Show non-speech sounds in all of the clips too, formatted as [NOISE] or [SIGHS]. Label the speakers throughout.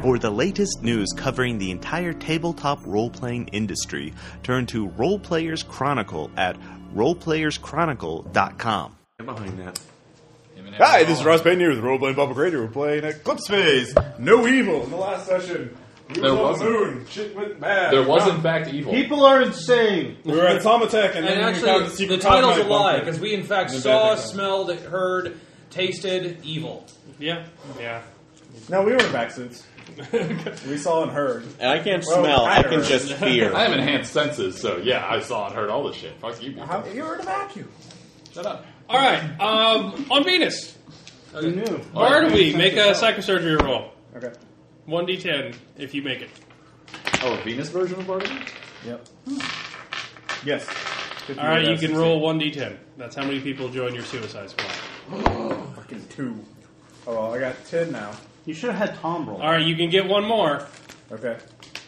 Speaker 1: For the latest news covering the entire tabletop role playing industry, turn to Role Players Chronicle at roleplayerschronicle.com.
Speaker 2: Behind that.
Speaker 3: Hi, this is Ross Payne with Role Playing Bubble Crater. We're playing Eclipse Phase. No evil. In the last session, we
Speaker 4: There
Speaker 3: was on
Speaker 4: wasn't.
Speaker 3: the moon. Shit went bad.
Speaker 4: There was, in fact, evil.
Speaker 5: People are insane.
Speaker 3: We were at Tomatech, and,
Speaker 6: And
Speaker 3: then we found the
Speaker 6: actually, the
Speaker 3: secret
Speaker 6: title's a
Speaker 3: cosmic
Speaker 6: lie
Speaker 3: bunker.
Speaker 6: because we, in fact,
Speaker 3: The
Speaker 6: saw,
Speaker 3: bad thing.
Speaker 6: smelled, heard, tasted evil.
Speaker 5: Yeah, yeah.
Speaker 3: No, we were in vaccines. we saw and heard.
Speaker 2: And I can't
Speaker 3: Well,
Speaker 2: smell, I
Speaker 3: [LAUGHS] I
Speaker 2: can
Speaker 3: heard.
Speaker 2: just
Speaker 4: I
Speaker 2: fear.
Speaker 4: have enhanced senses, so yeah, I saw and heard all this shit. Fuck you. people.
Speaker 3: How, you were in a vacuum.
Speaker 4: Shut up.
Speaker 5: All right. Um, on Venus,
Speaker 3: You knew.
Speaker 5: Bartleby, make a psychosurgery roll.
Speaker 3: Okay.
Speaker 5: One d10 if you make it.
Speaker 4: Oh, a Venus version of Bartleby?
Speaker 3: Yep. Yes.
Speaker 5: All right, you can roll one d10. That's how many people join your suicide squad.
Speaker 3: Fucking two. Oh, well, I got ten now.
Speaker 7: You should have had Tom roll.
Speaker 5: All right, you can get one more
Speaker 3: Okay.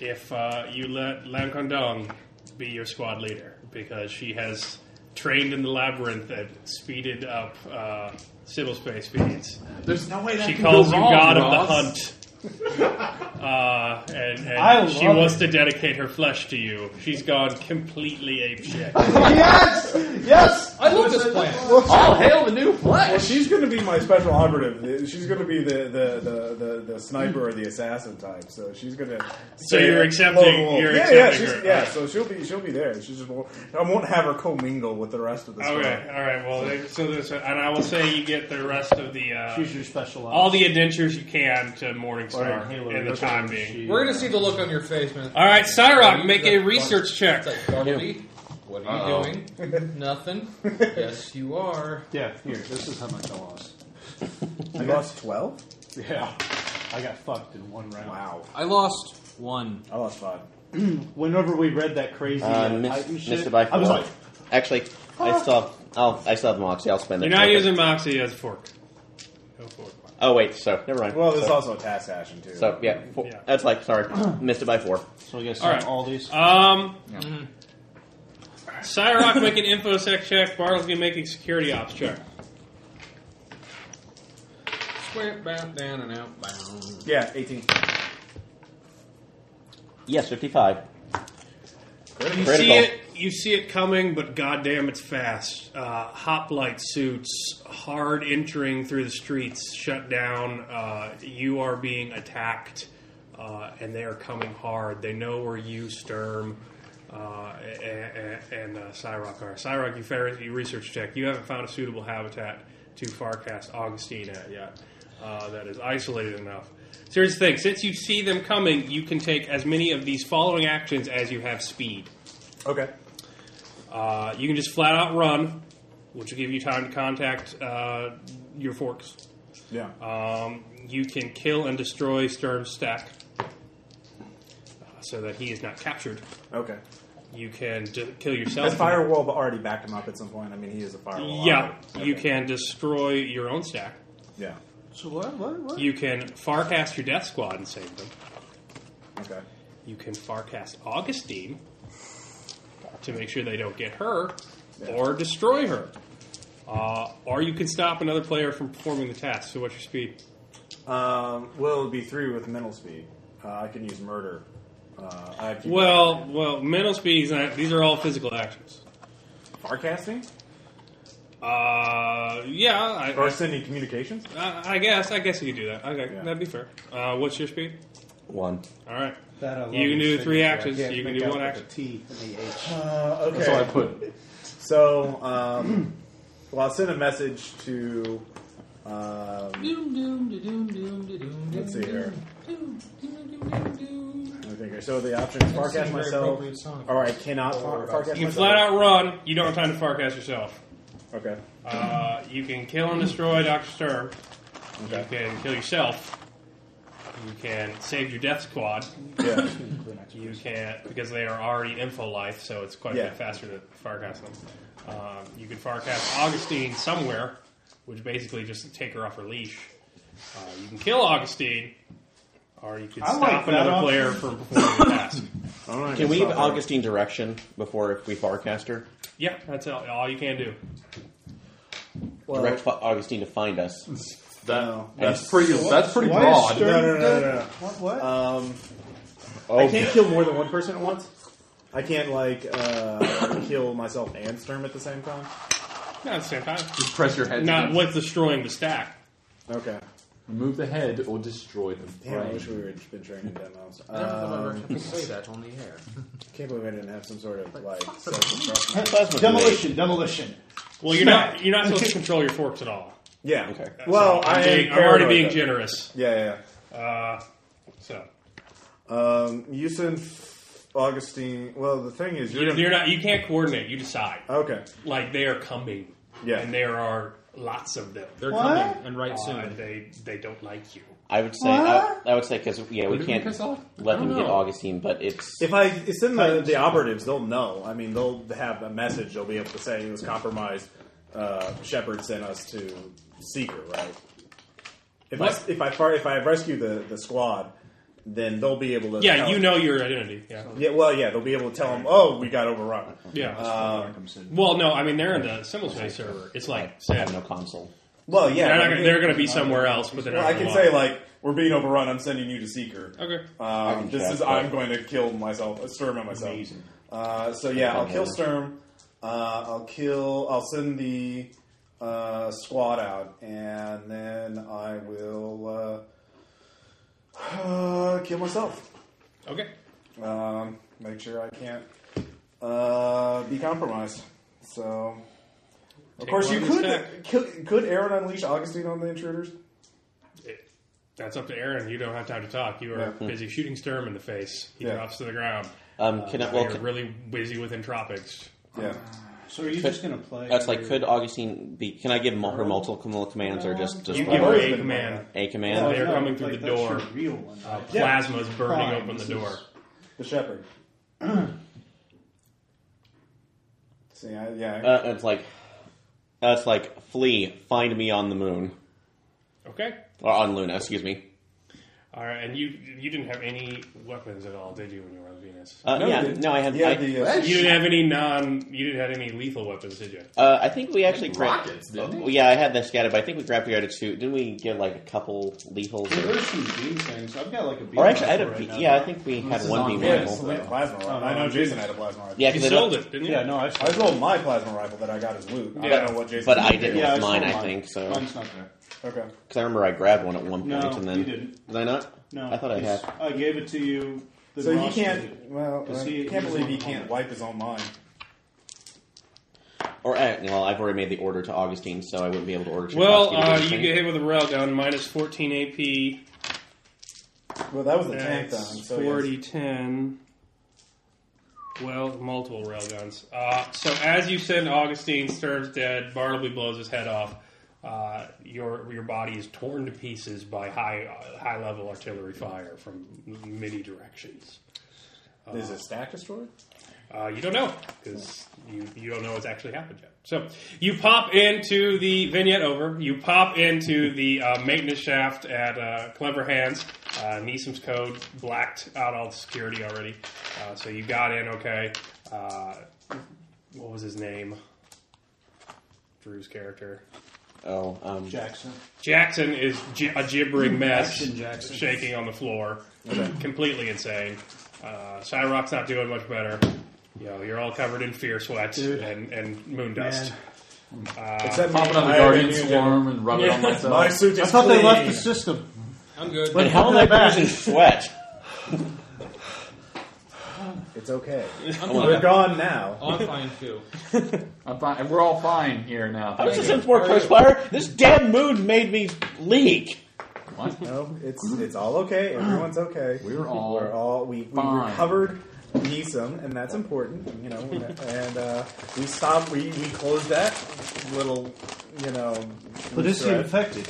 Speaker 5: if uh, you let Lam Kondong be your squad leader because she has trained in the labyrinth and speeded up uh, civil space speeds.
Speaker 4: There's no way that
Speaker 5: She
Speaker 4: can
Speaker 5: calls
Speaker 4: go
Speaker 5: you
Speaker 4: wrong,
Speaker 5: God
Speaker 4: Ross. [LAUGHS]
Speaker 5: of the Hunt. Uh, and and
Speaker 7: I love
Speaker 5: she wants to dedicate her flesh to you. She's gone completely
Speaker 4: [LAUGHS]
Speaker 5: apeshit.
Speaker 7: yes! Yes!
Speaker 6: I love this plan.
Speaker 4: All Oh, hail the new flesh.
Speaker 3: She's going to be my special operative. She's going to be the, the, the, the, the sniper or the assassin type. So she's going to.
Speaker 5: So you're accepting- you're
Speaker 3: yeah, yeah,
Speaker 5: accepting
Speaker 3: she's,
Speaker 5: her.
Speaker 3: yeah. So she'll be she'll be there. She just won't, I won't have her commingle with the rest of the squad.
Speaker 5: okay, all right. Well, there- so this, and I will say you get the rest of the uh,
Speaker 7: Choose your special
Speaker 5: all the adventures you can to Morningstar
Speaker 7: Or Halo
Speaker 5: in the
Speaker 7: Reach
Speaker 5: time
Speaker 7: and
Speaker 5: being.
Speaker 7: shoot.
Speaker 6: We're gonna see the look on your face, man.
Speaker 5: All right,
Speaker 6: Are
Speaker 5: Cyrock,
Speaker 6: you
Speaker 5: make
Speaker 6: the
Speaker 5: a
Speaker 6: fuck-
Speaker 5: research check.
Speaker 6: It's like, Bartleby, what
Speaker 4: Uh-oh.
Speaker 6: are you
Speaker 4: [LAUGHS]
Speaker 6: doing? Nothing. Yes, you are.
Speaker 7: Yeah, here. This is how much I lost.
Speaker 3: You lost twelve.
Speaker 7: Yeah. I got fucked in one round.
Speaker 3: Wow,
Speaker 6: I lost one.
Speaker 3: I lost five.
Speaker 7: Whenever we read that crazy
Speaker 2: Uh,
Speaker 7: uh,
Speaker 2: missed,
Speaker 7: Titan
Speaker 2: missed
Speaker 7: shit,
Speaker 2: it by four.
Speaker 7: I was like,
Speaker 2: Actually, I still have, I'll, I still have Moxie. I'll spend
Speaker 5: You're
Speaker 2: it.
Speaker 5: not
Speaker 2: Okay.
Speaker 5: using Moxie as fork. No fork.
Speaker 2: Oh, wait, so, never mind.
Speaker 3: Well, there's
Speaker 2: so,
Speaker 3: also a task action too.
Speaker 2: So, yeah, four,
Speaker 5: Yeah.
Speaker 2: that's like, sorry, missed it by four.
Speaker 7: so I guess
Speaker 5: All right.
Speaker 7: all these.
Speaker 5: Um, Cyrock make an infosec check. Bartle's gonna make a security ops check.
Speaker 6: Square bound down and out bound.
Speaker 3: yeah, eighteen.
Speaker 2: Yes, 55.
Speaker 5: You
Speaker 2: Critical.
Speaker 5: see it. You see it coming, but goddamn, it's fast. Uh, hoplite suits, hard entering through the streets, shut down. Uh, you are being attacked, uh, and they are coming hard. They know where you, Sturm, uh, and, and uh, Cyrock are. Cyrock, you, fer- you research check. You haven't found a suitable habitat to farcast Augustine at yet. Uh, that is isolated enough. So here's the thing: since you see them coming, you can take as many of these following actions as you have speed.
Speaker 3: Okay.
Speaker 5: Uh, you can just flat out run, which will give you time to contact uh, your forks.
Speaker 3: Yeah.
Speaker 5: Um, you can kill and destroy Sturm's stack uh, so that he is not captured.
Speaker 3: okay.
Speaker 5: You can d- kill yourself.
Speaker 3: Has firewall but already backed him up at some point? I mean, he is a firewall.
Speaker 5: Yeah,
Speaker 3: Okay.
Speaker 5: you can destroy your own stack.
Speaker 3: Yeah.
Speaker 7: so what? What? What?
Speaker 5: You can farcast your death squad and save them.
Speaker 3: Okay.
Speaker 5: You can farcast Augustine to make sure they don't get her or destroy her. Uh, or you can stop another player from performing the task. So what's your speed?
Speaker 3: Um, well, it'd be three with mental speed. Uh, I can use murder. Uh, I keep
Speaker 5: Well, well, mental speed. is not- These are all physical actions.
Speaker 3: Farcasting?
Speaker 5: Uh, yeah,
Speaker 3: Or
Speaker 5: I,
Speaker 3: sending communications?
Speaker 5: I, I guess. I guess you could do that. Okay,
Speaker 3: Yeah.
Speaker 5: that'd be fair. Uh, what's your speed?
Speaker 2: One.
Speaker 5: All right.
Speaker 7: That I love
Speaker 5: You can do
Speaker 7: this
Speaker 5: three
Speaker 7: signature. I
Speaker 5: actions.
Speaker 7: can't
Speaker 5: You can
Speaker 7: make
Speaker 5: do
Speaker 7: out
Speaker 5: one
Speaker 7: with
Speaker 5: action.
Speaker 7: The T and the H.
Speaker 3: Uh, okay.
Speaker 4: That's all I put.
Speaker 3: So, um, well, I'll send a message to. Um,
Speaker 6: Doom, doom, da, doom, doom, da, doom,
Speaker 3: Let's
Speaker 6: doom,
Speaker 3: see here.
Speaker 6: doom, doom, doom, doom, doom.
Speaker 3: I think so. The option is
Speaker 6: That's a
Speaker 3: farcast
Speaker 6: very
Speaker 3: myself,
Speaker 6: appropriate song.
Speaker 3: or I cannot far- farcast myself.
Speaker 5: You can flat out run. You don't have time to farcast yourself.
Speaker 3: Okay.
Speaker 5: Uh, you can kill and destroy Doctor Stern. You
Speaker 3: Okay.
Speaker 5: can kill yourself. You can save your death squad.
Speaker 3: Yeah.
Speaker 5: You can because they are already info life, so it's quite a
Speaker 3: Yeah.
Speaker 5: bit faster to farcast them. Um, you can farcast Augustine somewhere, which basically just take her off her leash. Uh, you can kill Augustine, or you can
Speaker 7: I
Speaker 5: stop
Speaker 7: like that
Speaker 5: another
Speaker 7: option.
Speaker 5: player from performing the task.
Speaker 3: All right.
Speaker 2: Can we give
Speaker 3: stop there.
Speaker 2: Augustine direction before we farcast her?
Speaker 5: Yeah, that's all, all you can do.
Speaker 3: Well,
Speaker 2: Direct fa- Augustine to find us.
Speaker 8: That,
Speaker 3: No.
Speaker 8: That's pretty. That's pretty broad.
Speaker 3: No, no, no, no, no.
Speaker 7: What? What?
Speaker 2: Uh,
Speaker 3: Um, I
Speaker 8: Oh,
Speaker 3: can't kill more than one person at once. I can't like uh, kill myself and Sturm at the same time.
Speaker 5: Not at the same time.
Speaker 8: just press your head.
Speaker 5: Not
Speaker 8: against-
Speaker 5: with destroying the stack.
Speaker 3: Okay.
Speaker 8: Remove the head or destroy the
Speaker 3: Damn, I
Speaker 8: brain.
Speaker 3: wish we had been training demos.
Speaker 9: I never thought I'd
Speaker 3: Um,
Speaker 9: have to say that on the air.
Speaker 3: can't believe I didn't have some sort of like.
Speaker 7: Demolition, demolition.
Speaker 5: Well, you're not you're not supposed to control your forks at all.
Speaker 3: Yeah. Well,
Speaker 5: I'm,
Speaker 3: I
Speaker 5: being,
Speaker 3: am
Speaker 5: I'm already
Speaker 3: paranoid,
Speaker 5: being
Speaker 3: though.
Speaker 5: generous.
Speaker 3: Yeah, yeah.
Speaker 5: Uh, so
Speaker 3: yeah. Um, you send Augustine. Well, the thing is, you're,
Speaker 5: you're not you can't coordinate. You decide.
Speaker 3: okay.
Speaker 5: Like they are coming.
Speaker 3: Yeah.
Speaker 5: And there are lots of them.
Speaker 6: They're
Speaker 7: What?
Speaker 6: coming and right
Speaker 5: Uh,
Speaker 6: soon.
Speaker 5: they they don't like you.
Speaker 2: I would say, I, I would say, because yeah, we
Speaker 8: Would it
Speaker 2: can't
Speaker 8: piss off?
Speaker 2: let them
Speaker 6: don't
Speaker 2: get
Speaker 6: know.
Speaker 2: Augustine, but it's
Speaker 3: If I send the, the operatives, they'll know. I mean, they'll have a message. They'll be able to say it was compromised. Uh, Shepard sent us to Seeker, right? If I if I far, if I rescue the, the squad, then they'll be able to.
Speaker 5: Yeah,
Speaker 3: tell-
Speaker 5: you know your identity. Yeah.
Speaker 3: Yeah, well, yeah, they'll be able to tell them. Oh, we got overrun.
Speaker 5: Yeah.
Speaker 3: Um,
Speaker 5: well, no, I mean they're in the Symbol Space server. It's
Speaker 2: I,
Speaker 5: like
Speaker 2: I
Speaker 5: said,
Speaker 2: have no console.
Speaker 3: well, yeah,
Speaker 5: they're not
Speaker 3: I
Speaker 5: gonna,
Speaker 3: mean,
Speaker 5: they're going to be somewhere else, but they're
Speaker 3: well,
Speaker 5: not
Speaker 3: I
Speaker 5: gonna
Speaker 3: can
Speaker 5: lie.
Speaker 3: say like we're being overrun. I'm sending you to Seeker.
Speaker 5: Okay.
Speaker 3: Um, this
Speaker 2: check,
Speaker 3: is
Speaker 2: but-
Speaker 3: I'm going to kill myself, uh, Sturm and myself. Uh, so yeah, I'll kill Sturm. Uh, I'll kill. I'll send the uh, squad out, and then I will uh, uh, [SIGHS] kill myself.
Speaker 5: Okay.
Speaker 3: Um, make sure I can't uh, be compromised. So, of
Speaker 5: Take
Speaker 3: course, you
Speaker 5: one
Speaker 3: could,
Speaker 5: attack.
Speaker 3: could could Aaron unleash Augustine on the intruders.
Speaker 5: It- that's up to Aaron. You don't have time to talk. You are busy shooting Sturm in the face. He
Speaker 3: Yeah.
Speaker 5: drops to the ground.
Speaker 2: Um, can I, well,
Speaker 5: You're
Speaker 2: can-
Speaker 5: really busy with Entropics.
Speaker 3: Yeah.
Speaker 7: So are you just gonna play?
Speaker 2: that's like, could Augustine be? Can I give mul- her multiple commands or just just
Speaker 5: You
Speaker 2: one?
Speaker 5: give her
Speaker 3: always
Speaker 5: a
Speaker 3: been
Speaker 5: command.
Speaker 2: a command?
Speaker 5: they're coming through the
Speaker 7: Oh, that's
Speaker 5: door.
Speaker 7: your Real one.
Speaker 5: Uh, plasma's burning
Speaker 7: fine.
Speaker 5: open the
Speaker 7: This
Speaker 5: door.
Speaker 7: is-
Speaker 3: The Shepherd. [CLEARS THROAT] See, I, yeah.
Speaker 2: Uh, it's like that's like flee, find me on the moon
Speaker 5: Okay.
Speaker 2: or on Luna. Excuse me.
Speaker 5: All right. And you you didn't have any weapons at all, did you, when you were on Venus?
Speaker 2: Uh,
Speaker 3: No,
Speaker 2: yeah,
Speaker 3: the-
Speaker 2: no, I had.
Speaker 3: yeah,
Speaker 2: I,
Speaker 3: the, uh,
Speaker 5: You didn't have any non. You didn't have any lethal weapons, did you?
Speaker 2: uh, I think we actually grabbed.
Speaker 8: rockets, didn't
Speaker 2: Well, yeah, I had that scattered, but I think we grabbed the other two. Didn't we get like a couple lethals?
Speaker 7: There
Speaker 2: Or,
Speaker 7: are some beam things. I've got like a beam.
Speaker 2: or actually, I had a.
Speaker 7: rifle right now.
Speaker 2: yeah, I think we had
Speaker 9: is
Speaker 2: one
Speaker 9: on
Speaker 2: beam
Speaker 9: Venus.
Speaker 2: rifle.
Speaker 3: we had a plasma
Speaker 7: Oh,
Speaker 3: rifle. I know Jason had a plasma rifle.
Speaker 2: Yeah,
Speaker 5: You
Speaker 2: 'cause they
Speaker 5: sold
Speaker 2: don't-
Speaker 5: it, didn't you?
Speaker 7: Yeah, no, I.
Speaker 3: I sold my plasma rifle that I got as loot. I
Speaker 5: Yeah.
Speaker 3: don't know what Jason.
Speaker 2: but I
Speaker 3: did.
Speaker 2: didn't
Speaker 7: Yeah,
Speaker 2: with
Speaker 7: sold
Speaker 2: mine. I think so.
Speaker 7: Mine's not there.
Speaker 3: Okay.
Speaker 2: Because I remember I grabbed one at one point,
Speaker 7: No,
Speaker 2: and then
Speaker 7: you didn't.
Speaker 2: did I not?
Speaker 7: No,
Speaker 2: I thought I
Speaker 7: it's-
Speaker 2: had.
Speaker 7: I gave it to you. the
Speaker 3: So you
Speaker 7: Ross
Speaker 3: can't.
Speaker 7: did it.
Speaker 3: Well, I
Speaker 7: Does he-
Speaker 3: can't
Speaker 7: he's
Speaker 3: believe
Speaker 7: on
Speaker 3: he
Speaker 7: the
Speaker 3: can't
Speaker 7: phone.
Speaker 3: wipe his own mind.
Speaker 2: Or eh, well, I've already made the order to Augustine, so I wouldn't be able to order.
Speaker 5: Well, uh,
Speaker 2: Tchaikovsky to do
Speaker 5: you
Speaker 2: anything.
Speaker 5: get hit with a railgun, minus 14 AP.
Speaker 3: Well, that was the tank
Speaker 5: That's
Speaker 3: thing. So yes.
Speaker 5: 40, 10. Well, multiple railguns. Uh, so as you send Augustine, Sturm's dead. Barnaby blows his head off. Uh, your your body is torn to pieces by high uh, high level artillery fire from many directions.
Speaker 3: is it stack destroyed?
Speaker 5: Uh, you don't know because you, you don't know what's actually happened yet. So you pop into the vignette over. You pop into the uh, maintenance shaft at uh, Clever Hands. Uh, Neesum's code blacked out all the security already. Uh, so you got in okay. Uh, what was his name? Drew's character.
Speaker 2: Oh, um,
Speaker 7: Jackson.
Speaker 5: Jackson is gi- a
Speaker 3: Mm,
Speaker 5: gibbering mess,
Speaker 7: Jackson, Jackson.
Speaker 5: shaking on the floor, completely insane. Uh, Cyrock's not doing much better. You know, you're all covered in fear sweat and, and moon dust.
Speaker 7: Uh,
Speaker 3: Except
Speaker 8: Pop it on the
Speaker 3: I-
Speaker 8: Guardian
Speaker 3: I-
Speaker 8: Swarm and rub it on myself.
Speaker 3: My suit
Speaker 7: [LAUGHS]
Speaker 3: is
Speaker 7: I thought they
Speaker 3: clean.
Speaker 7: left the system.
Speaker 6: I'm good.
Speaker 2: and how am I producing sweat?
Speaker 3: It's okay.
Speaker 6: I'm
Speaker 3: We're
Speaker 6: fine.
Speaker 3: gone now.
Speaker 6: I'm fine too.
Speaker 8: I'm fine, and we're all fine here now.
Speaker 2: I was just
Speaker 8: Thank
Speaker 2: in Fort Coast Fire. This damn moon made me leak.
Speaker 8: you. What?
Speaker 3: No, it's it's all okay. Everyone's okay.
Speaker 8: We're all
Speaker 3: we're all we, we
Speaker 8: fine.
Speaker 3: recovered Neesum, and that's important, you know. and uh, we stopped. We we closed that little, you know.
Speaker 7: But is he
Speaker 3: thread.
Speaker 7: infected?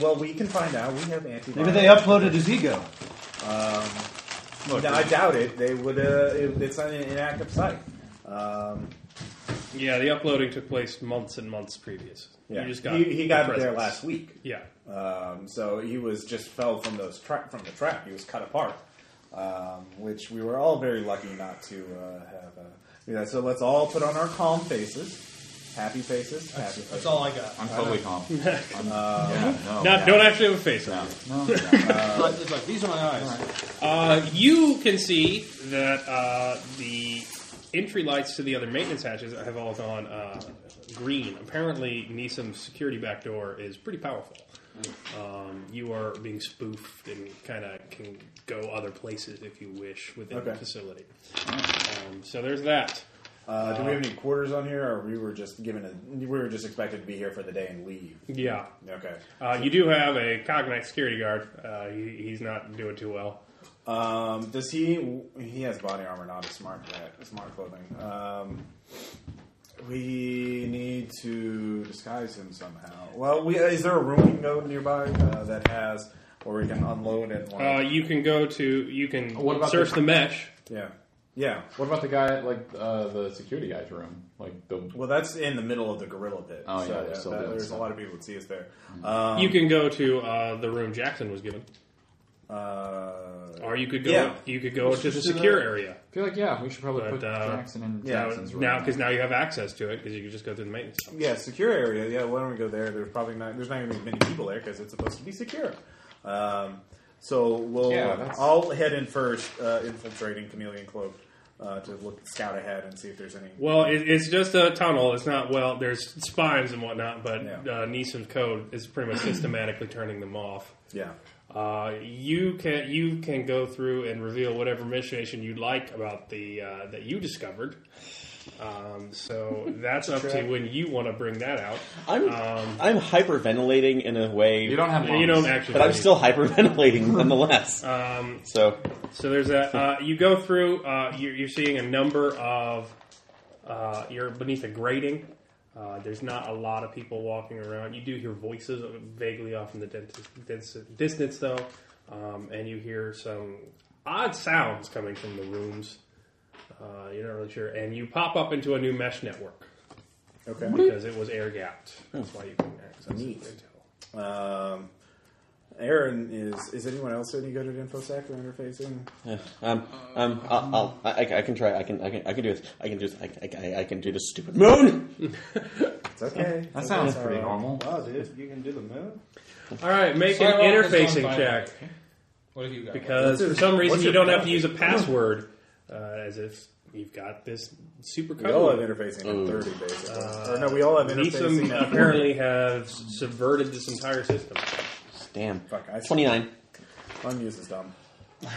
Speaker 3: Well, we can find out. We have antibodies.
Speaker 7: Maybe they uploaded his ego.
Speaker 3: No, I doubt it. They would. Uh, it, it's not an inactive site. Um,
Speaker 5: Yeah, the uploading took place months and months previous.
Speaker 3: yeah,
Speaker 5: You just got
Speaker 3: he, he
Speaker 5: the
Speaker 3: got there
Speaker 5: presents.
Speaker 3: last week.
Speaker 5: Yeah.
Speaker 3: Um, so he was just fell from those tra- from the trap. He was cut apart, um, which we were all very lucky not to uh, have. Uh, yeah, so let's all put on our calm faces Happy faces. Happy faces.
Speaker 9: That's all I got.
Speaker 8: I'm totally calm. I'm, yeah, no,
Speaker 5: Not, Don't actually have a face.
Speaker 8: no, no,
Speaker 5: [LAUGHS]
Speaker 8: no.
Speaker 9: But it's like, these are my eyes.
Speaker 5: Uh, you can see that uh, the entry lights to the other maintenance hatches have all gone uh, green. Apparently, Nisum's security back door is pretty powerful. Um, you are being spoofed and kind of can go other places if you wish within the
Speaker 3: Okay.
Speaker 5: facility. Um, so there's that.
Speaker 3: Uh, do we have any quarters on here, or we were just given a? We were just expected to be here for the day and leave.
Speaker 5: Yeah.
Speaker 3: Okay.
Speaker 5: Uh, you do have a cognite security guard. Uh, he, he's not doing too well.
Speaker 3: Um, does he? He has body armor, not a smart a smart clothing. Um, we need to disguise him somehow. Well, we, is there a room we can go nearby uh, that has, or we can unload it? Like,
Speaker 5: Uh, you can go to you can
Speaker 8: What about
Speaker 5: search
Speaker 8: the-
Speaker 5: the mesh.
Speaker 3: yeah, yeah.
Speaker 8: What about the guy at like uh, the security guy's room? Like the
Speaker 3: Well, that's in the middle of the gorilla pit.
Speaker 8: Oh, yeah,
Speaker 3: so
Speaker 8: they're
Speaker 3: that-
Speaker 8: still
Speaker 3: that-
Speaker 8: doing
Speaker 3: there's a
Speaker 8: stuff. Mm-hmm.
Speaker 3: lot of people that see us there. Um,
Speaker 5: You can go to uh, the room Jackson was given,
Speaker 3: uh,
Speaker 5: or you could go.
Speaker 3: Yeah.
Speaker 5: You could go to the
Speaker 8: just do
Speaker 5: secure
Speaker 8: that.
Speaker 5: area.
Speaker 8: I feel like yeah, we should probably
Speaker 5: But,
Speaker 8: put
Speaker 5: uh,
Speaker 8: Jackson in
Speaker 3: yeah,
Speaker 8: Jackson's room.
Speaker 5: Now, because now you have access to it, because you can just go through the maintenance. tunnel.
Speaker 3: Yeah, secure area. Yeah, why don't we go there? There's probably not. There's not going to be many people there because it's supposed to be secure. Um, so we'll.
Speaker 8: Yeah, that's-
Speaker 3: I'll head in first, uh, infiltrating Chameleon Cloak uh, to look scout ahead and see if there's any.
Speaker 5: Well, it, it's just a tunnel. It's not well. There's spines and whatnot, but
Speaker 3: Yeah.
Speaker 5: uh, Nissan's code is pretty much systematically turning them off.
Speaker 3: Yeah.
Speaker 5: Uh, you can you can go through and reveal whatever misinformation you like about the uh, that you discovered. Um,
Speaker 8: [LAUGHS]
Speaker 5: so that's up to when you want to bring that out.
Speaker 2: I'm I'm hyperventilating in a way,
Speaker 8: you don't have
Speaker 5: You
Speaker 8: lungs.
Speaker 5: don't actually.
Speaker 2: but I'm still hyperventilating nonetheless.
Speaker 5: Um,
Speaker 2: so
Speaker 5: So there's a uh, you go through. Uh, you're, you're seeing a number of. Uh, you're beneath a grating. Uh, there's not a lot of people walking around. You do hear voices vaguely off in the dentist, dentist, distance, though, um, and you hear some odd sounds coming from the rooms. Uh, you're not really sure, and you pop up into a new mesh network
Speaker 3: Okay.
Speaker 5: because it was air gapped. That's
Speaker 2: Hmm.
Speaker 5: why you couldn't access
Speaker 3: Neat.
Speaker 5: it. until-
Speaker 3: Um, Aaron is. Is anyone else any good at infosec or interfacing?
Speaker 2: yeah, um, um, I'll, I'll, I, I can try. I can I can I can do this. I can do this. I, I, I- I can do this stupid moon.
Speaker 3: It's okay.
Speaker 8: That sounds pretty
Speaker 3: Alright.
Speaker 8: normal.
Speaker 3: Wow, dude, you can do the moon.
Speaker 5: All right, make an
Speaker 9: Sidewalk is on
Speaker 5: interfacing
Speaker 9: fire.
Speaker 5: check.
Speaker 9: What have you got?
Speaker 5: because for some reason you don't have to use a password, uh, as if you've got this super
Speaker 3: We all have
Speaker 5: code.
Speaker 3: interfacing at thirty, basically. or no, we all have interfacing.
Speaker 5: Neeson
Speaker 3: at-
Speaker 5: apparently have subverted this entire
Speaker 3: [LAUGHS]
Speaker 5: system.
Speaker 2: Damn.
Speaker 3: Fuck, I-
Speaker 2: Twenty nine.
Speaker 3: Unused is dumb.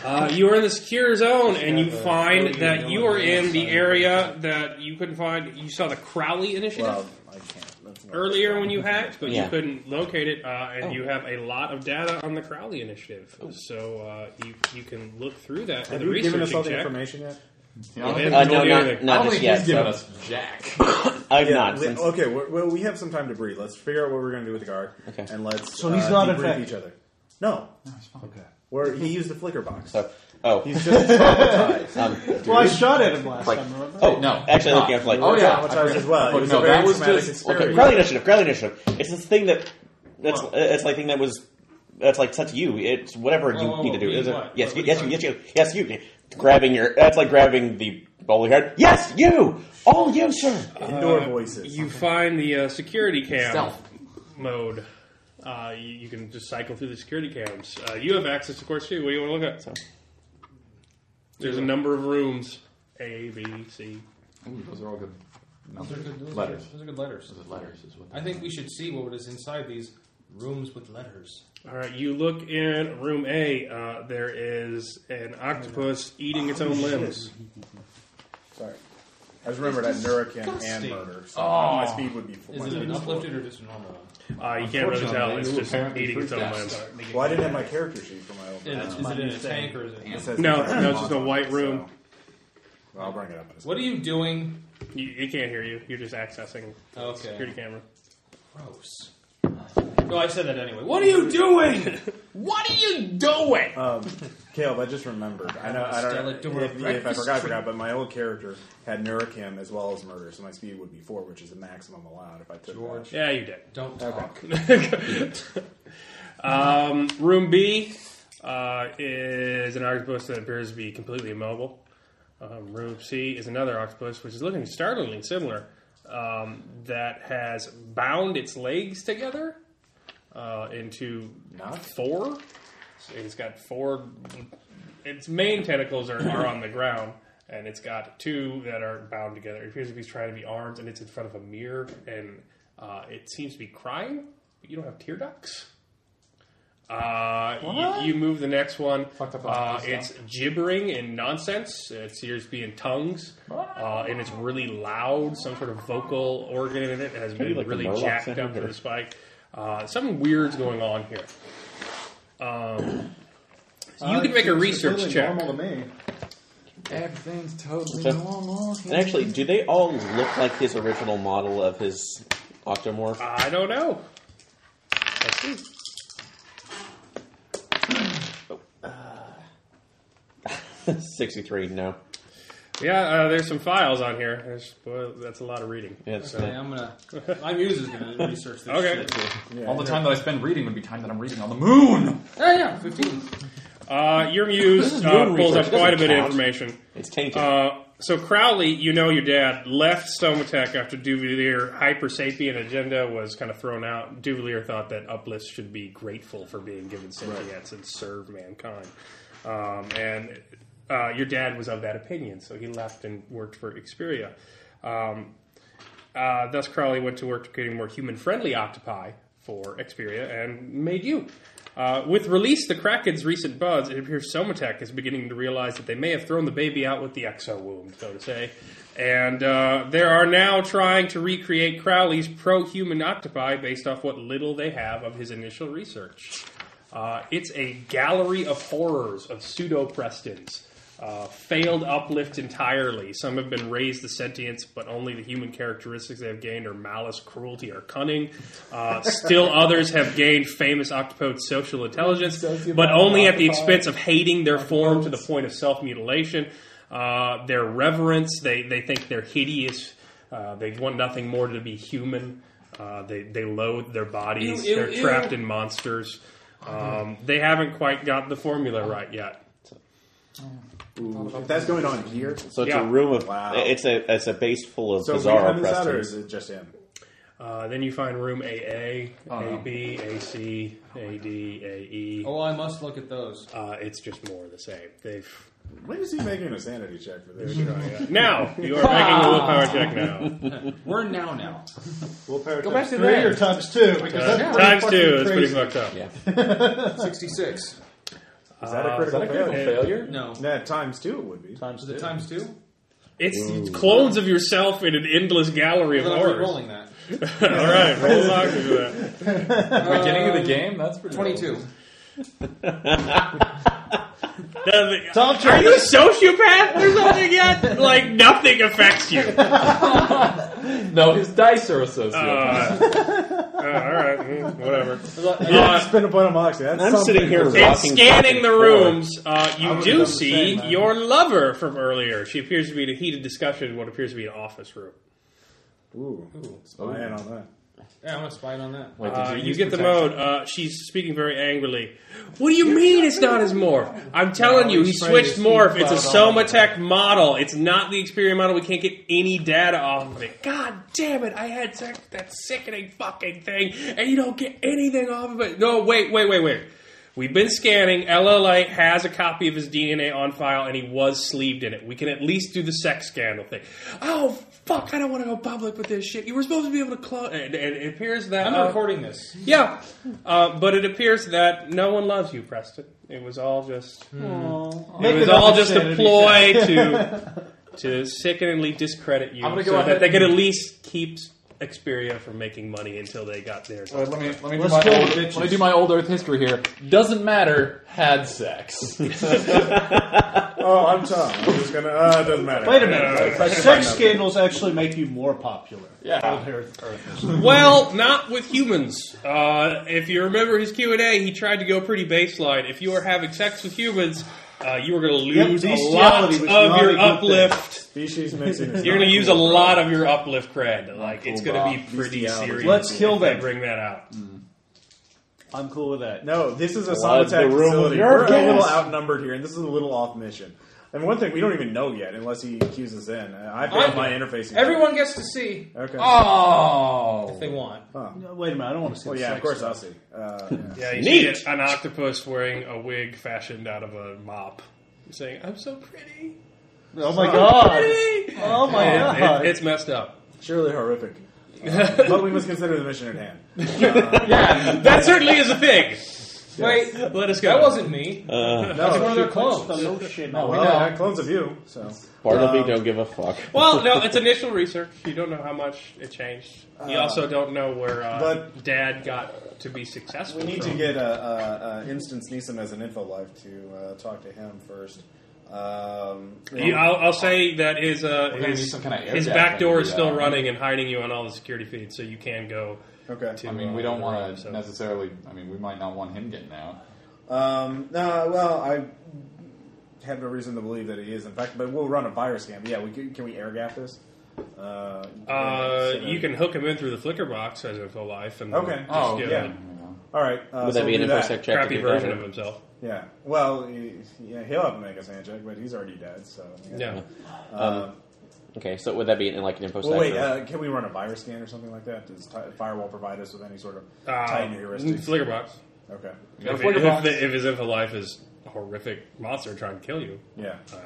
Speaker 5: Uh, you are in the secure zone, and you
Speaker 9: Yeah, the-
Speaker 5: find
Speaker 9: the-
Speaker 5: that
Speaker 9: the
Speaker 5: you
Speaker 9: yellow
Speaker 5: are in the
Speaker 9: side.
Speaker 5: area that you couldn't find. You saw the Crowley initiative
Speaker 3: Well, I can't. That's not-
Speaker 5: earlier when you hacked, but you
Speaker 2: Yeah.
Speaker 5: couldn't locate it, uh, and
Speaker 3: Oh.
Speaker 5: you have a lot of data on the Crowley initiative.
Speaker 2: Oh.
Speaker 5: So uh, you you can look through that.
Speaker 3: Have
Speaker 5: with a
Speaker 3: you given us all
Speaker 5: researching
Speaker 3: the
Speaker 5: check.
Speaker 3: information yet?
Speaker 8: You know, I don't
Speaker 5: Yeah,
Speaker 8: think-
Speaker 2: Uh,
Speaker 5: don't
Speaker 2: no,
Speaker 5: do
Speaker 2: not,
Speaker 5: anything.
Speaker 8: I
Speaker 2: not
Speaker 8: don't
Speaker 2: just
Speaker 8: think
Speaker 2: yet.
Speaker 8: he's giving
Speaker 2: so-
Speaker 8: us [LAUGHS] jack.
Speaker 2: I've
Speaker 3: Yeah,
Speaker 2: not.
Speaker 3: we-
Speaker 2: Since,
Speaker 3: okay, we're, well, we have some time to breathe. Let's figure out what we're going to do with the guard,
Speaker 2: Okay.
Speaker 3: and let's
Speaker 7: So he's
Speaker 3: uh,
Speaker 7: not
Speaker 3: debrief
Speaker 7: infected?
Speaker 3: each other. No,
Speaker 7: Okay.
Speaker 3: where he used the flicker box.
Speaker 2: so, oh,
Speaker 3: He's just traumatized.
Speaker 2: um,
Speaker 7: Well, I shot at him last
Speaker 2: Like-
Speaker 7: time. Remember?
Speaker 2: [LAUGHS] oh
Speaker 8: No,
Speaker 2: Actually,
Speaker 8: no.
Speaker 2: looking at like
Speaker 8: Oh,
Speaker 3: We're
Speaker 8: yeah, I
Speaker 3: traumatized
Speaker 8: forgot.
Speaker 3: as well.
Speaker 8: Look,
Speaker 3: it was
Speaker 8: no,
Speaker 3: a very
Speaker 8: that was
Speaker 3: traumatic
Speaker 8: just-
Speaker 2: Okay,
Speaker 3: experience.
Speaker 2: Crowley Initiative. Crowley Initiative. It's this thing that that's it's like thing that was that's like touch you. It's whatever you
Speaker 9: whoa,
Speaker 2: need to do.
Speaker 9: whoa,
Speaker 2: Is it,
Speaker 9: what?
Speaker 2: yes,
Speaker 9: What are you
Speaker 2: yes, you,
Speaker 9: talking
Speaker 2: yes, you, yes, you. Grabbing your that's like grabbing the bowling card. Yes, you, all you, sir.
Speaker 3: Indoor voices.
Speaker 5: You find the uh, security cam
Speaker 8: Stealth.
Speaker 5: mode. Uh, you, you can just cycle through the security cams. Uh, you have access, of course, too. What do you want to look at?
Speaker 2: So-
Speaker 5: There's a number of rooms. A, B, C.
Speaker 8: Ooh, those are all good
Speaker 9: Those are good, those
Speaker 8: letters.
Speaker 9: Are, those are good letters.
Speaker 8: Those are letters is what
Speaker 9: I think we should see what is inside these rooms with letters.
Speaker 5: All right, you look in room A. Uh, there is an octopus eating its own limbs.
Speaker 3: Sorry, I just remembered I had Nurakin and
Speaker 9: disgusting.
Speaker 3: murder. So my speed would be.
Speaker 9: Is
Speaker 3: my
Speaker 9: it
Speaker 3: speed
Speaker 9: an
Speaker 3: Oh. is four.
Speaker 9: uplifted or just a normal one?
Speaker 5: Uh, you can't really tell. It's just eating its own limbs.
Speaker 3: Well, I didn't have my character sheet for my old.
Speaker 9: Yeah, is it in a tank or is it?
Speaker 3: It says
Speaker 5: No,
Speaker 3: it's
Speaker 5: no, it's just a white room.
Speaker 3: So, well, I'll bring it up. In a second.
Speaker 9: What are you doing?
Speaker 5: You, you can't hear you. You're just accessing the
Speaker 9: Okay.
Speaker 5: security camera.
Speaker 9: Gross. No, I said that anyway. What are you doing? what are you doing?
Speaker 3: Um, Caleb, I just remembered. I know. I
Speaker 9: Stella
Speaker 3: don't know
Speaker 9: Dora
Speaker 3: if, if I
Speaker 9: breakfast
Speaker 3: forgot, I
Speaker 5: [LAUGHS]
Speaker 3: forgot. But my old character had Nurakim as well as murder, so my speed would be four, which is the maximum allowed if I took
Speaker 9: George,
Speaker 5: Yeah, you did.
Speaker 9: don't talk.
Speaker 5: um, room B uh, is an octopus that appears to be completely immobile. Um, room C is another octopus, which is looking startlingly similar. um, that has bound its legs together uh, into
Speaker 8: Not?
Speaker 5: four. So it's got four. Its main tentacles are, are on the ground, and it's got two that are bound together. It appears to be trying to be arms, and it's in front of a mirror, and uh, it seems to be crying, but you don't have tear ducts. Uh, you, you move the next one.
Speaker 8: Fucked up
Speaker 5: Uh,
Speaker 8: last piece,
Speaker 5: it's gibbering and nonsense. It appears to be in tongues, uh, and it's really loud. Some sort of vocal organ in it has been
Speaker 2: like the
Speaker 5: really
Speaker 2: Morlock
Speaker 5: jacked
Speaker 2: sound,
Speaker 5: up for
Speaker 2: or-
Speaker 5: the spike. Uh, something weird's going on here. Um, you can make a research check.
Speaker 7: Normal to me.
Speaker 8: Everything's totally
Speaker 2: So-
Speaker 8: normal.
Speaker 2: And actually, do they all look like his original model of his octomorph? [LAUGHS]
Speaker 5: I don't know. Let's see.
Speaker 2: Sixty-three. No.
Speaker 5: Yeah, uh, there's some files on here. There's, well, that's a lot of reading.
Speaker 2: Yeah, it's,
Speaker 9: Okay,
Speaker 2: uh,
Speaker 9: I'm gonna. My muse is gonna research this.
Speaker 5: Okay.
Speaker 9: Shit.
Speaker 8: All the time that I spend reading would be time that I'm reading on the moon.
Speaker 9: Yeah, yeah, fifteen.
Speaker 5: Uh, your muse
Speaker 2: your
Speaker 5: uh, pulls
Speaker 2: research.
Speaker 5: up quite a
Speaker 2: It doesn't
Speaker 5: bit of
Speaker 2: count.
Speaker 5: information.
Speaker 2: it's tainted.
Speaker 5: Uh, so Crowley, you know your dad, left Stomatech after Duvalier hyper sapient agenda was kind of thrown out. Duvalier thought that Uplift should be grateful for being given sentience and serve mankind. Um, and uh, your dad was of that opinion, so he left and worked for Xperia. Um, uh, thus, Crowley went to work to creating more human friendly octopi for Xperia and made you. Uh, with release, the Kraken's recent buzz, it appears Somatech is beginning to realize that they may have thrown the baby out with the exo womb, so to say. And uh, they are now trying to recreate Crowley's pro human octopi based off what little they have of his initial research. Uh, it's a gallery of horrors of pseudo Prestons. Uh, failed uplift entirely. Some have been raised to sentience, but only the human characteristics they have gained are malice, cruelty, or cunning.
Speaker 9: [LAUGHS]
Speaker 5: Uh, still others have gained famous octopode social intelligence, but only at the expense of hating their form to the point of self mutilation. Uh, their reverence, they, they think they're hideous. Uh, they want nothing more to be human. Uh, they, they loathe their bodies.
Speaker 9: Ew, ew,
Speaker 5: they're
Speaker 9: ew. Mm-hmm.
Speaker 5: trapped in monsters. Um, they haven't quite got the formula right yet.
Speaker 4: That's going on here.
Speaker 2: so it's
Speaker 5: yeah.
Speaker 2: a room of.
Speaker 3: Wow.
Speaker 2: It's a it's a base full of
Speaker 3: So we
Speaker 2: bizarre
Speaker 3: find this out, or
Speaker 2: oppressors.
Speaker 3: is it just him?
Speaker 5: Uh, then you find room AA,
Speaker 8: no.
Speaker 5: AB, AC, AD, AE.
Speaker 9: Oh, I must look at those.
Speaker 5: E. Uh, it's just more of the same. They've
Speaker 3: When is he making a sanity check for this?
Speaker 5: now you are making a willpower check [LAUGHS] now.
Speaker 9: We're now now.
Speaker 7: Willpower
Speaker 8: Go
Speaker 7: times
Speaker 8: back to
Speaker 7: three
Speaker 8: there.
Speaker 7: or times two. Because that's pretty
Speaker 5: Uh, Times
Speaker 7: fucking
Speaker 5: two. It's
Speaker 7: crazy.
Speaker 5: pretty fucked up.
Speaker 2: Yeah.
Speaker 9: [LAUGHS] Sixty-six.
Speaker 3: Is that a critical failure?
Speaker 8: failure?
Speaker 9: No.
Speaker 3: Nah, times two it would be.
Speaker 9: Times two. Times two.
Speaker 5: It's clones of yourself in an endless gallery of
Speaker 9: Then I'm
Speaker 5: horrors. [LAUGHS] All
Speaker 9: rolling that.
Speaker 5: right, roll along to that.
Speaker 8: Beginning of the game? That's pretty
Speaker 9: Twenty-two.
Speaker 5: The- are you a sociopath or something yet? like nothing affects you.
Speaker 8: No, his dice are associated.
Speaker 5: [LAUGHS] Uh, uh, all right, mm, whatever.
Speaker 3: Yeah,
Speaker 5: Uh,
Speaker 3: spend a point on Moxie. That's
Speaker 2: I'm
Speaker 3: something.
Speaker 2: sitting here
Speaker 3: It's-
Speaker 5: in
Speaker 2: rocking
Speaker 5: scanning
Speaker 2: fucking
Speaker 5: the
Speaker 2: floor.
Speaker 5: rooms, uh, you
Speaker 7: would've
Speaker 5: do
Speaker 7: done the
Speaker 5: see
Speaker 7: same, man.
Speaker 5: your lover from earlier. She appears to be in a heated discussion in what appears to be an office room.
Speaker 3: Ooh, spy in on that.
Speaker 9: Yeah, I'm gonna spy on that.
Speaker 8: Wait, did
Speaker 5: Uh, you
Speaker 8: use
Speaker 5: get the
Speaker 8: protection?
Speaker 5: mode. Uh, she's speaking very angrily. What do you mean it's not his morph? I'm telling you, he switched morph. It's a Somatech model. It's not the Xperia model. We can't get any data off of it. God damn it! I had sex with that sickening fucking thing, and you don't get anything off of it. No, wait, wait, wait, wait. We've been scanning. LLA has a copy of his DNA on file, and he was sleeved in it. We can at least do the sex scandal thing. Oh fuck! I don't want to go public with this shit. You were supposed to be able to clone. And, and it appears that
Speaker 9: I'm
Speaker 5: uh,
Speaker 9: recording this.
Speaker 5: yeah, uh, but it appears that no one loves you, Preston. It was all just it was all just a ploy to to sickeningly discredit you,
Speaker 8: I'm gonna
Speaker 5: so
Speaker 8: go ahead
Speaker 5: that they could at
Speaker 8: and-
Speaker 5: least keep Xperia from making money until they got theirs.
Speaker 8: Wait, let me let me, do
Speaker 7: Let's
Speaker 8: my
Speaker 7: kill the
Speaker 8: old,
Speaker 7: bitches.
Speaker 8: let me do my old Earth history here. Doesn't matter. Had [LAUGHS] sex.
Speaker 3: Oh, I'm Tom. I'm just gonna. Uh, it doesn't matter.
Speaker 7: Wait a minute. Sex scandals actually make you more popular.
Speaker 8: yeah.
Speaker 5: Well, not with humans. Uh, if you remember his Q and A, he tried to go pretty baseline. If you were having sex with humans, uh, you were going to
Speaker 7: Yep,
Speaker 5: lose a lot
Speaker 7: bestiality
Speaker 5: of
Speaker 7: was not a
Speaker 5: your
Speaker 7: good thing.
Speaker 5: uplift.
Speaker 3: Species mixing. Is
Speaker 5: You're
Speaker 3: not
Speaker 5: going to use a
Speaker 3: cool.
Speaker 5: lot of your uplift cred. Like it's going
Speaker 8: Bob.
Speaker 5: to be pretty
Speaker 3: Bestiality.
Speaker 5: serious.
Speaker 7: Let's
Speaker 5: if
Speaker 7: kill
Speaker 5: they
Speaker 7: them.
Speaker 5: Bring that out.
Speaker 7: I'm cool with that.
Speaker 3: No, this is a
Speaker 2: Flood
Speaker 3: Solitech
Speaker 2: the room
Speaker 3: facility.
Speaker 2: with your
Speaker 3: We're a little
Speaker 2: gas.
Speaker 3: outnumbered here, and this is a little off mission. And one thing we don't even know yet, unless he cues us in. I
Speaker 9: I-
Speaker 3: failed my interfacing.
Speaker 9: Everyone gets to see.
Speaker 3: Okay.
Speaker 9: Oh, if they want.
Speaker 7: No, wait a minute, I don't want to see.
Speaker 3: Well,
Speaker 7: the
Speaker 3: Oh, yeah, of
Speaker 7: sex
Speaker 3: course
Speaker 7: stuff.
Speaker 3: I'll see. [LAUGHS] Uh, yeah.
Speaker 5: Yeah, you
Speaker 2: Neat.
Speaker 5: see an octopus wearing a wig fashioned out of a mop, saying, "I'm so pretty."
Speaker 7: Oh my
Speaker 5: [LAUGHS]
Speaker 7: god! Oh my
Speaker 5: And
Speaker 7: god!
Speaker 5: it, it's messed up.
Speaker 3: Surely
Speaker 9: [LAUGHS]
Speaker 3: horrific. Uh, but we must consider the mission at hand.
Speaker 5: That certainly is a thing.
Speaker 9: Wait,
Speaker 5: Let us go.
Speaker 9: that wasn't me. That's one of their
Speaker 7: Close.
Speaker 9: clones.
Speaker 7: No shit. No,
Speaker 3: Well, I clones of you, so.
Speaker 2: Bartleby don't give a fuck.
Speaker 5: Well, no, it's initial research. You don't know how much it changed. You
Speaker 3: Uh,
Speaker 5: also don't know where uh,
Speaker 3: but-
Speaker 5: Dad got to be successful.
Speaker 3: We need to
Speaker 5: from.
Speaker 3: get a, a, a instance Neeson as an info life to uh, talk to him first. Um,
Speaker 5: You, I'll, I'll say that his uh,
Speaker 4: We're gonna need
Speaker 5: his,
Speaker 4: some kind of air
Speaker 5: his
Speaker 4: jack
Speaker 5: back door
Speaker 4: thing
Speaker 5: is
Speaker 4: to do
Speaker 5: still
Speaker 4: that.
Speaker 5: running and hiding you on all the security feeds, so you can go.
Speaker 3: okay.
Speaker 5: To,
Speaker 8: I mean, we
Speaker 5: uh,
Speaker 8: don't
Speaker 5: the
Speaker 8: want
Speaker 5: room,
Speaker 8: to
Speaker 5: so-
Speaker 8: necessarily. I mean, we might not want him getting out.
Speaker 3: Um, no, well, I have no reason to believe that he is. In fact, but we'll run a virus scan. But yeah, we can, can we air gap this? Uh,
Speaker 5: Uh,
Speaker 3: so that-
Speaker 5: you can hook him in through the flicker box as info life, and
Speaker 3: Okay.
Speaker 5: just
Speaker 8: Oh,
Speaker 5: get
Speaker 8: yeah.
Speaker 5: a
Speaker 8: you know.
Speaker 3: All right. Uh,
Speaker 2: Would
Speaker 3: so
Speaker 2: that be
Speaker 3: we'll
Speaker 2: an
Speaker 3: do
Speaker 2: info
Speaker 3: that.
Speaker 2: sec check? to
Speaker 5: crappy
Speaker 2: get
Speaker 5: version
Speaker 2: that?
Speaker 5: of himself.
Speaker 3: Yeah. Well, he- yeah, he'll have to make us handshake, but he's already dead. So
Speaker 5: Yeah,
Speaker 3: Uh,
Speaker 2: Okay, so would that be an, like an info
Speaker 3: well,
Speaker 2: sec
Speaker 3: wait.
Speaker 2: or-
Speaker 3: Uh, can we run a virus scan or something like that? Does t- firewall provide us with any sort of
Speaker 5: uh,
Speaker 3: Titan heuristics?
Speaker 5: flicker box.
Speaker 3: Okay.
Speaker 8: Yeah,
Speaker 5: If,
Speaker 8: flicker
Speaker 5: if,
Speaker 8: box.
Speaker 5: the- if his info life is a horrific monster trying to kill you,
Speaker 3: Yeah.
Speaker 5: uh,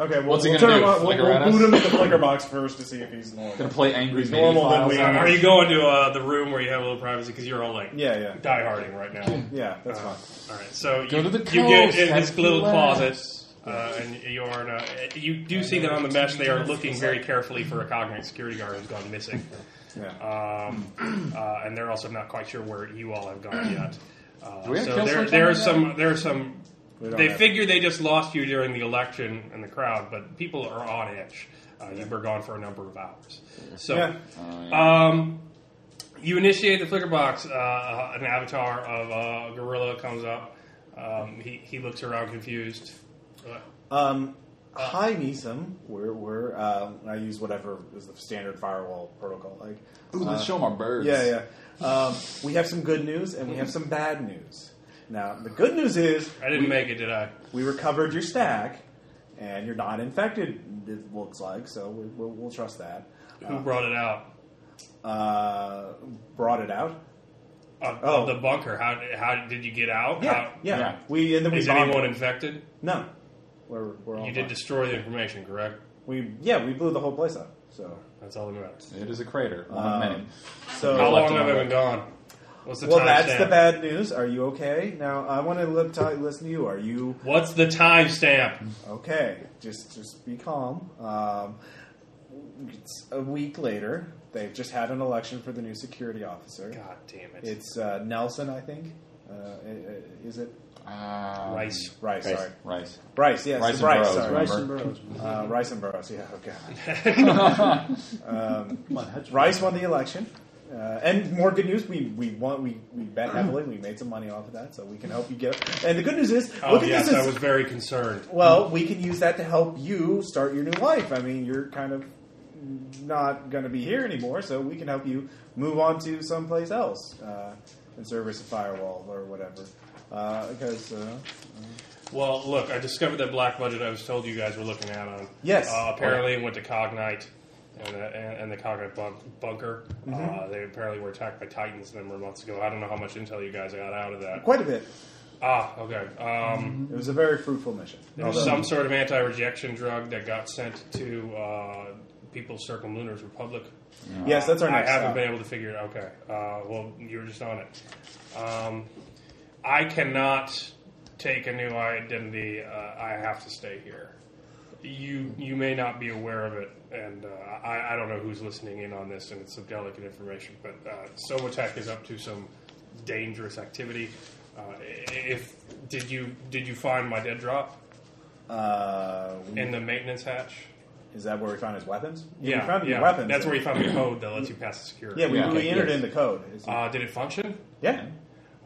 Speaker 3: Okay. We'll,
Speaker 8: What's he
Speaker 3: we'll
Speaker 8: gonna
Speaker 3: turn
Speaker 8: do,
Speaker 3: Him on, we'll,
Speaker 8: flicker
Speaker 3: we'll
Speaker 8: at us?
Speaker 3: boot him at the flicker box first to see if he's normal.
Speaker 8: Gonna play angry
Speaker 3: He's
Speaker 8: Maybe
Speaker 3: normal, then
Speaker 8: files
Speaker 3: we
Speaker 8: on
Speaker 5: are
Speaker 8: it.
Speaker 5: you going to uh, the room where you have a little privacy because you're all like
Speaker 3: Yeah. Yeah.
Speaker 5: dieharding
Speaker 3: [CLEARS THROAT]
Speaker 5: right now?
Speaker 3: Yeah. That's fine.
Speaker 5: All right, so
Speaker 8: Go
Speaker 5: you,
Speaker 8: to the
Speaker 5: you get
Speaker 8: coast,
Speaker 5: in
Speaker 8: that's
Speaker 5: his little
Speaker 8: the
Speaker 5: closet, uh, and you are in a, you do see that on the mesh they are looking very carefully for a cognate security guard who's gone missing,
Speaker 3: Yeah.
Speaker 5: um,
Speaker 8: [CLEARS THROAT]
Speaker 5: uh, and they're also not quite sure where you all have gone yet. Uh,
Speaker 8: Do we have
Speaker 5: so
Speaker 8: kill
Speaker 5: there,
Speaker 8: switch
Speaker 5: there
Speaker 8: on
Speaker 5: are
Speaker 8: right
Speaker 5: some, there are some.
Speaker 3: We don't
Speaker 5: They
Speaker 3: have-
Speaker 5: figure they just lost you during the election and the crowd, but people are on edge. Uh, you were gone for a number of hours, so.
Speaker 3: Yeah.
Speaker 5: Um, you initiate the flicker box. Uh, uh, an avatar of uh, a gorilla comes up. Um, he, he looks around confused. Uh,
Speaker 3: Um, hi, Neeson. We're we're. Uh, I use whatever is the standard firewall protocol. Like,
Speaker 8: Ooh, let's show my birds.
Speaker 3: uh, yeah, yeah. Um, we have some good news and we have some bad news. Now, the good news is
Speaker 5: I didn't make it, did I?
Speaker 3: we recovered your stack, and you're not infected. It looks like so. We, we'll, we'll trust that.
Speaker 5: Who brought it out?
Speaker 3: Uh, brought it out.
Speaker 5: Uh,
Speaker 3: Oh.
Speaker 5: the bunker. How how did you get out?
Speaker 3: Yeah,
Speaker 5: How,
Speaker 3: yeah.
Speaker 8: yeah. Oh,
Speaker 3: We and then we
Speaker 5: Is
Speaker 3: bombed-
Speaker 5: anyone infected?
Speaker 3: No, we're, we're all
Speaker 5: You did
Speaker 3: fine.
Speaker 5: destroy the information, correct?
Speaker 3: we yeah we blew the whole place up. So
Speaker 5: That's all that matters.
Speaker 8: It is a crater. One of
Speaker 3: Um,
Speaker 8: many.
Speaker 3: so
Speaker 5: How
Speaker 8: left
Speaker 5: long
Speaker 8: and
Speaker 5: have I
Speaker 8: right.
Speaker 5: been gone? What's the
Speaker 3: Well,
Speaker 5: time
Speaker 3: that's
Speaker 5: stamp?
Speaker 3: the bad news. Are you okay? Now, I want to li- t- listen to you. Are you
Speaker 5: What's the time stamp?
Speaker 3: okay? Just, just be calm. Um, it's a week later. They've just had an election for the new security officer.
Speaker 5: God damn it.
Speaker 3: It's uh, Nelson, I think. Uh, i- i- is it
Speaker 8: Um,
Speaker 5: Rice.
Speaker 3: Rice?
Speaker 2: Rice.
Speaker 3: Sorry,
Speaker 8: Rice.
Speaker 3: Rice. Yes,
Speaker 8: Rice
Speaker 3: Rice.
Speaker 8: and
Speaker 3: Rice,
Speaker 8: Burroughs,
Speaker 3: sorry.
Speaker 8: remember?
Speaker 3: Rice,
Speaker 7: Rice and Burroughs.
Speaker 3: uh, Rice and Burroughs. Yeah. Oh god.
Speaker 7: Come on, hedge
Speaker 3: Rice won the election. Uh, and more good news, we we won, we we bet heavily. We made some money off of that, so we can help you get. And the good news is,
Speaker 5: Oh
Speaker 3: look at
Speaker 5: yes,
Speaker 3: this.
Speaker 5: I
Speaker 3: as-
Speaker 5: was very concerned.
Speaker 3: Well, we can use that to help you start your new life. I mean, you're kind of not going to be here anymore, so we can help you move on to someplace else uh, in service of firewall or whatever. Uh, because uh,
Speaker 5: Well, look, I discovered that black budget I was told you guys were looking out on.
Speaker 3: Yes.
Speaker 5: Uh, apparently, it went to Cognite and, uh, and, and the Cognite bunk, bunker. Uh, they apparently were attacked by Titans a number of months ago. I don't know how much intel you guys got out of that.
Speaker 3: quite a bit.
Speaker 5: Ah, okay. Um,
Speaker 3: It was a very fruitful mission.
Speaker 5: there was some sort Mm-hmm. of anti rejection drug that got sent to uh, People's Circumlunar's Republic.
Speaker 3: yes, that's our
Speaker 5: I
Speaker 3: next.
Speaker 5: haven't
Speaker 3: stop.
Speaker 5: been able to figure it out. Okay. Uh, well, you were just on it. Um, I cannot take a new identity. Uh, I have to stay here. You you may not be aware of it, and uh, I, I don't know who's listening in on this, and it's some delicate information, but uh, Somatech is up to some dangerous activity. Uh, i- if did you did you find my dead drop
Speaker 3: Uh, we-
Speaker 5: in the maintenance hatch?
Speaker 3: is that where we found his weapons?
Speaker 5: Yeah,
Speaker 3: we found the
Speaker 5: yeah.
Speaker 3: weapons.
Speaker 5: That's where you found the code that lets you pass the security.
Speaker 3: Yeah, we,
Speaker 8: Yeah,
Speaker 3: we
Speaker 8: okay,
Speaker 3: entered
Speaker 8: yes.
Speaker 3: in the code. Is it-
Speaker 5: Uh, did it function?
Speaker 3: yeah.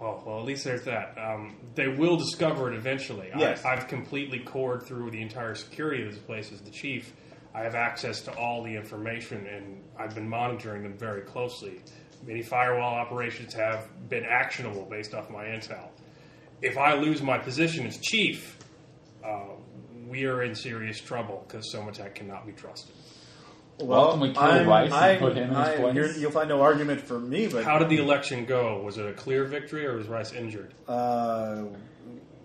Speaker 5: Oh, well, at least there's that. Um, they will discover it eventually.
Speaker 3: Yes.
Speaker 5: I, I've completely cored through the entire security of this place as the chief. I have access to all the information, and I've been monitoring them very closely. Many firewall operations have been actionable based off my intel. If I lose my position as chief, uh, we are in serious trouble because Somatech cannot be trusted.
Speaker 8: Well, we kill
Speaker 3: I'm-
Speaker 8: Rice and
Speaker 3: I'm-
Speaker 8: put him in his
Speaker 3: I'm- you're-
Speaker 8: place.
Speaker 3: You'll find no argument for me, but
Speaker 5: How did the election go? Was it a clear victory or was Rice injured?
Speaker 3: uh,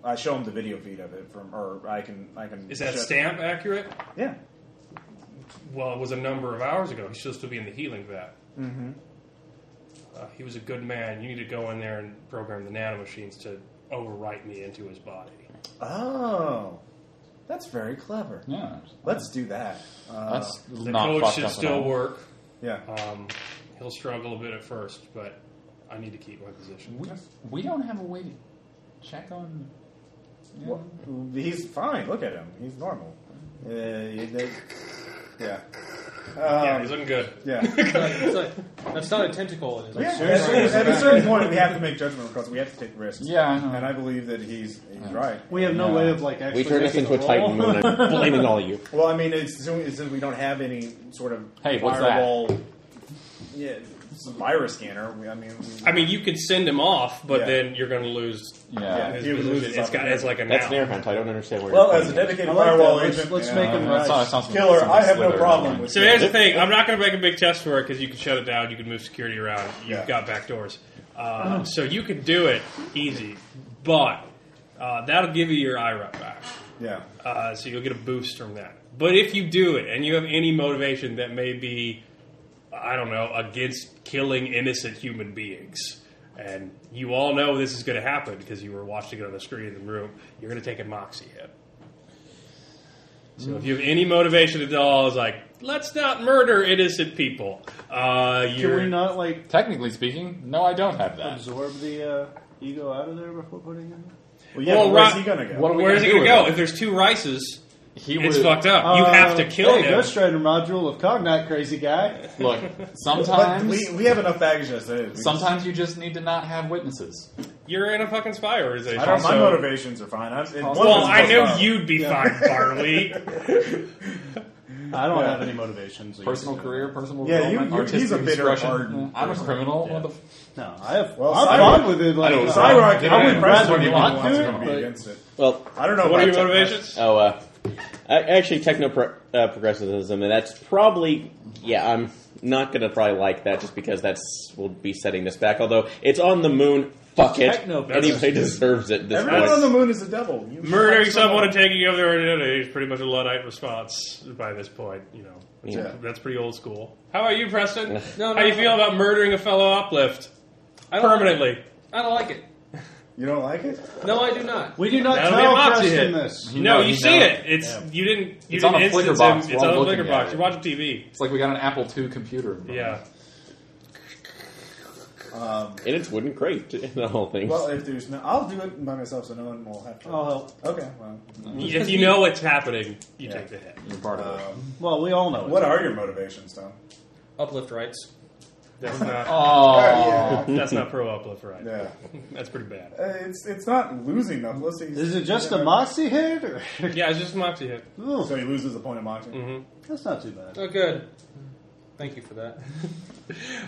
Speaker 3: I show him the video feed of it from, or I can, I can.
Speaker 5: Is that
Speaker 3: show-
Speaker 5: stamp accurate?
Speaker 3: Yeah.
Speaker 5: Well, it was a number of hours ago. He's supposed to be in the healing vat. Mm-hmm. Uh, he was a good man. You need to go in there and program the nanomachines to overwrite me into his body.
Speaker 3: Oh, that's very clever.
Speaker 8: Yeah,
Speaker 3: Let's do that. Uh,
Speaker 8: that's
Speaker 5: The
Speaker 8: not
Speaker 5: code
Speaker 8: fucked
Speaker 5: should
Speaker 8: up at
Speaker 5: still
Speaker 8: all.
Speaker 5: work.
Speaker 3: yeah.
Speaker 5: Um, he'll struggle a bit at first, but I need to keep my position.
Speaker 8: We, we don't have a way to check on. you know,
Speaker 3: Well, he's fine. Look at him. He's normal. Uh, he- they- yeah.
Speaker 5: yeah,
Speaker 3: Um,
Speaker 5: he's looking good.
Speaker 3: yeah.
Speaker 5: [LAUGHS]
Speaker 9: It's like, that's not a tentacle. It is.
Speaker 3: Yeah, At, at a
Speaker 5: [LAUGHS]
Speaker 3: certain point, we have to make judgment calls. We have to take risks.
Speaker 8: Yeah, I know.
Speaker 3: and I believe that he's he's right.
Speaker 7: We have no
Speaker 8: Yeah.
Speaker 7: way of like actually.
Speaker 2: We turned us
Speaker 7: making
Speaker 2: into a
Speaker 7: roll.
Speaker 2: titan
Speaker 3: [LAUGHS]
Speaker 2: moon. I'm blaming all of you.
Speaker 3: Well, I mean, it's, since since we don't have any sort of
Speaker 8: Hey, what's that?
Speaker 3: firewall, yeah, it's a virus scanner. We, I mean, we,
Speaker 5: I mean, you could send him off, but
Speaker 3: Yeah.
Speaker 5: then you're going to lose
Speaker 8: yeah.
Speaker 5: his
Speaker 3: You lose
Speaker 5: position.
Speaker 3: his
Speaker 5: It's got it's like a
Speaker 2: That's
Speaker 5: now.
Speaker 2: an air hunt. I don't understand where.
Speaker 3: well,
Speaker 2: you're
Speaker 3: as a
Speaker 7: I
Speaker 2: coming from.
Speaker 3: dedicated
Speaker 7: like that.
Speaker 3: firewall
Speaker 7: Let's-
Speaker 3: agent,
Speaker 7: let's
Speaker 3: yeah.
Speaker 7: make him
Speaker 8: Uh, that's
Speaker 7: right.
Speaker 8: not- sounds like
Speaker 3: Killer,
Speaker 8: something
Speaker 3: I have no
Speaker 8: slither
Speaker 3: problem
Speaker 8: around.
Speaker 3: with
Speaker 5: So here's the
Speaker 3: that.
Speaker 5: thing: I'm not going to make a big test for it because you can shut it down. You can move security around. You've
Speaker 3: Yeah.
Speaker 5: got back doors, uh, so you can do it easy. But uh, that'll give you your IRAP back,
Speaker 3: Yeah,
Speaker 5: uh, so you'll get a boost from that. But if you do it and you have any motivation that may be, I don't know, against killing innocent human beings. And you all know this is going to happen because you were watching it on the screen in the room. You're going to take a moxie hit. So if you have any motivation at all, it's like let's not murder innocent people. Uh,
Speaker 7: Can
Speaker 5: you're
Speaker 7: we not like
Speaker 8: Technically speaking, no, I don't have that.
Speaker 7: absorb the uh, ego out of there before putting it? in?
Speaker 3: well, yeah.
Speaker 5: Well,
Speaker 3: but where's
Speaker 5: Ro-
Speaker 3: he gonna go?
Speaker 8: what- are we
Speaker 5: where's it
Speaker 8: gonna
Speaker 5: going to
Speaker 8: do
Speaker 5: go?
Speaker 8: with it?
Speaker 5: If there's two rices,
Speaker 8: He
Speaker 5: it's
Speaker 8: would-
Speaker 5: fucked up. you
Speaker 7: Uh,
Speaker 5: have to kill
Speaker 7: hey,
Speaker 5: him.
Speaker 7: Ghost Rider module of Cognite, crazy guy.
Speaker 8: Look,
Speaker 3: but
Speaker 8: sometimes
Speaker 3: we, we have enough baggage as it is. We
Speaker 8: sometimes you just need to not have witnesses.
Speaker 5: You're in a fucking spy organization.
Speaker 3: I don't, my
Speaker 8: Also-
Speaker 3: motivations are fine. I'm, it- one
Speaker 5: well,
Speaker 3: is
Speaker 5: I knew
Speaker 3: plus
Speaker 5: you'd be fine, Barley.
Speaker 7: I don't have any motivations.
Speaker 8: Personal career, personal
Speaker 3: Yeah, you-
Speaker 8: development,
Speaker 3: you-
Speaker 8: artistic
Speaker 3: he's a bitter
Speaker 8: expression.
Speaker 3: hardened
Speaker 8: I'm a criminal. What the f-
Speaker 7: No, I have.
Speaker 3: Well,
Speaker 7: I'm
Speaker 3: Cyber-
Speaker 7: fine with it. Like,
Speaker 8: know,
Speaker 7: uh,
Speaker 8: Cyber-
Speaker 3: Cyber, I can
Speaker 8: I
Speaker 3: I
Speaker 8: would
Speaker 3: would
Speaker 8: rather
Speaker 3: rather
Speaker 8: you
Speaker 3: not
Speaker 8: want
Speaker 3: do
Speaker 8: to,
Speaker 3: it. Be
Speaker 8: but-
Speaker 3: against it.
Speaker 2: Well,
Speaker 3: I don't know. about
Speaker 5: what are your
Speaker 3: that.
Speaker 5: motivations?
Speaker 2: oh, uh, I, actually, techno pro- uh, progressivism, and that's probably yeah. I'm not gonna probably like that just because that's we'll be setting this back. Although it's on the moon. Fuck it.
Speaker 7: Techno-
Speaker 2: Anybody deserves it. at This
Speaker 3: Everyone
Speaker 2: point.
Speaker 3: on the moon is a devil. You-
Speaker 5: Murdering someone and taking over their identity is pretty much a luddite response by this point. You know, that's,
Speaker 2: Yeah.
Speaker 5: that's pretty old school. How about you, Preston?
Speaker 9: Uh, No,
Speaker 5: How
Speaker 9: no,
Speaker 5: you
Speaker 9: no.
Speaker 5: feel about murdering a fellow uplift
Speaker 9: I don't-
Speaker 5: permanently?
Speaker 9: I don't like it.
Speaker 3: You don't like it?
Speaker 9: No, I do not.
Speaker 7: We do not
Speaker 5: That'll be a
Speaker 7: tell
Speaker 5: Moxie
Speaker 7: Preston
Speaker 5: hit.
Speaker 7: this.
Speaker 5: No, you
Speaker 8: you
Speaker 5: see
Speaker 8: know.
Speaker 5: it. It's you didn't. You
Speaker 8: It's
Speaker 5: didn't
Speaker 8: on a flicker
Speaker 5: instance
Speaker 8: box.
Speaker 5: him.
Speaker 8: We're
Speaker 5: It's
Speaker 8: all
Speaker 5: on a
Speaker 8: looking at
Speaker 5: flicker box.
Speaker 8: it.
Speaker 5: You're watching TV.
Speaker 8: It's like we got an Apple II computer. in front of
Speaker 5: Yeah.
Speaker 2: and it's wooden crate. [LAUGHS] The whole thing.
Speaker 3: Well, if there's no, I'll do it by myself, so no one will have to.
Speaker 7: I'll help.
Speaker 3: Okay. Well,
Speaker 5: If you know what's happening, you
Speaker 3: Yeah.
Speaker 5: take the hit.
Speaker 8: us. You're part of it.
Speaker 3: um,
Speaker 7: Well, we all know it.
Speaker 3: what are your motivations, Tom?
Speaker 9: Uplift rights.
Speaker 5: That's not.
Speaker 8: Oh,
Speaker 5: That's not pro uplift, right?
Speaker 3: Yeah,
Speaker 5: That's pretty bad.
Speaker 3: Uh, it's it's not losing them. Let's see.
Speaker 7: Is it just a moxie hit? Or? [LAUGHS]
Speaker 5: Yeah, it's just a moxie hit.
Speaker 7: Ooh,
Speaker 3: So he loses a point of moxie.
Speaker 8: Mm-hmm.
Speaker 7: that's not too bad.
Speaker 9: Oh, good. Thank you for that.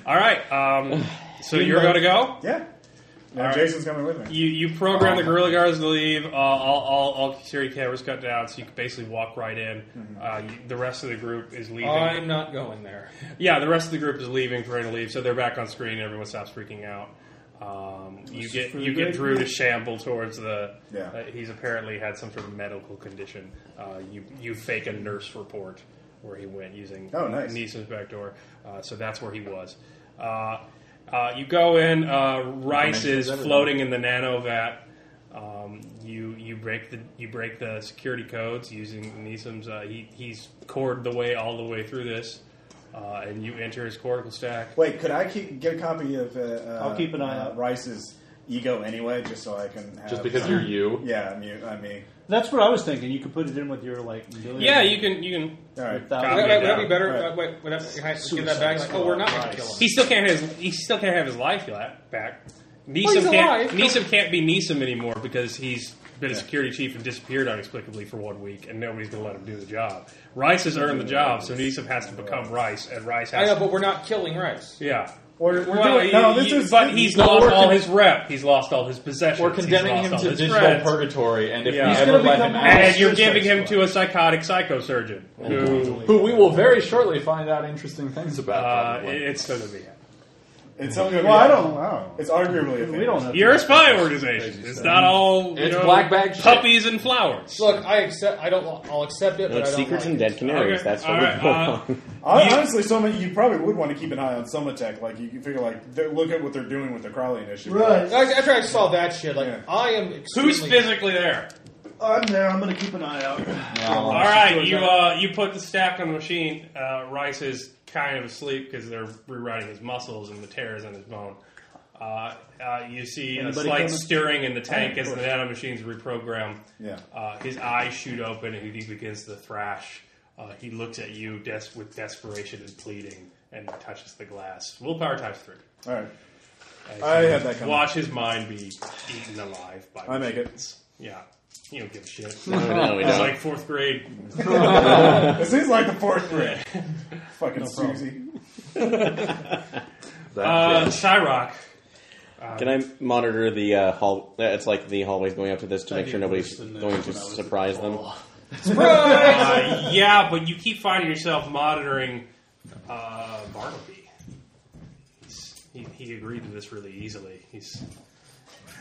Speaker 5: All right. Um, so you're going to go.
Speaker 3: Yeah. Now
Speaker 5: right.
Speaker 3: Jason's coming with me.
Speaker 5: You you program the gorilla guards to leave. Uh, all, all all security cameras cut down, so you can basically walk right in.
Speaker 3: Mm-hmm.
Speaker 5: Uh, you, the rest of the group is leaving.
Speaker 9: I'm not going there.
Speaker 5: Yeah, the rest of the group is leaving, trying to leave, so they're back on screen. and Everyone stops freaking out. Um, you get you get Drew to shamble towards the.
Speaker 3: Yeah.
Speaker 5: uh, he's apparently had some sort of medical condition. Uh, you you fake a nurse report where he went using
Speaker 3: Oh, nice.
Speaker 5: Neeson's back door. Uh, so that's where he was. Uh, uh, you go in. Uh, Rice
Speaker 8: Information
Speaker 5: is
Speaker 8: is everything.
Speaker 5: floating in the nano vat. Um, you you break the you break the security codes using Neeson's. Uh, he he's cored the way all the way through this, uh, and you enter his cortical stack.
Speaker 3: Wait, could I keep, get a copy of? Uh, uh,
Speaker 7: I'll keep an eye
Speaker 3: uh,
Speaker 7: out.
Speaker 3: Rice's ego anyway, just so I can. Have
Speaker 8: just because
Speaker 3: some-
Speaker 8: you're you.
Speaker 3: Yeah, I'm you. I mean,
Speaker 7: That's what I was thinking. You could put it in with your like. Million
Speaker 5: Yeah, you can you can.
Speaker 3: all right.
Speaker 7: Without-
Speaker 5: Copy
Speaker 9: Would
Speaker 5: it
Speaker 9: that, would that
Speaker 5: down.
Speaker 9: be better?
Speaker 3: Right.
Speaker 9: Uh, wait, would that, can I give
Speaker 7: Suicide
Speaker 9: that back? Like, oh, we're not going to
Speaker 7: Squad.
Speaker 9: kill him.
Speaker 5: He still can't have his, he still can't have his life la- back. Neeson
Speaker 9: he's alive.
Speaker 5: can't Neeson can't be Neeson anymore because he's been a security chief and disappeared inexplicably for one week, and nobody's going to let him do the job. Rice has earned the job, so Neeson has to become Rice, and Rice
Speaker 9: I
Speaker 5: has
Speaker 9: know,
Speaker 5: to.
Speaker 9: but we're not killing Rice.
Speaker 5: Yeah,
Speaker 3: We're, we're
Speaker 5: Well,
Speaker 3: doing, no,
Speaker 5: he-
Speaker 3: this
Speaker 5: he-
Speaker 3: is.
Speaker 5: but he's
Speaker 3: no,
Speaker 5: lost
Speaker 3: we're
Speaker 5: all
Speaker 3: con-
Speaker 5: his rep. He's lost all his possessions.
Speaker 8: We're condemning
Speaker 5: he's
Speaker 8: him
Speaker 5: lost
Speaker 8: to
Speaker 5: all his
Speaker 8: digital
Speaker 5: friends.
Speaker 8: purgatory, and if
Speaker 5: Yeah.
Speaker 8: we
Speaker 5: He's
Speaker 8: ever
Speaker 7: gonna
Speaker 8: let him
Speaker 7: become
Speaker 8: out,
Speaker 5: And you're
Speaker 7: Suicide
Speaker 5: giving him
Speaker 7: Squad.
Speaker 5: to a psychotic psychosurgeon. Who,
Speaker 8: who we will very shortly find out interesting things about.
Speaker 5: uh,
Speaker 8: probably.
Speaker 5: it's going to be.
Speaker 3: It's something.
Speaker 7: Well, I don't know.
Speaker 3: It's arguably. a
Speaker 7: We don't know.
Speaker 5: You're a spy organization. It's not all you
Speaker 8: It's
Speaker 5: know,
Speaker 8: black bag shit.
Speaker 5: puppies and flowers.
Speaker 9: Look, I accept. I don't. wa- I'll accept it.
Speaker 2: No,
Speaker 9: but
Speaker 2: it's
Speaker 9: I don't
Speaker 2: secrets
Speaker 9: like
Speaker 2: and
Speaker 9: it.
Speaker 2: dead canaries.
Speaker 5: Okay,
Speaker 2: That's what
Speaker 5: all
Speaker 2: we
Speaker 5: right,
Speaker 2: go
Speaker 5: uh,
Speaker 2: on.
Speaker 3: I,
Speaker 5: You-
Speaker 3: honestly, some of- you probably would want to keep an eye on Summitech. Like you, you figure, like they- look at what they're doing with the Crowley
Speaker 7: [LAUGHS]
Speaker 3: initiative.
Speaker 7: Right.
Speaker 9: After after I saw that shit, like
Speaker 3: Yeah.
Speaker 9: I am.
Speaker 5: Who's
Speaker 9: extremely-
Speaker 5: physically there?
Speaker 7: Oh, I'm there. I'm going to keep an eye [LAUGHS] out.
Speaker 8: No.
Speaker 5: All right, you uh, you put the stack on the machine. Uh, Rice is kind of asleep because they're rewriting his muscles and the tears in his bone. Uh, uh, you see
Speaker 7: Anybody
Speaker 5: a slight
Speaker 7: coming?
Speaker 5: stirring in the tank
Speaker 7: of
Speaker 5: as the
Speaker 7: course.
Speaker 5: nanomachines reprogram.
Speaker 3: Oh, Yeah.
Speaker 5: Uh, his eyes shoot open and he begins to thrash. Uh, he looks at you des- with desperation and pleading and touches the glass. Willpower times three.
Speaker 3: All right.
Speaker 5: As
Speaker 3: I
Speaker 5: you
Speaker 3: had that coming.
Speaker 5: Watch his mind be eaten alive by
Speaker 3: I make it.
Speaker 5: machines. Yeah. You don't give a
Speaker 3: [LAUGHS]
Speaker 5: shit.
Speaker 2: [LAUGHS] no, we
Speaker 5: It's
Speaker 2: don't.
Speaker 5: uh, like fourth grade.
Speaker 3: This is like the fourth
Speaker 8: [LAUGHS]
Speaker 3: grade. Fucking Susie.
Speaker 8: That
Speaker 5: Uh,
Speaker 8: bitch.
Speaker 5: Cyrock.
Speaker 2: Can I monitor the uh, hall? uh, It's like the hallways going up to this to make
Speaker 7: That'd
Speaker 2: sure
Speaker 7: be
Speaker 2: nobody's
Speaker 7: worse than the-
Speaker 2: going to
Speaker 7: when I was
Speaker 2: surprise them.
Speaker 5: Uh, yeah, but you keep finding yourself monitoring uh, Barnaby. He's, he, he agreed to this really easily. He's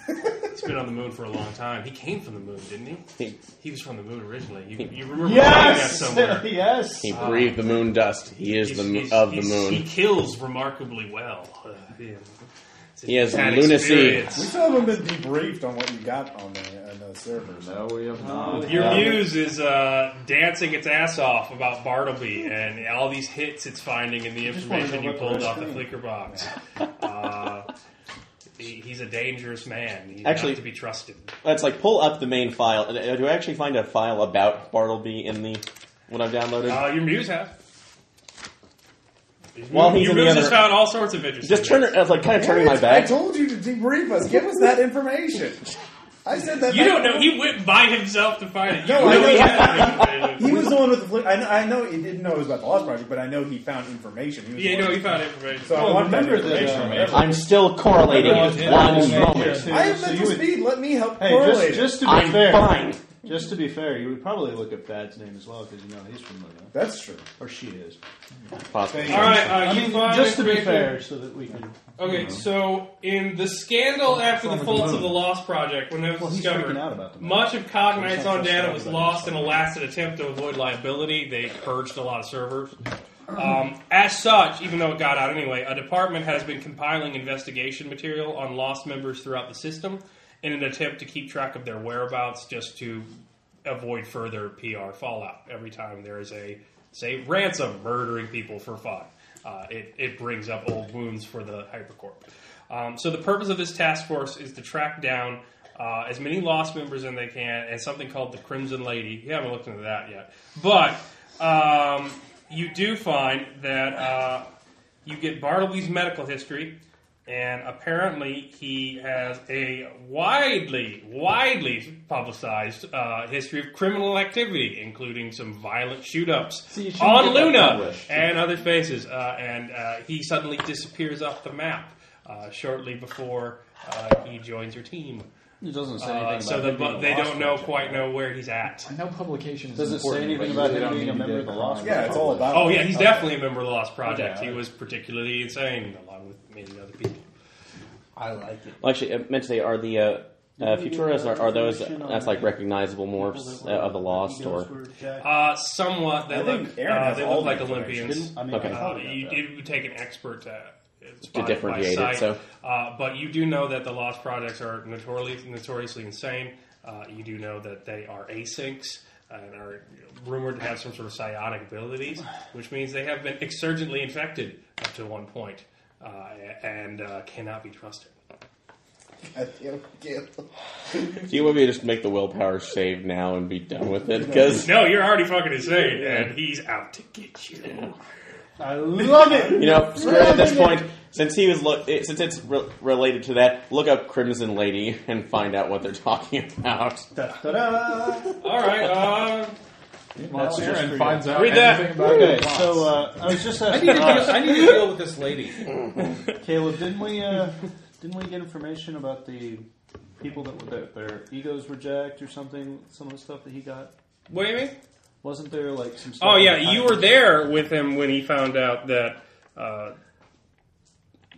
Speaker 5: he's been on the moon for a long time. He came from the moon, didn't he?
Speaker 2: [LAUGHS] He,
Speaker 5: He was from the moon originally. You, you remember
Speaker 7: Yes.
Speaker 5: reading that somewhere?
Speaker 7: yes.
Speaker 2: he breathed the moon dust. He is the
Speaker 5: He's-
Speaker 2: mo-
Speaker 5: he's-
Speaker 2: of the
Speaker 5: he's- He
Speaker 2: moon.
Speaker 5: kills remarkably well. Uh, yeah. It's a
Speaker 2: He has
Speaker 5: bad
Speaker 2: lunacy.
Speaker 3: We
Speaker 5: experience.
Speaker 3: still haven't been debriefed on what you got on the, on the servers.
Speaker 8: no, we have not.
Speaker 5: Your muse is uh, dancing its ass off about Bartleby and all these hits it's finding in the
Speaker 7: wanna know
Speaker 5: information you
Speaker 7: what
Speaker 5: pulled
Speaker 7: the
Speaker 5: off the
Speaker 7: rest
Speaker 5: Flickr box. Uh, he- he's a dangerous man. He's
Speaker 2: Actually-
Speaker 5: not to be trusted.
Speaker 2: Let's like pull up the main file. Uh, Do I actually find a file about Bartleby in the what I've downloaded?
Speaker 5: Uh, your muse has.
Speaker 2: While he's
Speaker 5: your
Speaker 2: in the
Speaker 5: muse has
Speaker 2: other-
Speaker 5: found all sorts of interesting.
Speaker 2: Just turn
Speaker 5: things.
Speaker 2: it. I was like kind of turning my
Speaker 3: I
Speaker 2: back.
Speaker 3: told you to debrief us. Give us that information. I said that.
Speaker 5: You
Speaker 3: back-
Speaker 5: don't know. He went by himself to find it. You
Speaker 3: No, I
Speaker 5: know
Speaker 3: know
Speaker 5: he
Speaker 3: that.
Speaker 5: had it.
Speaker 3: He was the one with the. Fl- I, know, I know he didn't know it was about the Lost Project, but I know he found information. He was
Speaker 5: Yeah,
Speaker 3: the
Speaker 5: no,
Speaker 3: one-
Speaker 5: he Oh, found information.
Speaker 3: So I
Speaker 7: Well,
Speaker 3: want that
Speaker 7: remember that,
Speaker 3: information.
Speaker 7: uh,
Speaker 3: whatever.
Speaker 2: I'm still correlating
Speaker 7: Yeah,
Speaker 2: it
Speaker 7: yeah,
Speaker 2: one
Speaker 7: yeah,
Speaker 2: moment.
Speaker 7: yeah.
Speaker 3: I have
Speaker 7: So
Speaker 3: mental
Speaker 7: you would-
Speaker 3: speed. Let me help
Speaker 7: Hey, just,
Speaker 3: correlate it.
Speaker 7: just to be
Speaker 2: I'm
Speaker 7: fair,
Speaker 2: fine.
Speaker 7: just to be fair, you would probably look up Thad's name as well because you know he's from Luna,
Speaker 3: That's true.
Speaker 7: or she is.
Speaker 2: Possibly.
Speaker 5: all right, uh,
Speaker 7: I
Speaker 5: you
Speaker 7: mean,
Speaker 5: find
Speaker 7: just to be
Speaker 5: information-
Speaker 7: fair, so that we can.
Speaker 5: Okay,
Speaker 7: Mm-hmm.
Speaker 5: so in the scandal after the faults of the Lost Project, when that was
Speaker 7: Well, he's
Speaker 5: discovered,
Speaker 7: freaking out about them.
Speaker 5: much of Cognites
Speaker 7: So he's not
Speaker 5: on data
Speaker 7: frustrated
Speaker 5: was
Speaker 7: about
Speaker 5: lost in a last attempt to avoid liability. They purged a lot of servers. Um, as such, even though it got out anyway, a department has been compiling investigation material on lost members throughout the system in an attempt to keep track of their whereabouts just to avoid further PR fallout. Every time there is a, say, ransom murdering people for fun, uh, it, it brings up old wounds for the Hypercorp. Um, so the purpose of this task force is to track down uh, as many lost members as they can and something called the Crimson Lady. You haven't looked into that yet. But um, you do find that uh, you get Bartleby's medical history, and apparently he has a widely, widely publicized uh, history of criminal activity, including some violent shoot ups
Speaker 8: you shouldn't
Speaker 5: on
Speaker 8: get that
Speaker 5: Luna
Speaker 8: published.
Speaker 5: and other faces. Uh, and uh, he suddenly disappears off the map uh, shortly before uh, he joins your team.
Speaker 7: It doesn't
Speaker 8: Oh,
Speaker 7: say
Speaker 5: Uh, so the, but they don't know quite know where he's at.
Speaker 8: I know publications
Speaker 7: Does it say
Speaker 8: important,
Speaker 7: anything
Speaker 8: but you
Speaker 7: about
Speaker 8: really
Speaker 7: him
Speaker 8: don't
Speaker 7: being
Speaker 8: need
Speaker 7: a
Speaker 8: to
Speaker 7: member
Speaker 8: get
Speaker 7: of the Lost
Speaker 8: crime.
Speaker 3: Yeah, it's all about.
Speaker 5: Oh yeah, he's definitely a member of the Lost Project.
Speaker 8: Okay.
Speaker 5: He was particularly insane, along with many other people.
Speaker 7: I like it.
Speaker 2: Well, actually, I meant to say, are the uh, uh, Futuras are, are those that's like recognizable morphs uh, of the Lost, or
Speaker 5: Uh, somewhat. They
Speaker 3: I think
Speaker 5: look.
Speaker 3: Aaron
Speaker 5: Uh,
Speaker 3: has
Speaker 5: they
Speaker 3: all
Speaker 5: look
Speaker 3: the
Speaker 5: like
Speaker 3: information.
Speaker 5: Olympians.
Speaker 7: I mean,
Speaker 2: Okay.
Speaker 7: I
Speaker 5: Uh,
Speaker 7: thought about
Speaker 5: you,
Speaker 7: that.
Speaker 5: it would take an expert to it's
Speaker 2: To
Speaker 5: by-
Speaker 2: differentiate it,
Speaker 5: by sight.
Speaker 2: so-
Speaker 5: Uh, but you do know that the lost projects are notoriously notoriously insane. Uh, you do know that they are asyncs and are rumored to have some sort of psionic abilities, which means they have been exurgently infected up to one point uh, and uh, cannot be trusted.
Speaker 2: do you want me to just make the willpower save now and be done with it? Because
Speaker 5: No, you're already fucking insane, and he's out to get you.
Speaker 7: I love it.
Speaker 2: you know, screw it at this point, since he was look, it, since it's re- related to that, look up Crimson Lady and find out what they're talking about.
Speaker 7: Da, da, da.
Speaker 5: All right. Uh,
Speaker 8: You file
Speaker 7: That's
Speaker 8: here
Speaker 7: just
Speaker 8: and
Speaker 7: for
Speaker 8: finds out
Speaker 9: Read that.
Speaker 8: anything about
Speaker 7: Okay,
Speaker 8: it.
Speaker 7: so uh, I was just
Speaker 9: I
Speaker 7: asking
Speaker 10: [LAUGHS]
Speaker 9: need, to deal,
Speaker 7: Ross,
Speaker 9: I need to deal with this lady.
Speaker 7: Caleb. Didn't we [LAUGHS] uh, didn't we get information about the people that were that their egos were jacked or something? Some of the stuff that he got
Speaker 5: What do you mean?
Speaker 7: wasn't there like some. stuff
Speaker 5: Oh yeah,
Speaker 7: behind-
Speaker 5: you were there with him when he found out that uh,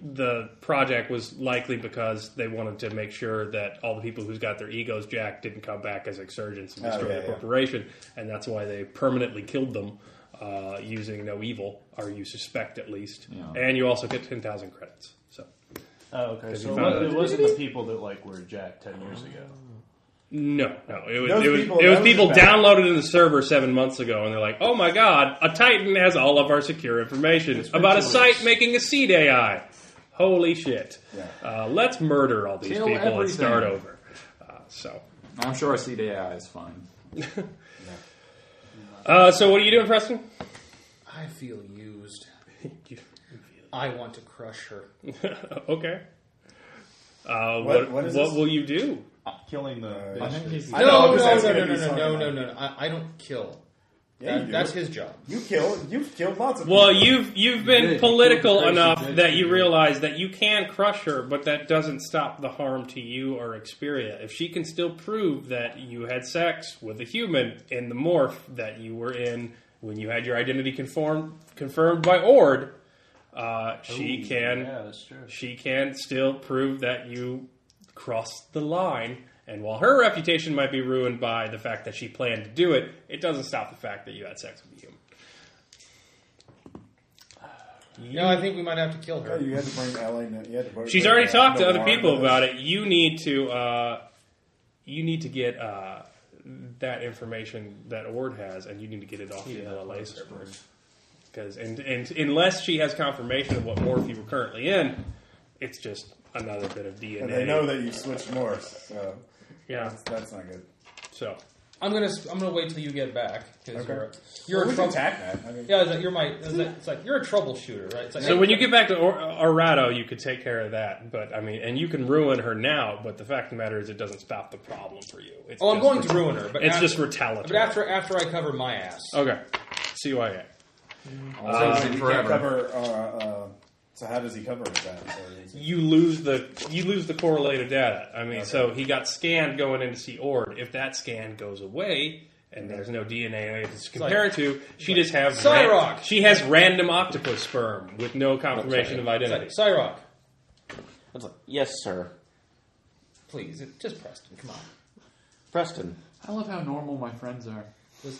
Speaker 5: the project was likely because they wanted to make sure that all the people who got their egos jacked didn't come back as insurgents and
Speaker 3: Oh,
Speaker 5: destroy
Speaker 3: yeah,
Speaker 5: the
Speaker 3: yeah.
Speaker 5: corporation, and that's why they permanently killed them uh, using no evil, or you suspect at least.
Speaker 8: Yeah.
Speaker 5: And you also get ten thousand credits. So
Speaker 7: Oh okay, so
Speaker 5: you
Speaker 7: it
Speaker 5: found
Speaker 7: wa-
Speaker 5: out.
Speaker 7: it wasn't the people that like were jacked ten years ago.
Speaker 5: No, no. It was
Speaker 3: Those
Speaker 5: it was,
Speaker 3: people-
Speaker 5: it was
Speaker 3: those
Speaker 5: people
Speaker 3: are bad.
Speaker 5: downloaded in the server seven months ago, and they're like, "Oh my god, a Titan has all of our secure information about a site making a seed AI. Holy shit! Uh, let's murder all these
Speaker 8: Kill
Speaker 5: people and
Speaker 8: everything.
Speaker 5: start over." Uh, so,
Speaker 8: I'm sure our CDI is fine.
Speaker 5: uh, so what are you doing, Preston? [LAUGHS]
Speaker 9: I feel used. I want to crush her.
Speaker 5: okay. Uh,
Speaker 3: What-
Speaker 5: what what,
Speaker 3: what is this?
Speaker 5: will you do?
Speaker 7: Killing the
Speaker 3: Uh,
Speaker 8: I think
Speaker 7: bitch.
Speaker 8: he's.
Speaker 3: I know,
Speaker 9: No,
Speaker 3: I'm
Speaker 9: no,
Speaker 3: just
Speaker 9: no,
Speaker 3: asking
Speaker 9: no,
Speaker 3: if
Speaker 9: no,
Speaker 3: he's
Speaker 9: no,
Speaker 3: talking
Speaker 9: no,
Speaker 3: about
Speaker 9: no,
Speaker 3: it.
Speaker 9: no. I, I don't kill.
Speaker 3: Yeah, you
Speaker 9: That-
Speaker 3: do.
Speaker 9: that's his job.
Speaker 3: You killed. You've killed lots of.
Speaker 5: Well,
Speaker 3: people.
Speaker 5: you've you've been
Speaker 8: Good.
Speaker 5: political
Speaker 8: Crazy
Speaker 5: enough
Speaker 8: bitch.
Speaker 5: that you realize that you can crush her, but that doesn't stop the harm to you or Xperia. If she can still prove that you had sex with a human in the morph that you were in when you had your identity conformed confirmed by Ord, uh, she can
Speaker 7: Yeah, that's true.
Speaker 5: she can still prove that you crossed the line. And while her reputation might be ruined by the fact that she planned to do it, it doesn't stop the fact that you had sex with a human.
Speaker 9: No, I think we might have to kill her.
Speaker 3: you had to bring LA. no- You had to bring
Speaker 5: She's already
Speaker 3: no-
Speaker 5: talked to
Speaker 3: no
Speaker 5: other
Speaker 3: warrant
Speaker 5: people
Speaker 3: for
Speaker 5: about
Speaker 3: this.
Speaker 5: it. You need to uh, you need to get uh, that information that Ord has, and you need to get it off the LA server. Because and, and unless she has confirmation of what morph you were currently in, it's just another bit of DNA.
Speaker 3: And they know that you switched Morse, so
Speaker 5: yeah.
Speaker 3: that's, that's not good.
Speaker 5: So
Speaker 9: I'm gonna I'm gonna wait till you get back because
Speaker 3: Okay.
Speaker 9: you're you're
Speaker 3: Well,
Speaker 9: a
Speaker 3: we can
Speaker 9: trouble.
Speaker 3: attack that. I mean,
Speaker 9: Yeah, it's like, you're my. It's like, it's like you're a troubleshooter, right? It's like,
Speaker 5: so when you get back to or- Orado, you could take care of that. But I mean, and you can ruin her now. But the fact of the matter is, it doesn't stop the problem for you. It's
Speaker 9: oh, I'm
Speaker 5: just-
Speaker 9: going to ruin her, but
Speaker 5: It's
Speaker 9: after,
Speaker 5: just retaliatory. Oh,
Speaker 9: But after after I cover my ass,
Speaker 5: okay, CYA.
Speaker 3: so
Speaker 8: Uh,
Speaker 3: he can't
Speaker 8: forever.
Speaker 3: cover. Uh, uh, so how does he cover that? So he's-
Speaker 5: you lose the you lose the correlated data. I mean, so he got scanned going in to see Ord. If that scan goes away and there's no DNA to compare it to, she just has
Speaker 9: Cyrock!
Speaker 5: she has random octopus sperm with no confirmation of
Speaker 9: it's
Speaker 5: identity.
Speaker 9: like Cyrock,
Speaker 2: It's like, yes, sir.
Speaker 9: please, it, just Preston, come on.
Speaker 2: Preston.
Speaker 8: I love how normal my friends are.
Speaker 9: Just-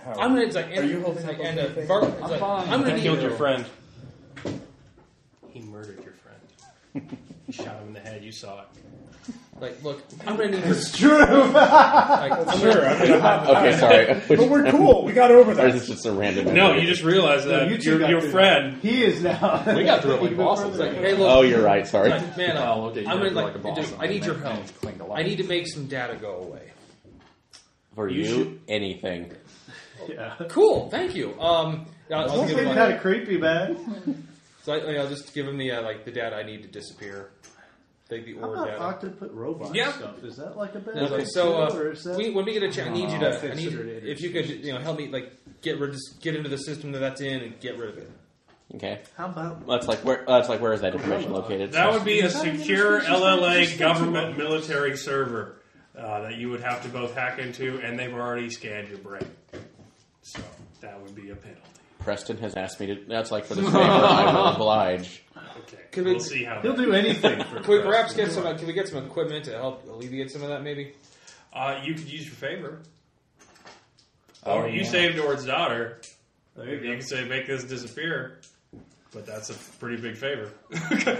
Speaker 3: how-
Speaker 9: I'm gonna. It's like,
Speaker 3: Are you holding up
Speaker 9: and,
Speaker 3: a
Speaker 9: uh,
Speaker 3: thing?
Speaker 9: Var- it's
Speaker 8: I'm
Speaker 9: like,
Speaker 8: fine,
Speaker 9: I'm gonna
Speaker 8: thank
Speaker 9: need
Speaker 8: you.
Speaker 5: Killed your friend. He murdered your friend. Shot him in the head. You saw it.
Speaker 9: Like, look, I'm gonna need. Her,
Speaker 7: It's true.
Speaker 9: [LAUGHS] like, I'm
Speaker 3: Sure,
Speaker 9: Gonna,
Speaker 3: I mean, I'm not- [LAUGHS]
Speaker 2: Okay, sorry.
Speaker 3: but
Speaker 2: [LAUGHS]
Speaker 3: we're
Speaker 7: Oh,
Speaker 3: cool. We got over
Speaker 2: or is
Speaker 3: that.
Speaker 2: this just a random?
Speaker 5: No,
Speaker 9: [LAUGHS]
Speaker 5: you just realized that
Speaker 7: You two
Speaker 5: your,
Speaker 7: got
Speaker 5: your
Speaker 7: through.
Speaker 5: friend.
Speaker 7: He is now.
Speaker 5: [LAUGHS]
Speaker 8: We got through it like
Speaker 7: Even
Speaker 8: bosses.
Speaker 7: further.
Speaker 8: Like,
Speaker 9: hey, look,
Speaker 2: Oh, you're right. Sorry.
Speaker 9: man, I-
Speaker 8: Oh, okay, you
Speaker 9: I'm
Speaker 8: gotta
Speaker 9: gonna
Speaker 8: be
Speaker 9: like,
Speaker 8: like a boss.
Speaker 9: dude, I need your help.
Speaker 8: Cling to life.
Speaker 9: I need to make some data go away.
Speaker 2: For you, anything.
Speaker 7: [LAUGHS] Yeah.
Speaker 9: Cool, thank you. Um, I'll, I'll give him
Speaker 7: Isn't
Speaker 9: like-
Speaker 7: that creepy, man?
Speaker 9: So I, I'll just give him the uh, like the data I need to disappear. Like the
Speaker 7: How
Speaker 9: order
Speaker 7: about
Speaker 9: data.
Speaker 7: octopus robot
Speaker 9: Yeah.
Speaker 7: stuff? Is that like a bad
Speaker 9: And I was like,
Speaker 7: idea,
Speaker 9: so
Speaker 7: or
Speaker 9: uh,
Speaker 7: is that-
Speaker 9: we, when we get a chance, I need you to. I need,
Speaker 7: fixer it
Speaker 9: if you could, you know, help me like get rid, just get into the system that that's in and get rid of it.
Speaker 2: Okay.
Speaker 7: how about
Speaker 2: That's like where. That's like where is that information located?
Speaker 5: That would be a secure LLA government military server uh, that you would have to both hack into, and they've already scanned your brain. So that would be a penalty.
Speaker 2: Preston has asked me to. That's like for the favor. I
Speaker 5: [LAUGHS]
Speaker 2: will oblige.
Speaker 5: Okay,
Speaker 9: Could
Speaker 5: we'll
Speaker 9: we-
Speaker 5: see how.
Speaker 7: he'll
Speaker 5: That,
Speaker 7: do
Speaker 5: [LAUGHS]
Speaker 7: anything for?
Speaker 9: Can we perhaps get some? uh, Can we get some equipment to help alleviate some of that? Maybe.
Speaker 5: uh, you could use your favor, or you saved Ord's daughter.
Speaker 7: There
Speaker 5: You
Speaker 7: you
Speaker 5: can say make this disappear, but that's a pretty big favor. [LAUGHS]
Speaker 7: go.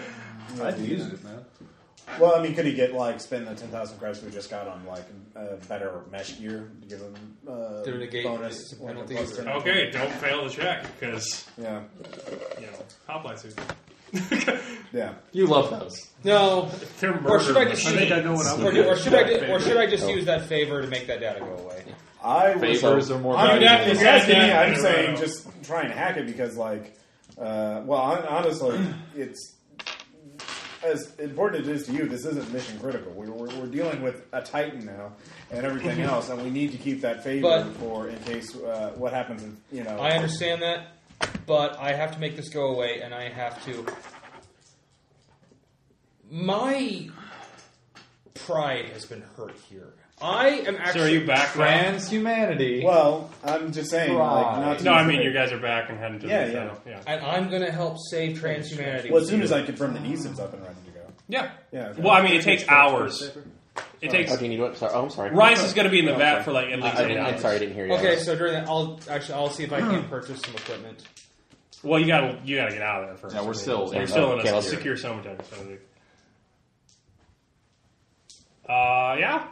Speaker 7: I'd use it, man.
Speaker 3: Well, I mean, could he get like spend the ten thousand credits we just got on like a better mesh gear to give him uh,
Speaker 9: To negate
Speaker 3: bonus
Speaker 9: some
Speaker 3: like, a
Speaker 9: penalties
Speaker 3: plus
Speaker 9: or-
Speaker 3: 10?
Speaker 5: okay, don't fail the check because
Speaker 3: Yeah,
Speaker 5: you know hoplites [LAUGHS] are
Speaker 3: yeah.
Speaker 8: You love those.
Speaker 9: No.
Speaker 5: they're murder.
Speaker 9: Or should I
Speaker 5: machines.
Speaker 9: just? Should,
Speaker 7: know what I'm
Speaker 9: or, do- or should I? Just, or should I
Speaker 8: Oh.
Speaker 9: just use that favor to make that data go away?
Speaker 3: I was.
Speaker 8: Favors are more
Speaker 3: I'm,
Speaker 8: valuable.
Speaker 5: You have to
Speaker 3: just
Speaker 5: get
Speaker 3: asking
Speaker 5: that
Speaker 3: you, I'm
Speaker 5: in a
Speaker 3: saying
Speaker 5: row.
Speaker 3: just try and hack it because, like, uh, well, hon- honestly, it's as important it is to you, this isn't mission critical. We're, we're, we're dealing with a titan now and everything else, and we need to keep that favor
Speaker 9: But-
Speaker 3: for in case uh, what happens. In, you know,
Speaker 9: I understand that, but I have to make this go away, and I have to. My pride has been hurt here. I am actually.
Speaker 5: So are you back now?
Speaker 8: Transhumanity.
Speaker 3: Well, I'm just saying, like, not to
Speaker 5: No, I
Speaker 3: use
Speaker 5: mean
Speaker 3: the-
Speaker 5: you guys are back and heading to
Speaker 3: Yeah,
Speaker 5: the
Speaker 3: yeah.
Speaker 5: yeah.
Speaker 9: And I'm going to help save transhumanity.
Speaker 3: Well, as soon as I confirm that Eason's up and ready to go.
Speaker 5: Yeah.
Speaker 3: Yeah. okay.
Speaker 5: Well, I mean, it takes hours. It takes.
Speaker 2: Oh, do you need what? Sorry. Oh, I'm sorry.
Speaker 5: Rice is going to be in the vat for like at least
Speaker 2: I, I
Speaker 5: eight
Speaker 2: didn't, I'm
Speaker 5: hours.
Speaker 2: sorry, I didn't hear you.
Speaker 9: Okay, so during that, I'll actually I'll see if I can purchase some equipment.
Speaker 5: Well, you got to you got to get out of there first.
Speaker 8: yeah, we're still.
Speaker 5: You're still in
Speaker 2: okay,
Speaker 5: a
Speaker 2: let's
Speaker 5: secure cemetery. So to speak. uh, yeah.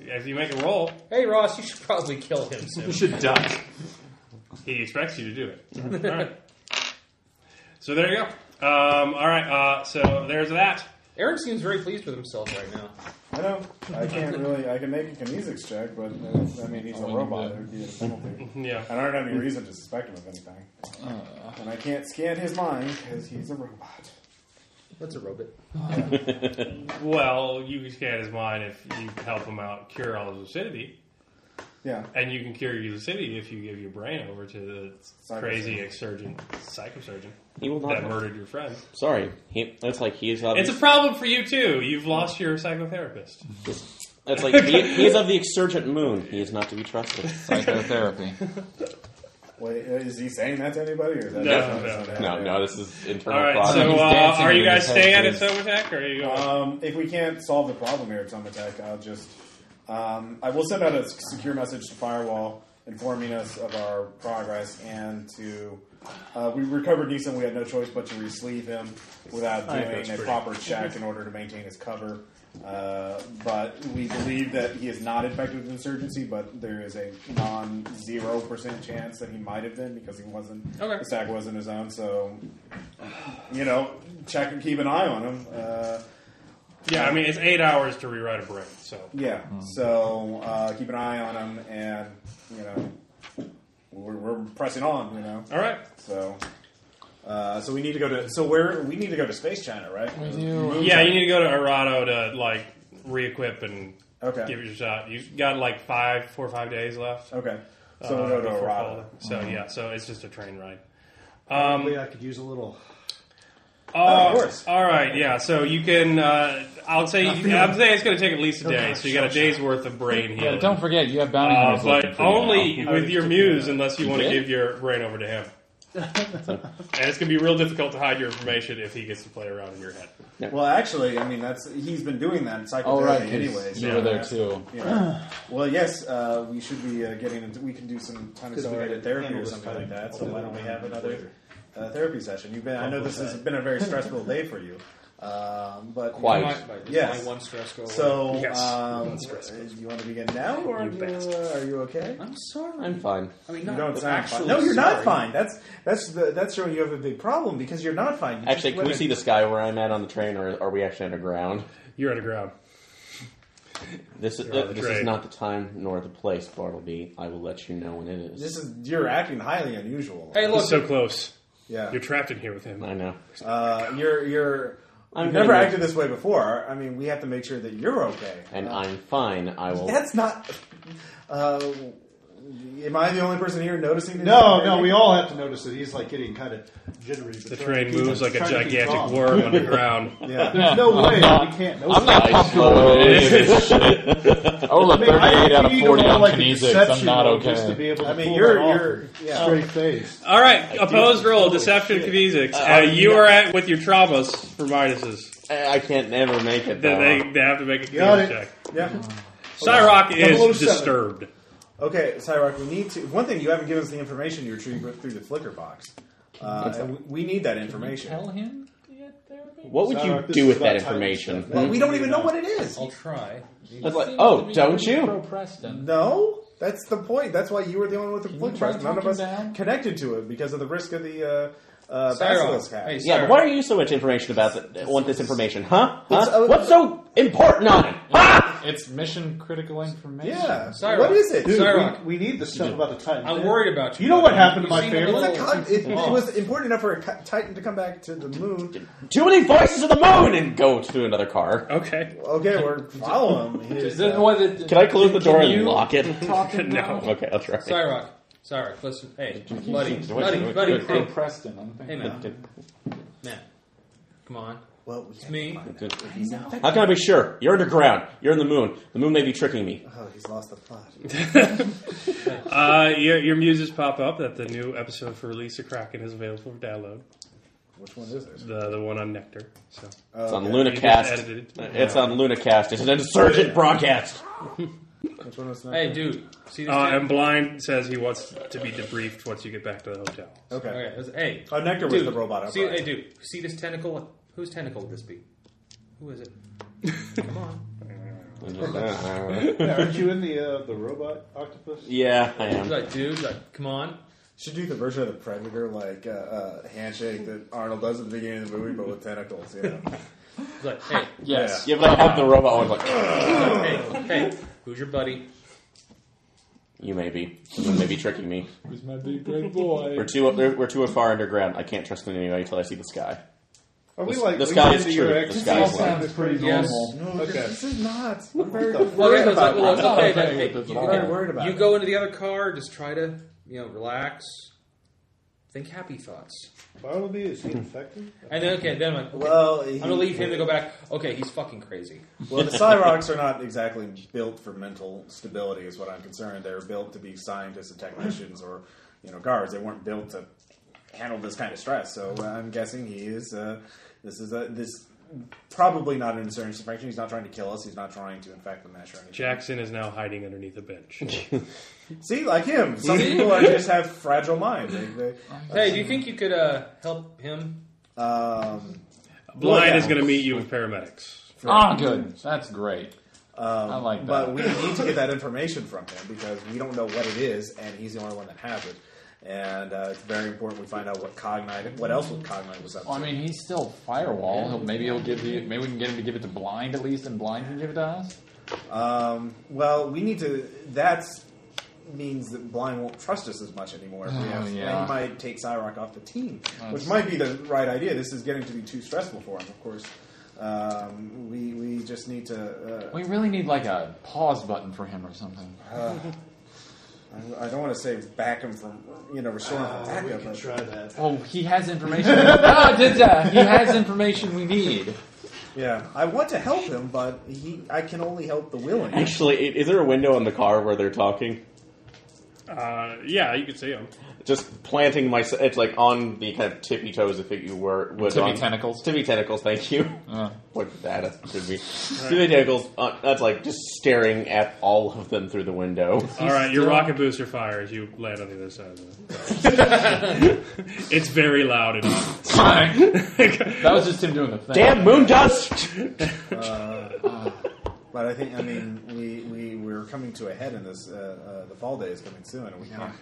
Speaker 5: If you make a roll,
Speaker 9: Hey Ross, you should probably kill him soon.
Speaker 8: You should duck.
Speaker 5: he expects you to do
Speaker 3: Mm-hmm.
Speaker 5: it. all right. So there you go. Um, all right. Uh, so there's that.
Speaker 9: Aaron seems very pleased with himself right now.
Speaker 3: I know. I can't really. I can make a kinesics check, but uh, I mean, he's a robot. It would be a penalty.
Speaker 5: Yeah.
Speaker 3: And I don't have any reason to suspect him of anything. And I can't scan his mind because he's a robot.
Speaker 9: That's a robot.
Speaker 5: Well, you can scan his mind if you help him out cure all his lucidity,
Speaker 3: Yeah.
Speaker 5: and you can cure your lucidity if you give your brain over to the
Speaker 3: Psychosurgeon.
Speaker 5: crazy ex surgeon, psychosurgeon
Speaker 2: He will not.
Speaker 5: that murdered your friend.
Speaker 2: Sorry. He, that's like he is of.
Speaker 5: It's a
Speaker 2: the-
Speaker 5: problem for you too. You've lost your psychotherapist. [LAUGHS]
Speaker 2: That's like he, he is of the exurgent moon. He is not to be trusted.
Speaker 8: Psychotherapy.
Speaker 3: Wait, is he saying that to anybody? Or is that
Speaker 5: No,
Speaker 2: No, no. This is internal.
Speaker 5: All right.
Speaker 2: plot.
Speaker 5: So
Speaker 8: He's
Speaker 5: uh,
Speaker 8: dancing
Speaker 5: are you
Speaker 8: in
Speaker 5: guys
Speaker 8: his head
Speaker 5: staying at
Speaker 8: to
Speaker 5: a Somatech, or are you? Going?
Speaker 3: Um, if we can't solve the problem here at Summit Tech, I'll just. Um, I will send out a s- secure message to Firewall informing us of our progress and to. Uh, we recovered Neeson. We had no choice but to resleeve him without doing a proper check in order to maintain his cover. Uh, but we believe that he is not infected with insurgency, but there is a non-zero percent chance that he might have been because he wasn't.
Speaker 9: Okay.
Speaker 3: The stack wasn't his own, so you know, check and keep an eye on him. Uh,
Speaker 5: yeah, I mean it's eight hours to rewrite a brain. So
Speaker 3: yeah. So uh, keep an eye on him, and you know, we're, we're pressing on. You know,
Speaker 5: all right.
Speaker 3: so uh, so we need to go to so where we need to go to space China, right? We do.
Speaker 5: Yeah, you need to go to Arado to like re-equip and
Speaker 3: Okay.
Speaker 5: give it your shot. You got like five, four or five days left.
Speaker 3: Okay. So
Speaker 5: uh,
Speaker 3: we'll go to Arada.
Speaker 5: before fall. So
Speaker 8: Mm-hmm.
Speaker 5: yeah, so it's just a train ride.
Speaker 7: Maybe I could use a little.
Speaker 5: Uh,
Speaker 3: Oh, of course.
Speaker 5: All right, yeah. So you can. Uh, I'll say. I'm saying it's going to take at least a day. So you got a day's worth of brain healing.
Speaker 8: Yeah, don't forget you have bounty
Speaker 5: Uh,
Speaker 8: hunters. looking
Speaker 5: but
Speaker 8: for you
Speaker 5: only
Speaker 8: now.
Speaker 5: with your muse, unless you want to
Speaker 2: did?
Speaker 5: give your brain over
Speaker 8: [LAUGHS]
Speaker 5: to him. and it's going to be real difficult to hide your information if he gets to play around in your head.
Speaker 3: Well, actually, I mean that's he's been doing that in
Speaker 8: Oh right,
Speaker 3: psychotherapy
Speaker 8: 'cause
Speaker 3: anyway.
Speaker 8: you
Speaker 3: so-
Speaker 8: were there too.
Speaker 3: Yeah. Well, yes, uh, we should be uh, getting. Into, we can do some
Speaker 7: Because
Speaker 3: time
Speaker 7: we
Speaker 3: accelerated
Speaker 7: gotta
Speaker 3: therapy
Speaker 7: handle
Speaker 3: or
Speaker 7: this
Speaker 3: something like
Speaker 7: time.
Speaker 3: that. So
Speaker 7: I'll do
Speaker 3: why
Speaker 7: it
Speaker 3: don't we
Speaker 7: on
Speaker 3: have another
Speaker 7: later.
Speaker 3: uh, therapy session? You've been. I know this has been a very stressful day for you, um, but
Speaker 2: Quite.
Speaker 9: My, my, does
Speaker 3: Yes.
Speaker 9: my one stress go away?
Speaker 3: So,
Speaker 5: Yes.
Speaker 3: um, uh, you want to begin now, or do you, uh, are you okay?
Speaker 9: I'm sorry.
Speaker 2: I'm fine.
Speaker 9: I mean,
Speaker 3: You
Speaker 9: not
Speaker 3: don't sound
Speaker 9: actually
Speaker 3: fine. No, you're not
Speaker 9: sorry.
Speaker 3: fine. That's that's the, that's showing you have a big problem because you're not fine. You just
Speaker 2: Actually, can we
Speaker 3: went
Speaker 2: see the sky where I'm at on the train, or are we actually underground?
Speaker 5: You're underground.
Speaker 2: This is
Speaker 5: You're on the
Speaker 2: this
Speaker 5: train.
Speaker 2: is not the time nor the place, Bartleby. I will let you know when it is.
Speaker 3: This is you're acting highly unusual.
Speaker 9: Hey, look.
Speaker 5: so close.
Speaker 3: yeah,
Speaker 5: You're trapped in here with him.
Speaker 2: I know.
Speaker 3: uh, you're you're.
Speaker 2: I'm
Speaker 3: You've never
Speaker 2: gonna-
Speaker 3: acted this way before. I mean, we have to make sure that you're okay.
Speaker 2: And I'm fine. I will.
Speaker 3: That's not. Uh, am I the only person here noticing? this?
Speaker 7: No, no, we all have to notice that he's like getting kind of jittery.
Speaker 5: The train moves like a gigantic
Speaker 7: worm.
Speaker 5: worm
Speaker 3: [LAUGHS]
Speaker 5: underground.
Speaker 2: [LAUGHS]
Speaker 3: Yeah.
Speaker 7: There's no way we can't notice.
Speaker 8: I'm not
Speaker 7: that.
Speaker 8: comfortable with [LAUGHS] any of this Oh, shit. Ola
Speaker 7: I mean, I think
Speaker 8: 38 out
Speaker 7: you
Speaker 8: of
Speaker 7: need to
Speaker 8: 40
Speaker 7: roll,
Speaker 8: on
Speaker 7: like, a
Speaker 8: kinesics. I'm
Speaker 7: deception
Speaker 8: not
Speaker 7: roll Just to be
Speaker 8: okay.
Speaker 7: able to
Speaker 3: I mean,
Speaker 7: pull
Speaker 3: you're-
Speaker 7: that off
Speaker 3: you're-
Speaker 7: with
Speaker 3: yeah.
Speaker 7: straight face.
Speaker 5: All right, opposed roll, deception, kinesics. Uh, you are at with your traumas for minuses.
Speaker 2: I I can't ever make it.
Speaker 5: Then
Speaker 2: Though.
Speaker 5: they, they have to make a
Speaker 7: Got
Speaker 5: kinesics
Speaker 7: it.
Speaker 5: check.
Speaker 3: Yeah.
Speaker 5: Cyrock is
Speaker 7: 007.
Speaker 5: disturbed.
Speaker 3: Okay, Cyrock, we need to. One thing you haven't given us the information you retrieved through the Flickr box. Uh, and we- we need that information.
Speaker 9: Tell him to get therapy.
Speaker 2: What would you
Speaker 7: Sorry, this
Speaker 2: do
Speaker 7: is
Speaker 2: with
Speaker 7: about
Speaker 2: that
Speaker 7: time stuff,
Speaker 2: information?
Speaker 3: Well, we don't even know what it is.
Speaker 9: I'll try.
Speaker 2: It's like,
Speaker 6: Seems to
Speaker 2: oh,
Speaker 6: be
Speaker 2: don't
Speaker 6: pretty
Speaker 2: you?
Speaker 6: pro-pressed him.
Speaker 3: No, that's the point. That's why you were the only one with the
Speaker 6: you
Speaker 3: Flickr
Speaker 6: try
Speaker 3: box.
Speaker 6: to
Speaker 3: None
Speaker 6: talk
Speaker 3: of us
Speaker 6: him down?
Speaker 3: connected to it because of the risk of the uh, uh,
Speaker 9: Cyrock.
Speaker 3: Basilisk hack.
Speaker 9: Hey,
Speaker 2: Yeah,
Speaker 9: Cyrock.
Speaker 2: but why are you so much information about that? Want this information, huh?
Speaker 3: It's-
Speaker 2: Huh?
Speaker 3: uh,
Speaker 2: What's so important on it? Ah! Huh?
Speaker 8: It's mission critical information.
Speaker 3: Yeah.
Speaker 9: Cyroc.
Speaker 3: What is it?
Speaker 9: Dude, Cyroc.
Speaker 7: We, we need the stuff about the Titan.
Speaker 9: I'm worried about you.
Speaker 7: You know what happened to
Speaker 9: You've
Speaker 7: my
Speaker 9: seen the
Speaker 7: family?
Speaker 9: little-
Speaker 3: It's a con- it, it was important enough for a ti- Titan to come back to the moon.
Speaker 2: Too many voices of the moon and go to another car.
Speaker 5: Okay.
Speaker 3: Okay, we're following him. He
Speaker 9: Is
Speaker 3: is,
Speaker 9: there
Speaker 3: uh,
Speaker 9: one that-
Speaker 2: Can I close the door and
Speaker 9: you-
Speaker 2: lock [LAUGHS] it?
Speaker 5: no.
Speaker 2: Okay, that's right.
Speaker 9: Cyrock. Cyrock, listen. Hey,
Speaker 8: You
Speaker 9: buddy.
Speaker 8: seem-
Speaker 9: Buddy,
Speaker 8: Good,
Speaker 9: buddy.
Speaker 8: good, good.
Speaker 9: Hey,
Speaker 8: Preston, I'm
Speaker 9: hey,
Speaker 8: thinking.
Speaker 9: man. Man. Come on.
Speaker 3: well, we
Speaker 9: It's me.
Speaker 2: How can I be sure? You're underground. You're in the moon. The moon may be tricking me.
Speaker 3: Oh, he's lost the plot.
Speaker 5: Uh, your, your muses pop up that the new episode for Release of Kraken is available for download.
Speaker 3: Which one is this?
Speaker 5: The the one on Nectar. So Uh,
Speaker 2: It's on
Speaker 5: You just
Speaker 2: Lunacast.
Speaker 5: edited it.
Speaker 2: It's on Lunacast. It's an insurgent broadcast.
Speaker 3: Which one was that?
Speaker 9: Hey, dude. See this?
Speaker 5: Uh,
Speaker 9: dude?
Speaker 5: and Blind says he wants to be debriefed once you get back to the hotel.
Speaker 3: Okay.
Speaker 9: Okay, listen, hey.
Speaker 3: Oh, Nectar was
Speaker 9: dude,
Speaker 3: the robot, I'm
Speaker 9: See,
Speaker 3: right.
Speaker 9: hey, dude. See this tentacle? Whose tentacle would this be? Who is it? Come on.
Speaker 7: Aren't you in the uh, the robot octopus?
Speaker 2: yeah, I
Speaker 9: He's
Speaker 2: am.
Speaker 9: like, dude, he's like, come on.
Speaker 3: Should do the version of the Predator, like uh, uh, handshake that Arnold does at the beginning of the movie, but with tentacles. You know?
Speaker 9: He's like, hey,
Speaker 8: Yes.
Speaker 2: Yeah, but I have the robot one. Like, [CLEARS THROAT]
Speaker 9: hey, hey, who's your buddy?
Speaker 2: you may be. The moon may be tricking me.
Speaker 8: Who's my big red boy?
Speaker 2: We're too we're too far underground. I can't trust anybody until I see the sky.
Speaker 7: Are we
Speaker 2: The-
Speaker 7: like
Speaker 2: the
Speaker 7: leaning
Speaker 2: sky's
Speaker 7: into
Speaker 2: true.
Speaker 7: your
Speaker 2: The
Speaker 7: ex-
Speaker 2: sky's
Speaker 7: This all
Speaker 2: lying.
Speaker 7: sounds pretty
Speaker 9: Yes.
Speaker 7: normal.
Speaker 3: No,
Speaker 7: Okay.
Speaker 3: this is not. I'm very
Speaker 9: Well,
Speaker 3: worried
Speaker 9: it's like,
Speaker 3: about.
Speaker 9: well, it's
Speaker 3: Arnold.
Speaker 9: okay,
Speaker 8: I'm
Speaker 2: [LAUGHS]
Speaker 9: but
Speaker 8: okay with
Speaker 9: hey,
Speaker 8: this
Speaker 9: you
Speaker 8: at all.
Speaker 9: go-
Speaker 3: I'm worried about
Speaker 9: You
Speaker 3: it.
Speaker 9: go into the other car, just try to, you know, relax, think happy thoughts.
Speaker 7: Bartleby, is he infected?
Speaker 9: And then, okay, then I'm like,
Speaker 3: Well,
Speaker 9: I'm gonna leave him to go back. Okay, he's fucking crazy.
Speaker 3: Well, the Cyrox are not exactly built for mental stability, is what I'm concerned. They're built to be scientists and technicians or, you know, guards. They weren't built to handle this kind of stress. So uh, I'm guessing he is. Uh, this is a this probably not an insurgency faction. He's not trying to kill us. He's not trying to infect the mesh or anything.
Speaker 5: Jackson is now hiding underneath
Speaker 7: [LAUGHS]
Speaker 5: a bench.
Speaker 3: See, like him, some people are just have fragile minds. They, they,
Speaker 9: Hey, do you think you could uh, help him?
Speaker 3: um,
Speaker 5: Blind is going to meet you with paramedics.
Speaker 8: [LAUGHS] Ah, good. That's great.
Speaker 7: Um,
Speaker 8: I like that.
Speaker 3: But we need to get that information from him because we don't know what it is, and he's the only one that has it. And uh, it's very important we find out what Cognite, what else would Cognite was up to.
Speaker 8: Well, I mean, he's still firewall. He'll, maybe he'll give you. Maybe we can get him to give it to blind at least, and blind can give it to us.
Speaker 3: um, well, we need to. That means that Blind won't trust us as much anymore. If we
Speaker 8: Oh,
Speaker 3: have,
Speaker 8: yeah.
Speaker 3: He might take Cyrock off the team, which
Speaker 8: That's-
Speaker 3: might be the right idea. This is getting to be too stressful for him, of course. Um, we, we just need to. Uh,
Speaker 8: We really need like a pause button for him or something.
Speaker 3: I, I don't want to say back him from, you know, restore him
Speaker 8: Uh,
Speaker 3: from back up, but-
Speaker 7: that.
Speaker 8: Oh, he has information. [LAUGHS] oh, did that? He has information we need.
Speaker 3: Yeah, I want to help him, but he I can only help the willing.
Speaker 2: Actually, i- is there a window in the car where they're talking?
Speaker 5: Uh, yeah, you can see him.
Speaker 2: Just planting my. It's like on the kind of tippy toes if it you were would
Speaker 8: Tippy
Speaker 2: on-
Speaker 8: tentacles.
Speaker 2: Tippy tentacles. Thank you.
Speaker 8: Uh,
Speaker 2: What that should be. Tippy tentacles. Uh, that's like just staring at all of them through
Speaker 8: [LAUGHS]
Speaker 2: the window.
Speaker 5: All right, your
Speaker 8: still-
Speaker 5: rocket booster fires. You land on the other side of the. [LAUGHS] it's very loud and obvious.
Speaker 8: that was just him doing the thing.
Speaker 2: Damn moon dust.
Speaker 3: But I think I mean we we we're coming to a head in this. Uh, uh, the fall day is coming soon, and we can't,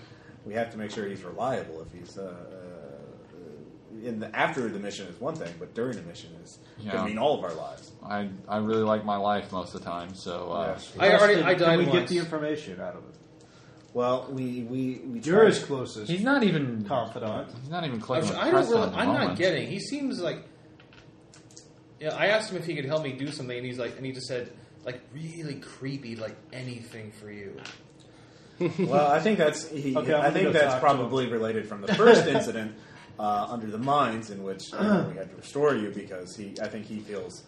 Speaker 3: we have to make sure he's reliable. If he's uh, uh, in the after the mission is one thing, but during the mission is
Speaker 8: Yeah.
Speaker 3: could mean all of our lives.
Speaker 8: I I really like my life most of the time. So uh,
Speaker 9: I already I
Speaker 7: Can
Speaker 9: died
Speaker 7: we get
Speaker 9: once.
Speaker 7: the information out of it?
Speaker 3: Well, we we we
Speaker 7: You're
Speaker 3: tried-
Speaker 7: his closest
Speaker 8: he's not even.
Speaker 7: confidant.
Speaker 8: He's not even
Speaker 9: I
Speaker 8: clicking.
Speaker 9: was-
Speaker 8: with
Speaker 9: I don't
Speaker 8: Preston
Speaker 9: really.
Speaker 8: at the
Speaker 9: I'm not
Speaker 8: moment.
Speaker 9: getting. He seems like. Yeah, I asked him if he could help me do something, and he's like, and he just said, like, really creepy, like anything for you.
Speaker 3: Well, I think that's he,
Speaker 7: Okay, I'm
Speaker 3: I
Speaker 7: gonna
Speaker 3: think
Speaker 7: go
Speaker 3: that's
Speaker 7: talk to
Speaker 3: probably related from the first incident uh, under the mines, in which you know, we had to restore you because he I think he feels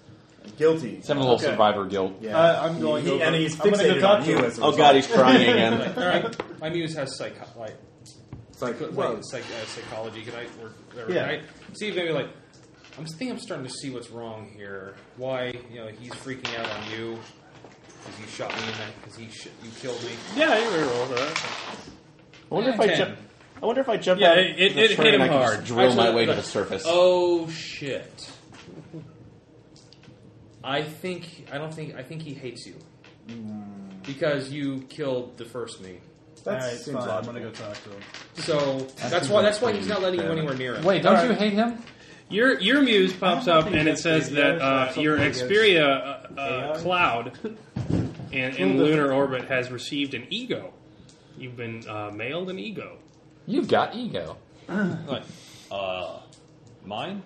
Speaker 3: guilty.
Speaker 8: He's having a little
Speaker 7: Okay.
Speaker 8: survivor guilt.
Speaker 3: Yeah.
Speaker 7: Uh, I'm going
Speaker 3: He-
Speaker 7: over.
Speaker 3: and he's
Speaker 7: I'm gonna go
Speaker 3: fixated
Speaker 7: talk
Speaker 3: on
Speaker 7: to
Speaker 3: you
Speaker 7: him.
Speaker 3: as a
Speaker 2: Oh
Speaker 3: result.
Speaker 2: god, he's crying
Speaker 9: [LAUGHS]
Speaker 2: again.
Speaker 9: All right, my muse has psych, like,
Speaker 3: It's like,
Speaker 9: like,
Speaker 3: well,
Speaker 9: psych, uh, psychology. Can I work there?
Speaker 7: Yeah.
Speaker 9: Can I see if maybe like I'm thinking I'm starting to see what's wrong here. Why you know he's freaking out on you because you shot me in that because he sh- you killed me.
Speaker 5: Yeah, you reroll that.
Speaker 2: I wonder if I
Speaker 9: Ten.
Speaker 2: jump. I wonder if I jump
Speaker 5: Yeah,
Speaker 2: out.
Speaker 5: it- it-
Speaker 2: the
Speaker 5: it hit
Speaker 2: train,
Speaker 5: him
Speaker 2: I can just
Speaker 5: hard.
Speaker 2: Drill my
Speaker 9: Actually,
Speaker 2: way to
Speaker 9: look.
Speaker 2: the surface.
Speaker 9: Oh shit! I think I don't think I think he hates you because you killed the first me.
Speaker 7: All
Speaker 3: that
Speaker 7: right,
Speaker 3: seems
Speaker 7: fine. I'm
Speaker 3: logical.
Speaker 7: gonna go talk to him.
Speaker 9: So that's why that's why he's not letting you anywhere near him.
Speaker 8: Wait, don't you hate him?
Speaker 5: Your your muse pops
Speaker 7: I don't
Speaker 5: up
Speaker 7: think
Speaker 5: and it
Speaker 7: that's
Speaker 5: says
Speaker 7: the
Speaker 5: that
Speaker 7: AI,
Speaker 5: uh,
Speaker 7: it's not
Speaker 5: your
Speaker 7: something against
Speaker 5: Xperia uh, uh,
Speaker 7: AI.
Speaker 5: cloud and in lunar orbit has received an ego. You've been uh, mailed an ego.
Speaker 8: You've got ego.
Speaker 9: Like, uh, mine?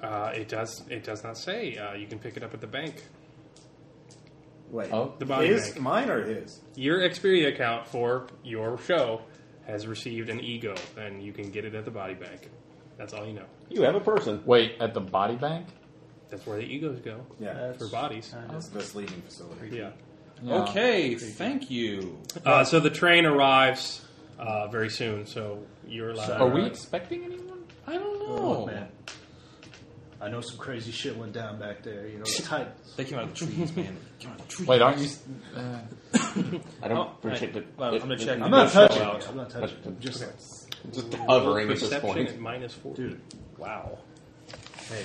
Speaker 5: Uh, it does. It does not say. Uh, you can pick it up at the bank.
Speaker 3: Wait,
Speaker 8: Oh.
Speaker 5: The body
Speaker 3: his,
Speaker 5: bank.
Speaker 3: mine or his?
Speaker 5: Your Xperia account for your show has received an ego, and you can get it at the body bank. That's all you know.
Speaker 2: You have a person.
Speaker 8: Wait, at the body bank?
Speaker 5: That's where the egos go
Speaker 3: Yeah,
Speaker 5: for bodies.
Speaker 4: That's the best leading facility.
Speaker 5: Yeah.
Speaker 8: No.
Speaker 9: Okay, thank you.
Speaker 5: Uh, so the train arrives uh, very soon. So you're allowed.
Speaker 8: Are we expecting anyone?
Speaker 9: I don't
Speaker 8: Oh,
Speaker 7: Look,
Speaker 9: know.
Speaker 7: Oh, man. I know some crazy shit went down back there. You know, it's tight.
Speaker 9: they came
Speaker 8: [LAUGHS]
Speaker 9: out of the trees, man. They came out of the trees.
Speaker 8: Wait, aren't you? s- Uh,
Speaker 2: I don't
Speaker 9: all right.
Speaker 2: appreciate it.
Speaker 9: Well, I'm gonna check.
Speaker 7: I'm not touching.
Speaker 2: out.
Speaker 7: it. I'm not touching. it. I'm just like,
Speaker 2: Just hovering at this
Speaker 5: Perception
Speaker 2: point.
Speaker 5: at minus four.
Speaker 7: dude,
Speaker 5: Wow.
Speaker 7: hey,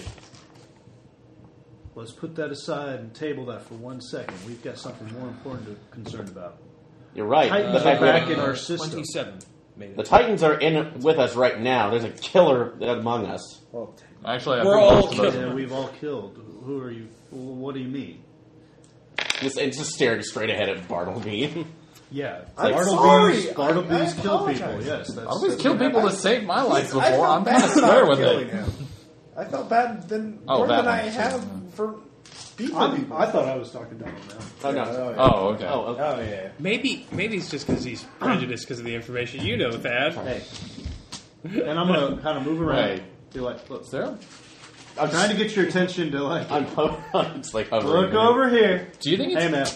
Speaker 7: let's put that aside and table that for one second. We've got something more important to concern about.
Speaker 2: You're right.
Speaker 7: Titans
Speaker 2: the,
Speaker 7: are
Speaker 2: fact
Speaker 7: back
Speaker 2: that
Speaker 7: in our system.
Speaker 9: Twenty-seven. Made
Speaker 8: [LAUGHS]
Speaker 2: the
Speaker 9: it.
Speaker 2: Titans are in with us right now. There's a killer among us.
Speaker 3: well,
Speaker 8: actually, I
Speaker 9: We're
Speaker 8: think
Speaker 9: all
Speaker 8: most of us-
Speaker 7: Yeah, we've all killed. Who are you? What do you mean?
Speaker 2: Just, it's just staring straight ahead at Bartleby. [LAUGHS]
Speaker 7: Yeah,
Speaker 3: I'm
Speaker 7: Bartleby's,
Speaker 3: sorry.
Speaker 7: Bartleby's
Speaker 3: I- I
Speaker 7: kill
Speaker 3: apologize.
Speaker 7: people. Yes, that's.
Speaker 8: I've always
Speaker 7: that's-
Speaker 8: killed people that saved my life
Speaker 3: I
Speaker 8: before.
Speaker 3: felt
Speaker 8: I'm
Speaker 3: bad
Speaker 8: gonna swear
Speaker 3: about
Speaker 8: with
Speaker 3: killing
Speaker 8: it.
Speaker 3: him. I felt bad than
Speaker 8: Oh,
Speaker 3: more
Speaker 8: that
Speaker 3: than
Speaker 8: one,
Speaker 3: I
Speaker 8: sure,
Speaker 3: have
Speaker 8: yeah.
Speaker 3: for people.
Speaker 7: I'm, I thought I was talking to him now.
Speaker 2: oh, no.
Speaker 3: oh, yeah.
Speaker 8: Oh, okay.
Speaker 2: Oh, okay.
Speaker 3: Oh, yeah.
Speaker 5: Maybe maybe it's just because he's prejudiced because of the information you know, Thad.
Speaker 7: Hey, and I'm gonna kind of move around.
Speaker 8: Hey.
Speaker 7: Be like, look,
Speaker 8: Is there?
Speaker 7: I'm trying to get your attention to like
Speaker 2: [LAUGHS] I'm it's like hovering.
Speaker 7: look over here.
Speaker 8: Do you think? It's,
Speaker 7: Hey, man.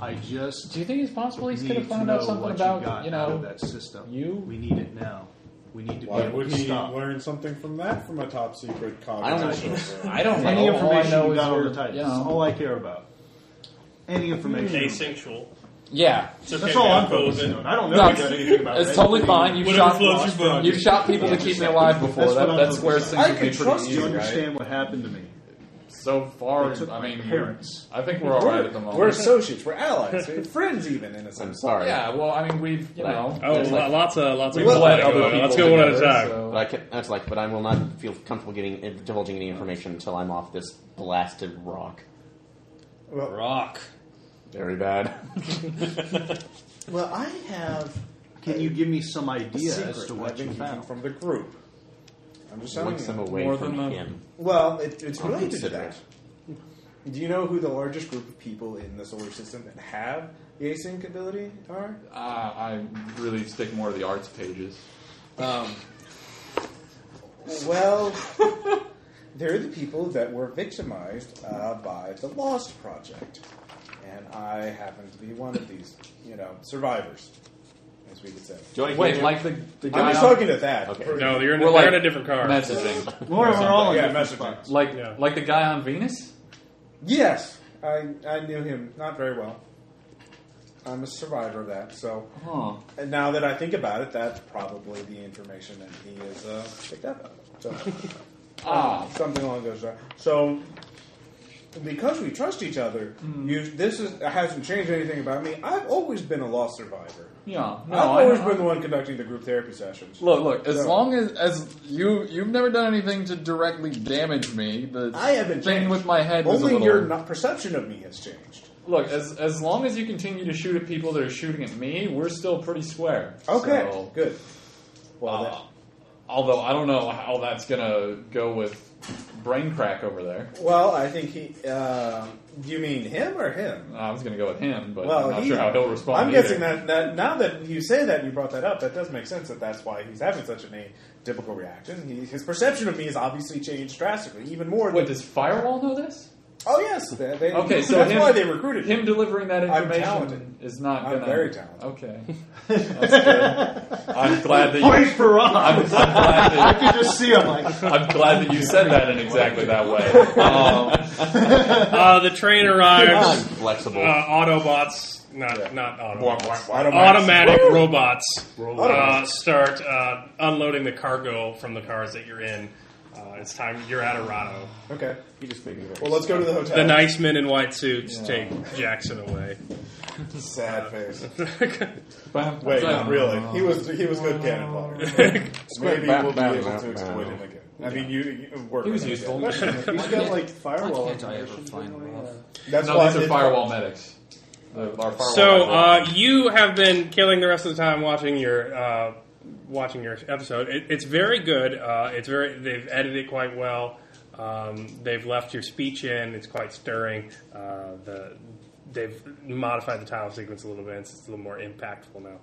Speaker 7: I just
Speaker 8: Do you think it's possible he could
Speaker 7: need
Speaker 8: have
Speaker 7: to
Speaker 8: found
Speaker 7: know
Speaker 8: out something
Speaker 7: what
Speaker 8: about
Speaker 7: you got out of
Speaker 8: know?
Speaker 7: that system.
Speaker 8: you?
Speaker 7: we need it now. We need to
Speaker 3: Why
Speaker 7: be able
Speaker 3: would
Speaker 7: to
Speaker 3: he
Speaker 7: stop.
Speaker 3: learn something from that from a top secret
Speaker 2: I don't
Speaker 3: conference? [LAUGHS]
Speaker 2: know.
Speaker 9: I don't know.
Speaker 7: Any
Speaker 8: All I
Speaker 7: information
Speaker 8: know
Speaker 7: you
Speaker 8: is
Speaker 7: got over
Speaker 8: we're-
Speaker 7: the Titans.
Speaker 8: you know.
Speaker 7: That's all I care about. Any information.
Speaker 5: Asexual.
Speaker 8: Yeah,
Speaker 5: It's okay,
Speaker 7: That's all I'm
Speaker 5: cool with
Speaker 7: focused
Speaker 5: it.
Speaker 7: on. I don't know
Speaker 8: No,
Speaker 7: if you got [LAUGHS] anything about
Speaker 8: it's
Speaker 7: Red
Speaker 8: totally
Speaker 7: Team.
Speaker 8: fine. You've
Speaker 5: Whatever
Speaker 8: shot,
Speaker 5: floats your boat.
Speaker 8: you've shot people to keep me alive before.
Speaker 7: That's what
Speaker 8: That,
Speaker 7: I'm
Speaker 8: that's where
Speaker 7: focused
Speaker 8: things
Speaker 7: on.
Speaker 8: would be pretty
Speaker 7: Do
Speaker 8: easy,
Speaker 7: you
Speaker 8: right?
Speaker 7: understand what happened to me?
Speaker 8: So far,
Speaker 7: They took
Speaker 8: I
Speaker 7: my
Speaker 8: mean,
Speaker 7: parents.
Speaker 8: I think we're all right at the moment.
Speaker 3: We're associates. We're allies. We're friends, even in a
Speaker 2: I'm
Speaker 3: sense.
Speaker 2: sorry.
Speaker 8: yeah, well, I mean, we've you know,
Speaker 5: Oh,
Speaker 2: It's like-
Speaker 5: lots of lots of
Speaker 8: we've let
Speaker 5: going
Speaker 8: other
Speaker 5: on.
Speaker 8: people.
Speaker 5: Let's go one at a
Speaker 8: together,
Speaker 5: time.
Speaker 8: so-
Speaker 2: But I can, that's like, but I will not feel comfortable getting eh, divulging any information until I'm off this blasted rock.
Speaker 3: Well,
Speaker 9: Rock.
Speaker 2: Very bad.
Speaker 3: [LAUGHS] well, I have
Speaker 7: Can you give me some idea
Speaker 3: secret
Speaker 7: as to
Speaker 3: I've
Speaker 7: what
Speaker 3: been
Speaker 7: you
Speaker 3: keeping
Speaker 7: found?
Speaker 3: from the group. I'm just telling
Speaker 2: Links
Speaker 3: you.
Speaker 2: him away
Speaker 9: More
Speaker 2: from
Speaker 9: than a-
Speaker 2: him.
Speaker 3: Well, it, it's related to
Speaker 2: Considerate.
Speaker 3: that. Do you know who the largest group of people in the solar system that have the async ability are?
Speaker 8: Uh, I really stick more to the arts pages.
Speaker 2: [LAUGHS]
Speaker 3: Well, they're the people that were victimized uh, by the Lost Project, and I happen to be one of these, you know, survivors, as we could say.
Speaker 8: Wait, like the, the guy
Speaker 3: I'm just
Speaker 8: on-
Speaker 3: talking to that.
Speaker 2: Okay.
Speaker 5: No, you're in,
Speaker 8: We're
Speaker 5: they're
Speaker 8: like
Speaker 5: in a different car.
Speaker 8: messaging,
Speaker 7: Or we're all in
Speaker 3: Yeah,
Speaker 7: different
Speaker 3: messaging.
Speaker 7: spots.
Speaker 8: like
Speaker 5: Yeah.
Speaker 8: like the guy on Venus.
Speaker 3: Yes, I I knew him not very well. I'm a survivor of that, so.
Speaker 8: Huh.
Speaker 3: And now that I think about it, that's probably the information that he has uh, picked up. So,
Speaker 8: Ah.
Speaker 3: something along those lines. So, because we trust each other,
Speaker 7: Hmm.
Speaker 3: you, this is, hasn't changed anything about me. I've always been a lost survivor.
Speaker 8: Yeah,
Speaker 3: I've
Speaker 8: no, I-
Speaker 3: always
Speaker 8: I-
Speaker 3: been the one conducting the group therapy sessions.
Speaker 8: Look, look. As
Speaker 3: So-
Speaker 8: long as as you you've never done anything to directly damage me, the
Speaker 3: I haven't
Speaker 8: thing
Speaker 3: changed.
Speaker 8: with my head was a
Speaker 3: Only
Speaker 8: little.
Speaker 3: your no- perception of me has changed.
Speaker 8: Look, as as long as you continue to shoot at people that are shooting at me, we're still pretty square.
Speaker 3: Okay,
Speaker 8: So,
Speaker 3: good. Well,
Speaker 8: uh, although I don't know how that's gonna go with brain crack over there.
Speaker 3: that, well, I think he. Uh, you mean him or him?
Speaker 8: I was gonna go with him, but
Speaker 3: Well,
Speaker 8: I'm not
Speaker 3: he-
Speaker 8: sure how he'll respond.
Speaker 3: I'm
Speaker 8: either.
Speaker 3: guessing that, that now that you say that and you brought that up, that does make sense that that's why he's having such an atypical reaction. He, his perception of me has obviously changed drastically, even more.
Speaker 8: Wait,
Speaker 3: Than,
Speaker 8: does Firewall know this?
Speaker 3: oh yes, they, they,
Speaker 8: Okay, so
Speaker 3: that's
Speaker 8: him,
Speaker 3: why they recruited
Speaker 8: him
Speaker 3: me.
Speaker 8: delivering that
Speaker 3: I'm
Speaker 8: information
Speaker 3: talented.
Speaker 8: is not
Speaker 3: I'm
Speaker 8: gonna.
Speaker 3: very talented.
Speaker 8: Okay, That's good. I'm glad that you.
Speaker 7: Point for Rob.
Speaker 8: I'm, I'm glad that
Speaker 7: I could just see him like.
Speaker 8: I'm glad that you said that in exactly that way. Um,
Speaker 5: Uh, the train
Speaker 8: [LAUGHS]
Speaker 2: I'm
Speaker 5: arrives. Uh,
Speaker 2: [LAUGHS] flexible.
Speaker 5: Autobots, not not Autobots. Automatic robots uh, start uh, unloading the cargo from the cars that you're in. Uh, it's time you're at Arado.
Speaker 3: Okay,
Speaker 2: you just made me very
Speaker 3: well let's go to the hotel.
Speaker 5: The nice men in white suits take Jackson away.
Speaker 3: Sad
Speaker 8: [LAUGHS]
Speaker 3: face.
Speaker 8: Wait,
Speaker 3: [LAUGHS] Wait, not really. He was he was good cannon
Speaker 8: [LAUGHS]
Speaker 3: fodder. Maybe
Speaker 2: bam,
Speaker 3: we'll be
Speaker 2: bam,
Speaker 3: able
Speaker 2: bam,
Speaker 3: to exploit
Speaker 2: bam.
Speaker 3: him again. I mean, you, you work.
Speaker 9: He was
Speaker 3: with him
Speaker 9: useful.
Speaker 3: again.
Speaker 8: [LAUGHS]
Speaker 7: He's got like firewall.
Speaker 9: can't I ever find
Speaker 7: information.
Speaker 9: Rob?
Speaker 3: That's
Speaker 8: no,
Speaker 3: why
Speaker 8: these are
Speaker 3: it-
Speaker 8: firewall medics. The, our firewall
Speaker 5: So
Speaker 8: has
Speaker 5: uh, you have been killing the rest of the time watching your uh, watching your episode. It, it's very good. Uh, it's very they've edited it quite well. Um, they've left your speech in. It's quite stirring. Uh, the they've modified the title sequence a little bit. It's a little more impactful now.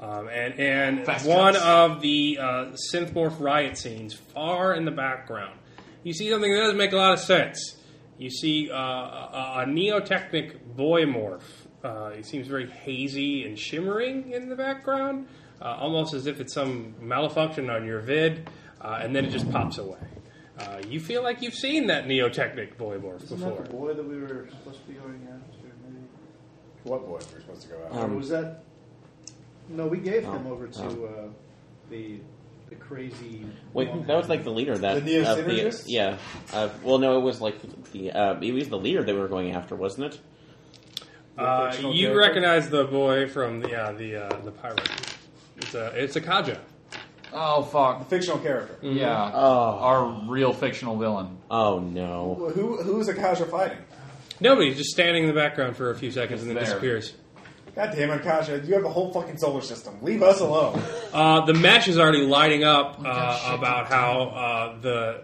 Speaker 5: Um, and and
Speaker 4: Fast
Speaker 5: one
Speaker 4: cuts.
Speaker 5: of the uh, synthmorph riot scenes far in the background. You see something that doesn't make a lot of sense. You see uh, a, a neotechnic boy morph. Uh, it seems very hazy and shimmering in the background, uh, almost as if it's some malfunction on your vid, uh, and then it just pops away. Uh, you feel like you've seen that neotechnic boy morph
Speaker 7: Isn't that
Speaker 5: before.
Speaker 7: the boy that we were supposed to be going after? Maybe.
Speaker 3: What boy we're supposed to go after?
Speaker 7: Or was that? No, we gave him
Speaker 2: Oh,
Speaker 7: over to
Speaker 2: oh.
Speaker 7: uh, the the crazy.
Speaker 2: Wait,
Speaker 7: blonde-
Speaker 2: that was like the leader of that.
Speaker 3: The Neo
Speaker 2: of
Speaker 3: Synergists?
Speaker 2: yeah. Uh, well, no, it was like the. Uh, it was the leader that we were going after, wasn't it?
Speaker 5: Uh,
Speaker 3: fictional
Speaker 5: you
Speaker 3: character?
Speaker 5: recognize the boy from the uh, the uh, the pirate. It's a it's a Kaja.
Speaker 8: one. Oh fuck!
Speaker 3: Fictional character.
Speaker 5: um,
Speaker 8: Yeah,
Speaker 2: Oh.
Speaker 8: our real fictional villain.
Speaker 2: Oh no.
Speaker 3: Who Who who is Akasha fighting?
Speaker 5: Nobody's just standing in the background for a few seconds and then
Speaker 8: there.
Speaker 5: disappears.
Speaker 3: God damn it, Akasha! You have the whole fucking solar system. Leave us
Speaker 8: [LAUGHS]
Speaker 3: alone.
Speaker 5: Uh, the mesh is already lighting up
Speaker 3: Oh,
Speaker 5: uh, about how uh, the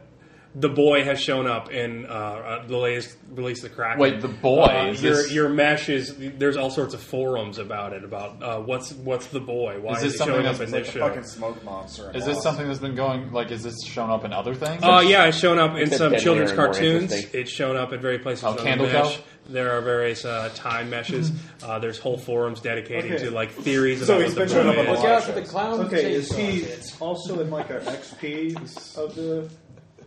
Speaker 5: the boy has shown up in uh, uh, the latest release of the Kraken.
Speaker 8: Wait, the boy,
Speaker 5: Uh,
Speaker 8: is
Speaker 5: your
Speaker 8: this-
Speaker 5: your mesh is there's all sorts of forums about it about uh, what's what's the boy? Why
Speaker 8: Is
Speaker 5: is,
Speaker 8: this
Speaker 5: he
Speaker 8: something
Speaker 5: showing up
Speaker 8: that's
Speaker 5: in
Speaker 3: like
Speaker 5: this
Speaker 3: the
Speaker 5: show?
Speaker 3: fucking smoke monster. in
Speaker 8: Is this
Speaker 3: Lost.
Speaker 8: something that's been going? Like, is this shown up in other things?
Speaker 5: Oh yeah, it's shown up in
Speaker 2: Except
Speaker 5: some
Speaker 2: deadlier
Speaker 5: children's
Speaker 2: and more
Speaker 5: cartoons.
Speaker 2: interesting.
Speaker 5: It's shown up in various places
Speaker 8: Oh,
Speaker 5: on
Speaker 8: Candle
Speaker 5: the
Speaker 8: Cow?
Speaker 5: mesh. There are various uh,
Speaker 8: [LAUGHS]
Speaker 5: time meshes. uh, there's whole forums dedicated
Speaker 7: Okay.
Speaker 5: to like theories
Speaker 3: So
Speaker 5: about
Speaker 3: he's been
Speaker 5: what the
Speaker 3: showing
Speaker 5: boy
Speaker 3: up on
Speaker 5: is.
Speaker 3: the
Speaker 9: Look out for the clown.
Speaker 7: Okay, is
Speaker 9: chainsaw
Speaker 7: he
Speaker 9: kids.
Speaker 7: also in like our XP of the?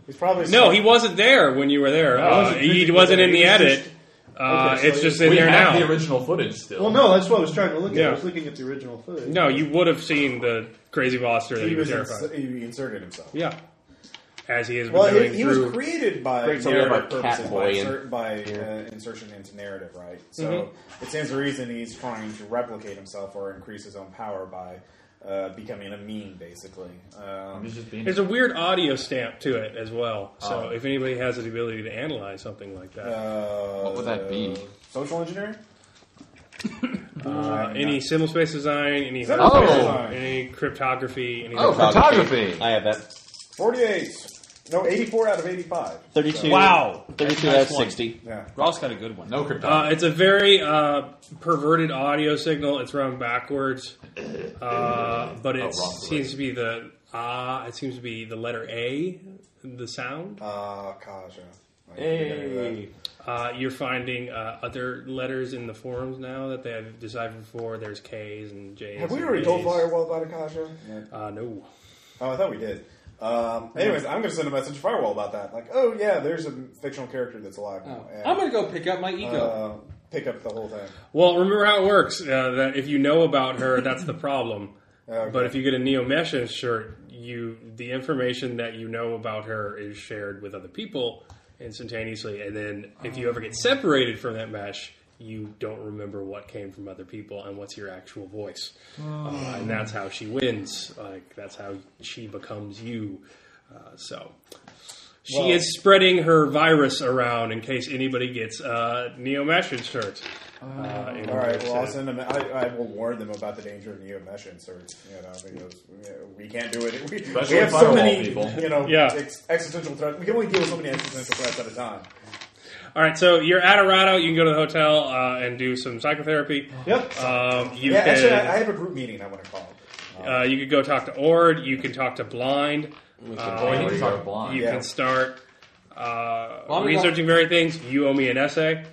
Speaker 3: He's probably
Speaker 5: No, he wasn't there when you were there. Uh,
Speaker 7: wasn't
Speaker 5: he
Speaker 7: physically
Speaker 5: wasn't
Speaker 7: there.
Speaker 5: in the
Speaker 7: He was
Speaker 5: edit.
Speaker 7: just-
Speaker 5: Uh,
Speaker 7: Okay, so
Speaker 5: it's just
Speaker 7: he-
Speaker 5: in
Speaker 8: we
Speaker 5: there
Speaker 8: have the
Speaker 5: now.
Speaker 8: original footage still.
Speaker 7: Well, no, that's what I was trying to look at.
Speaker 5: Yeah.
Speaker 7: I was looking at the original footage.
Speaker 5: No, you would have seen the crazy monster that
Speaker 3: He
Speaker 5: you were
Speaker 3: was
Speaker 5: terrified.
Speaker 3: ins- he inserted himself.
Speaker 5: yeah, as he is
Speaker 3: Well,
Speaker 5: doing
Speaker 3: he, he was
Speaker 5: through.
Speaker 3: created by
Speaker 2: Great story
Speaker 3: narrative
Speaker 2: about
Speaker 3: purposes, by,
Speaker 2: Catboy and-
Speaker 3: insert, by uh, insertion into narrative, right? So it stands to reason he's trying to replicate himself or increase his own power by uh, becoming a meme, basically. Um,
Speaker 8: He's just being-
Speaker 5: There's a weird audio stamp to it as well. So
Speaker 8: Oh.
Speaker 5: if anybody has the ability to analyze something like that,
Speaker 3: uh,
Speaker 8: What would that be?
Speaker 3: Social engineering?
Speaker 5: uh, any symbol space design, any
Speaker 3: Symbol
Speaker 8: space
Speaker 5: hardware,
Speaker 3: design.
Speaker 5: any cryptography, any
Speaker 8: Oh, photography.
Speaker 2: I have that.
Speaker 3: 48! No, 84 out of 85.
Speaker 2: Thirty-two.
Speaker 9: Wow.
Speaker 2: Thirty-two out
Speaker 9: Nice
Speaker 2: of
Speaker 9: one.
Speaker 2: sixty.
Speaker 3: Yeah.
Speaker 9: Ross got a good one.
Speaker 8: No cryptography.
Speaker 5: Uh, it's a very uh, perverted audio signal. It's run backwards, uh, but it
Speaker 8: wrong
Speaker 5: seems to be the ah. it seems to be the letter A, the sound.
Speaker 3: Uh, Kaja. I
Speaker 2: Hey.
Speaker 5: Uh, you're finding uh, other letters in the forums now that they have deciphered for. There's K's and J's.
Speaker 3: Have we
Speaker 5: and
Speaker 3: already
Speaker 5: A's.
Speaker 3: told Firewall about Akasha?
Speaker 5: Uh, no.
Speaker 3: Oh, I thought we did. Um, anyways, I'm going to send a message to Firewall about that. Like, oh yeah, there's a fictional character that's alive now. And,
Speaker 9: Oh. I'm gonna go pick up my ego.
Speaker 3: uh, pick up the whole thing.
Speaker 5: Well, remember how it works. Uh, that if you know about her, that's the problem.
Speaker 3: Okay.
Speaker 5: But if you get a Neo Mesha shirt, you the information that you know about her is shared with other people instantaneously, and then if you ever get separated from that mesh, you don't remember what came from other people and what's your actual voice, uh, and that's how she wins. Like that's how she becomes you. Uh, so. She
Speaker 3: Well-
Speaker 5: is spreading her virus around in case anybody gets uh, Neo Mesha shirt. Uh, in
Speaker 3: All right, well, I'll
Speaker 5: order to-
Speaker 3: send them. I, I will warn them about the danger of neo mesh inserts. You know, because you know, we can't do it. We, we
Speaker 8: Especially
Speaker 3: have so
Speaker 8: firewall
Speaker 3: many,
Speaker 8: people.
Speaker 3: you know,
Speaker 5: Yeah.
Speaker 3: ex- existential threats. We can only deal with so many existential threats at a time.
Speaker 5: All right, so you're at Arado. You can go to the hotel uh, and do some psychotherapy.
Speaker 3: Yep.
Speaker 7: Uh,
Speaker 5: Um, you
Speaker 3: yeah,
Speaker 5: can
Speaker 3: actually, I, I have a group meeting I want to call.
Speaker 5: uh, you could go talk to Ord. You can talk to Blind.
Speaker 8: Boy, he
Speaker 5: Uh,
Speaker 8: can talk blind.
Speaker 5: you
Speaker 3: Yeah.
Speaker 5: can start uh,
Speaker 9: Well, I'm gonna
Speaker 5: researching various things. You owe me an essay.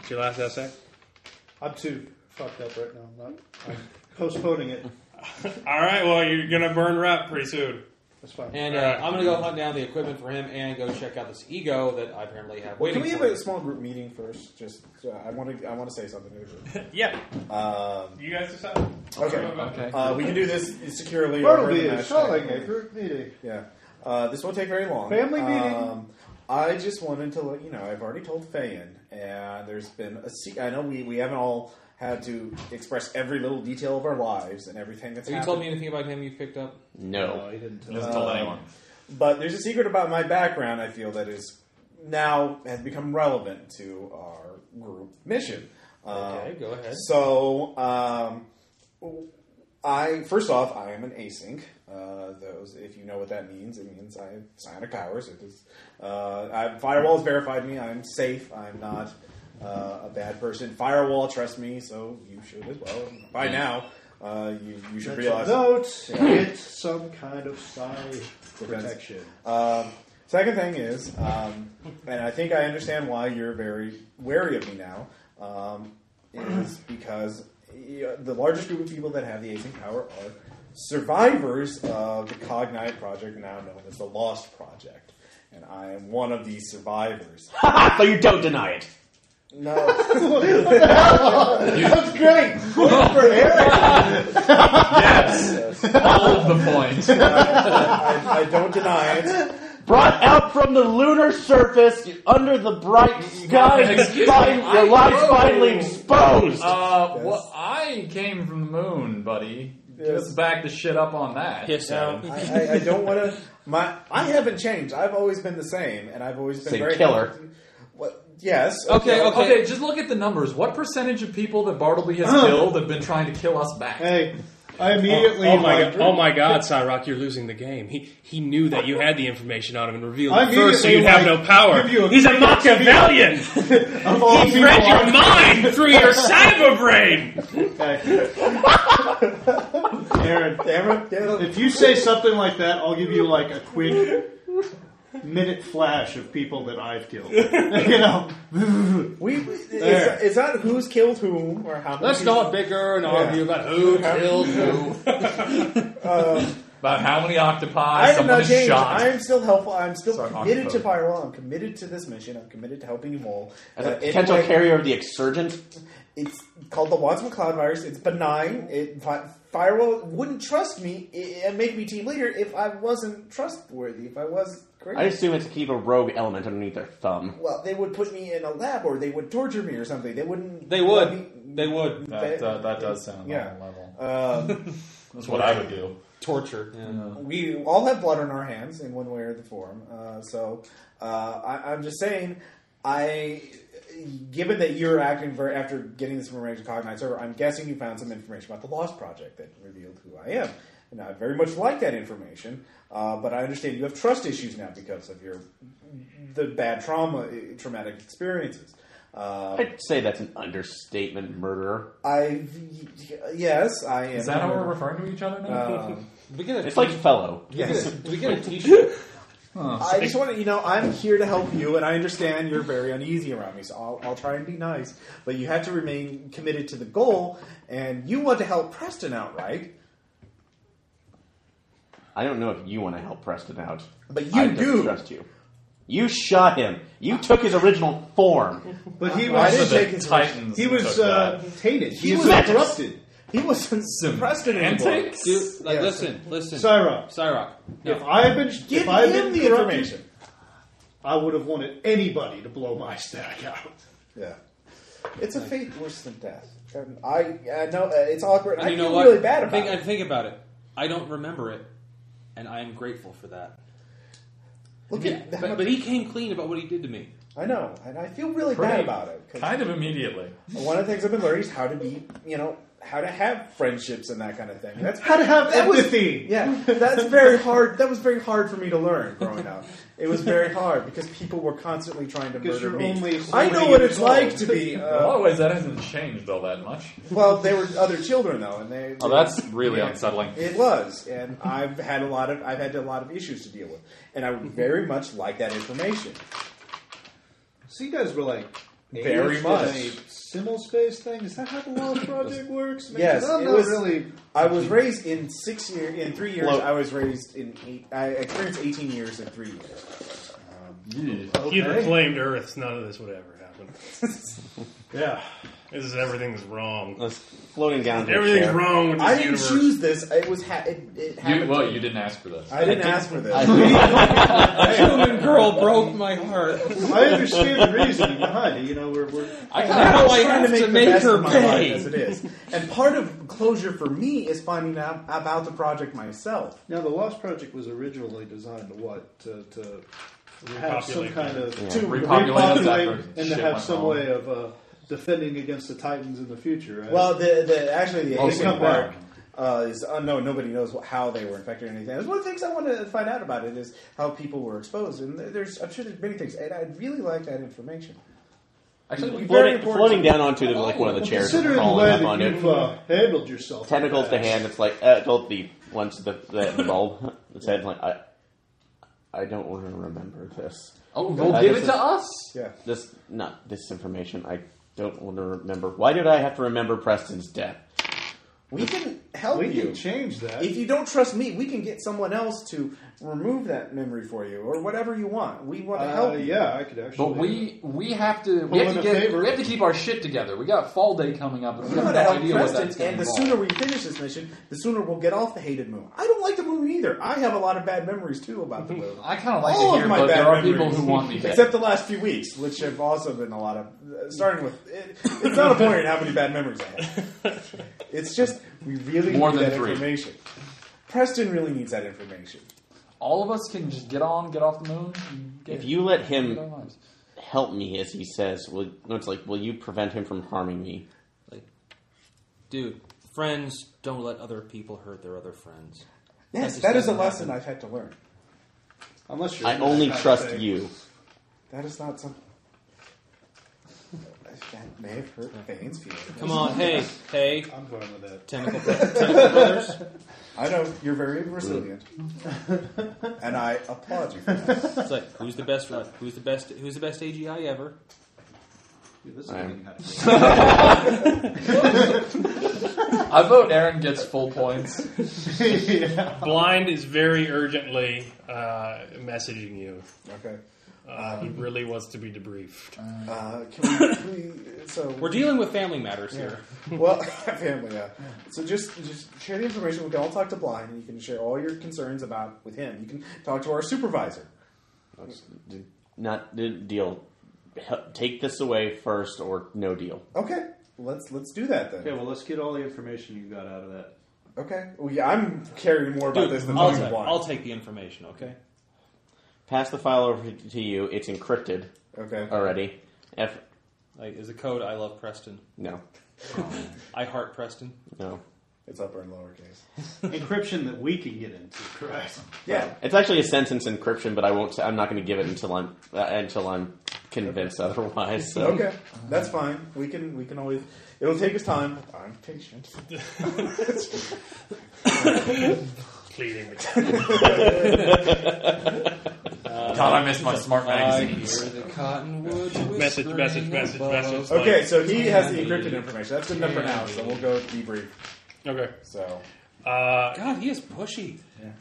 Speaker 5: It's your last essay.
Speaker 7: I'm too fucked up right now. I'm, not, I'm postponing it.
Speaker 5: All right. Well, you're gonna burn rep pretty soon.
Speaker 7: That's fine.
Speaker 9: And uh, I'm gonna go hunt down the equipment for him and go check out this ego that I apparently have
Speaker 3: Well, can
Speaker 9: waiting
Speaker 3: we have
Speaker 9: for
Speaker 3: a
Speaker 9: me.
Speaker 3: small group meeting first? Just uh, I want to I want to say something to the group.
Speaker 5: Yeah.
Speaker 3: Um,
Speaker 5: You guys decide.
Speaker 3: okay.
Speaker 8: Okay.
Speaker 3: Uh, we can do this securely. over
Speaker 7: Bartleby
Speaker 3: the
Speaker 7: is
Speaker 3: match.
Speaker 7: calling a group meeting.
Speaker 3: Yeah. Uh, this won't take very long.
Speaker 7: Family meeting.
Speaker 3: Um, I just wanted to let you know, I've already told Fayan, and there's been a se- I know we, we haven't all had to express every little detail of our lives and everything that's
Speaker 9: Have you
Speaker 3: happened.
Speaker 9: told me anything about him you picked up?
Speaker 2: No.
Speaker 7: he didn't tell
Speaker 8: He Uh, hasn't told anyone.
Speaker 3: But there's a secret about my background I feel that is now has become relevant to our group mission. Um,
Speaker 9: Okay, go ahead.
Speaker 3: So, um, I first off, I am an async. Uh, those, if you know what that means, it means I have psionic powers. It is uh, I, firewall has verified me. I'm safe. I'm not uh, a bad person. Firewall trusts me, so you should as well. By now, uh, you, you should realize.
Speaker 10: Note, get some kind of psi protection.
Speaker 3: Um, second thing is, um, and I think I understand why you're very wary of me now, um, is because y- the largest group of people that have the async power are survivors of the Cognite Project, now known as the Lost Project. And I am one of these survivors.
Speaker 2: [LAUGHS] so you don't deny it.
Speaker 3: No,
Speaker 10: That's great! Good for Eric!
Speaker 8: the Uh,
Speaker 3: [LAUGHS]
Speaker 8: point.
Speaker 3: I, I don't deny it.
Speaker 2: Brought out from the lunar surface under the bright sky,
Speaker 8: Excuse me, I-
Speaker 2: your life finally exposed.
Speaker 8: Uh, well, I came from the moon, buddy. Just back the shit up on that.
Speaker 9: Piss out.
Speaker 3: I, I, I don't want to. My I haven't changed. I've always been the same, and I've always been
Speaker 2: Same
Speaker 3: very
Speaker 2: killer.
Speaker 3: What? Yes.
Speaker 8: Okay,
Speaker 3: okay.
Speaker 8: okay, just look at the numbers. What percentage of people that Bartleby has
Speaker 9: Uh-huh.
Speaker 8: killed have been trying to kill us
Speaker 9: Uh,
Speaker 8: back?
Speaker 10: Hey, I immediately.
Speaker 5: Oh my, god,
Speaker 10: wondered-
Speaker 5: oh my god, Cyrock, you're losing the game. He he knew that you had the information on him and revealed
Speaker 10: I
Speaker 5: it first, so
Speaker 10: immediately,
Speaker 5: you'd have
Speaker 10: like,
Speaker 5: no power.
Speaker 10: give you a
Speaker 5: He's a
Speaker 10: big [LAUGHS]
Speaker 5: Machiavellian!
Speaker 10: Of all
Speaker 5: He
Speaker 10: people
Speaker 5: read
Speaker 10: on-
Speaker 5: your mind through
Speaker 10: [LAUGHS]
Speaker 5: your cyber brain!
Speaker 10: Aaron,
Speaker 3: Damn it! Damn it.
Speaker 10: if you say something like that, I'll give you like a quick minute flash of people that I've killed.
Speaker 3: [LAUGHS]
Speaker 10: you know,
Speaker 3: We it's,
Speaker 10: There.
Speaker 3: it's not who's killed whom or how. many
Speaker 9: Let's
Speaker 3: people-
Speaker 9: not bicker and argue about who killed who.
Speaker 8: About how many octopi
Speaker 3: I have
Speaker 8: someone
Speaker 3: not
Speaker 8: has
Speaker 3: changed.
Speaker 8: shot.
Speaker 3: I am still helpful. I'm still
Speaker 8: Sorry,
Speaker 3: committed to
Speaker 8: octopus.
Speaker 3: Firewall. I'm committed to this mission. I'm committed to helping you all.
Speaker 2: As a
Speaker 3: Uh, it-
Speaker 2: potential
Speaker 3: like,
Speaker 2: carrier of the exurgent,
Speaker 3: It's called the Watson Cloud virus. It's benign. It, Fi- Firewall wouldn't trust me i- and make me team leader if I wasn't trustworthy. If I was great.
Speaker 2: I assume it's to keep a rogue element underneath their thumb.
Speaker 3: well, they would put me in a lab, or they would torture me, or something. They wouldn't.
Speaker 9: They
Speaker 3: let me-
Speaker 9: would. They would.
Speaker 3: they-
Speaker 4: That,
Speaker 8: uh,
Speaker 4: that, that does sound
Speaker 3: Yeah.
Speaker 4: on a level.
Speaker 3: Um,
Speaker 4: That's what I would do.
Speaker 9: Torture.
Speaker 3: we all have blood on our hands in one way or the form. Uh, so uh, I, I'm just saying, I, given that you're acting for after getting this information from Cognite server, I'm guessing you found some information about the Lost Project that revealed who I am. And I very much like that information, uh, but I understand you have trust issues now because of your the bad trauma, eh, traumatic experiences. Um,
Speaker 2: I'd say that's an understatement, murderer.
Speaker 3: I, yes, I am.
Speaker 8: Is that how we're referring to each other now?
Speaker 3: Um,
Speaker 9: Did we get a,
Speaker 2: It's like fellow.
Speaker 3: yes.
Speaker 9: did we get a t-shirt?
Speaker 3: I just want to, you know, I'm here to help you, and I understand you're very uneasy around me, so I'll, I'll try and be nice. But you have to remain committed to the goal, and you want to help Preston out, right?
Speaker 2: I don't know if you want to help Preston out.
Speaker 3: But you
Speaker 2: I don't
Speaker 3: do.
Speaker 2: trust you. You shot him. You took his original form.
Speaker 10: but he
Speaker 3: I
Speaker 10: was
Speaker 3: didn't take
Speaker 10: the,
Speaker 3: his
Speaker 4: Titans.
Speaker 10: he was
Speaker 4: took
Speaker 10: uh,
Speaker 4: that.
Speaker 10: tainted. He,
Speaker 3: He
Speaker 10: was
Speaker 3: was a-
Speaker 10: corrupted.
Speaker 3: He
Speaker 10: [LAUGHS]
Speaker 3: wasn't Preston anymore.
Speaker 8: Antics?
Speaker 9: Dude, like,
Speaker 3: Yeah.
Speaker 9: listen, listen.
Speaker 10: Cyrus,
Speaker 9: Cyrock. No.
Speaker 10: if I had been,
Speaker 3: Give
Speaker 10: if I had
Speaker 3: him
Speaker 10: been
Speaker 3: the
Speaker 10: corrupted,
Speaker 3: information.
Speaker 10: I would have wanted anybody to blow my stack out.
Speaker 3: Yeah, it's a fate worse than death. And I, I know uh, it's awkward.
Speaker 9: And
Speaker 3: I
Speaker 9: you know
Speaker 3: feel
Speaker 9: what?
Speaker 3: really bad about
Speaker 9: think,
Speaker 3: it.
Speaker 9: I think about it. I don't remember it, and I am grateful for that.
Speaker 3: Look
Speaker 9: Yeah,
Speaker 3: at that.
Speaker 9: but, but he came clean about what he did to [LAUGHS] me.
Speaker 3: I know, and I feel really bad
Speaker 8: Pretty.
Speaker 3: about it. 'cause
Speaker 8: Kind of immediately.
Speaker 3: One of the things I've been learning is how to be, you know, how to have friendships and that kind of thing. That's
Speaker 10: How to have
Speaker 3: That was-
Speaker 10: empathy.
Speaker 3: Yeah, that's very hard. That was very hard for me to learn growing up. It was very hard because people were constantly trying to
Speaker 10: Because
Speaker 3: murder
Speaker 10: you're
Speaker 3: me.
Speaker 10: only so
Speaker 3: I know
Speaker 10: many
Speaker 3: what
Speaker 10: years
Speaker 3: it's like
Speaker 10: old.
Speaker 3: to be.
Speaker 8: In a lot
Speaker 3: Uh,
Speaker 8: of ways, that hasn't changed all that much.
Speaker 3: well, they were other children though, and they.
Speaker 8: Oh, that's really
Speaker 3: Yeah.
Speaker 8: unsettling.
Speaker 3: It was, and I've had a lot of I've had a lot of issues to deal with, and I
Speaker 8: Mm-hmm.
Speaker 3: would very much like that information.
Speaker 10: So you guys were like
Speaker 3: Very
Speaker 10: aliens
Speaker 3: much.
Speaker 10: in a Simul space thing. Is that how the Lost Project works? Man,
Speaker 3: Yes,
Speaker 10: I'm
Speaker 3: it
Speaker 10: not
Speaker 3: was-
Speaker 10: really.
Speaker 3: I was raised in six year in three years.
Speaker 2: Hello.
Speaker 3: I was raised in eight. I experienced eighteen years in three years.
Speaker 5: If you'd
Speaker 10: Okay.
Speaker 5: reclaimed Earth, none of this would ever happen.
Speaker 10: Yeah.
Speaker 5: This is everything's wrong.
Speaker 2: Was floating down to a
Speaker 5: Everything's
Speaker 2: chair.
Speaker 5: wrong with this
Speaker 3: I didn't
Speaker 5: universe.
Speaker 3: choose this. It was ha- it, it happened.
Speaker 8: You, well, you didn't ask for this.
Speaker 3: I didn't ask for this. [LAUGHS]
Speaker 9: Human girl broke my [LAUGHS] heart.
Speaker 10: I understand the reasoning behind it. You know, we're, we're
Speaker 8: I
Speaker 9: Now I
Speaker 3: I'm trying
Speaker 9: have to
Speaker 3: to
Speaker 9: make,
Speaker 3: make, the best
Speaker 9: her
Speaker 3: of my life
Speaker 9: pay.
Speaker 3: as it is. And part of closure for me is finding out about the project myself.
Speaker 10: now the Lost Project was originally designed to what to, to have some
Speaker 5: Repopulate
Speaker 10: kind of
Speaker 3: To
Speaker 10: to
Speaker 8: repopulate us
Speaker 10: repopulate
Speaker 8: after
Speaker 10: and to
Speaker 8: shit
Speaker 10: have
Speaker 8: went
Speaker 10: some
Speaker 8: wrong.
Speaker 10: way of uh, defending against the Titans in the future, right?
Speaker 3: Well, the, the actually the
Speaker 10: Mostly
Speaker 3: they come
Speaker 10: back.
Speaker 3: back. Uh, is unknown. Nobody knows what, how they were infected or anything. That's one of the things I want to find out about it is how people were exposed. And there- there's, I'm sure there's many things, and I'd really like that information.
Speaker 8: Actually, we
Speaker 3: Very
Speaker 2: floating,
Speaker 3: important.
Speaker 2: floating down onto the, like one of the
Speaker 10: Well,
Speaker 2: chairs, and
Speaker 10: considering the way
Speaker 2: crawling up on
Speaker 10: that
Speaker 2: it.
Speaker 10: you've uh, handled yourself,
Speaker 2: Tentacles to hand. It's like uh, told the once the, the, the bulb. [LAUGHS] It's head like I. I don't want to remember this.
Speaker 8: Oh, well,
Speaker 2: Uh,
Speaker 8: give
Speaker 2: this
Speaker 8: it to
Speaker 2: is-
Speaker 8: us.
Speaker 3: Yeah.
Speaker 2: This not this information. I don't want to remember. Why did I have to remember Preston's death?
Speaker 3: We can help
Speaker 10: we
Speaker 3: you.
Speaker 10: can change that.
Speaker 3: If you don't trust me, we can get someone else to remove that memory for you or whatever you want. We want to
Speaker 10: Uh,
Speaker 3: help you.
Speaker 10: yeah, I could actually.
Speaker 8: But we we have to
Speaker 10: Pull
Speaker 8: we have
Speaker 10: in
Speaker 8: to
Speaker 10: a
Speaker 8: get
Speaker 10: favor.
Speaker 8: we have to keep our shit together. We got fall day coming up, and we
Speaker 3: We
Speaker 8: have
Speaker 3: want
Speaker 8: no
Speaker 3: to help
Speaker 8: idea what
Speaker 3: Preston,
Speaker 8: that's going
Speaker 3: and
Speaker 8: to
Speaker 3: the
Speaker 8: involve.
Speaker 3: sooner we finish this mission, the sooner we'll get off the hated moon. I don't like the moon either. I have a lot of bad memories too about the moon.
Speaker 8: [LAUGHS] I kind of like
Speaker 3: All
Speaker 8: to
Speaker 3: of
Speaker 8: hear,
Speaker 3: my
Speaker 8: but
Speaker 3: bad
Speaker 8: there are
Speaker 3: memories.
Speaker 8: people who
Speaker 3: [LAUGHS]
Speaker 8: want me dead.
Speaker 3: Except the last few weeks, which have also been a lot of. Uh, starting with, it, it's not a point in how many bad memories I have.
Speaker 8: [LAUGHS]
Speaker 3: It's just we really
Speaker 8: More
Speaker 3: need
Speaker 8: than
Speaker 3: that
Speaker 8: three.
Speaker 3: information. Preston really needs that information.
Speaker 8: All of us can just get on, get off the moon. and Get
Speaker 2: If you let him
Speaker 8: get our lives.
Speaker 2: help me, as he says, will, no, it's like, will you prevent him from harming me?
Speaker 9: Like, dude, friends don't let other people hurt their other friends.
Speaker 3: Yes,
Speaker 9: just
Speaker 3: that is a
Speaker 9: doesn't
Speaker 3: lesson
Speaker 9: happen.
Speaker 3: I've had to learn.
Speaker 10: unless you're
Speaker 2: I
Speaker 10: in that
Speaker 2: only
Speaker 10: kind of
Speaker 2: trust
Speaker 10: thing.
Speaker 2: you.
Speaker 3: That is not something. That may have hurt Thane's feelings.
Speaker 9: Come on, hey, hey,
Speaker 10: I'm going with that.
Speaker 9: tentacle, bro- tentacle brothers.
Speaker 3: I know you're very
Speaker 9: [LAUGHS]
Speaker 3: resilient, and I applaud you. For that.
Speaker 9: It's like who's the best? Who's the best? Who's the best AGI ever?
Speaker 10: Dude, this
Speaker 2: I-
Speaker 10: thing had a-
Speaker 3: [LAUGHS]
Speaker 8: I vote Aaron gets full points.
Speaker 5: Blind is very urgently uh, messaging you.
Speaker 3: Okay.
Speaker 5: Uh, he really wants to be debriefed.
Speaker 3: Uh, can we, can we- so
Speaker 9: We're dealing with family matters here.
Speaker 3: well, [LAUGHS] family. Yeah. So just just share the information. We can all talk to Blind, and you can share all your concerns about with him. You can talk to our supervisor.
Speaker 2: D- Not d- deal. Help- Take this away first, or no deal.
Speaker 3: Okay, let's let's do that then.
Speaker 10: Okay,
Speaker 3: Okay.
Speaker 10: well, let's get all the information you got out of [LAUGHS] that.
Speaker 3: Well, yeah, I'm caring more about
Speaker 9: Dude,
Speaker 3: this than
Speaker 9: I'll,
Speaker 3: talking to
Speaker 9: take,
Speaker 3: Blind.
Speaker 9: I'll take the information. Okay.
Speaker 2: Pass the file over to you. It's encrypted
Speaker 3: okay.
Speaker 2: already. F.
Speaker 9: Like, is the code I love Preston?
Speaker 2: No,
Speaker 9: I heart Preston.
Speaker 2: no.
Speaker 3: It's upper and lowercase.
Speaker 10: Encryption that we can get into, correct?
Speaker 3: Yeah.
Speaker 2: It's actually a sentence encryption, but I won't. I'm not going to give it until I'm uh, until I'm convinced otherwise. So.
Speaker 3: Okay, that's fine. We can we can always. It'll take us time. I'm patient.
Speaker 5: Pleading with
Speaker 10: [LAUGHS]
Speaker 8: God, I missed my smart magazine.
Speaker 9: the cottonwood
Speaker 5: Message, message, message, message.
Speaker 3: Okay, so he has the encrypted information. That's good enough for now. So we'll go debrief.
Speaker 5: Okay.
Speaker 3: So
Speaker 5: Uh,
Speaker 9: Oh, God, he is pushy.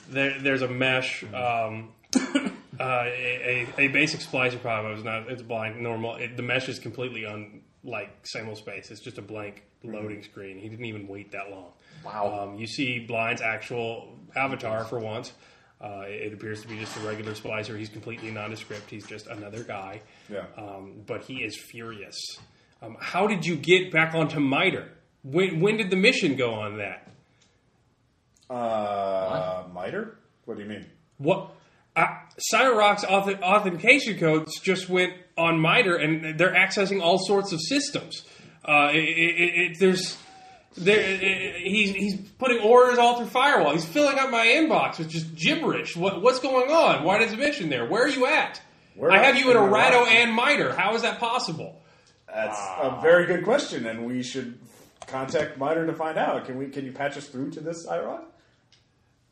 Speaker 5: there, there's a mesh. Um, uh, a, a, a basic splicer problem is not. It's blind normal. It, the mesh is completely on like single space. It's just a blank loading screen. He didn't even wait that long.
Speaker 8: Wow.
Speaker 5: Um, you see blind's actual avatar for once. Uh, it it appears to be just a regular splicer. He's completely nondescript. He's just another guy.
Speaker 3: Yeah.
Speaker 5: Um, but he is furious. Um, how did you get back onto MITRE? When, when did the mission go on that?
Speaker 3: Uh, miter? What do you mean?
Speaker 5: What? Uh, Cyrock's auth- authentication codes just went on MITRE, and they're accessing all sorts of systems. Uh, it, it, it, there's there, it- it- he's he's putting orders all through firewall. He's filling up my inbox with just gibberish. What what's going on? Why is the mission there? Where are you at?
Speaker 3: Where
Speaker 5: I have
Speaker 3: else
Speaker 5: you in
Speaker 3: am I
Speaker 5: Arado
Speaker 3: at?
Speaker 5: and MITRE. How is that possible?
Speaker 3: That's a very good question, and we should contact miter to find out. Can we? Can you patch us through to this Irod?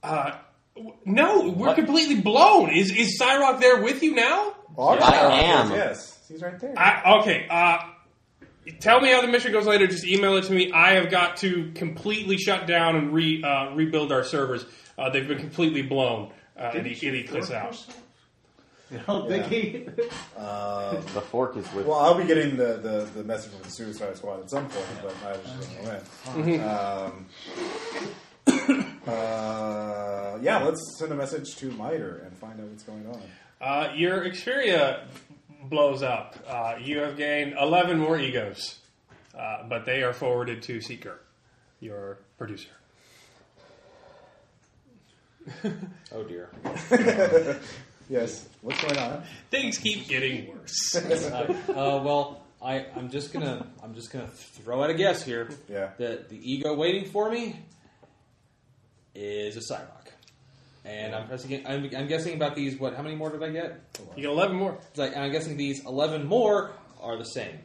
Speaker 5: Uh, w- no, we're completely blown. Is is Cyrock there with you now?
Speaker 3: Well,
Speaker 2: I
Speaker 3: Cyrock
Speaker 2: am.
Speaker 3: is, Yes, he's right there.
Speaker 5: I, okay. Uh, tell me how the mission goes later. Just email it to me. I have got to completely shut down and re, uh, rebuild our servers. Uh, they've been completely blown. Uh, and he, and he clicks out.
Speaker 10: I don't think he.
Speaker 2: The fork is with.
Speaker 3: well, I'll be getting the, the, the message from the Suicide Squad at some point, but I was just going to win. Um, [COUGHS] uh, yeah, let's send a message to Miter and find out what's going on.
Speaker 5: Uh, your Xperia blows up. Uh, you have gained 11 more egos, uh, but they are forwarded to Seeker, your producer.
Speaker 9: Oh dear.
Speaker 3: Yes, what's going on?
Speaker 5: [LAUGHS] Things keep getting worse.
Speaker 9: Uh, uh, well, I, I'm just gonna I'm just gonna throw out a guess here.
Speaker 3: Yeah.
Speaker 9: That the ego waiting for me is a Psyrock. And I'm pressing I'm, I'm guessing about these what how many more did I get?
Speaker 5: You get 11 more.
Speaker 9: It's like and I'm guessing these eleven more are the same.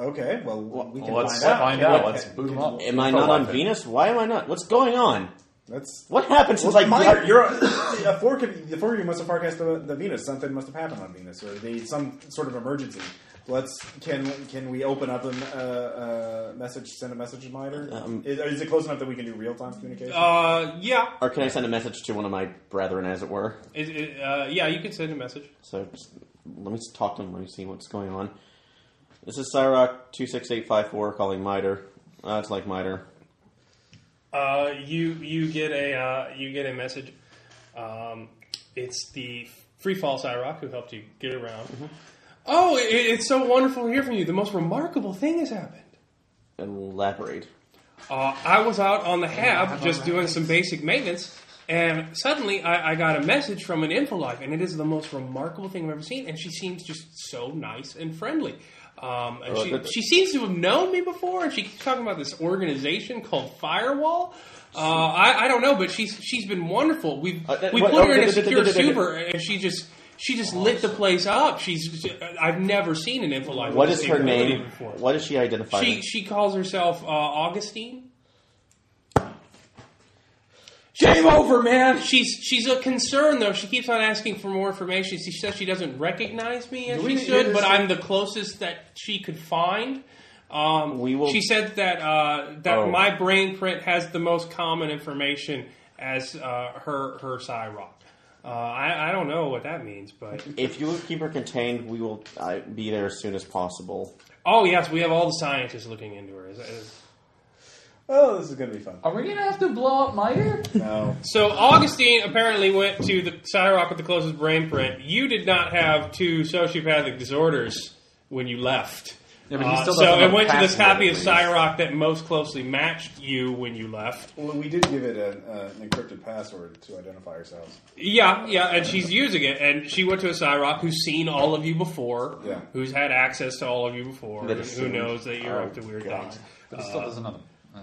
Speaker 3: Okay, well, we can
Speaker 4: Let's
Speaker 3: find out.
Speaker 4: find out. Let's boot them up.
Speaker 2: Am I not on
Speaker 4: Proactive.
Speaker 2: Venus? Why am I not? What's going on?
Speaker 3: That's
Speaker 2: What happened since
Speaker 3: Well,
Speaker 2: I
Speaker 3: Mike,
Speaker 2: you're,
Speaker 3: [COUGHS] the four could, the four of you must have forecast the, the Venus. Something must have happened on Venus, or the, some sort of emergency. Let's can can we open up a uh, uh, message? Send a message reminder.
Speaker 2: Um,
Speaker 3: is, is it close enough that we can do real time communication?
Speaker 5: Uh, yeah.
Speaker 2: or can I send a message to one of my brethren, as it were?
Speaker 5: It, it, uh, yeah, you can send a message.
Speaker 2: So just, let me just talk to him. Let me see what's going on. This is Cyrock two six eight five four calling Miter. Uh, it's like Miter.
Speaker 5: Uh, you you get a uh, you get a message. Um, it's the free fall Cyrock who helped you get around. Oh, it, it's so wonderful to hear from you. The most remarkable thing has happened.
Speaker 2: Elaborate.
Speaker 5: Uh, I was out on the hab just doing some basic maintenance, and suddenly I, I got a message from an infolife, and it is the most remarkable thing I've ever seen. And she seems just so nice and friendly. Um, and
Speaker 2: Well,
Speaker 5: she,
Speaker 2: that's-
Speaker 5: she seems to have known me before, and she keeps talking about this organization called Firewall. Uh, I, I don't know, but she's she's been wonderful. We
Speaker 2: Uh, that-
Speaker 5: we
Speaker 2: what-
Speaker 5: put her
Speaker 2: oh,
Speaker 5: in a
Speaker 2: d- d- d-
Speaker 5: secure
Speaker 2: d- d- d-
Speaker 5: super, and she just she just lit the place up. She's I've never seen an infolife.
Speaker 2: What
Speaker 5: with this
Speaker 2: is her
Speaker 5: capability
Speaker 2: name?
Speaker 5: Before.
Speaker 2: What does she identify?
Speaker 5: She
Speaker 2: with?
Speaker 5: she calls herself uh, Augustine.
Speaker 2: Game over, man.
Speaker 5: She's she's a concern though. She keeps on asking for more information. She says she doesn't recognize me as
Speaker 3: Do we-
Speaker 5: she should,
Speaker 3: is-
Speaker 5: but I'm the closest that she could find. Um,
Speaker 2: We will-
Speaker 5: She said that uh, that
Speaker 2: Oh.
Speaker 5: my brain print has the most common information as uh, her her Psyrock. Uh, I, I don't know what that means, but
Speaker 2: If you keep her contained, we will uh, be there as soon as possible.
Speaker 5: oh yes, we have all the scientists looking into her. Is- is-
Speaker 3: oh, this is gonna be fun.
Speaker 5: um,
Speaker 8: Are we gonna have to blow up Miter?
Speaker 3: No,
Speaker 5: So Augustine apparently went to the Cyrock with the closest brain print. You did not have two sociopathic disorders when you left.
Speaker 8: Yeah, but he
Speaker 5: Uh,
Speaker 8: still
Speaker 5: so
Speaker 8: doesn't
Speaker 5: it
Speaker 8: have
Speaker 5: went to this
Speaker 8: passing it,
Speaker 5: copy
Speaker 8: at
Speaker 5: of
Speaker 8: least.
Speaker 5: Cyrock that most closely matched you when you left.
Speaker 3: well, we did give it an, uh, an encrypted password to identify ourselves.
Speaker 5: Yeah, yeah, and she's using it, and she went to a Cyrock who's seen all of you before,
Speaker 3: Yeah.
Speaker 5: who's had access to all of you before,
Speaker 2: That
Speaker 5: and
Speaker 2: is
Speaker 5: who
Speaker 2: so-
Speaker 5: knows that you're
Speaker 2: oh,
Speaker 5: up to weird
Speaker 2: God.
Speaker 5: things. uh-huh.
Speaker 8: But he still doesn't know. Uh,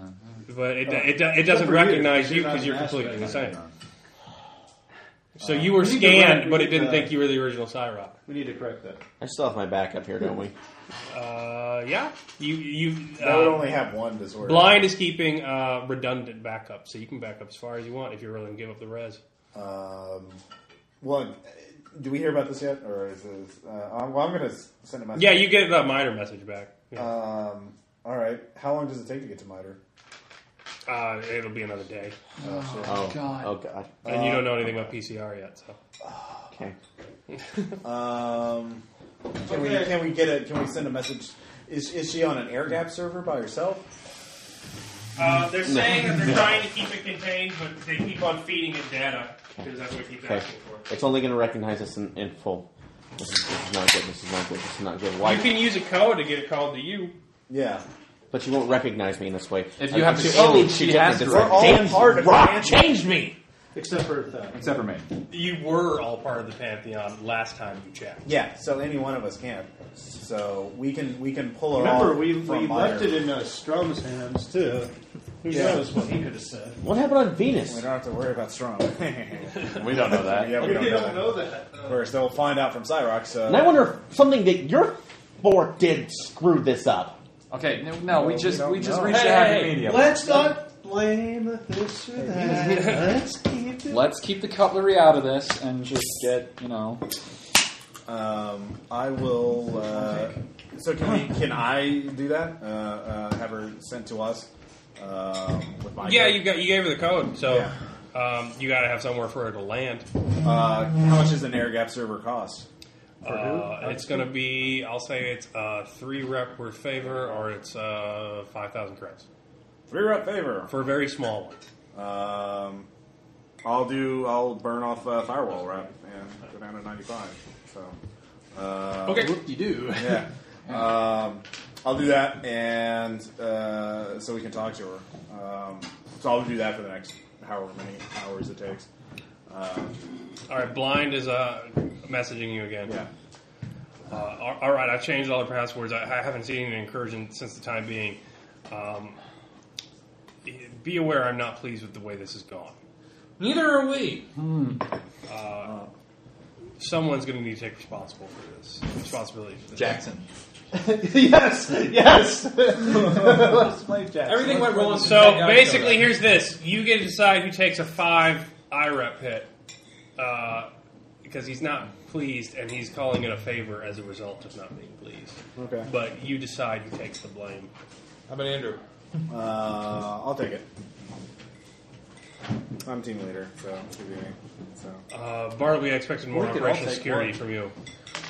Speaker 5: But it, it, it doesn't recognize you because you're completely the same. So you were
Speaker 10: we need to run-
Speaker 5: scanned,
Speaker 10: we
Speaker 5: but
Speaker 10: need
Speaker 5: it didn't
Speaker 10: to-
Speaker 5: think you were the original Cyrock.
Speaker 10: We need to correct that.
Speaker 2: I still have my backup here, don't we?
Speaker 5: Uh, yeah, you you
Speaker 3: I would
Speaker 5: uh,
Speaker 3: only have one disorder.
Speaker 5: blind is keeping uh, redundant backup, so you can back up as far as you want if you're willing to give up the res.
Speaker 3: Um, well, do we hear about this yet, or is this? Uh, I'm- well, I'm gonna s- send a message.
Speaker 5: Yeah, you get the minor message back. Yeah.
Speaker 8: Uh,
Speaker 3: Um, all right. How long does it take to get to Miter?
Speaker 5: Uh, it'll be another day,
Speaker 2: Oh God. Oh God.
Speaker 5: and
Speaker 8: uh,
Speaker 5: you don't know anything about PCR yet. So
Speaker 2: Okay.
Speaker 3: Um, can we
Speaker 10: Okay.
Speaker 3: can we get a can we send a message? Is is she on an air gap server by herself?
Speaker 5: uh, they're saying that they're trying to keep it contained, but they keep on feeding it data because that's what it keeps
Speaker 2: Okay. It's only going to recognize us in, in full. This is, this is not good. This is not good. This is not good. Why?
Speaker 5: You can use a code to get it called to you.
Speaker 3: Yeah,
Speaker 2: But she won't recognize me in this way.
Speaker 8: If you
Speaker 2: I-
Speaker 8: have
Speaker 2: she-
Speaker 8: to
Speaker 2: oh,
Speaker 8: change,
Speaker 2: she
Speaker 8: she
Speaker 2: did
Speaker 8: has
Speaker 2: this.
Speaker 8: to
Speaker 3: we're all
Speaker 2: Damn
Speaker 3: part of the
Speaker 2: rock
Speaker 3: Pantheon.
Speaker 2: changed me.
Speaker 10: Except for that.
Speaker 8: except for me.
Speaker 5: uh, You were all part of the pantheon last time you checked.
Speaker 3: Yeah, so any one of us can. So we can we can pull her
Speaker 10: Remember,
Speaker 3: off
Speaker 10: we,
Speaker 3: from
Speaker 10: we
Speaker 3: Miter.
Speaker 10: left it in uh, Strom's hands, too. Who
Speaker 3: Yeah.
Speaker 10: knows what he could have said.
Speaker 2: What happened on
Speaker 3: We
Speaker 2: Venus?
Speaker 3: don't have to worry about Strom. [LAUGHS] yeah,
Speaker 8: We don't know
Speaker 3: we
Speaker 10: [LAUGHS]
Speaker 8: that.
Speaker 3: don't,
Speaker 10: We
Speaker 3: know, that.
Speaker 10: don't know that.
Speaker 3: First, they'll find out from Cyrox. So.
Speaker 2: And I wonder if something that your fork did screwed this up.
Speaker 8: Okay, no, no we
Speaker 3: we
Speaker 8: just
Speaker 3: don't
Speaker 8: we just
Speaker 3: know.
Speaker 8: reached a
Speaker 9: Hey,
Speaker 8: happy
Speaker 9: hey,
Speaker 8: medium.
Speaker 10: Let's not blame this or that. Let's keep it.
Speaker 8: Let's keep the cutlery out of this and just get you know.
Speaker 3: Um, I will. Uh, so can we, can I do that? Uh, uh, have her sent to us um, with my
Speaker 5: Yeah, you got you gave her the code, so
Speaker 3: Yeah.
Speaker 5: um, you got to have somewhere for her to land.
Speaker 3: Uh, how much does an air gap server cost?
Speaker 5: Uh, it's going to be, I'll say it's uh, three rep per favor, or it's uh, five thousand credits
Speaker 3: Three rep favor.
Speaker 5: for a very small one.
Speaker 3: Um, I'll do. I'll burn off uh, firewall rep and go down to ninety five. So. Uh,
Speaker 5: Okay.
Speaker 10: Whoop you do.
Speaker 3: Yeah. Um, I'll do that, and uh, so we can talk to her. Um, so I'll do that for the next however many hours it takes. Um,
Speaker 5: All right, blind is uh, messaging you again.
Speaker 3: yeah.
Speaker 5: Uh, all- all right, I've changed all the passwords. I, I haven't seen an incursion since the time being. Um, be aware, I'm not pleased with the way this has gone.
Speaker 6: Neither are we.
Speaker 5: Someone's going to need to take responsible for this. Responsibility. For this.
Speaker 4: Jackson.
Speaker 3: [LAUGHS]
Speaker 10: yes, yes. Let's play Jack.
Speaker 9: Everything went wrong. since that
Speaker 5: So
Speaker 9: guy
Speaker 5: basically,
Speaker 9: showed up.
Speaker 5: here's this: you get to decide who takes a five IREP hit, uh, because he's not pleased, and he's calling it a favor as a result of not being pleased.
Speaker 3: Okay.
Speaker 5: But you decide who takes the blame.
Speaker 9: How about Andrew?
Speaker 3: Uh, I'll take it. I'm team leader, so. so.
Speaker 5: Uh, Bartleby, I expected more
Speaker 10: We could all
Speaker 5: operational
Speaker 10: take
Speaker 5: security
Speaker 10: one.
Speaker 5: from you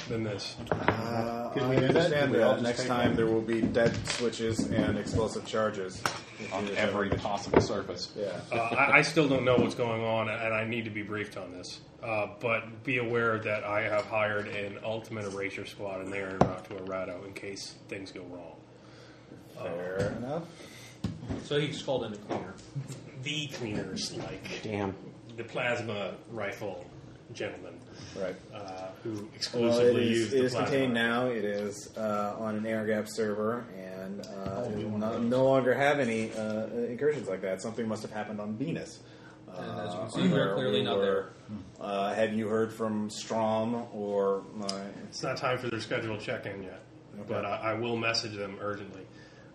Speaker 5: than this.
Speaker 3: Uh,
Speaker 10: Can
Speaker 3: I
Speaker 10: we do that? Can
Speaker 3: understand
Speaker 10: we
Speaker 3: that,
Speaker 10: all just
Speaker 3: next
Speaker 10: take
Speaker 3: time
Speaker 10: one?
Speaker 3: there will be dead switches and explosive charges. If
Speaker 8: on
Speaker 3: you-
Speaker 8: every possible surface.
Speaker 3: Yeah.
Speaker 5: Uh, I, I still don't know what's going on, and I need to be briefed on this. Uh, but be aware that I have hired an ultimate erasure squad, and they are en route to Arado in case things go wrong.
Speaker 3: Fair enough.
Speaker 9: So he's called in a cleaner.
Speaker 5: The cleaners, like
Speaker 2: Damn.
Speaker 5: the plasma rifle gentleman
Speaker 3: Right.
Speaker 5: uh, who
Speaker 3: Well, Oh, it
Speaker 5: exclusively
Speaker 3: is,
Speaker 5: used
Speaker 3: it
Speaker 5: the
Speaker 3: is
Speaker 5: plasma.
Speaker 3: contained now. It is uh, on an air gap server, and uh, it will no, no longer have any uh, incursions like that. Something must have happened on Venus. Uh,
Speaker 9: as you can see, we're
Speaker 3: where
Speaker 9: clearly not
Speaker 3: were- Uh, have you heard from Strom or my?
Speaker 5: It's not time for their scheduled check-in yet, but I, I will message them urgently.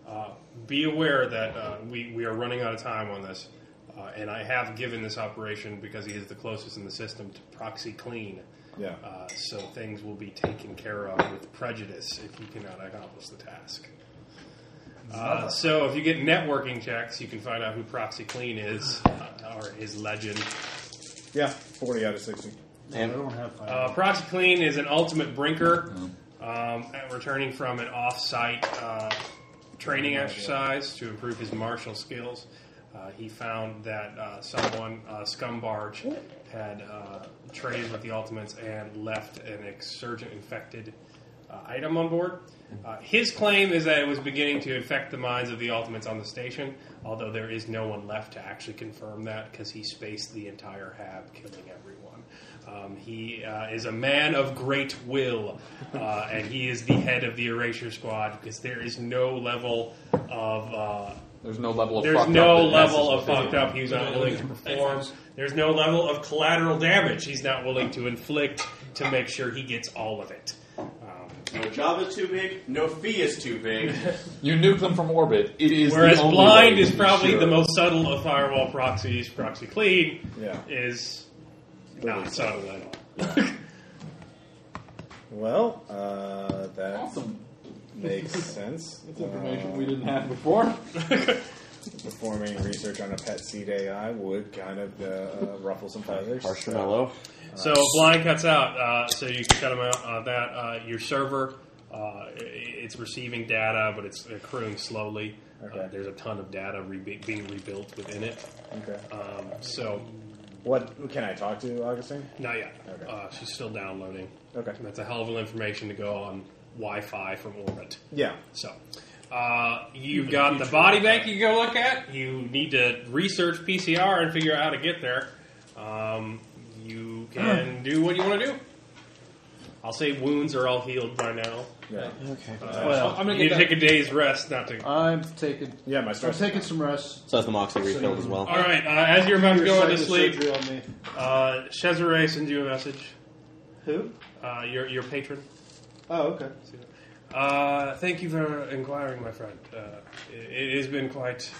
Speaker 5: Uh, be aware that uh, we, we are running out of time on this, uh, and I have given this operation because he is the closest in the system to proxy clean.
Speaker 3: Yeah.
Speaker 5: Uh, so things will be taken care of with prejudice if you cannot accomplish the task. Uh, so if you get networking checks, you can find out who Proxy Clean is uh, or his legend.
Speaker 3: Yeah, forty out of sixty.
Speaker 10: I don't have five.
Speaker 5: Uh, Proxy Clean is an ultimate brinker, um, at- returning from an off-site uh, training exercise to improve his martial skills. Uh, he found that uh, someone, uh, Scumbarge, had uh, traded with the Ultimates and left an exurgent infected uh, item on board. Uh, his claim is that it was beginning to infect the minds of the Ultimates on the station, although there is no one left to actually confirm that because he spaced the entire hab, killing everyone. Um, he uh, is a man of great will, uh, and he is the head of the Erasure Squad because there is no level of. Uh,
Speaker 8: There's no level of
Speaker 5: there's
Speaker 8: fucked
Speaker 5: no
Speaker 8: up that passes
Speaker 5: level of
Speaker 8: with
Speaker 5: fucked up he's not willing to perform. There's no level of collateral damage he's not willing to inflict to make sure he gets all of it. Um,
Speaker 2: No job is too big. No fee is too big.
Speaker 8: it. You nuke them from orbit. It is
Speaker 5: Whereas
Speaker 8: the only
Speaker 5: blind
Speaker 8: way
Speaker 5: is
Speaker 8: to be
Speaker 5: probably
Speaker 8: sure.
Speaker 5: the most subtle of firewall proxies. Proxy clean
Speaker 3: Yeah.
Speaker 5: is not subtle at all.
Speaker 3: Well, uh, that
Speaker 4: Awesome.
Speaker 3: makes sense.
Speaker 4: That's information we
Speaker 3: Uh,
Speaker 4: didn't have before.
Speaker 3: [LAUGHS] performing research on a pet seed AI would kind of uh, uh, ruffle some feathers.
Speaker 2: Marshmallow.
Speaker 5: So blind cuts out. Uh, so you can cut him out on that. Uh, your server, uh, i- it's receiving data, but it's accruing slowly. Uh,
Speaker 3: Okay.
Speaker 5: there's a ton of data re- being rebuilt within it.
Speaker 3: Okay.
Speaker 5: Um, so
Speaker 3: What who can I talk to, Augustine?
Speaker 5: not yet.
Speaker 3: Okay.
Speaker 5: Uh, she's still downloading.
Speaker 3: Okay.
Speaker 5: That's a hell of a lot of information to go on Wi-Fi from orbit.
Speaker 3: Yeah.
Speaker 5: So, uh, you've got the body bank you go look at. You need to research PCR and figure out how to get there. Um, you can do what you want to do. I'll say wounds are all healed by now. Uh,
Speaker 3: Yeah.
Speaker 10: well,
Speaker 9: I'm
Speaker 5: You
Speaker 9: gonna
Speaker 5: need
Speaker 9: get
Speaker 5: to
Speaker 9: that.
Speaker 5: take a day's rest, not to.
Speaker 10: I'm taking.
Speaker 3: Yeah, my
Speaker 10: I'm
Speaker 3: stress.
Speaker 10: taking some rest.
Speaker 2: So that's the Moxie refilled as well.
Speaker 5: All right, uh, as you're about to
Speaker 10: Your
Speaker 5: go into
Speaker 10: psychic
Speaker 5: sleep,
Speaker 10: surgery on me.
Speaker 5: uh, Cesare sends you a message.
Speaker 10: Who?
Speaker 5: Uh, your your patron.
Speaker 10: Oh, okay.
Speaker 5: Uh, thank you for inquiring, my friend. Uh, it, it has been quite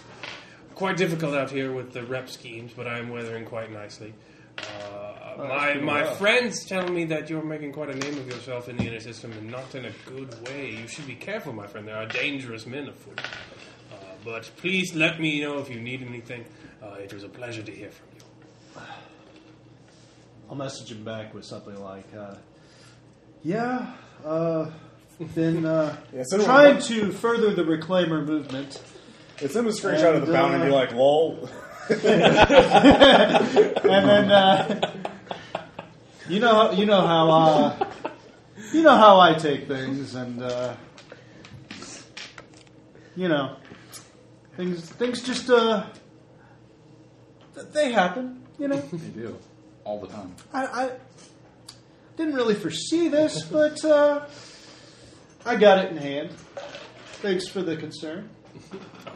Speaker 5: quite difficult out here with the rep schemes, but I am weathering quite nicely. Uh, my
Speaker 10: pretty
Speaker 5: my
Speaker 10: well.
Speaker 5: friends tell me that you're making quite a name of yourself in the inner system, and not in a good way. You should be careful, my friend. There are dangerous men afoot. Uh, but please let me know if you need anything. Uh, it was a pleasure to hear from you.
Speaker 10: I'll message him back with something like, uh, "Yeah, uh, been uh,
Speaker 3: Yeah, send him
Speaker 10: trying
Speaker 3: a-
Speaker 10: to further the reclaimer movement.
Speaker 3: It's in the screenshot of
Speaker 10: And,
Speaker 3: the fountain and be
Speaker 10: uh,
Speaker 3: like, lol. [LAUGHS]
Speaker 10: and then uh, you know you know how uh, you know how I take things, and uh, you know things things just uh, th- they happen. You know,
Speaker 8: They do all the time.
Speaker 3: [LAUGHS]
Speaker 10: I, I didn't really foresee this, but uh, I got it in hand. Thanks for the concern.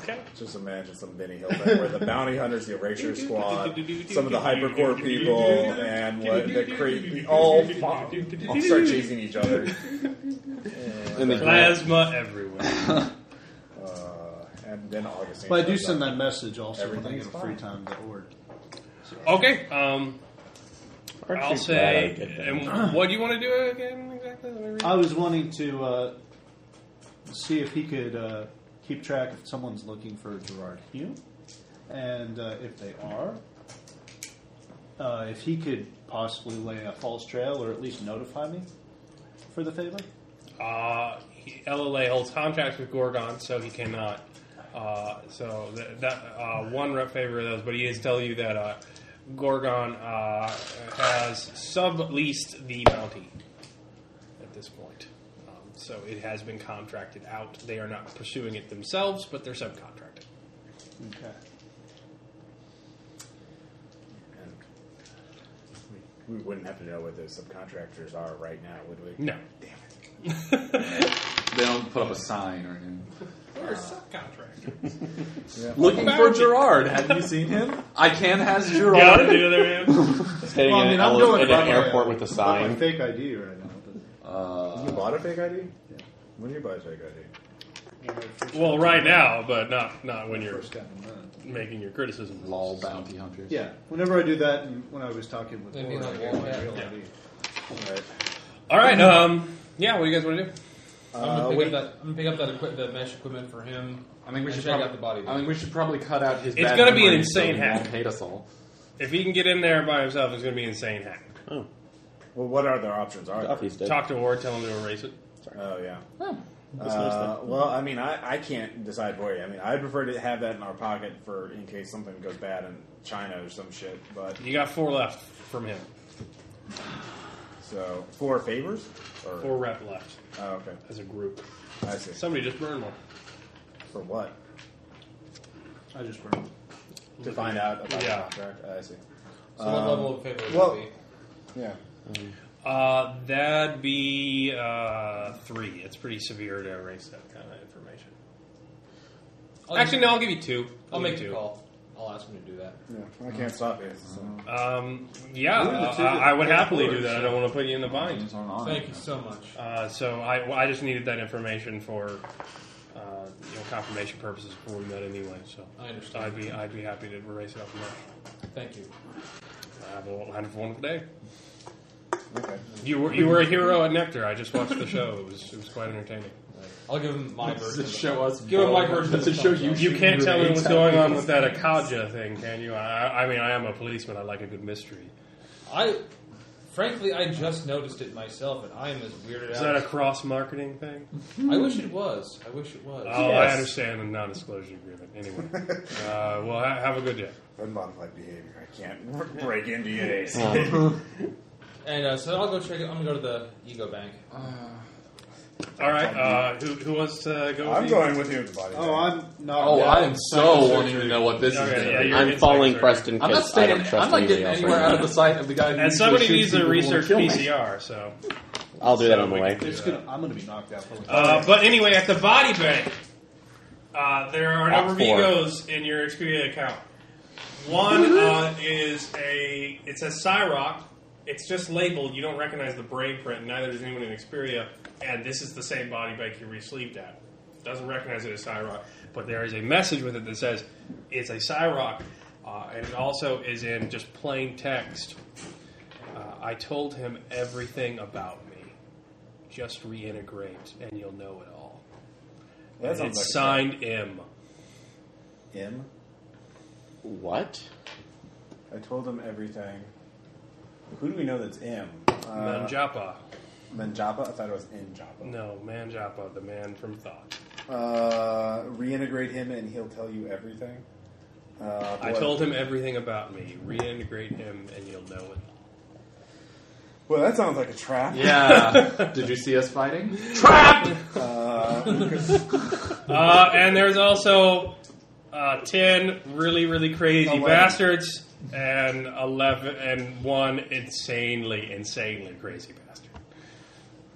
Speaker 5: Okay.
Speaker 3: Just imagine some Benny Hill thing where the bounty hunters, the erasure squad, some of the hypercore people, and what the creep [LAUGHS] all, all start
Speaker 5: [LAUGHS]
Speaker 3: chasing each other.
Speaker 2: And the
Speaker 5: Plasma everywhere.
Speaker 3: Uh, and then Augustine.
Speaker 10: But I do
Speaker 3: shows
Speaker 10: send
Speaker 3: up.
Speaker 10: that message also when I
Speaker 3: Everything
Speaker 10: get
Speaker 3: is
Speaker 10: a free
Speaker 3: fine.
Speaker 10: time to order.
Speaker 5: Okay. Um,
Speaker 2: Aren't
Speaker 5: I'll
Speaker 2: you
Speaker 5: say.
Speaker 2: glad I did that?
Speaker 5: And what do you want to do again exactly? Let me read.
Speaker 10: I was wanting to uh, see if he could uh, keep track if someone's looking for Gerard Hume, and uh, if they are, uh, if he could possibly lay a false trail or at least notify me for the favor.
Speaker 5: Uh, he- LLA holds contracts with Gorgon, so he cannot. Uh, so that, that uh, one rep favor of those, but he is tell you that uh, Gorgon uh, has subleased the bounty at this point. Um, so it has been contracted out. They are not pursuing it themselves, but they're subcontracting.
Speaker 10: Okay.
Speaker 3: We wouldn't have to know what those subcontractors are right now, would we?
Speaker 5: No.
Speaker 4: They don't put up a sign or anything.
Speaker 6: We're a subcontractor.
Speaker 4: Looking for Gerard. Have you seen him? I can has Gerard.
Speaker 2: Standing
Speaker 10: Well, I
Speaker 2: in,
Speaker 10: mean,
Speaker 2: an,
Speaker 10: I'm
Speaker 2: ele-
Speaker 10: going
Speaker 2: in
Speaker 10: by
Speaker 2: an
Speaker 10: my-
Speaker 2: airport with a
Speaker 10: Not my
Speaker 2: sign.
Speaker 10: fake ID right now. But
Speaker 3: You bought a fake ID? Yeah. When did you buy a fake ID?
Speaker 5: [LAUGHS] Well, right now, but not not when you're
Speaker 10: first got them done.
Speaker 5: making your criticism.
Speaker 4: Lol bounty hunters.
Speaker 10: Yeah. Whenever I do that, and when I was talking with
Speaker 6: They'd be
Speaker 10: Laura,
Speaker 6: like,
Speaker 10: I gave
Speaker 6: well,
Speaker 10: my
Speaker 6: yeah.
Speaker 10: real ID.
Speaker 5: All right. Um. Yeah. What do you guys want to do?
Speaker 6: I'm
Speaker 3: Uh,
Speaker 6: gonna pick
Speaker 3: wait.
Speaker 6: up that. I'm gonna pick up that equip, the mesh equipment for him.
Speaker 4: I think we
Speaker 6: and
Speaker 4: should
Speaker 6: check
Speaker 4: probably,
Speaker 6: out the body.
Speaker 4: I think we should probably cut out his.
Speaker 5: It's
Speaker 4: bad
Speaker 5: gonna be an
Speaker 4: memories so
Speaker 5: insane
Speaker 4: he
Speaker 5: hack.
Speaker 4: won't Hate us all.
Speaker 5: If he can get in there by himself, it's going to be insane hack.
Speaker 3: Well, what other options are there?
Speaker 2: Duffy's dead.
Speaker 5: Talk to Ward, tell him to erase it.
Speaker 3: Oh, yeah.
Speaker 2: That's nice
Speaker 3: Uh, well, I mean, I, I can't decide for you. I mean, I'd prefer to have that in our pocket for in case something goes bad in China or some shit. But
Speaker 5: You got four left from him.
Speaker 3: so four favors, or
Speaker 5: Four rep left
Speaker 3: oh, okay,
Speaker 5: as a group.
Speaker 3: I see.
Speaker 5: Somebody just burned one.
Speaker 3: for what?
Speaker 10: I just burned.
Speaker 3: To find out about
Speaker 5: Yeah.
Speaker 3: the contract. Oh, I see.
Speaker 6: So what level of favor would
Speaker 3: well-
Speaker 6: it be?
Speaker 3: Yeah.
Speaker 5: Uh, that'd be uh, three. It's pretty severe to erase that kind of information.
Speaker 6: I'll
Speaker 5: Actually,
Speaker 6: just-
Speaker 5: no, I'll give you two.
Speaker 6: I'll make
Speaker 5: you
Speaker 6: the
Speaker 5: two.
Speaker 6: call. I'll ask him to do that.
Speaker 3: Yeah. I can't stop you. so-
Speaker 5: Um, yeah,
Speaker 10: Who are the
Speaker 5: uh,
Speaker 10: two that-
Speaker 5: I would
Speaker 10: that's
Speaker 5: happily
Speaker 10: yours,
Speaker 5: do that. I don't want to put you in the bind.
Speaker 4: Names aren't on
Speaker 6: Thank
Speaker 4: it.
Speaker 6: you so much.
Speaker 5: Uh, so I, well, I just needed that information for uh, you know, confirmation purposes before we met anyway. So
Speaker 6: I
Speaker 5: So
Speaker 6: understand.
Speaker 5: I'd be I'd be happy to erase it off the mesh.
Speaker 6: Thank you.
Speaker 5: Have a wonderful, wonderful day.
Speaker 3: Okay.
Speaker 5: You were you were a hero at Nectar. I just watched the show. It was it was quite entertaining.
Speaker 6: I'll give him my version.
Speaker 4: To
Speaker 6: of the
Speaker 4: show us.
Speaker 6: Give him my
Speaker 4: both.
Speaker 6: version. of
Speaker 4: To
Speaker 6: the
Speaker 4: show
Speaker 6: thumbs
Speaker 4: you.
Speaker 6: up.
Speaker 5: You can't tell me what's
Speaker 4: Exactly.
Speaker 5: going on with that Akaja thing, can you? I, I mean, I am a policeman. I like a good mystery.
Speaker 6: I, frankly, I just noticed it myself, and I am as weirded
Speaker 5: Is
Speaker 6: out.
Speaker 5: that a cross marketing thing?
Speaker 6: I wish it was. I wish it was.
Speaker 5: Oh, I understand the non disclosure agreement. [LAUGHS] Anyway, uh, well, ha- have a good day.
Speaker 3: Unmodified behavior. I can't [LAUGHS] break into you. Ace.
Speaker 6: And uh, so I'll go check it. I'm gonna go to the ego bank.
Speaker 5: All right, uh, who, who wants to go? with
Speaker 3: I'm
Speaker 5: you?
Speaker 3: going with you to the body.
Speaker 10: Oh, I'm not.
Speaker 4: Oh,
Speaker 10: yeah,
Speaker 4: I am so
Speaker 10: psychosurgery.
Speaker 4: wanting to know what this
Speaker 5: Okay,
Speaker 4: is.
Speaker 5: yeah,
Speaker 4: gonna be.
Speaker 5: you're-
Speaker 2: I'm
Speaker 5: inside,
Speaker 2: following
Speaker 5: sorry.
Speaker 2: Preston
Speaker 4: I'm not
Speaker 2: because I
Speaker 4: staying.
Speaker 2: don't trust
Speaker 4: I'm not
Speaker 2: anybody
Speaker 4: getting
Speaker 2: else.
Speaker 4: anywhere
Speaker 2: right
Speaker 4: out
Speaker 2: now.
Speaker 4: of the sight of the guy. Who
Speaker 5: And
Speaker 4: usually
Speaker 5: somebody
Speaker 4: shoots
Speaker 5: needs to
Speaker 4: people who
Speaker 5: research
Speaker 4: kill me.
Speaker 5: PCR. So,
Speaker 2: [LAUGHS] I'll do that
Speaker 5: So
Speaker 2: on the
Speaker 5: we
Speaker 2: way.
Speaker 5: can do
Speaker 10: It's
Speaker 5: that.
Speaker 10: gonna. I'm gonna be knocked out. For
Speaker 5: Uh, but anyway, at the body bank, uh, there are a
Speaker 2: Lot
Speaker 5: number of
Speaker 2: four.
Speaker 5: egos in your Expedia account. One uh, is a it says Cyrock. It's just labeled. You don't recognize the brain print. Neither does anyone in Xperia. And this is the same body bank you received at. Doesn't recognize it as Cyrock, but there is a message with it that says it's a Cyrock, uh, and it also is in just plain text. Uh, I told him everything about me just reintegrate and you'll know it all.
Speaker 3: That
Speaker 5: And
Speaker 3: sounds
Speaker 5: it's
Speaker 3: like a
Speaker 5: signed M.
Speaker 3: M.
Speaker 2: What?
Speaker 3: I told him everything. Who do we know that's M? Uh,
Speaker 5: Manjapa.
Speaker 3: Manjapa? I thought it was in Japa.
Speaker 5: No, Manjapa, the man from thought.
Speaker 3: Uh, reintegrate him and he'll tell you everything. Uh,
Speaker 5: I told him everything about me. Reintegrate him and you'll know it.
Speaker 3: Well, that sounds like a trap.
Speaker 2: [LAUGHS]
Speaker 4: Yeah. Did you see us fighting?
Speaker 5: [LAUGHS] Uh, and there's also uh, 10 really, really crazy
Speaker 3: Eleven.
Speaker 5: bastards and 11 and one insanely, insanely crazy bastard.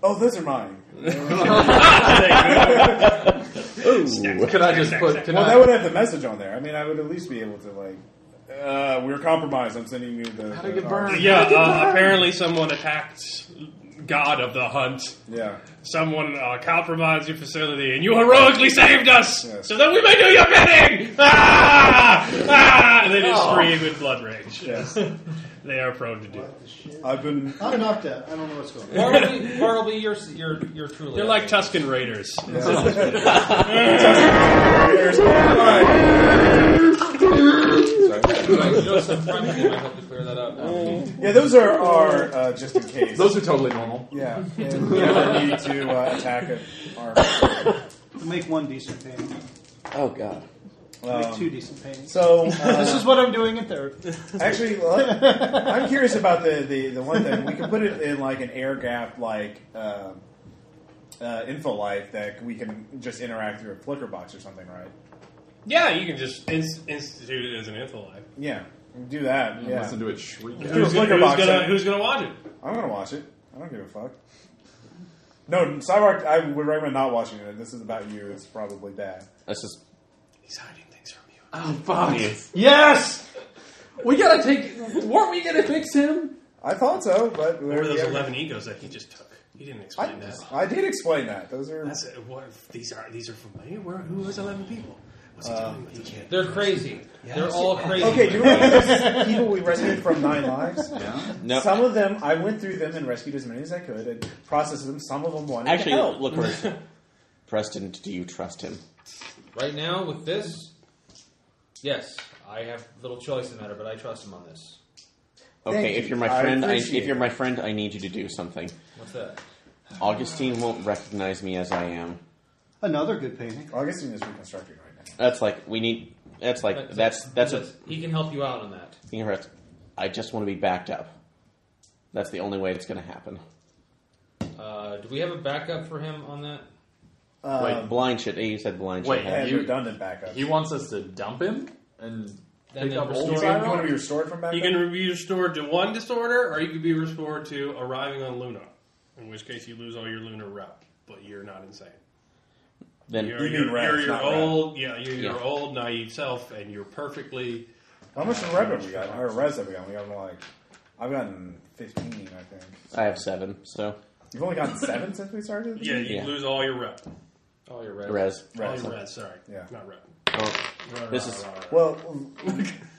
Speaker 3: Oh, those are mine.
Speaker 8: Could I just put? Can
Speaker 3: well,
Speaker 8: I,
Speaker 3: that would have the message on there. I mean, I would at least be able to like. Uh, we're compromised. I'm sending you the.
Speaker 8: How to
Speaker 3: the
Speaker 8: get
Speaker 3: cards.
Speaker 8: burned.
Speaker 5: Yeah, uh, apparently someone attacked God of the Hunt.
Speaker 3: Yeah.
Speaker 5: Someone uh, compromised your facility, and you heroically saved us,
Speaker 3: Yes.
Speaker 5: so that we may do your bidding. Ah! ah! And they just scream in blood rage.
Speaker 3: Yes.
Speaker 5: They are prone to do. it.
Speaker 3: I've been.
Speaker 10: I'm knocked out. I don't know what's going on.
Speaker 9: Bartleby, Bartleby, you're you're you're truly.
Speaker 5: They're like Tuscan Raiders.
Speaker 3: Here's mine.
Speaker 9: you know, some French might help to clear that up.
Speaker 3: Yeah, those are are uh, just in case.
Speaker 8: Those are totally normal.
Speaker 3: Yeah, and we ever need to uh, attack an arm.
Speaker 10: Make one decent payment.
Speaker 2: Oh God.
Speaker 10: Make two
Speaker 3: Um,
Speaker 10: decent payments.
Speaker 3: so [LAUGHS] uh,
Speaker 10: this is what I'm doing in therapy.
Speaker 3: actually, well, I'm curious about the, the, the one thing we can put it in like an air gap like um uh, info life that we can just interact through a flicker box or something, right?
Speaker 5: yeah, you can just ins- institute it as an infolife.
Speaker 3: Yeah, do that. Yeah,
Speaker 8: Listen to it shriek.
Speaker 3: do a
Speaker 5: Who's, gonna,
Speaker 3: flicker
Speaker 5: who's,
Speaker 3: box. eh?
Speaker 5: gonna,
Speaker 3: and-
Speaker 5: who's gonna watch it?
Speaker 3: I'm gonna watch it. I don't give a fuck. No, Cyborg, I would recommend not watching it. This is about you. It's probably bad.
Speaker 2: That's just.
Speaker 5: He's hiding things from you.
Speaker 8: Oh fuck!
Speaker 10: Yes!
Speaker 8: We gotta take. Weren't we gonna fix him?
Speaker 3: I thought so, but
Speaker 5: What are those
Speaker 3: yeah.
Speaker 5: eleven egos that he just took? He didn't
Speaker 3: I,
Speaker 5: explain that.
Speaker 3: I did explain that. Those are
Speaker 5: That's it. What these are? These are familiar. Where? Who was eleven people? What's he talking about? He can't.
Speaker 9: They're crazy. They're all crazy.
Speaker 3: [LAUGHS] Okay, do you remember
Speaker 5: [LAUGHS]
Speaker 3: those people we rescued from Nine Lives?
Speaker 8: Yeah.
Speaker 2: No.
Speaker 3: Some of them, I went through them and rescued as many as I could and processed them. Some of them wanted to
Speaker 2: Actually,
Speaker 3: help.
Speaker 2: look, Preston. Preston, do you trust him?
Speaker 9: Right now, with this, yes, I have little choice in the matter, but I trust him on this.
Speaker 2: Okay,
Speaker 3: Thank
Speaker 2: if
Speaker 3: you.
Speaker 2: you're my
Speaker 3: I
Speaker 2: friend, I
Speaker 3: appreciate
Speaker 2: if you're my friend, I need you to do something.
Speaker 9: What's that?
Speaker 2: Augustine won't recognize me as I am.
Speaker 10: Another good painting.
Speaker 3: Augustine is reconstructed right now.
Speaker 2: That's like we need. That's like that's that's a
Speaker 9: he can help you out on that.
Speaker 2: thing. for us. I just want to be backed up. That's the only way it's going to happen.
Speaker 9: Uh, do we have a backup for him on that?
Speaker 2: Wait, blind shit. You said blind
Speaker 8: wait,
Speaker 2: shit.
Speaker 3: And
Speaker 2: happened.
Speaker 8: you-
Speaker 3: redundant backup.
Speaker 8: He wants us to dump him and
Speaker 9: Then
Speaker 8: pick up
Speaker 9: they'll
Speaker 8: old
Speaker 9: restore
Speaker 3: you
Speaker 9: him.
Speaker 3: want to be
Speaker 8: Cyro.
Speaker 3: restored from back
Speaker 5: You
Speaker 3: then?
Speaker 5: can be restored to one disorder, or you can be restored to arriving on Luna. In which case, you lose all your lunar rep, but you're not insane.
Speaker 2: Then
Speaker 5: You're,
Speaker 3: You mean
Speaker 5: you're,
Speaker 3: rep,
Speaker 5: you're
Speaker 3: it's
Speaker 5: your
Speaker 3: not rep.
Speaker 5: old, yeah, you're your
Speaker 2: Yeah.
Speaker 5: old naive self, and you're perfectly.
Speaker 3: How much of rep have we got? Or res have we got? We got like, I've gotten 15, I think.
Speaker 2: I have seven. So
Speaker 3: You've only gotten 7 since we started?
Speaker 5: Yeah, you
Speaker 2: Yeah.
Speaker 5: lose all your rep,
Speaker 9: Oh, you're right.
Speaker 2: res.
Speaker 5: all
Speaker 3: Res.
Speaker 5: your red. Sorry,
Speaker 3: Yeah.
Speaker 5: not rep.
Speaker 2: Oh,
Speaker 5: Rep,
Speaker 2: This
Speaker 5: rep,
Speaker 2: is-
Speaker 5: rep, rep.
Speaker 3: Well,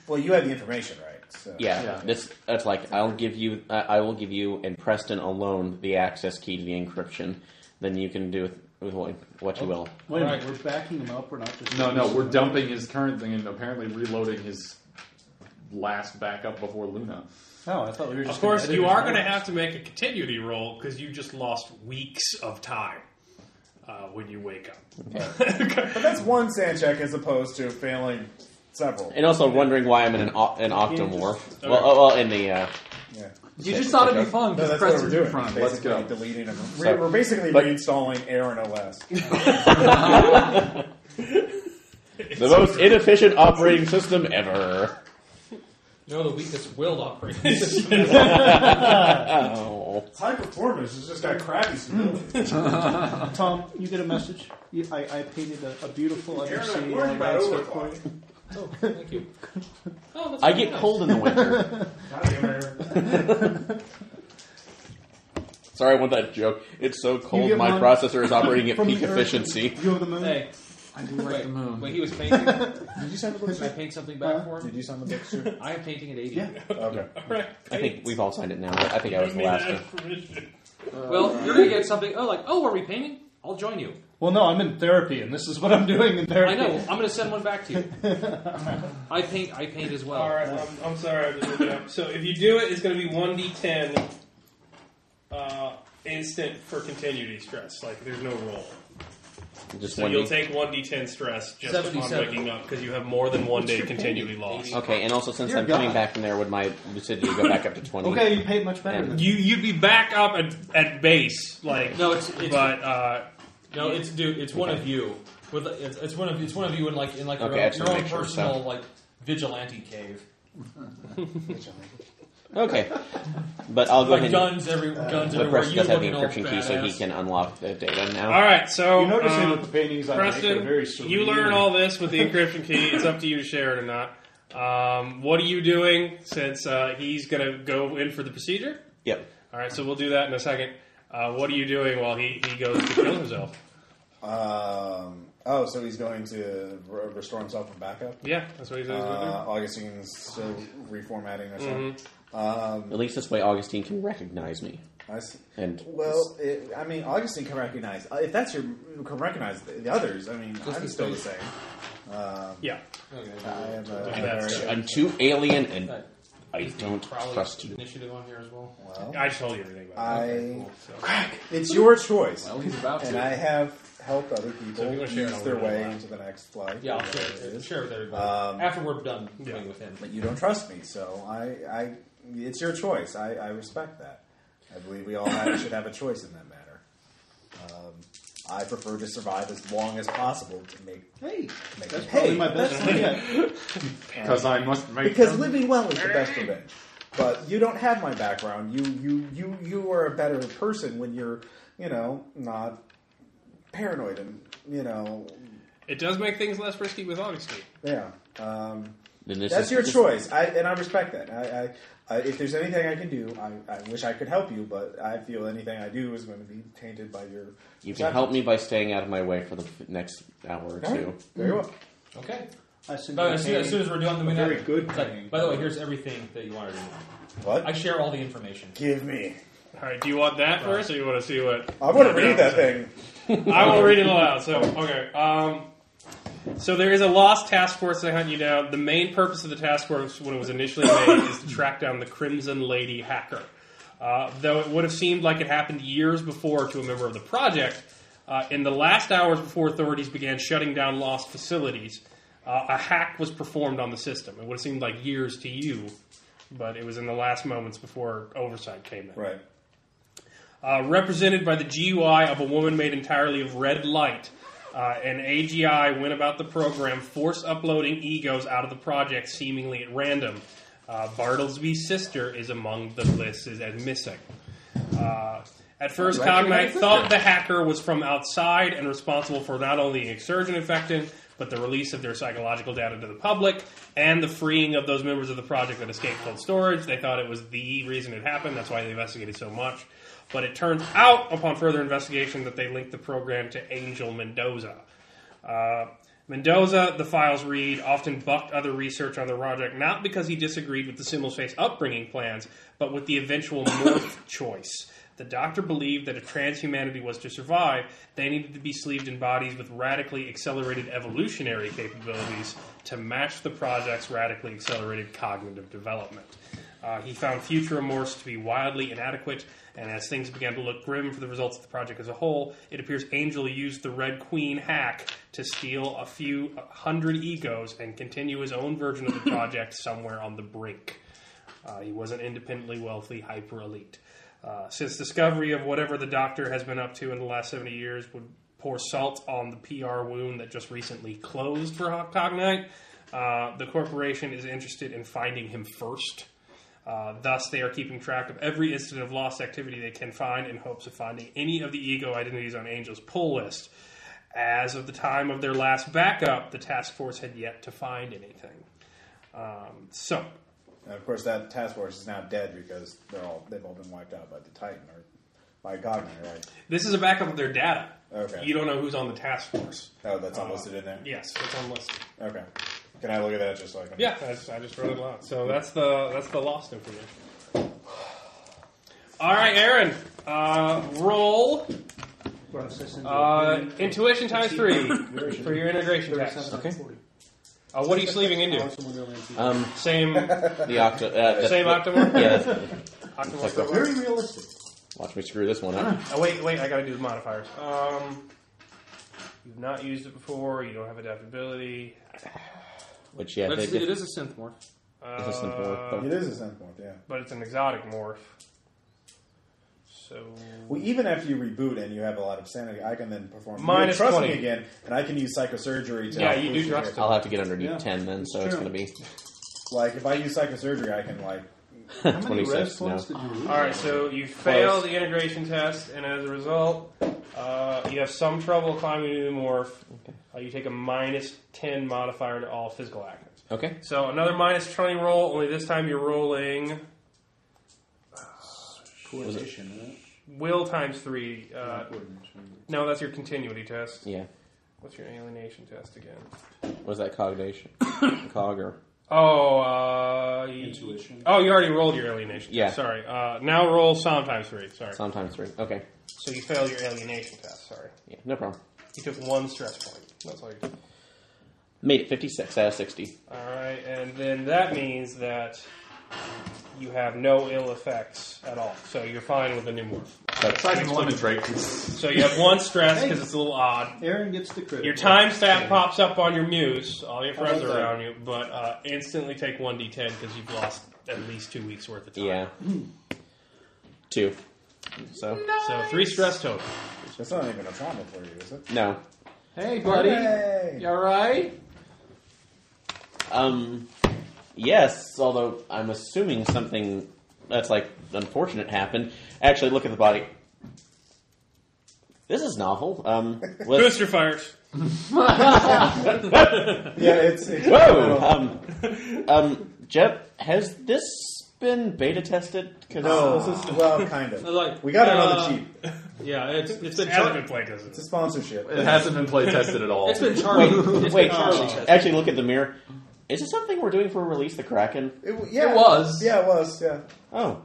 Speaker 3: well, you had the information, right? So.
Speaker 2: yeah,
Speaker 8: Yeah.
Speaker 2: This that's like I'll give you. I, I will give you and Preston alone the access key to the encryption. Then you can do with, with what, what you will.
Speaker 10: Wait a minute,
Speaker 9: Right.
Speaker 10: we're backing him up. We're not just.
Speaker 8: No, no, we're dumping his current thing and apparently reloading his last backup before Luna.
Speaker 10: Oh, I thought we were just.
Speaker 5: Of course,
Speaker 10: gonna
Speaker 5: you
Speaker 10: edit
Speaker 5: are
Speaker 10: his
Speaker 5: going to
Speaker 10: notes.
Speaker 5: have to make a continuity roll because you just lost weeks of time uh, when you wake up.
Speaker 3: But that's one sand check as opposed to failing several.
Speaker 2: And also wondering why I'm in an o- an octomorph. Well, oh, well, in the uh,
Speaker 3: Yeah.
Speaker 8: You just thought it'd be
Speaker 3: No,
Speaker 8: fun because
Speaker 3: that's what we're
Speaker 8: Preston's in
Speaker 3: doing.
Speaker 9: [LAUGHS]
Speaker 8: front. Let's
Speaker 3: basically
Speaker 8: go.
Speaker 3: Deleting them. We're-
Speaker 2: So-
Speaker 3: we're basically
Speaker 2: but-
Speaker 3: reinstalling Air and OS.
Speaker 2: the most inefficient operating system ever.
Speaker 9: No, the weakest willed
Speaker 5: [LAUGHS]
Speaker 9: operating system.
Speaker 2: Oh.
Speaker 3: It's high performance. It's just got crappy stability.
Speaker 10: Tom, you get a message. You, I, I painted a, a beautiful
Speaker 3: Aaron,
Speaker 10: undersea uh,
Speaker 3: I'm worried about
Speaker 10: landscape for you.
Speaker 3: overclock.
Speaker 9: oh, thank you. Oh, that's
Speaker 2: I
Speaker 9: really
Speaker 2: get
Speaker 9: nice.
Speaker 2: cold in the winter.
Speaker 3: God damn it.
Speaker 2: Sorry, I want that joke. It's so cold,
Speaker 10: get
Speaker 2: my
Speaker 10: one
Speaker 2: processor is operating at
Speaker 10: from
Speaker 2: peak
Speaker 10: the Earth.
Speaker 2: efficiency.
Speaker 10: You have the moon.
Speaker 9: Hey,
Speaker 8: I do like
Speaker 9: wait,
Speaker 8: the moon.
Speaker 9: wait, he was painting. Did
Speaker 3: Did you sign the books?
Speaker 9: I paint something back
Speaker 10: Huh?
Speaker 9: for him?
Speaker 3: Did you sign the books
Speaker 9: [LAUGHS]
Speaker 3: too?
Speaker 9: I am painting at 80.
Speaker 10: Yeah.
Speaker 3: Okay.
Speaker 2: I think [LAUGHS] we've all signed it now. I think I was the last one.
Speaker 9: Well, you're going to get something, oh, like, oh, are we painting? I'll join you.
Speaker 10: Well, no, I'm in therapy, and this is what I'm doing in
Speaker 9: I
Speaker 10: therapy.
Speaker 9: know. I'm going to send one back
Speaker 3: [LAUGHS]
Speaker 9: to you. I paint. I paint as well.
Speaker 5: All right, I'm, I'm sorry, I just looked it up. So if you do it, it's going to be one d10 uh, instant for continuity stress. Like there's no roll,
Speaker 2: Just
Speaker 5: so
Speaker 2: one.
Speaker 5: you'll
Speaker 2: D-
Speaker 5: take one d10 stress just on
Speaker 9: 77.
Speaker 5: waking up because you have more than one day
Speaker 9: [LAUGHS]
Speaker 5: continually lost.
Speaker 2: okay, and also since
Speaker 10: Dear
Speaker 2: I'm coming
Speaker 10: God.
Speaker 2: back from there, would my lucidity go back up to twenty?
Speaker 10: Okay, you paint much better
Speaker 2: And
Speaker 10: than
Speaker 5: You you'd be back up at, at base, like
Speaker 9: No, it's, it's
Speaker 5: but uh,
Speaker 9: no, it's dude. It's one of you. With it's, it's one of it's one of you in like in like your
Speaker 2: Okay, I
Speaker 9: own,
Speaker 2: just
Speaker 9: your
Speaker 2: wanna
Speaker 9: own
Speaker 2: make sure,
Speaker 9: personal
Speaker 2: so.
Speaker 9: like vigilante cave.
Speaker 2: Okay, but I'll go
Speaker 6: Like
Speaker 2: ahead.
Speaker 6: guns every- guns everywhere.
Speaker 2: but uh, Preston
Speaker 6: You
Speaker 2: does have the
Speaker 6: looking all
Speaker 2: encryption key, so he
Speaker 6: badass.
Speaker 2: can unlock the data now.
Speaker 5: All right, so
Speaker 10: You notice
Speaker 5: um,
Speaker 10: that the paintings I make
Speaker 5: Preston,
Speaker 10: are very serene.
Speaker 5: you learn all this with the encryption key. It's up to you to share it or not. Um, what are you doing? Since uh, he's going to go in for the procedure.
Speaker 2: Yep.
Speaker 5: All right, so we'll do that in a second. Uh, what are you doing while he, he goes to kill himself?
Speaker 3: Um, oh, so he's going to re- restore himself from backup?
Speaker 5: Yeah, that's what he says he's gonna
Speaker 3: Uh, Augustine's still reformatting or something.
Speaker 2: At least this way, Augustine can recognize me.
Speaker 3: I see.
Speaker 2: And
Speaker 3: Well, it, I mean, Augustine can recognize. uh, If that's your, can recognize the, the others. I mean, I'm still the same. Um,
Speaker 5: Yeah.
Speaker 3: I am a,
Speaker 5: Okay,
Speaker 3: a
Speaker 5: that's
Speaker 3: very-
Speaker 2: I'm too alien, and
Speaker 9: But
Speaker 2: Uh, I
Speaker 9: is the
Speaker 2: don't
Speaker 9: Crowley
Speaker 2: trust you.
Speaker 9: Initiative on here as well.
Speaker 3: well,
Speaker 5: I just told you everything about it.
Speaker 3: I-
Speaker 5: cool, so.
Speaker 3: it's your choice,
Speaker 8: Well, he's about
Speaker 3: and
Speaker 8: to.
Speaker 3: I have helped other people
Speaker 6: if you wanna share
Speaker 3: ease
Speaker 6: it,
Speaker 3: their
Speaker 6: I'll
Speaker 3: way
Speaker 6: go.
Speaker 3: into the next flight.
Speaker 9: Yeah, I'll
Speaker 3: whatever
Speaker 9: share,
Speaker 3: it
Speaker 9: it,
Speaker 3: is.
Speaker 9: share it with everybody
Speaker 3: Um,
Speaker 9: after we're done playing with him.
Speaker 3: But you don't trust me, so I, I it's your choice. I, I respect that. I believe we all have, should have a choice in that matter. Um, I prefer to survive as long as possible to make
Speaker 10: Hey,
Speaker 3: make
Speaker 10: that's
Speaker 3: it-
Speaker 10: probably
Speaker 3: hey,
Speaker 10: my best
Speaker 3: that's-
Speaker 10: one yet.
Speaker 8: Because I must make
Speaker 3: because
Speaker 8: them-
Speaker 3: living well is the best revenge. But you don't have my background. You you you you are a better person when you're you know not paranoid and you know
Speaker 5: It does make things less risky with Augustine.
Speaker 3: yeah. Um,
Speaker 2: Then this
Speaker 3: That's
Speaker 2: is-
Speaker 3: your
Speaker 2: this-
Speaker 3: choice, I, and I respect that. I, I, I, if there's anything I can do, I, I wish I could help you, but I feel anything I do is going to be tainted by your.
Speaker 2: You can help me by staying out of my way for the f- next hour or
Speaker 3: All
Speaker 2: two.
Speaker 3: right, very well.
Speaker 9: Okay.
Speaker 10: I sent
Speaker 9: But
Speaker 10: you a
Speaker 9: Oh, as soon, as soon as we're done, the
Speaker 10: painting, a very good
Speaker 9: It's like,
Speaker 10: painting.
Speaker 9: by the way, here's everything that you wanted. to know.
Speaker 3: What?
Speaker 9: I share all the information.
Speaker 3: Give me.
Speaker 5: All right, do you want that first, or you want to see what?
Speaker 3: I want to read that thing.
Speaker 5: [LAUGHS] I won't read it aloud. So okay. Um, so there is a lost task force to hunt you down. The main purpose of the task force, when it was initially made, is to track down the Crimson Lady hacker. Uh, though it would have seemed like it happened years before to a member of the project, uh, in the last hours before authorities began shutting down lost facilities, uh, a hack was performed on the system. It would have seemed like years to you, but it was in the last moments before oversight came in
Speaker 3: Right.
Speaker 5: uh, represented by the GUI of a woman made entirely of red light. Uh, and AGI went about the program, force uploading egos out of the project seemingly at random. Uh, Bartlesby's sister is among the lists as missing. Uh, at first, Cognite thought the hacker was from outside and responsible for not only the insurgent infecting, but the release of their psychological data to the public and the freeing of those members of the project that escaped cold storage. They thought it was the reason it happened. That's why they investigated so much. But it turns out, upon further investigation, that they linked the program to Angel Mendoza. Uh, Mendoza, the files read, often bucked other research on the project, not because he disagreed with the Simulface upbringing plans, but with the eventual morph choice. The doctor believed that if transhumanity was to survive, they needed to be sleeved in bodies with radically accelerated evolutionary capabilities to match the project's radically accelerated cognitive development. Uh, he found future remorse to be wildly inadequate, and as things began to look grim for the results of the project as a whole, it appears Angel used the Red Queen hack to steal a few hundred egos and continue his own version of the project somewhere on the brink. Uh, he was an independently wealthy, hyper elite. Uh, since discovery of whatever the doctor has been up to in the last 70 years would pour salt on the PR wound that just recently closed for Cognite, uh, the corporation is interested in finding him first. Uh, thus, they are keeping track of every incident of lost activity they can find in hopes of finding any of the ego identities on Angel's pull list. As of the time of their last backup, the task force had yet to find anything. Um, so,
Speaker 3: And of course, that task force is now dead because they're all they've all been wiped out by the Titan or by Cognite, right?
Speaker 5: this is a backup of their data.
Speaker 3: Okay.
Speaker 5: You don't know who's on the task force.
Speaker 3: Oh, that's unlisted in there.
Speaker 5: Yes, it's unlisted.
Speaker 3: Okay. Can I look at that just so I can?
Speaker 5: Yeah, I just, I just wrote it out. So that's the that's the lost information. All right, Aaron, uh, roll
Speaker 10: Well, I sent you a
Speaker 5: uh,
Speaker 10: painting.
Speaker 5: intuition times three
Speaker 10: Version.
Speaker 5: for your integration test.
Speaker 10: 37 out of 40.
Speaker 5: Uh, what are you sleeping into?
Speaker 10: Awesome, we're going to-
Speaker 2: Um, [LAUGHS]
Speaker 5: Same
Speaker 2: the octo. Uh, the-
Speaker 5: same Octomore.
Speaker 2: Yeah.
Speaker 8: [LAUGHS]
Speaker 2: that's-
Speaker 5: Octomore.
Speaker 2: that's-
Speaker 10: Very realistic.
Speaker 2: Watch me screw this one up.
Speaker 11: Uh,
Speaker 5: Oh, wait, wait, I gotta do the modifiers. Um, you've not used it before. You don't have adaptability.
Speaker 2: Which yeah,
Speaker 9: But
Speaker 2: they
Speaker 9: it's, it
Speaker 2: did.
Speaker 9: is a synth morph.
Speaker 5: Uh,
Speaker 2: It's a simple one, though.
Speaker 3: It is a synth point, yeah.
Speaker 5: but it's an exotic morph. So
Speaker 3: Well, even after you reboot and you have a lot of sanity, I can then perform
Speaker 5: Minus
Speaker 3: trust
Speaker 5: 20.
Speaker 3: me again, and I can use psychosurgery to.
Speaker 5: Yeah, you do
Speaker 3: push it.
Speaker 5: trust
Speaker 2: I'll have to get underneath
Speaker 10: Yeah,
Speaker 2: ten then, so it's
Speaker 10: true.
Speaker 2: going to be
Speaker 3: Like if I use psychosurgery, I can like
Speaker 7: How
Speaker 2: [LAUGHS]
Speaker 7: many red
Speaker 2: 26
Speaker 7: points
Speaker 2: now.
Speaker 7: did you lose?
Speaker 11: All right, so you fail the integration test, and as a result, uh, you have some trouble climbing to the morph. Uh, you take a minus ten modifier to all physical actions.
Speaker 2: Okay.
Speaker 11: So another minus twenty roll. Only this time you're rolling
Speaker 10: Coordination, isn't it?
Speaker 11: will times three. Uh, no, that's your continuity test.
Speaker 2: Yeah.
Speaker 11: What's your alienation test again?
Speaker 2: Was that cognation? Cog or
Speaker 11: Oh, uh, you-
Speaker 10: Intuition.
Speaker 11: Oh, you already rolled your alienation. test.
Speaker 2: Yeah.
Speaker 11: Sorry. Uh, now roll Psalm times three. Sorry.
Speaker 2: sometimes three? Okay.
Speaker 11: So you failed your alienation test. Sorry.
Speaker 2: Yeah, no problem.
Speaker 11: You took one stress point. That's all you took.
Speaker 2: Made it 56 out of 60.
Speaker 11: All right, and then that means that you have no ill effects at all. So you're fine with the new morph.
Speaker 4: Aside from the lemon drink.
Speaker 11: So you have one stress because it's a little odd.
Speaker 10: Aaron gets the credit.
Speaker 11: Your time stamp pops up on your muse. All your friends
Speaker 10: How
Speaker 11: are
Speaker 10: about that?
Speaker 11: around you, but uh, instantly take one d10 because you've lost at least two weeks worth of time.
Speaker 5: [CLEARS THROAT]
Speaker 2: Yeah. Two. So,
Speaker 11: So three stress total.
Speaker 3: That's not even a trauma for you, is it?
Speaker 2: no.
Speaker 10: Hey, buddy.
Speaker 3: Hey!
Speaker 10: You all right?
Speaker 2: Um, yes, although I'm assuming something that's like unfortunate happened. Actually, look at the body. This is novel. Um, let's-
Speaker 11: Booster fires.
Speaker 3: Yeah, it's. it's
Speaker 2: [LAUGHS] whoa! Um, um, Jeb, has this been beta tested? 'Cause-
Speaker 3: No, this is, well, kind of.
Speaker 6: Like,
Speaker 3: we got it
Speaker 6: uh,
Speaker 3: on the cheap.
Speaker 6: Yeah, it's it's been
Speaker 11: Hasn't
Speaker 6: char-
Speaker 11: been played, does it?
Speaker 3: It's a sponsorship.
Speaker 4: It hasn't been play tested at all.
Speaker 6: it's been
Speaker 2: Wait,
Speaker 6: Charlie. it's
Speaker 2: wait,
Speaker 6: been Charlie
Speaker 2: Charlie.
Speaker 6: tested.
Speaker 2: Actually, look at the mirror. Is this something we're doing for Release the Kraken?
Speaker 3: It, w- yeah.
Speaker 4: It was.
Speaker 3: Yeah, it was. Yeah.
Speaker 2: Oh,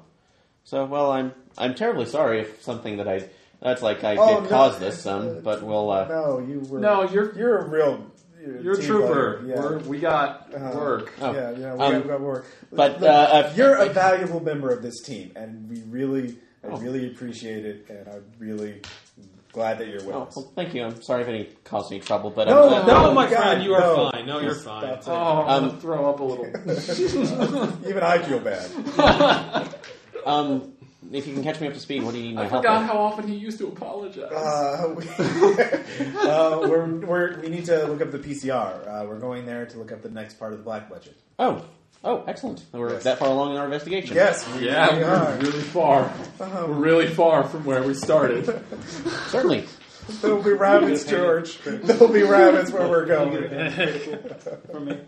Speaker 2: so well, I'm I'm terribly sorry if something that I that's like I
Speaker 3: Oh,
Speaker 2: did
Speaker 3: no,
Speaker 2: cause this,
Speaker 3: uh,
Speaker 2: um, but we'll uh,
Speaker 3: No, you were.
Speaker 4: no, you're
Speaker 3: you're a real. uh,
Speaker 4: you're a
Speaker 3: team
Speaker 4: trooper.
Speaker 3: player, Yeah.
Speaker 4: We're, we got
Speaker 3: Uh-huh.
Speaker 4: work.
Speaker 2: Oh.
Speaker 3: Yeah, yeah, we,
Speaker 2: Um,
Speaker 3: got, we got work.
Speaker 2: but,
Speaker 3: Look,
Speaker 2: uh, if-
Speaker 3: you're a valuable member of this team, and we really, I
Speaker 4: Oh.
Speaker 3: really appreciate it, and I'm really glad that you're with
Speaker 2: Oh,
Speaker 3: us.
Speaker 2: well, thank you. I'm sorry if any caused any trouble, but um, uh,
Speaker 3: No,
Speaker 2: I'm,
Speaker 6: No,
Speaker 3: Oh,
Speaker 6: my
Speaker 3: God,
Speaker 6: friend, you are
Speaker 3: no.
Speaker 6: fine. No, you're fine.
Speaker 3: That's it.
Speaker 4: Oh, I'm
Speaker 2: Um,
Speaker 4: gonna throw up a little.
Speaker 3: [LAUGHS] Even I
Speaker 4: [LAUGHS]
Speaker 3: feel bad.
Speaker 2: um, if you can catch me up to speed, what do you need my
Speaker 4: I
Speaker 2: help
Speaker 4: forgot
Speaker 2: with?
Speaker 4: how often he used to apologize.
Speaker 3: Uh, [LAUGHS] we, uh, we're, we're, we need to look up the PCR. Uh, we're going there to look up the next part of the black budget.
Speaker 2: Oh, oh, excellent. We're
Speaker 3: Yes.
Speaker 2: that far along in our investigation.
Speaker 3: Yes, we,
Speaker 4: yeah,
Speaker 3: we
Speaker 4: we're
Speaker 3: are. Uh-huh.
Speaker 4: really far. We're really far from where we
Speaker 8: [LAUGHS]
Speaker 4: started.
Speaker 2: certainly.
Speaker 3: There'll be rabbits, George. There'll be rabbits where we're going.
Speaker 10: For me.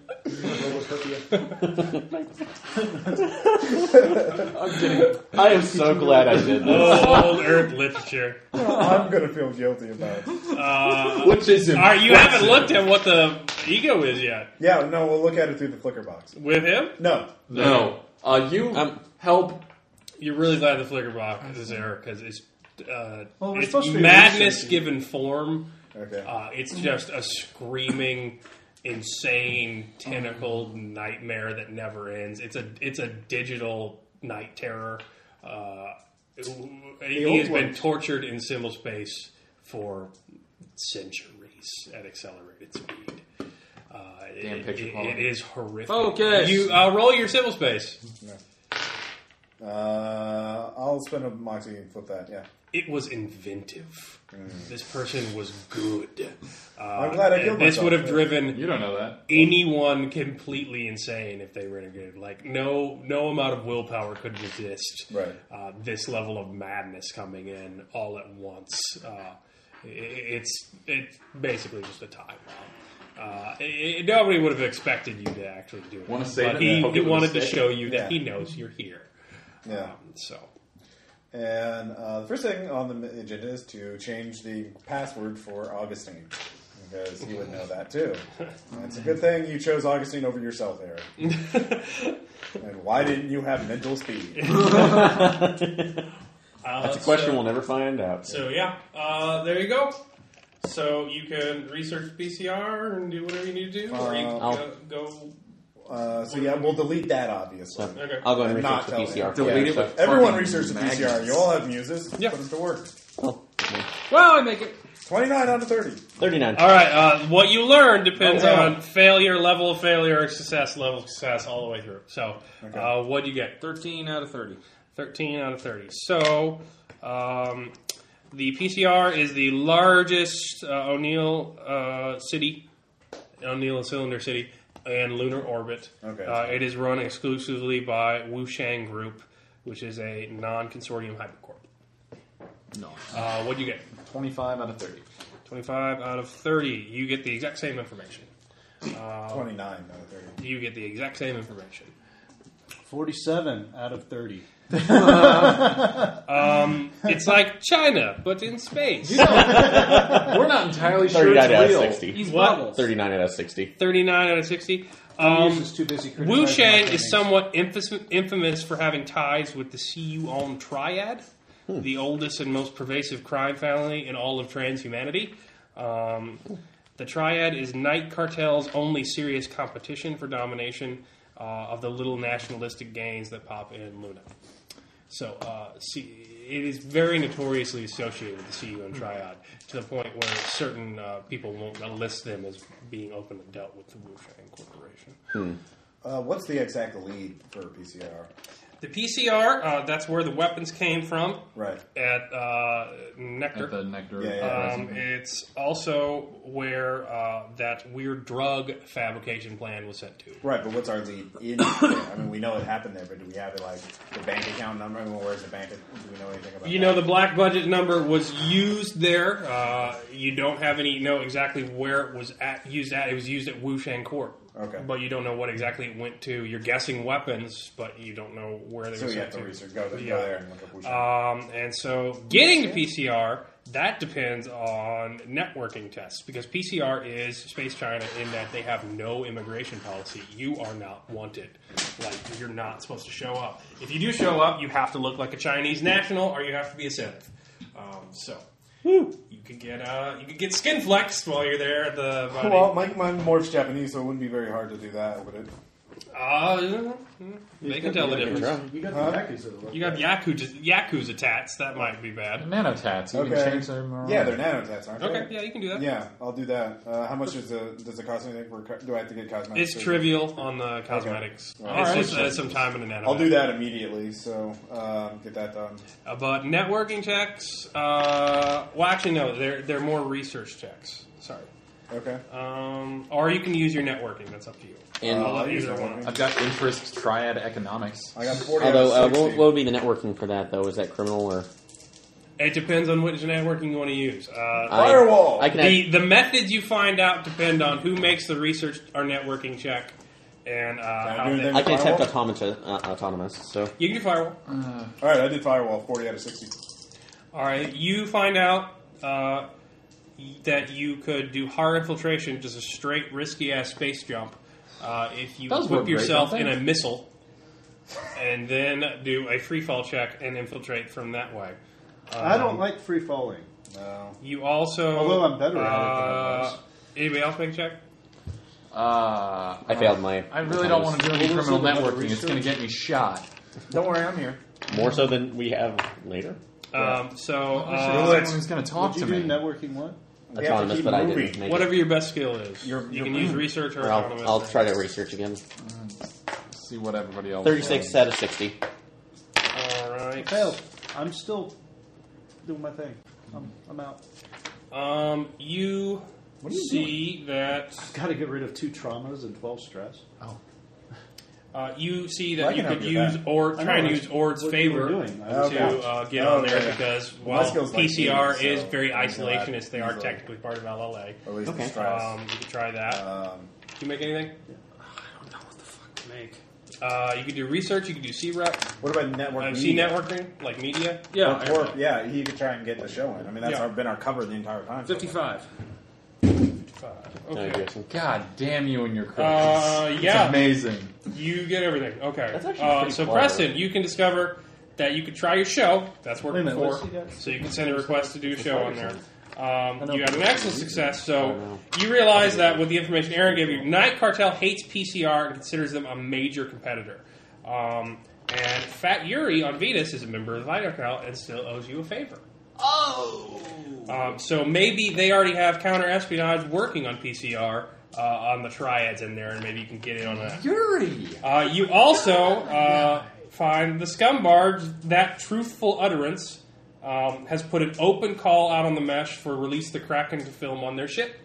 Speaker 2: I am so glad I did this.
Speaker 5: Oh, old Earth literature.
Speaker 3: I'm going to feel guilty about it.
Speaker 5: Uh,
Speaker 4: Which is
Speaker 5: all right, you haven't looked at what the ego is yet
Speaker 3: Yeah, no, we'll look at it through the flicker box.
Speaker 5: with him.
Speaker 3: No.
Speaker 4: No. Uh, you
Speaker 2: Um,
Speaker 4: help.
Speaker 5: You're really glad the flicker box is there because it's uh,
Speaker 10: Well, we're
Speaker 5: it's
Speaker 10: supposed to be
Speaker 5: madness
Speaker 10: researching.
Speaker 5: given form.
Speaker 3: Okay.
Speaker 5: Uh, it's just a screaming, insane, tentacled nightmare that never ends. It's a it's a digital night terror. Uh, he
Speaker 10: old
Speaker 5: has been
Speaker 10: ones.
Speaker 5: tortured in symbol space for centuries at accelerated speed. Uh,
Speaker 8: Damn
Speaker 5: it-
Speaker 8: picture
Speaker 5: it- it
Speaker 8: quality.
Speaker 5: is horrific.
Speaker 6: Focus.
Speaker 5: You uh, roll your symbol space.
Speaker 3: Uh, I'll spend a moxie and flip that. Yeah,
Speaker 5: It was inventive. This person was good. Uh,
Speaker 3: Mm. I'm glad I killed
Speaker 5: This
Speaker 3: myself.
Speaker 5: would have driven
Speaker 8: You don't know that.
Speaker 5: anyone completely insane if they renegade. Like no no amount of willpower could resist
Speaker 3: Right.
Speaker 5: uh, this level of madness coming in all at once. Uh, i- i it's it's basically just a time bomb. Uh, i i nobody would have expected you to actually do it.
Speaker 4: Wanna save
Speaker 5: but
Speaker 4: it?
Speaker 5: he,
Speaker 4: Yeah. Poke
Speaker 5: he
Speaker 4: it with
Speaker 5: wanted
Speaker 4: a
Speaker 5: to
Speaker 4: stick?
Speaker 5: show you that
Speaker 3: Yeah.
Speaker 5: he knows you're here.
Speaker 3: yeah.
Speaker 5: Um, so
Speaker 3: And uh, the first thing on the agenda is to change the password for Augustine because he would know that too. And it's a good thing you chose Augustine over yourself, Eric. and why didn't you have mental speed?
Speaker 2: That's
Speaker 5: [LAUGHS]
Speaker 2: a question we'll never find out.
Speaker 11: Uh, So yeah, uh, there you go. So you can research PCR and do whatever you need to do, or you can
Speaker 2: I'll-
Speaker 11: go, go.
Speaker 3: Uh, so yeah, we'll delete that obviously.
Speaker 2: So,
Speaker 11: Okay.
Speaker 2: I'll go ahead
Speaker 3: And
Speaker 2: and
Speaker 3: not
Speaker 2: research
Speaker 3: tell
Speaker 2: the PCR.
Speaker 3: him.
Speaker 4: Delete
Speaker 2: Yeah,
Speaker 4: it
Speaker 2: so-
Speaker 4: with
Speaker 3: Everyone
Speaker 4: fucking
Speaker 3: research the
Speaker 4: magnets.
Speaker 3: PCR. You all have muses.
Speaker 11: Yeah.
Speaker 3: Put them to work.
Speaker 2: oh, okay.
Speaker 6: Well, I make it.
Speaker 3: Twenty-nine out of thirty.
Speaker 2: Thirty-nine.
Speaker 11: All right, uh, what you learn depends
Speaker 3: Oh, yeah.
Speaker 11: on failure, level of failure, success, level of success, all the way through. So uh, what do you get?
Speaker 6: 13 out of 30.
Speaker 11: 13 out of 30. So, um, the PCR is the largest uh, O'Neill uh, city, O'Neill and Cylinder City,
Speaker 5: and Lunar Orbit.
Speaker 3: Okay.
Speaker 5: Uh, it is run exclusively by Wushang Group, which is a non-consortium hypercorp.
Speaker 8: No.
Speaker 5: Uh, what do you get?
Speaker 8: 25 out of 30.
Speaker 5: 25 out of 30. You get the exact same information. Uh,
Speaker 3: 29 out of 30.
Speaker 5: You get the exact same information.
Speaker 10: 47 out of 30.
Speaker 5: um, it's like China, but in space.
Speaker 8: We're not entirely sure
Speaker 2: 39 out
Speaker 8: it's
Speaker 2: of
Speaker 8: real.
Speaker 2: 60.
Speaker 5: He's
Speaker 2: What?
Speaker 5: bubbles.
Speaker 2: 39 out of 60.
Speaker 5: 39 out of 60. Um,
Speaker 10: is too busy criticizing
Speaker 5: Wu Shang
Speaker 10: my
Speaker 5: is somewhat infamous, infamous for having ties with the CU Om Triad, the oldest and most pervasive crime family in all of transhumanity. Um, the Triad is Night Cartel's only serious competition for domination uh, of the little nationalistic gangs that pop in Luna. So, uh, see, it is very notoriously associated with the CU and Triad to the point where certain uh, people won't list them as being openly dealt with the Wu Shang Corporation.
Speaker 3: Uh, what's the exact lead for PCR?
Speaker 5: The PCR, uh, that's where the weapons came from
Speaker 3: Right.
Speaker 5: at uh, Nectar.
Speaker 8: At the nectar.
Speaker 3: Yeah, yeah.
Speaker 5: um, it's also where uh, that weird drug fabrication plan was sent to.
Speaker 3: Right, but what's our lead in [COUGHS] there? I mean, we know it happened there, but do we have it like the bank account number? I mean, where's the bank? Do we know anything about
Speaker 5: You
Speaker 3: that?
Speaker 5: know, the black budget number was used there. Uh, you don't have any know exactly where it was at used at. It was used at Wushang Court.
Speaker 3: Okay.
Speaker 5: But you don't know what exactly it went to. You're guessing weapons, but you don't know where they
Speaker 3: So
Speaker 5: were
Speaker 3: we
Speaker 5: sent
Speaker 3: have to research. Go, go
Speaker 5: Yeah.
Speaker 3: there and look up Wuxi.
Speaker 5: Um, and so getting to PCR, that depends on networking tests because PCR is space China in that they have no immigration policy. You are not wanted. Like, you're not supposed to show up. If you do show up, you have to look like a Chinese national or you have to be a synth. Um, so. You could get uh, you could get skin flexed while you're there at the body.
Speaker 3: well, Mike mine morphs Japanese, so it wouldn't be very hard to do that, would it?
Speaker 5: uh, yeah, yeah, they can tell the difference.
Speaker 10: You got
Speaker 3: Huh?
Speaker 10: the Yakuza to look
Speaker 5: You have
Speaker 10: at.
Speaker 5: Yakuza, Yakuza tats. That might be bad.
Speaker 8: Nanotats. You
Speaker 3: Okay.
Speaker 8: can change them around.
Speaker 3: Yeah, they're nanotats, aren't
Speaker 5: Okay,
Speaker 3: they?
Speaker 5: yeah, you can do that.
Speaker 3: Yeah, I'll do that. Uh, how much is the, does it cost anything? For, co- do I have to get cosmetic?
Speaker 5: It's
Speaker 3: surgery?
Speaker 5: trivial on the cosmetics.
Speaker 3: All
Speaker 5: It's
Speaker 3: right.
Speaker 5: just uh, some time and an
Speaker 3: I'll do that immediately, so um, get that done.
Speaker 5: Uh, but networking checks. Uh, well, actually, no. They're they're more research checks. Sorry.
Speaker 3: Okay.
Speaker 5: Um, or you can use your networking. That's up to you.
Speaker 2: And-
Speaker 5: I'll
Speaker 3: I'll
Speaker 5: let
Speaker 3: use
Speaker 5: either
Speaker 3: it.
Speaker 5: one.
Speaker 8: I've got interest triad economics.
Speaker 3: I got 40
Speaker 2: Although,
Speaker 3: out
Speaker 2: uh,
Speaker 3: of 60.
Speaker 2: what, what would be the networking for that, though? Is that criminal or.
Speaker 5: It depends on which networking you want to use. Uh,
Speaker 2: I-
Speaker 3: Firewall!
Speaker 2: I, can add,
Speaker 5: the the methods you find out depend on who makes the research or networking check, and uh, how
Speaker 3: do
Speaker 5: they,
Speaker 3: them-
Speaker 2: I can accept
Speaker 3: Firewall?
Speaker 2: autonomous, uh, autonomous, so.
Speaker 5: you can do firewall.
Speaker 3: All right, I did firewall. Forty out of sixty.
Speaker 5: All right, you find out uh, that you could do hard infiltration, just a straight risky ass space jump, uh, if you
Speaker 8: Those were
Speaker 5: equip
Speaker 8: great,
Speaker 5: yourself
Speaker 8: don't
Speaker 5: in
Speaker 8: they?
Speaker 5: a missile, and then do a free fall check and infiltrate from that way.
Speaker 10: I don't like free falling.
Speaker 3: No.
Speaker 5: You also,
Speaker 10: Although I'm better at it than I
Speaker 5: uh,
Speaker 10: was.
Speaker 5: anybody else make a check?
Speaker 8: Uh,
Speaker 2: I failed my
Speaker 8: I really don't want to do any
Speaker 10: What was
Speaker 8: criminal
Speaker 10: it, another
Speaker 8: networking. It's going to get me shot.
Speaker 3: Don't worry, I'm here.
Speaker 2: More so than we have later.
Speaker 5: Um, so,
Speaker 8: Uh,
Speaker 5: uh,
Speaker 8: someone's going to talk
Speaker 10: Would
Speaker 8: to
Speaker 10: you do
Speaker 8: me.
Speaker 10: networking what?
Speaker 3: have to
Speaker 2: Autonomous,
Speaker 3: keep
Speaker 2: but I
Speaker 3: moving.
Speaker 2: didn't make
Speaker 5: whatever your best skill is,
Speaker 3: Your-
Speaker 5: you can
Speaker 3: your-
Speaker 5: use research or
Speaker 2: it. I'll,
Speaker 5: autonomous.
Speaker 2: I'll try to research again.
Speaker 8: See what everybody
Speaker 3: Oh,
Speaker 8: else.
Speaker 2: 36 out of 60.
Speaker 5: All right.
Speaker 10: Failed. I'm still doing my thing. I'm, I'm out.
Speaker 5: Um, you,
Speaker 10: are you
Speaker 5: see that
Speaker 10: Got to get rid of two traumas and 12 stress.
Speaker 5: Uh, you see
Speaker 3: Well,
Speaker 5: that
Speaker 3: I
Speaker 5: you
Speaker 3: can
Speaker 5: could
Speaker 3: help you with
Speaker 5: use or
Speaker 10: I
Speaker 5: try and
Speaker 10: know,
Speaker 5: use Ord's
Speaker 10: what you were
Speaker 5: favor
Speaker 10: doing. I
Speaker 5: to
Speaker 10: was
Speaker 3: Okay.
Speaker 5: uh, get
Speaker 3: Oh,
Speaker 5: on there
Speaker 3: yeah.
Speaker 5: because
Speaker 3: My
Speaker 5: while
Speaker 3: skill's like
Speaker 5: PCR
Speaker 3: you,
Speaker 5: is
Speaker 3: so
Speaker 5: very
Speaker 3: I can do that
Speaker 5: isolationist, they are
Speaker 3: easily.
Speaker 5: technically part of LLA.
Speaker 3: At least
Speaker 2: Okay.
Speaker 3: the stress.
Speaker 5: Um, you could try that.
Speaker 3: Um,
Speaker 5: Can you make anything? Uh, you could do research. You could do C rep,
Speaker 3: what about network?
Speaker 5: uh, C
Speaker 3: media?
Speaker 5: networking, like media.
Speaker 9: Yeah,
Speaker 3: Or- or- yeah, he could try and get the show in. I mean, that's
Speaker 5: Yeah.
Speaker 3: our, been our cover the entire time. so far.
Speaker 9: 55.
Speaker 2: Okay. Jason.
Speaker 8: God damn you and your critics.
Speaker 5: Uh,
Speaker 8: It's
Speaker 5: yeah.
Speaker 8: amazing.
Speaker 5: You get everything. Okay.
Speaker 2: That's actually
Speaker 5: uh,
Speaker 2: pretty
Speaker 5: so,
Speaker 2: clever.
Speaker 5: Preston, you can discover that you could try your show. That's
Speaker 10: Wait a
Speaker 5: working
Speaker 10: minute,
Speaker 5: for.
Speaker 10: what's he got?
Speaker 5: So you can send a request to do a show on there. Um,
Speaker 10: know,
Speaker 5: you had an
Speaker 10: but-
Speaker 5: excellent success. So you realize that with the information Aaron gave you, Night Cartel hates PCR and considers them a major competitor. Um, and Fat Yuri on Venus is a member of the Night Cartel and still owes you a favor. Um, so maybe they already have counter espionage working on PCR uh, on the triads in there, and maybe you can get in on that.
Speaker 8: Yuri.
Speaker 5: Uh, you also uh, find the scumbard that truthful utterance um, has put an open call out on the mesh for release the Kraken to film on their ship.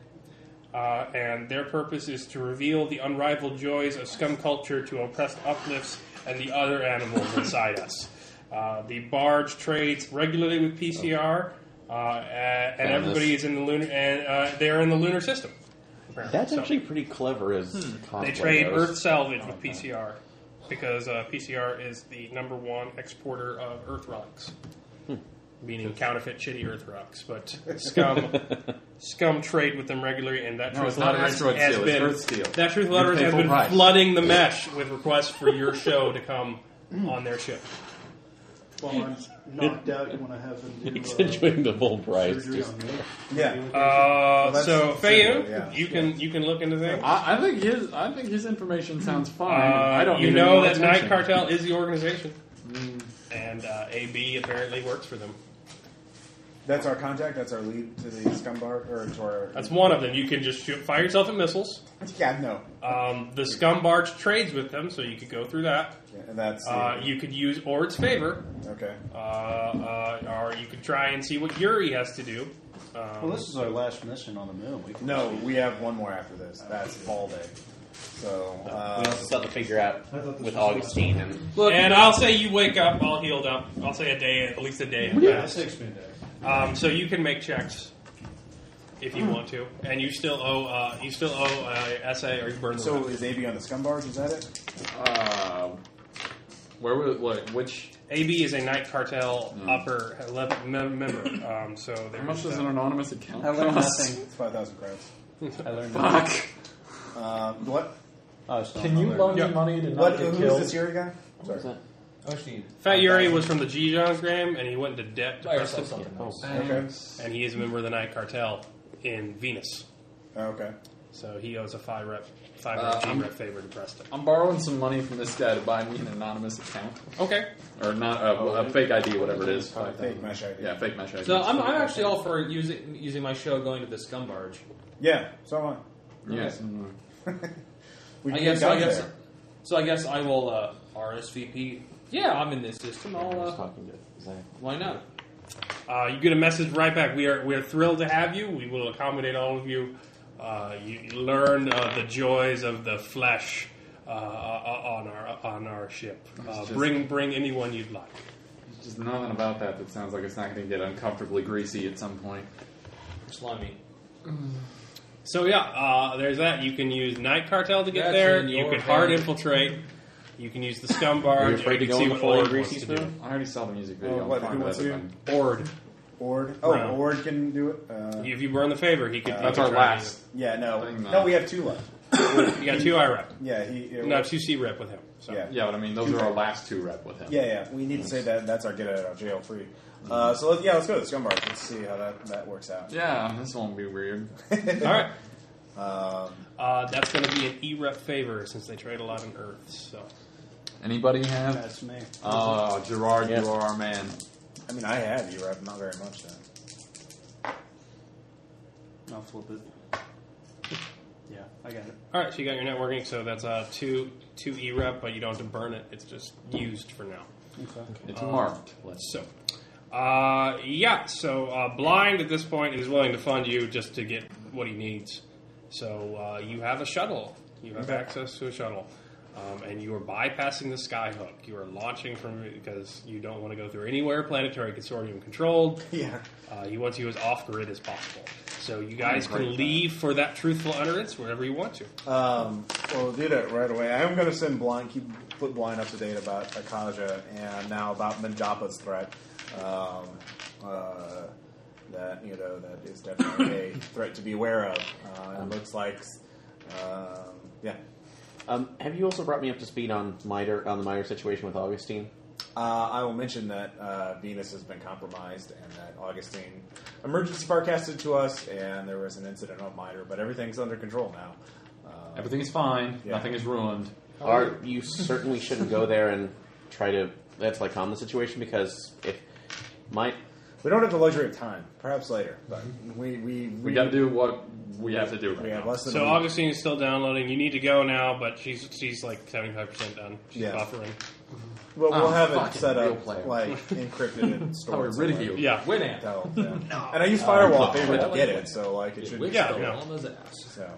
Speaker 5: uh, and their purpose is to reveal the unrivaled joys of scum culture to oppressed uplifts and the other animals inside us. Uh, the barge trades regularly with PCR, uh, and
Speaker 2: Found
Speaker 5: everybody
Speaker 2: this.
Speaker 5: is in the lunar, and uh, they're in the lunar system. apparently.
Speaker 2: That's
Speaker 5: So-
Speaker 2: actually pretty clever. As
Speaker 8: Hmm.
Speaker 5: they
Speaker 2: concept
Speaker 5: trade
Speaker 2: goes.
Speaker 5: Earth salvage with PCR because uh, PCR is the number one exporter of Earth rocks,
Speaker 8: Hmm.
Speaker 5: meaning counterfeit shitty Earth rocks.
Speaker 8: [LAUGHS]
Speaker 5: But scum, scum trade with them regularly, and that
Speaker 8: No,
Speaker 5: truth
Speaker 8: it's not
Speaker 5: letter has,
Speaker 8: asteroid
Speaker 5: has
Speaker 8: steel, it's
Speaker 5: been
Speaker 8: Earth steel.
Speaker 5: that truth
Speaker 8: You
Speaker 5: letters
Speaker 8: pay
Speaker 5: has
Speaker 8: full
Speaker 5: been
Speaker 8: price.
Speaker 5: flooding the mesh with requests for your show to come
Speaker 8: Hmm.
Speaker 5: on their ship.
Speaker 10: While I'm knocked out, you want to have
Speaker 5: [LAUGHS]
Speaker 10: them do
Speaker 2: He's
Speaker 10: uh,
Speaker 2: enjoying the full price.
Speaker 10: surgery
Speaker 2: Just-
Speaker 10: on me?
Speaker 5: Uh,
Speaker 10: Well,
Speaker 5: so
Speaker 10: that's-
Speaker 5: Fayou,
Speaker 10: yeah.
Speaker 5: you can you can look into things.
Speaker 8: I, I think his I think his information sounds fine.
Speaker 5: Uh,
Speaker 8: I don't.
Speaker 5: you
Speaker 8: need any
Speaker 5: know
Speaker 8: more
Speaker 5: that Night
Speaker 8: attention.
Speaker 5: Cartel is the organization,
Speaker 8: Hmm.
Speaker 5: and uh, AB apparently works for them.
Speaker 3: That's our contact. That's our lead to the scum bar or to our.
Speaker 5: That's one of them. You can just shoot, fire yourself at missiles.
Speaker 3: Yeah, no.
Speaker 5: Um, the scum barge trades with them, so you could go through that.
Speaker 3: and that's
Speaker 5: uh, you could use Ord's favor,
Speaker 3: Okay.
Speaker 5: uh, uh, or you could try and see what Yuri has to do. Um,
Speaker 10: Well, this is our last mission on the moon. We can
Speaker 3: No, we have one more after this. That's Ball Day. So uh,
Speaker 2: we also still have to figure out
Speaker 3: I thought this
Speaker 2: with
Speaker 3: was-
Speaker 2: Augustine and
Speaker 5: and I'll say you wake up all healed up. I'll say a day, at least a day. had
Speaker 10: Yeah,
Speaker 5: passed.
Speaker 10: six minute day.
Speaker 5: Um, so you can make checks if you want to, and you still owe uh, you still owe uh, essay or you burn the
Speaker 3: So
Speaker 5: rest.
Speaker 3: is AB on the scum bars? Is that it?
Speaker 8: Uh, where was what? Which?
Speaker 5: AB is a night cartel upper level mem- member. Um, so
Speaker 8: How
Speaker 5: there's
Speaker 8: much does
Speaker 5: that.
Speaker 8: an anonymous account
Speaker 10: I learned
Speaker 8: cost?
Speaker 10: nothing.
Speaker 3: It's five thousand credits.
Speaker 10: I learned
Speaker 8: Fuck.
Speaker 10: nothing.
Speaker 3: Um, what?
Speaker 10: Oh, it's not
Speaker 12: Can you
Speaker 10: another-
Speaker 12: loan me money to not
Speaker 3: What?
Speaker 12: get
Speaker 3: Who's
Speaker 12: killed?
Speaker 3: this Yuri guy? Sorry.
Speaker 9: Oh,
Speaker 5: Fat Yuri was from the Gijong Gram, and he went into debt to
Speaker 13: Buy yourself
Speaker 5: Preston,
Speaker 13: something else.
Speaker 3: Okay.
Speaker 5: and he is a member of the night cartel in Venus.
Speaker 3: Oh, Okay.
Speaker 5: So he owes a five rep five
Speaker 8: Uh,
Speaker 5: rep G
Speaker 8: I'm-
Speaker 5: rep favor to Preston.
Speaker 8: I'm borrowing some money from this guy to buy me an anonymous account
Speaker 5: Okay,
Speaker 8: or not a, a fake ID, whatever it is.
Speaker 3: Fake mesh ID.
Speaker 8: Yeah, Oh, fake mesh ID.
Speaker 9: So I'm, I'm actually all for using using my show going to the scum barge.
Speaker 3: Yeah. So on.
Speaker 8: yes.
Speaker 3: We
Speaker 9: I
Speaker 3: can
Speaker 9: guess,
Speaker 3: get
Speaker 9: I
Speaker 3: down
Speaker 9: guess,
Speaker 3: there.
Speaker 9: so I guess I will uh, RSVP. Yeah, I'm in this system. I'll,
Speaker 2: I was
Speaker 9: uh,
Speaker 2: talking to Zach.
Speaker 9: why not?
Speaker 5: uh, you get a message right back. We are we are thrilled to have you. We will accommodate all of you. Uh, you you learn uh, the joys of the flesh uh, uh, on our on our ship. Uh,
Speaker 8: just-
Speaker 5: bring bring anyone you'd like.
Speaker 8: Just nothing about that that sounds like it's not going to get uncomfortably greasy at some point.
Speaker 9: Slimy.
Speaker 5: So yeah, uh, there's that. You can use Night Cartel to get
Speaker 9: That's
Speaker 5: there.
Speaker 9: in
Speaker 5: You
Speaker 9: your
Speaker 5: can hard
Speaker 9: hand.
Speaker 5: infiltrate. You can use the Scum
Speaker 2: Are you
Speaker 5: Barge.
Speaker 2: afraid to
Speaker 5: you
Speaker 2: go
Speaker 5: can
Speaker 2: in
Speaker 5: see what
Speaker 2: the full
Speaker 5: Ord
Speaker 2: greasy
Speaker 5: wants to do.
Speaker 2: spoon?
Speaker 8: I already saw the music video.
Speaker 3: Oh,
Speaker 8: I'm
Speaker 3: what,
Speaker 8: fine
Speaker 3: who
Speaker 8: with
Speaker 3: wants
Speaker 8: that,
Speaker 3: to
Speaker 8: but
Speaker 3: do?
Speaker 5: Ord.
Speaker 3: Ord. Oh,
Speaker 5: Brown.
Speaker 3: Ord can do it. Uh,
Speaker 5: If you burn the favor, he could. he
Speaker 8: That's
Speaker 5: could
Speaker 8: our
Speaker 5: try and
Speaker 8: last.
Speaker 3: yeah. No.
Speaker 8: Thing, uh,
Speaker 3: No, we have two left.
Speaker 5: use it. You got two I rep.
Speaker 3: Yeah. He.
Speaker 5: No, two C rep with him. So.
Speaker 3: Yeah.
Speaker 8: Yeah, but I mean, those are our last two rep with him.
Speaker 3: Yeah, yeah. We need to say that that's our get out of jail free. Uh, so let, yeah, let's go to the scum bar. Let's see how that, that works out.
Speaker 8: Yeah, this won't be weird.
Speaker 5: All right.
Speaker 3: Um,
Speaker 5: Uh, that's going to be an E rep favor since they trade a lot in Earth. So
Speaker 8: Anybody have?
Speaker 10: That's me.
Speaker 8: Oh,
Speaker 4: Uh,
Speaker 8: Gerard,
Speaker 2: Yeah.
Speaker 8: you are our man.
Speaker 3: I mean, I have you rep, not very much then.
Speaker 10: I'll flip it. Yeah, I got it.
Speaker 5: all right, so you got your networking. So that's uh, two two E rep, but you don't have to burn it. It's just used for now.
Speaker 8: It's marked.
Speaker 5: So, uh, yeah. So uh, blind at this point is willing to fund you just to get what he needs. So uh, you have a shuttle. You have access to a shuttle, um, and you are bypassing the skyhook. You are launching from because you don't want to go through anywhere planetary consortium controlled.
Speaker 3: Yeah.
Speaker 5: Uh, he wants you as off grid as possible. So you guys
Speaker 8: great
Speaker 5: can
Speaker 8: with
Speaker 5: leave for that truthful utterance wherever you want to.
Speaker 3: Um, well, we'll do that right away. I'm going to send Blind, keep put Blind up to date about Akaja and now about Manjapa's threat. Um, uh, that you know that is definitely
Speaker 8: [COUGHS]
Speaker 3: a threat to be aware of. Uh, it looks like, um, yeah.
Speaker 2: Um, have you also brought me up to speed on Miter on the Miter situation with Augustine?
Speaker 3: Uh, I will mention that uh, Venus has been compromised and that Augustine emergency forecasted to us, and there was an incident on Miter, but everything's under control now. Uh,
Speaker 8: Everything's fine.
Speaker 3: Yeah.
Speaker 8: Nothing is ruined.
Speaker 3: Oh.
Speaker 2: Are you certainly shouldn't go there and try to? That's like calm the situation because if my
Speaker 3: we don't have the luxury of time. Perhaps later, but we we we,
Speaker 8: Mm-hmm. We got to do what we have to do right
Speaker 3: we have
Speaker 8: now.
Speaker 3: less than
Speaker 5: So
Speaker 3: a week.
Speaker 5: Augustine is still downloading. You need to go now, but she's she's like seventy five percent done. She's
Speaker 3: Yeah.
Speaker 5: buffering.
Speaker 3: But we'll
Speaker 4: Oh,
Speaker 3: have it
Speaker 4: fucking
Speaker 3: set
Speaker 4: real
Speaker 3: up
Speaker 4: player.
Speaker 3: like
Speaker 4: [LAUGHS]
Speaker 3: encrypted and stored.
Speaker 4: I would rid of
Speaker 3: somewhere. [LAUGHS]
Speaker 4: you. Yeah. Winamp.
Speaker 3: That'll- yeah.
Speaker 4: [LAUGHS] No.
Speaker 3: And I use
Speaker 4: Uh,
Speaker 3: firewall
Speaker 4: no.
Speaker 3: if they were to
Speaker 4: That
Speaker 3: get
Speaker 4: would-
Speaker 3: it, so like it
Speaker 4: It
Speaker 3: should.
Speaker 4: would
Speaker 5: Yeah, yeah.
Speaker 3: So.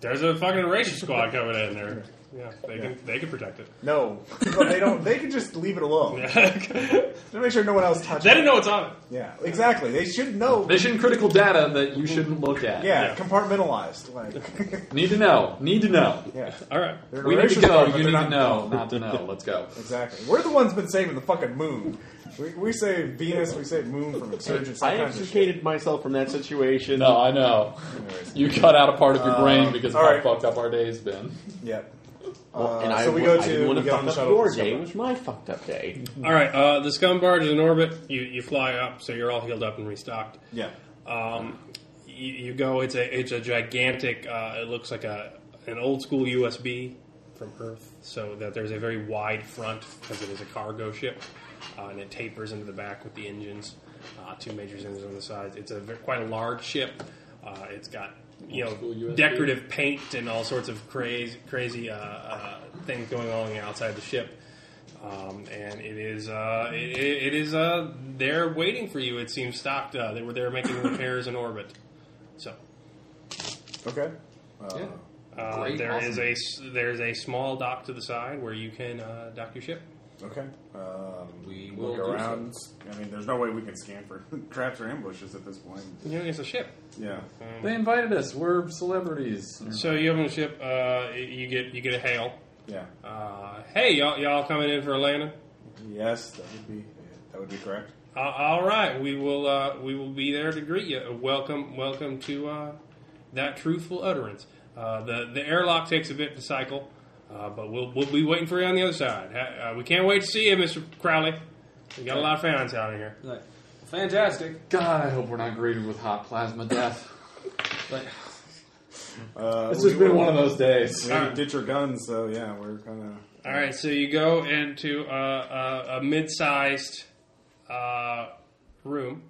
Speaker 5: There's a fucking erasure squad coming in there. Yeah, they can they can protect it.
Speaker 3: No, but they don't. They can just leave
Speaker 4: [LAUGHS]
Speaker 3: it alone. [LAUGHS] Just make sure no one else touches.
Speaker 5: They didn't know it's on it.
Speaker 3: Yeah, exactly. They should know.
Speaker 4: They shouldn't critical data that you shouldn't look at.
Speaker 3: Yeah, compartmentalized. Like,
Speaker 4: Need to know. Need to know.
Speaker 3: yeah.
Speaker 5: All right.
Speaker 3: They're
Speaker 4: We need to
Speaker 3: erasure
Speaker 4: go.
Speaker 3: squad, but
Speaker 4: You need
Speaker 3: they're
Speaker 4: to know. Not to know. Let's go.
Speaker 3: Exactly. We're the ones been saving the fucking moon. We, we save Venus, we save Moon from insurgents.
Speaker 2: I
Speaker 3: all kinds of shit.
Speaker 2: extricated myself from that situation.
Speaker 4: No, I know. [LAUGHS] You cut out a part of your brain because of
Speaker 3: all
Speaker 4: how
Speaker 3: right. Mm.
Speaker 4: fucked up our day's been.
Speaker 3: Yep.
Speaker 2: Well,
Speaker 3: Uh,
Speaker 2: Oh, and I,
Speaker 3: so we go
Speaker 2: I
Speaker 3: to-
Speaker 2: didn't want
Speaker 3: we
Speaker 2: to
Speaker 3: get on
Speaker 2: fuck
Speaker 3: the
Speaker 2: up
Speaker 3: shuttle
Speaker 2: your
Speaker 3: to
Speaker 2: day.
Speaker 3: somewhere.
Speaker 2: It was my fucked up day.
Speaker 5: All right, uh, the scum barge is in orbit. You you fly up, so you're all healed up and restocked.
Speaker 3: Yeah.
Speaker 5: Um, you, you go. It's a it's a gigantic. Uh, it looks like a an old school USB from Earth, so that there's a very wide front because it is a cargo ship, uh, and it tapers into the back with the engines, uh, two major engines on the sides. It's a ve- quite a large ship. Uh, it's got you
Speaker 4: Old school
Speaker 5: know
Speaker 4: USB.
Speaker 5: decorative paint and all sorts of crazy crazy uh, uh, things going on outside the ship. Um, and it is uh, it, it is uh, they're waiting for you. It seems stocked. Uh, they were there making repairs in orbit. So
Speaker 3: Okay. Uh,
Speaker 4: Yeah.
Speaker 5: uh,
Speaker 4: Great,
Speaker 5: there is
Speaker 4: awesome.
Speaker 5: a s a there's a small dock to the side where you can uh, dock your ship.
Speaker 3: Okay. Um,
Speaker 4: We will
Speaker 3: look
Speaker 4: do
Speaker 3: around. I mean, there's no way we can scan for [LAUGHS] traps or ambushes at this point.
Speaker 5: You know, it's a ship.
Speaker 3: Yeah.
Speaker 4: They invited us. We're celebrities.
Speaker 5: So you open the ship. Uh, you get you get a hail.
Speaker 3: Yeah.
Speaker 5: Uh, hey, y'all, y'all coming in for a landing?
Speaker 3: Yes, that would be that would be correct.
Speaker 5: Uh, all right, we will uh, we will be there to greet you. Welcome, welcome to uh, that truthful utterance. Uh, the the airlock takes a bit to cycle, uh, but we'll we'll be waiting for you on the other side. Ha- Uh, we can't wait to see you, Mister Crowley. We got a lot of fans out here.
Speaker 9: Like, fantastic.
Speaker 4: God, I hope we're not greeted with hot plasma death.
Speaker 9: Like,
Speaker 3: Uh,
Speaker 4: This
Speaker 3: we
Speaker 4: has been
Speaker 3: were-
Speaker 4: one of those
Speaker 3: We
Speaker 4: days.
Speaker 3: had to ditch our guns, so yeah, we're kind of.
Speaker 5: All right, so you go into a, a, a mid-sized uh, room.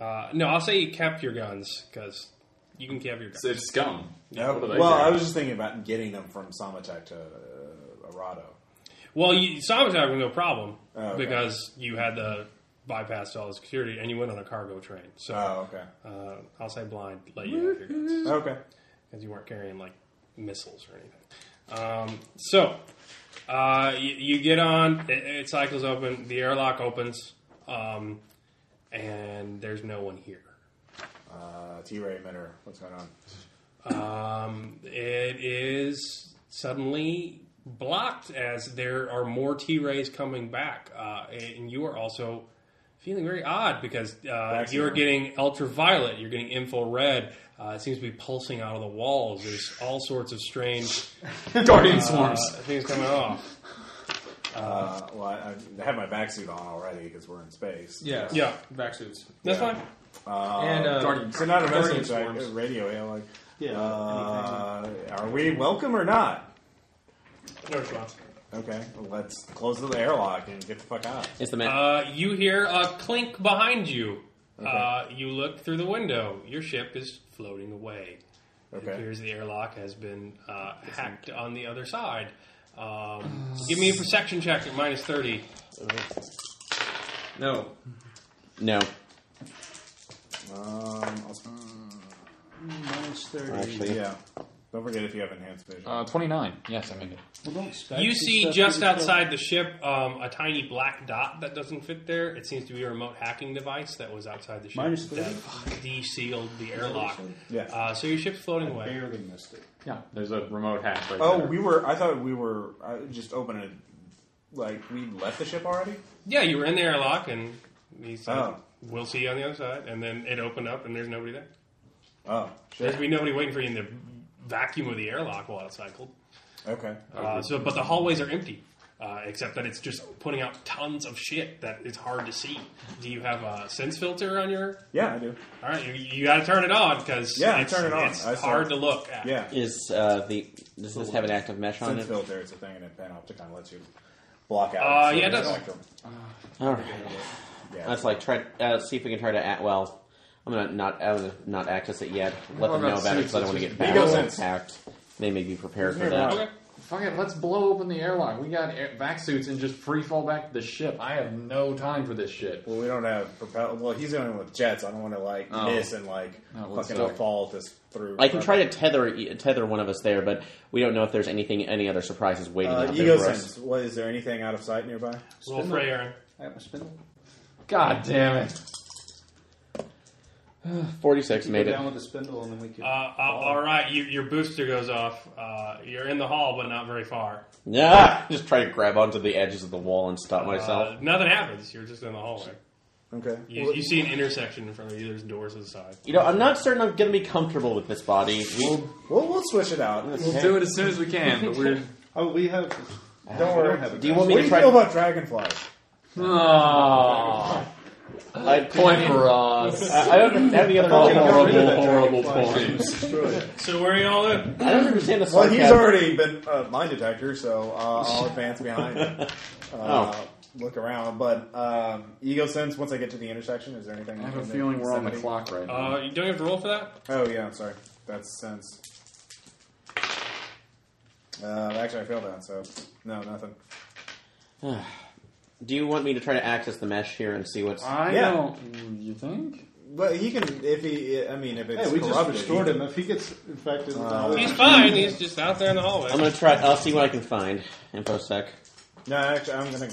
Speaker 5: Uh, no, I'll say you kept your guns because you can keep your guns.
Speaker 4: It's scum. What do they
Speaker 3: well,
Speaker 4: do?
Speaker 3: I was just thinking about getting them from Samatech to uh, Arado.
Speaker 5: Well, you, Sonic having no problem
Speaker 3: Oh, okay.
Speaker 5: because you had the bypassed all the security and you went on a cargo train. So
Speaker 3: Oh, okay.
Speaker 5: uh, I'll say blind let you have your guns
Speaker 9: Uh-huh.
Speaker 3: Okay.
Speaker 5: because you weren't carrying like missiles or anything. Um, so uh, you, you get on. It, it cycles open. The airlock opens, um, and there's no one here.
Speaker 3: Uh, T-ray emitter. What's going on?
Speaker 5: Um, it is suddenly blocked as there are more T rays coming back, uh, and you are also feeling very odd because uh,
Speaker 3: Back to
Speaker 5: you're
Speaker 3: you.
Speaker 5: getting ultraviolet, you're getting infrared. Uh, it seems to be pulsing out of the walls. There's all sorts of strange
Speaker 4: [LAUGHS] Guardian
Speaker 5: uh,
Speaker 4: swarms.
Speaker 5: things coming off.
Speaker 3: Uh, well, I, I have my back suit on already because we're in space.
Speaker 9: yeah.
Speaker 5: Yeah.
Speaker 9: Back suits.
Speaker 5: That's
Speaker 3: Yeah.
Speaker 5: fine.
Speaker 3: Uh,
Speaker 9: And, uh,
Speaker 4: Guardians.
Speaker 3: so not a
Speaker 9: Guardian
Speaker 3: message, like,
Speaker 9: swarms.
Speaker 3: uh, radio. Yeah, like,
Speaker 10: Yeah,
Speaker 3: uh, are we welcome or not?
Speaker 5: No response.
Speaker 3: Okay, well, let's close the airlock and get the fuck out.
Speaker 2: It's the man.
Speaker 5: Uh, you hear a clink behind you. Uh,
Speaker 3: Okay.
Speaker 5: you look through the window. Your ship is floating away. It
Speaker 3: Okay.
Speaker 5: appears the airlock has been uh, hacked on the other side. Um, give me a perception check at minus 30.
Speaker 9: No.
Speaker 2: no.
Speaker 3: Um, I'll, sp-
Speaker 10: Minus 30.
Speaker 2: Actually,
Speaker 3: yeah. Don't forget if you have enhanced vision.
Speaker 8: Uh, 29. Yes, I made it.
Speaker 10: Well, don't stack
Speaker 5: You
Speaker 10: these
Speaker 5: see
Speaker 10: stuff
Speaker 5: just
Speaker 10: pretty close.
Speaker 5: outside the ship um, a tiny black dot that doesn't fit there. It seems to be a remote hacking device that was outside the ship
Speaker 10: Minus 30?
Speaker 5: that de-sealed the airlock.
Speaker 3: Yeah.
Speaker 5: Uh, so your ship's floating
Speaker 10: I
Speaker 5: away.
Speaker 10: barely missed it.
Speaker 8: Yeah, there's a remote hack right
Speaker 3: oh,
Speaker 8: there.
Speaker 3: we were. I thought we were I just open it. Like we left the ship already.
Speaker 5: Yeah, you were in the airlock, and he said,
Speaker 3: Oh.
Speaker 5: "We'll see you on the other side." And then it opened up, and there's nobody there.
Speaker 3: Oh
Speaker 5: There's
Speaker 3: shit.
Speaker 5: be nobody waiting for you in the vacuum of the airlock while it cycled.
Speaker 3: Okay.
Speaker 5: Uh, so, but the hallways are empty, uh, except that it's just putting out tons of shit that it's hard to see. Do you have a sense filter on your?
Speaker 3: Yeah, I do.
Speaker 5: All right, you, you got to turn it on because
Speaker 3: Yeah, I
Speaker 5: it's,
Speaker 3: turn it on.
Speaker 5: It's
Speaker 3: I saw
Speaker 5: hard
Speaker 3: it.
Speaker 5: to look at.
Speaker 3: Yeah.
Speaker 2: Is uh, the does this have an active mesh on
Speaker 3: Sense
Speaker 2: it?
Speaker 3: filter. It's a thing, and it panopticon lets you block out.
Speaker 5: Uh, yeah, it
Speaker 3: the
Speaker 5: does.
Speaker 3: spectrum.
Speaker 2: All right.
Speaker 3: Yeah.
Speaker 2: Let's like try uh, see if we can try to at well. I'm gonna not I'm gonna not access it yet. Let them know about it because I don't want to get
Speaker 3: Ego
Speaker 2: back
Speaker 3: sense.
Speaker 2: hacked. They may be prepared for
Speaker 3: Yeah,
Speaker 2: that.
Speaker 5: Okay.
Speaker 8: Fuck it, let's blow open the airlock. We got air- vac suits and just free fall back to the ship. I have no time for this shit.
Speaker 3: Well, we don't have propel. Well, he's going with jets. I don't want to like
Speaker 8: Oh.
Speaker 3: miss and like
Speaker 8: No, let's
Speaker 3: fucking
Speaker 8: do it.
Speaker 3: fall this through.
Speaker 2: I can try to tether tether one of us there, but we don't know if there's anything any other surprises waiting
Speaker 3: Uh,
Speaker 2: out
Speaker 3: ego
Speaker 2: there for us.
Speaker 3: sense. What is there anything out of sight nearby?
Speaker 5: Roll for Aaron.
Speaker 10: I have a spindle.
Speaker 8: God damn it.
Speaker 2: Forty six
Speaker 10: You
Speaker 2: made
Speaker 10: go
Speaker 2: it.
Speaker 10: down with the spindle, and then we could.
Speaker 5: Uh, uh, all right, you, your booster goes off. Uh, you're in the hall, but not very far.
Speaker 2: Yeah, Ah! just try to grab onto the edges of the wall and stop
Speaker 5: Uh,
Speaker 2: myself.
Speaker 5: nothing happens. You're just in the hallway.
Speaker 3: Okay.
Speaker 5: You, you see an intersection in front of you. There's doors to the side.
Speaker 2: You know, I'm not certain I'm going to be comfortable with this body. We,
Speaker 3: We'll, we'll switch it out.
Speaker 8: We'll do it as soon as we can, but
Speaker 9: [LAUGHS]
Speaker 8: we're.
Speaker 10: oh, we have.
Speaker 3: Don't
Speaker 10: we
Speaker 3: worry.
Speaker 10: don't have a
Speaker 2: do you want me
Speaker 3: what
Speaker 2: to
Speaker 3: do you
Speaker 2: try?
Speaker 3: feel about dragonflies?
Speaker 8: Aww. Point for us.
Speaker 2: I I don't have any other
Speaker 8: Oh, Horrible, horrible
Speaker 2: horrible.
Speaker 8: point.
Speaker 5: So where are y'all in?
Speaker 2: I don't understand the
Speaker 3: Well,
Speaker 2: sarcasm.
Speaker 3: he's already been uh, mind detector, so uh,
Speaker 8: [LAUGHS]
Speaker 3: I'll advance behind him. Uh,
Speaker 8: Oh.
Speaker 3: Look around, but um, ego sense. Once I get to the intersection, is there anything?
Speaker 8: I have a feeling we're on the clock right now.
Speaker 5: Uh, you don't have to roll for that.
Speaker 3: Oh yeah, I'm sorry. That's sense. Uh, actually, I failed that, so no, nothing.
Speaker 2: Do you want me to try to access the mesh here and see what's?
Speaker 8: I
Speaker 3: yeah.
Speaker 8: don't. You think?
Speaker 3: But he can, if he, I mean, if it's
Speaker 10: Hey, we just
Speaker 3: corrupted,
Speaker 10: restored
Speaker 3: he-
Speaker 10: him. If he gets infected,
Speaker 5: He's fine. He's just out there in the hallway.
Speaker 2: I'm going to try. I'll see what I can find. Infosec.
Speaker 3: No, actually, I'm gonna.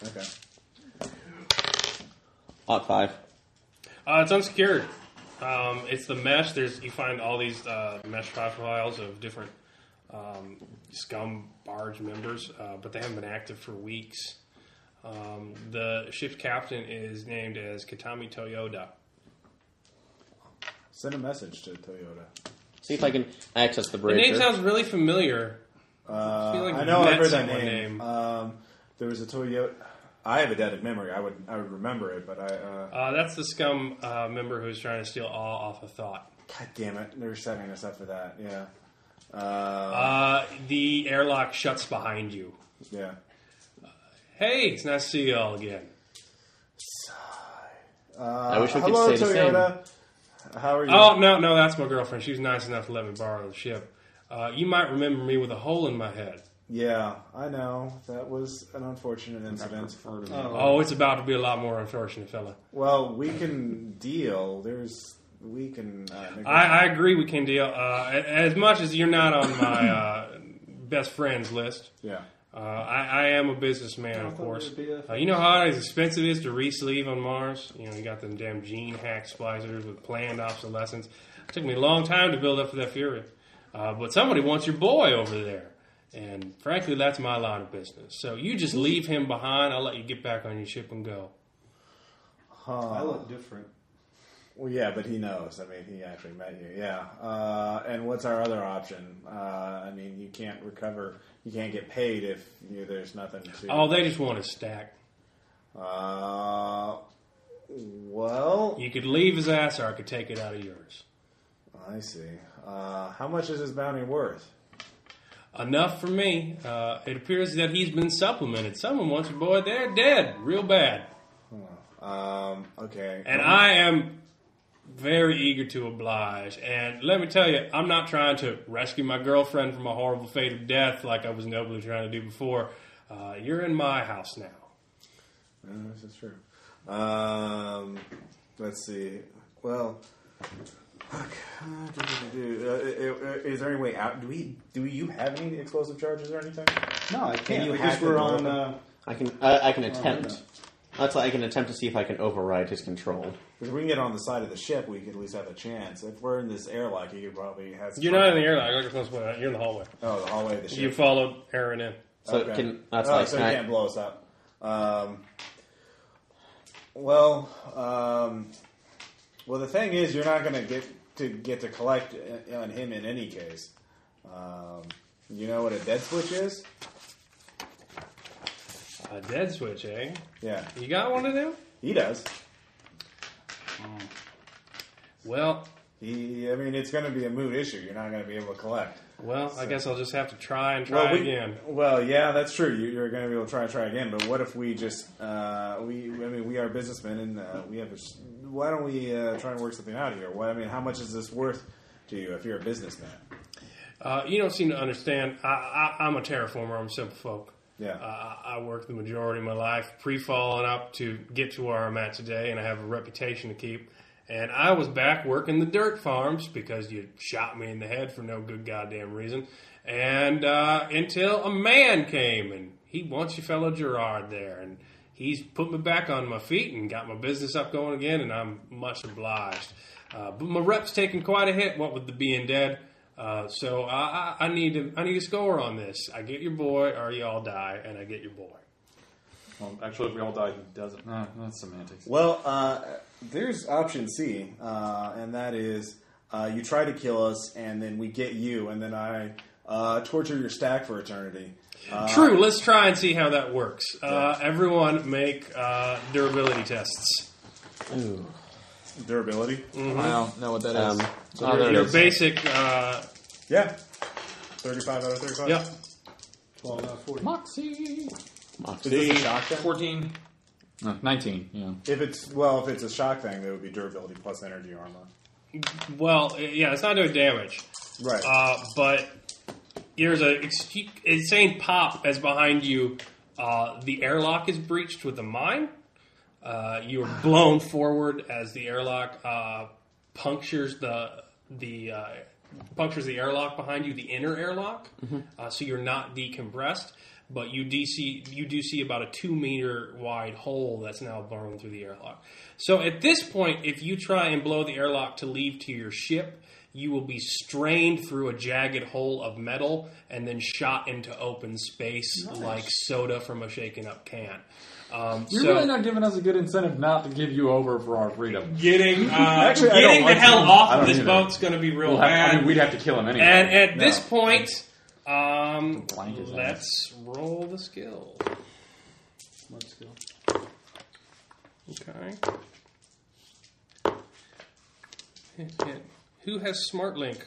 Speaker 3: Okay.
Speaker 2: Hot five.
Speaker 5: Uh, it's unsecured. Um, it's the mesh. There's you find all these uh, mesh profiles of different um, scum barge members, uh, but they haven't been active for weeks. Um, the ship captain is named as Katami Toyoda.
Speaker 3: Send a message to Toyota.
Speaker 2: See if I can access the
Speaker 5: The
Speaker 2: bridge.
Speaker 5: name
Speaker 2: or-
Speaker 5: sounds really familiar.
Speaker 3: Uh,
Speaker 5: feel like
Speaker 3: I know
Speaker 5: we've
Speaker 3: I've
Speaker 5: met
Speaker 3: heard that
Speaker 5: someone
Speaker 3: name.
Speaker 5: named-
Speaker 3: Um, there was a Toyota. I have a dead memory. I would I would remember it, but I. Uh,
Speaker 5: Uh, that's the scum uh, member who's trying to steal all off of thought.
Speaker 3: God damn it! They were setting us up for that. Yeah. Uh,
Speaker 5: Uh, the airlock shuts behind you.
Speaker 3: yeah.
Speaker 5: Hey, it's nice to see you all again.
Speaker 3: Uh,
Speaker 2: I wish we could
Speaker 3: hello,
Speaker 2: say the same.
Speaker 3: Toyota. How are you?
Speaker 5: Oh no, no, that's my girlfriend. She was nice enough to let me borrow the ship. Uh, you might remember me with a hole in my head.
Speaker 3: Yeah, I know that was an unfortunate incident.
Speaker 5: Oh, it's about to be a lot more unfortunate, fella.
Speaker 3: Well, we can deal. There's we can. Uh, make-
Speaker 5: I, I agree. We can deal. Uh, a- as much as you're not on my uh, best friends list,
Speaker 3: yeah.
Speaker 5: uh, I, I am a businessman, of course.
Speaker 10: would be a-
Speaker 5: Uh, you know how expensive it is to re-sleeve on Mars. You know, you got them damn gene hack splicers with planned obsolescence. It took me a long time to build up for that fury, uh, but somebody wants your boy over there, and frankly, that's my line of business. So you just leave him behind. I'll let you get back on your ship and go.
Speaker 10: I look different.
Speaker 3: Well, yeah, but he knows. I mean, he actually met you. Yeah. Uh, and what's our other option? Uh, I mean, you can't recover. You can't get paid if you, there's nothing to.
Speaker 5: Oh, they just want to stack. Oh.
Speaker 3: Uh, well,
Speaker 5: You could leave his ass, or I could take it out of yours.
Speaker 3: I see. Uh, how much is his bounty worth?
Speaker 5: Enough for me. Uh, it appears that he's been supplemented. Someone wants your boy there dead, real bad.
Speaker 3: Um, okay.
Speaker 5: And I am very eager to oblige. And let me tell you, I'm not trying to rescue my girlfriend from a horrible fate of death like I was nobly trying to do before. Uh, you're in my house now.
Speaker 3: Uh, this is true. Um, let's see. Well, fuck. Uh, do, do, do, do. Uh, i- i- is there any way out? Do we? Do you have any explosive charges or anything?
Speaker 10: No, I can't.
Speaker 3: you hack
Speaker 10: because
Speaker 3: the
Speaker 10: we're
Speaker 3: door
Speaker 10: on.
Speaker 3: open?
Speaker 10: Uh,
Speaker 2: I can. I, I can
Speaker 10: no.
Speaker 2: attempt. That's like I can attempt to see if I can override his control.
Speaker 3: Because if we can get on the side of the ship, we could at least have a chance. If we're in this airlock, you could probably have. Some
Speaker 5: You're not in the airlock. Like I was supposed to- You're in the hallway.
Speaker 3: Oh, the hallway of the ship.
Speaker 5: You followed Aaron in.
Speaker 2: So
Speaker 3: Okay.
Speaker 2: it can. That's
Speaker 3: oh,
Speaker 2: like.
Speaker 3: so
Speaker 2: can
Speaker 3: it
Speaker 2: I-
Speaker 3: can't blow us up. Um, well, um, well, the thing is, you're not going to get to get to collect uh, on him in any case. Um, you know what a dead switch is?
Speaker 5: A dead switch, eh?
Speaker 3: Yeah,
Speaker 5: You got one of them?
Speaker 3: he does.
Speaker 5: Well,
Speaker 3: He, I mean, it's going to be a moot issue. You're not going to be able to collect.
Speaker 5: well, I guess I'll just have to try and try
Speaker 3: Well, we,
Speaker 5: again.
Speaker 3: well, yeah, that's true. You, you're going to be able to try and try again. But what if we just uh, we? I mean, we are businessmen, and uh, we have. A, s- why don't we uh, try and work something out here? Why I mean, how much is this worth to you if you're a businessman?
Speaker 5: Uh, you don't seem to understand. I, I, I'm a terraformer. I'm a simple folk.
Speaker 3: Yeah.
Speaker 5: Uh, I worked the majority of my life pre-falling up to get to where I'm at today, and I have a reputation to keep. And I was back working the dirt farms because you shot me in the head for no good goddamn reason. And uh, until a man came and he wants your fellow Gerard there, and he's put me back on my feet and got my business up going again, and I'm much obliged. Uh, but my rep's taken quite a hit, what with the being dead. Uh, so I, I, I need to, I need a score on this. I get your boy, or y'all die, and I get your boy.
Speaker 4: Well, actually, if we all die, he doesn't. No, that's semantics.
Speaker 3: Well, uh, there's option C, uh, and that is uh, you try to kill us, and then we get you, and then I uh, torture your stack for eternity. Uh,
Speaker 5: True. Let's try and see how that works. Uh, everyone, make uh, durability tests.
Speaker 3: Durability.
Speaker 5: Mhm.
Speaker 8: I don't know what that is.
Speaker 2: Um,
Speaker 8: So
Speaker 5: your-
Speaker 8: Ah, there it
Speaker 5: your
Speaker 8: is.
Speaker 5: basic. Uh,
Speaker 3: yeah. Thirty-five out of thirty-five.
Speaker 5: Yep.
Speaker 10: Twelve out of forty.
Speaker 8: Moxie.
Speaker 2: Moxie.
Speaker 8: Is this a
Speaker 3: shotgun?
Speaker 9: 14.
Speaker 8: No, 19. Uh, Yeah.
Speaker 3: If it's well, if it's a shock thing, that would be durability plus energy armor.
Speaker 5: Well, yeah, it's not doing damage.
Speaker 3: Right.
Speaker 5: Uh, but there's a ex- insane pop as behind you. Uh, the airlock is breached with a mine. Uh, you are blown forward as the airlock uh, punctures the the uh, punctures the airlock behind you, the inner airlock.
Speaker 8: Mm-hmm.
Speaker 5: Uh, so you're not decompressed, but you do see you do see about a two meter wide hole that's now blown through the airlock. So at this point, if you try and blow the airlock to leave to your ship, you will be strained through a jagged hole of metal and then shot into open space like soda from a shaken up can. Um,
Speaker 8: You're
Speaker 5: so
Speaker 8: really not giving us a good incentive not to give you over for our freedom.
Speaker 5: getting uh,
Speaker 8: Actually, I don't
Speaker 5: getting the
Speaker 8: want
Speaker 5: hell
Speaker 8: to. I
Speaker 5: off
Speaker 8: don't
Speaker 5: of this
Speaker 8: either.
Speaker 5: boat's going to be real
Speaker 8: We'll have-
Speaker 5: bad.
Speaker 8: I mean, we'd have to kill him anyway.
Speaker 5: And at
Speaker 8: No.
Speaker 5: this point, um,
Speaker 8: is
Speaker 5: let's roll the skill.
Speaker 10: Let's go.
Speaker 5: Okay. Who has smart link?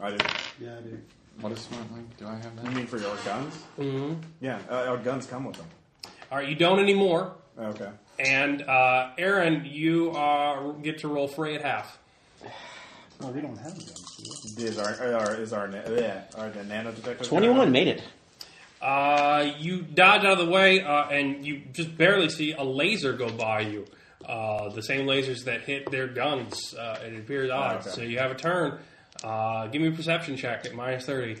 Speaker 3: I did.
Speaker 10: Yeah, I do.
Speaker 8: What is smart link? Do I have
Speaker 3: You
Speaker 8: that?
Speaker 3: mean for your guns?
Speaker 5: Mm-hmm.
Speaker 3: Yeah, uh, our guns come with them. Oh,
Speaker 5: All right, you don't anymore.
Speaker 3: Okay.
Speaker 5: And uh, Aaron, you uh, get to roll free at half.
Speaker 10: Well, Oh, we don't have guns.
Speaker 3: Is our, our uh, is our na- yeah, our nano detector
Speaker 2: Twenty-one made it.
Speaker 5: Uh, you dodge out of the way, uh, and you just barely see a laser go by you. Uh, the same lasers that hit their guns. Uh, it appears odd.
Speaker 3: Ah, Okay.
Speaker 5: So you have a turn. Uh, give me a perception check at minus 30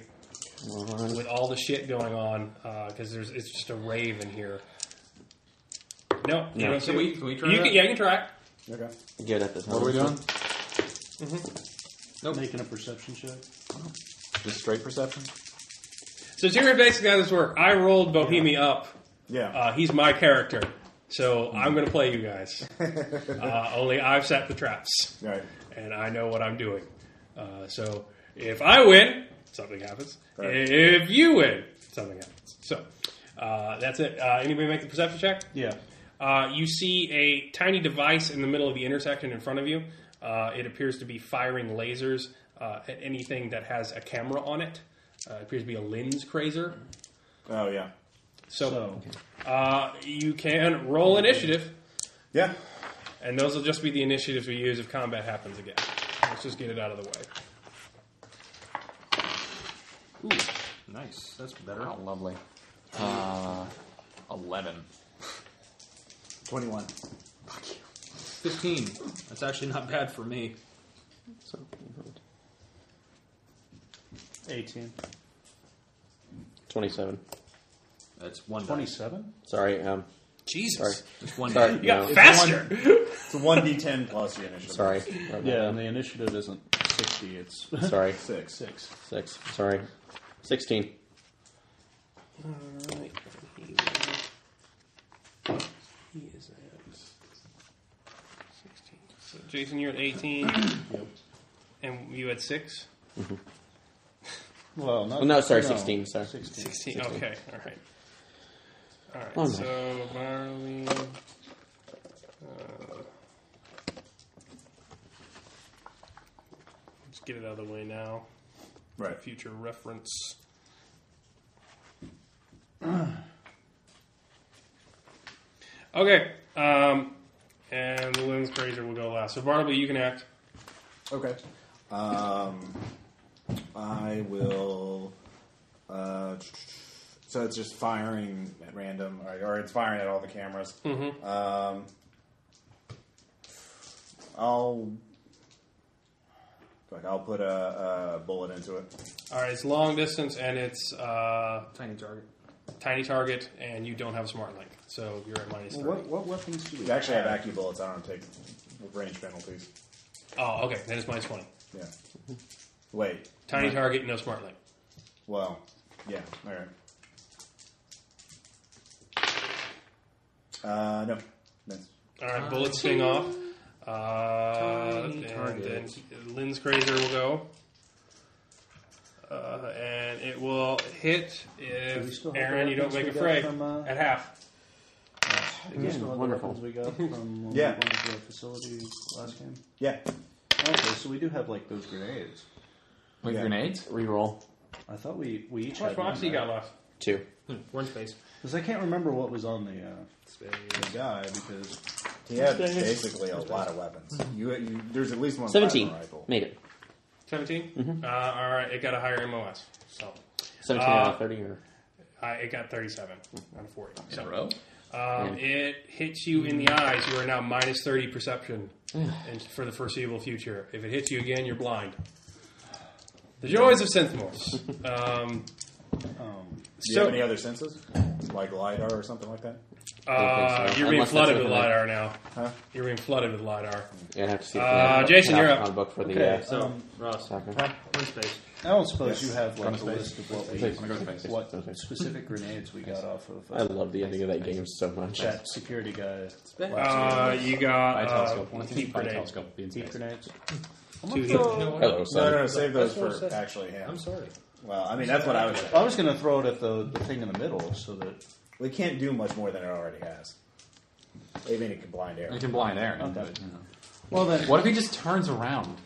Speaker 5: with all the shit going on because there's it's just a rave in here. No, you don't
Speaker 2: No.
Speaker 9: Can
Speaker 5: see-
Speaker 9: we- can we try
Speaker 5: you
Speaker 9: that?
Speaker 5: yeah, you can try. it.
Speaker 3: Okay.
Speaker 2: Good at this.
Speaker 8: What are we doing?
Speaker 10: Nope. Making a perception check.
Speaker 8: Just straight perception?
Speaker 5: So here's basically how this works. I rolled Bohemia up.
Speaker 3: Yeah.
Speaker 5: Uh, he's my character. So I'm going to play you
Speaker 3: [LAUGHS]
Speaker 5: guys. uh, only I've set the traps.
Speaker 3: Right.
Speaker 5: and I know what I'm doing. Uh, so if I win, something happens.
Speaker 3: Right.
Speaker 5: If you win, something happens. So uh, that's it. Uh, anybody make the perception check?
Speaker 10: Yeah.
Speaker 5: Uh, you see a tiny device in the middle of the intersection in front of you. Uh, it appears to be firing lasers uh, at anything that has a camera on it. Uh, it appears to be a lens crazer.
Speaker 3: Oh yeah.
Speaker 5: So, uh, you can roll initiative,
Speaker 3: Yeah.
Speaker 5: and those will just be the initiatives we use if combat happens again. Let's just get it out of the way.
Speaker 9: Ooh, nice. That's better.
Speaker 8: Oh, lovely. Uh, 11.
Speaker 3: Twenty-one.
Speaker 9: 15. That's actually not bad for me.
Speaker 10: Eighteen.
Speaker 2: Twenty-seven.
Speaker 9: That's one. die.
Speaker 10: Twenty-seven.
Speaker 2: Sorry. Um,
Speaker 9: Jesus.
Speaker 2: sorry.
Speaker 9: That's one.
Speaker 2: Sorry.
Speaker 9: die.
Speaker 5: You got
Speaker 2: no.
Speaker 5: faster.
Speaker 3: It's a one d ten plus your initiative.
Speaker 2: Sorry.
Speaker 10: Yeah, and the initiative isn't sixty. It's [LAUGHS]
Speaker 2: Sorry.
Speaker 3: Six.
Speaker 10: six.
Speaker 2: Six. Sorry. Sixteen.
Speaker 5: Alright. He is at 16. So Jason, you're at 18. And you had 6?
Speaker 10: Well, not,
Speaker 2: Well, Oh, no, sorry, 16, sorry.
Speaker 10: 16.
Speaker 5: 16. Okay, alright. Alright,
Speaker 2: Oh, my.
Speaker 5: so Marley. uh, let's get it out of the way now.
Speaker 3: Right.
Speaker 5: Future reference. [CLEARS THROAT] okay. Um, and the lens crazer will go last. So Bartleby, you can act.
Speaker 3: Okay. Um, I will. Uh, so it's just firing at random, or, or it's firing at all the cameras.
Speaker 5: Mhm.
Speaker 3: Um, I'll. Like I'll put a, a bullet into it.
Speaker 5: All right, Uh, it's long distance and it's uh, tiny target. Tiny target, and you don't have a smart link, so you're at minus thirty.
Speaker 10: What, what weapons do we
Speaker 3: You actually have accu bullets. I don't take range penalties.
Speaker 5: Oh, okay, then it's minus twenty.
Speaker 3: Yeah. Wait.
Speaker 5: Tiny
Speaker 3: Right.
Speaker 5: target, no smart link.
Speaker 3: Well, yeah. All right. Uh, no. That's
Speaker 5: All right, bullets sting off. Uh,
Speaker 9: Tiny
Speaker 5: and then
Speaker 9: target.
Speaker 5: Lynn's crazer will go. Uh, and it will hit
Speaker 10: we
Speaker 5: if
Speaker 10: still have the
Speaker 5: Aaron you don't make
Speaker 10: weapons we
Speaker 5: a fray
Speaker 10: got from, uh,
Speaker 5: at half.
Speaker 10: Again,
Speaker 8: Again, wonderful.
Speaker 10: we [LAUGHS] got from when we
Speaker 3: Yeah.
Speaker 10: went to the facility last game?
Speaker 3: Yeah.
Speaker 10: Okay, so we do have like those grenades.
Speaker 8: With
Speaker 10: Yeah.
Speaker 8: grenades?
Speaker 2: Reroll.
Speaker 10: I thought we, we each
Speaker 11: Which
Speaker 10: had
Speaker 11: box
Speaker 10: one,
Speaker 11: you got
Speaker 10: right?
Speaker 11: left?
Speaker 2: Two.
Speaker 9: Hmm,
Speaker 11: We're in space.
Speaker 10: Because I can't remember what was on the, uh, the guy because
Speaker 3: He had basically a lot of weapons. You, you, there's at least one.
Speaker 2: Seventeen.
Speaker 3: plasma Rifle.
Speaker 2: Made it.
Speaker 5: 17? Uh, all right, it got a higher MOS. So
Speaker 2: Seventeen
Speaker 5: Uh,
Speaker 2: out of thirty. Or
Speaker 5: uh, it got 37 out of 40. So,
Speaker 8: row?
Speaker 5: Um, It hits you in the eyes. You are now minus 30 perception and for the foreseeable future. If it hits you again, you're blind. The joys of synthmorphs. Um,
Speaker 10: um,
Speaker 3: Do you have
Speaker 5: So-
Speaker 3: any other senses, like lidar or something like that?
Speaker 5: uh,
Speaker 2: so.
Speaker 5: You're being
Speaker 2: Unless that's
Speaker 5: flooded with
Speaker 2: within it.
Speaker 5: LiDAR now.
Speaker 3: Huh?
Speaker 5: You're being flooded with LiDAR.
Speaker 2: Yeah, I have to see. if they
Speaker 5: Uh,
Speaker 2: have
Speaker 5: Jason,
Speaker 2: an
Speaker 5: you're
Speaker 2: Opticon
Speaker 5: up.
Speaker 2: Book for the
Speaker 10: Okay,
Speaker 2: uh,
Speaker 10: so
Speaker 2: Ross.
Speaker 11: We're in space.
Speaker 10: I don't suppose
Speaker 3: Yes.
Speaker 10: you have like
Speaker 8: Gonna
Speaker 10: a
Speaker 8: space.
Speaker 10: list of what,
Speaker 8: Space. Gonna go to
Speaker 10: we,
Speaker 8: space.
Speaker 10: what
Speaker 8: Okay.
Speaker 10: specific grenades we got off of
Speaker 2: I
Speaker 10: uh,
Speaker 2: love the ending of that game so much.
Speaker 10: that security guy.
Speaker 5: Uh, you got uh,
Speaker 8: Biotelescope. One thing
Speaker 5: heat
Speaker 8: about
Speaker 5: grenade.
Speaker 8: telescope, be in
Speaker 10: Deep
Speaker 8: space.
Speaker 10: grenades.
Speaker 5: Two heat.
Speaker 2: Hello,
Speaker 3: No,
Speaker 2: son.
Speaker 3: no, no. Save those
Speaker 6: That's what I
Speaker 3: for
Speaker 6: said.
Speaker 3: actually him.
Speaker 6: I'm sorry.
Speaker 3: Well, I mean that's what I was.
Speaker 10: I was going to throw it at the, the thing in the middle so that
Speaker 3: We can't do much more than it already has. Even it can blind
Speaker 8: You
Speaker 3: Aaron.
Speaker 8: can blind Aaron.
Speaker 10: Okay.
Speaker 8: but, you know.
Speaker 10: well then
Speaker 8: What if he just turns around?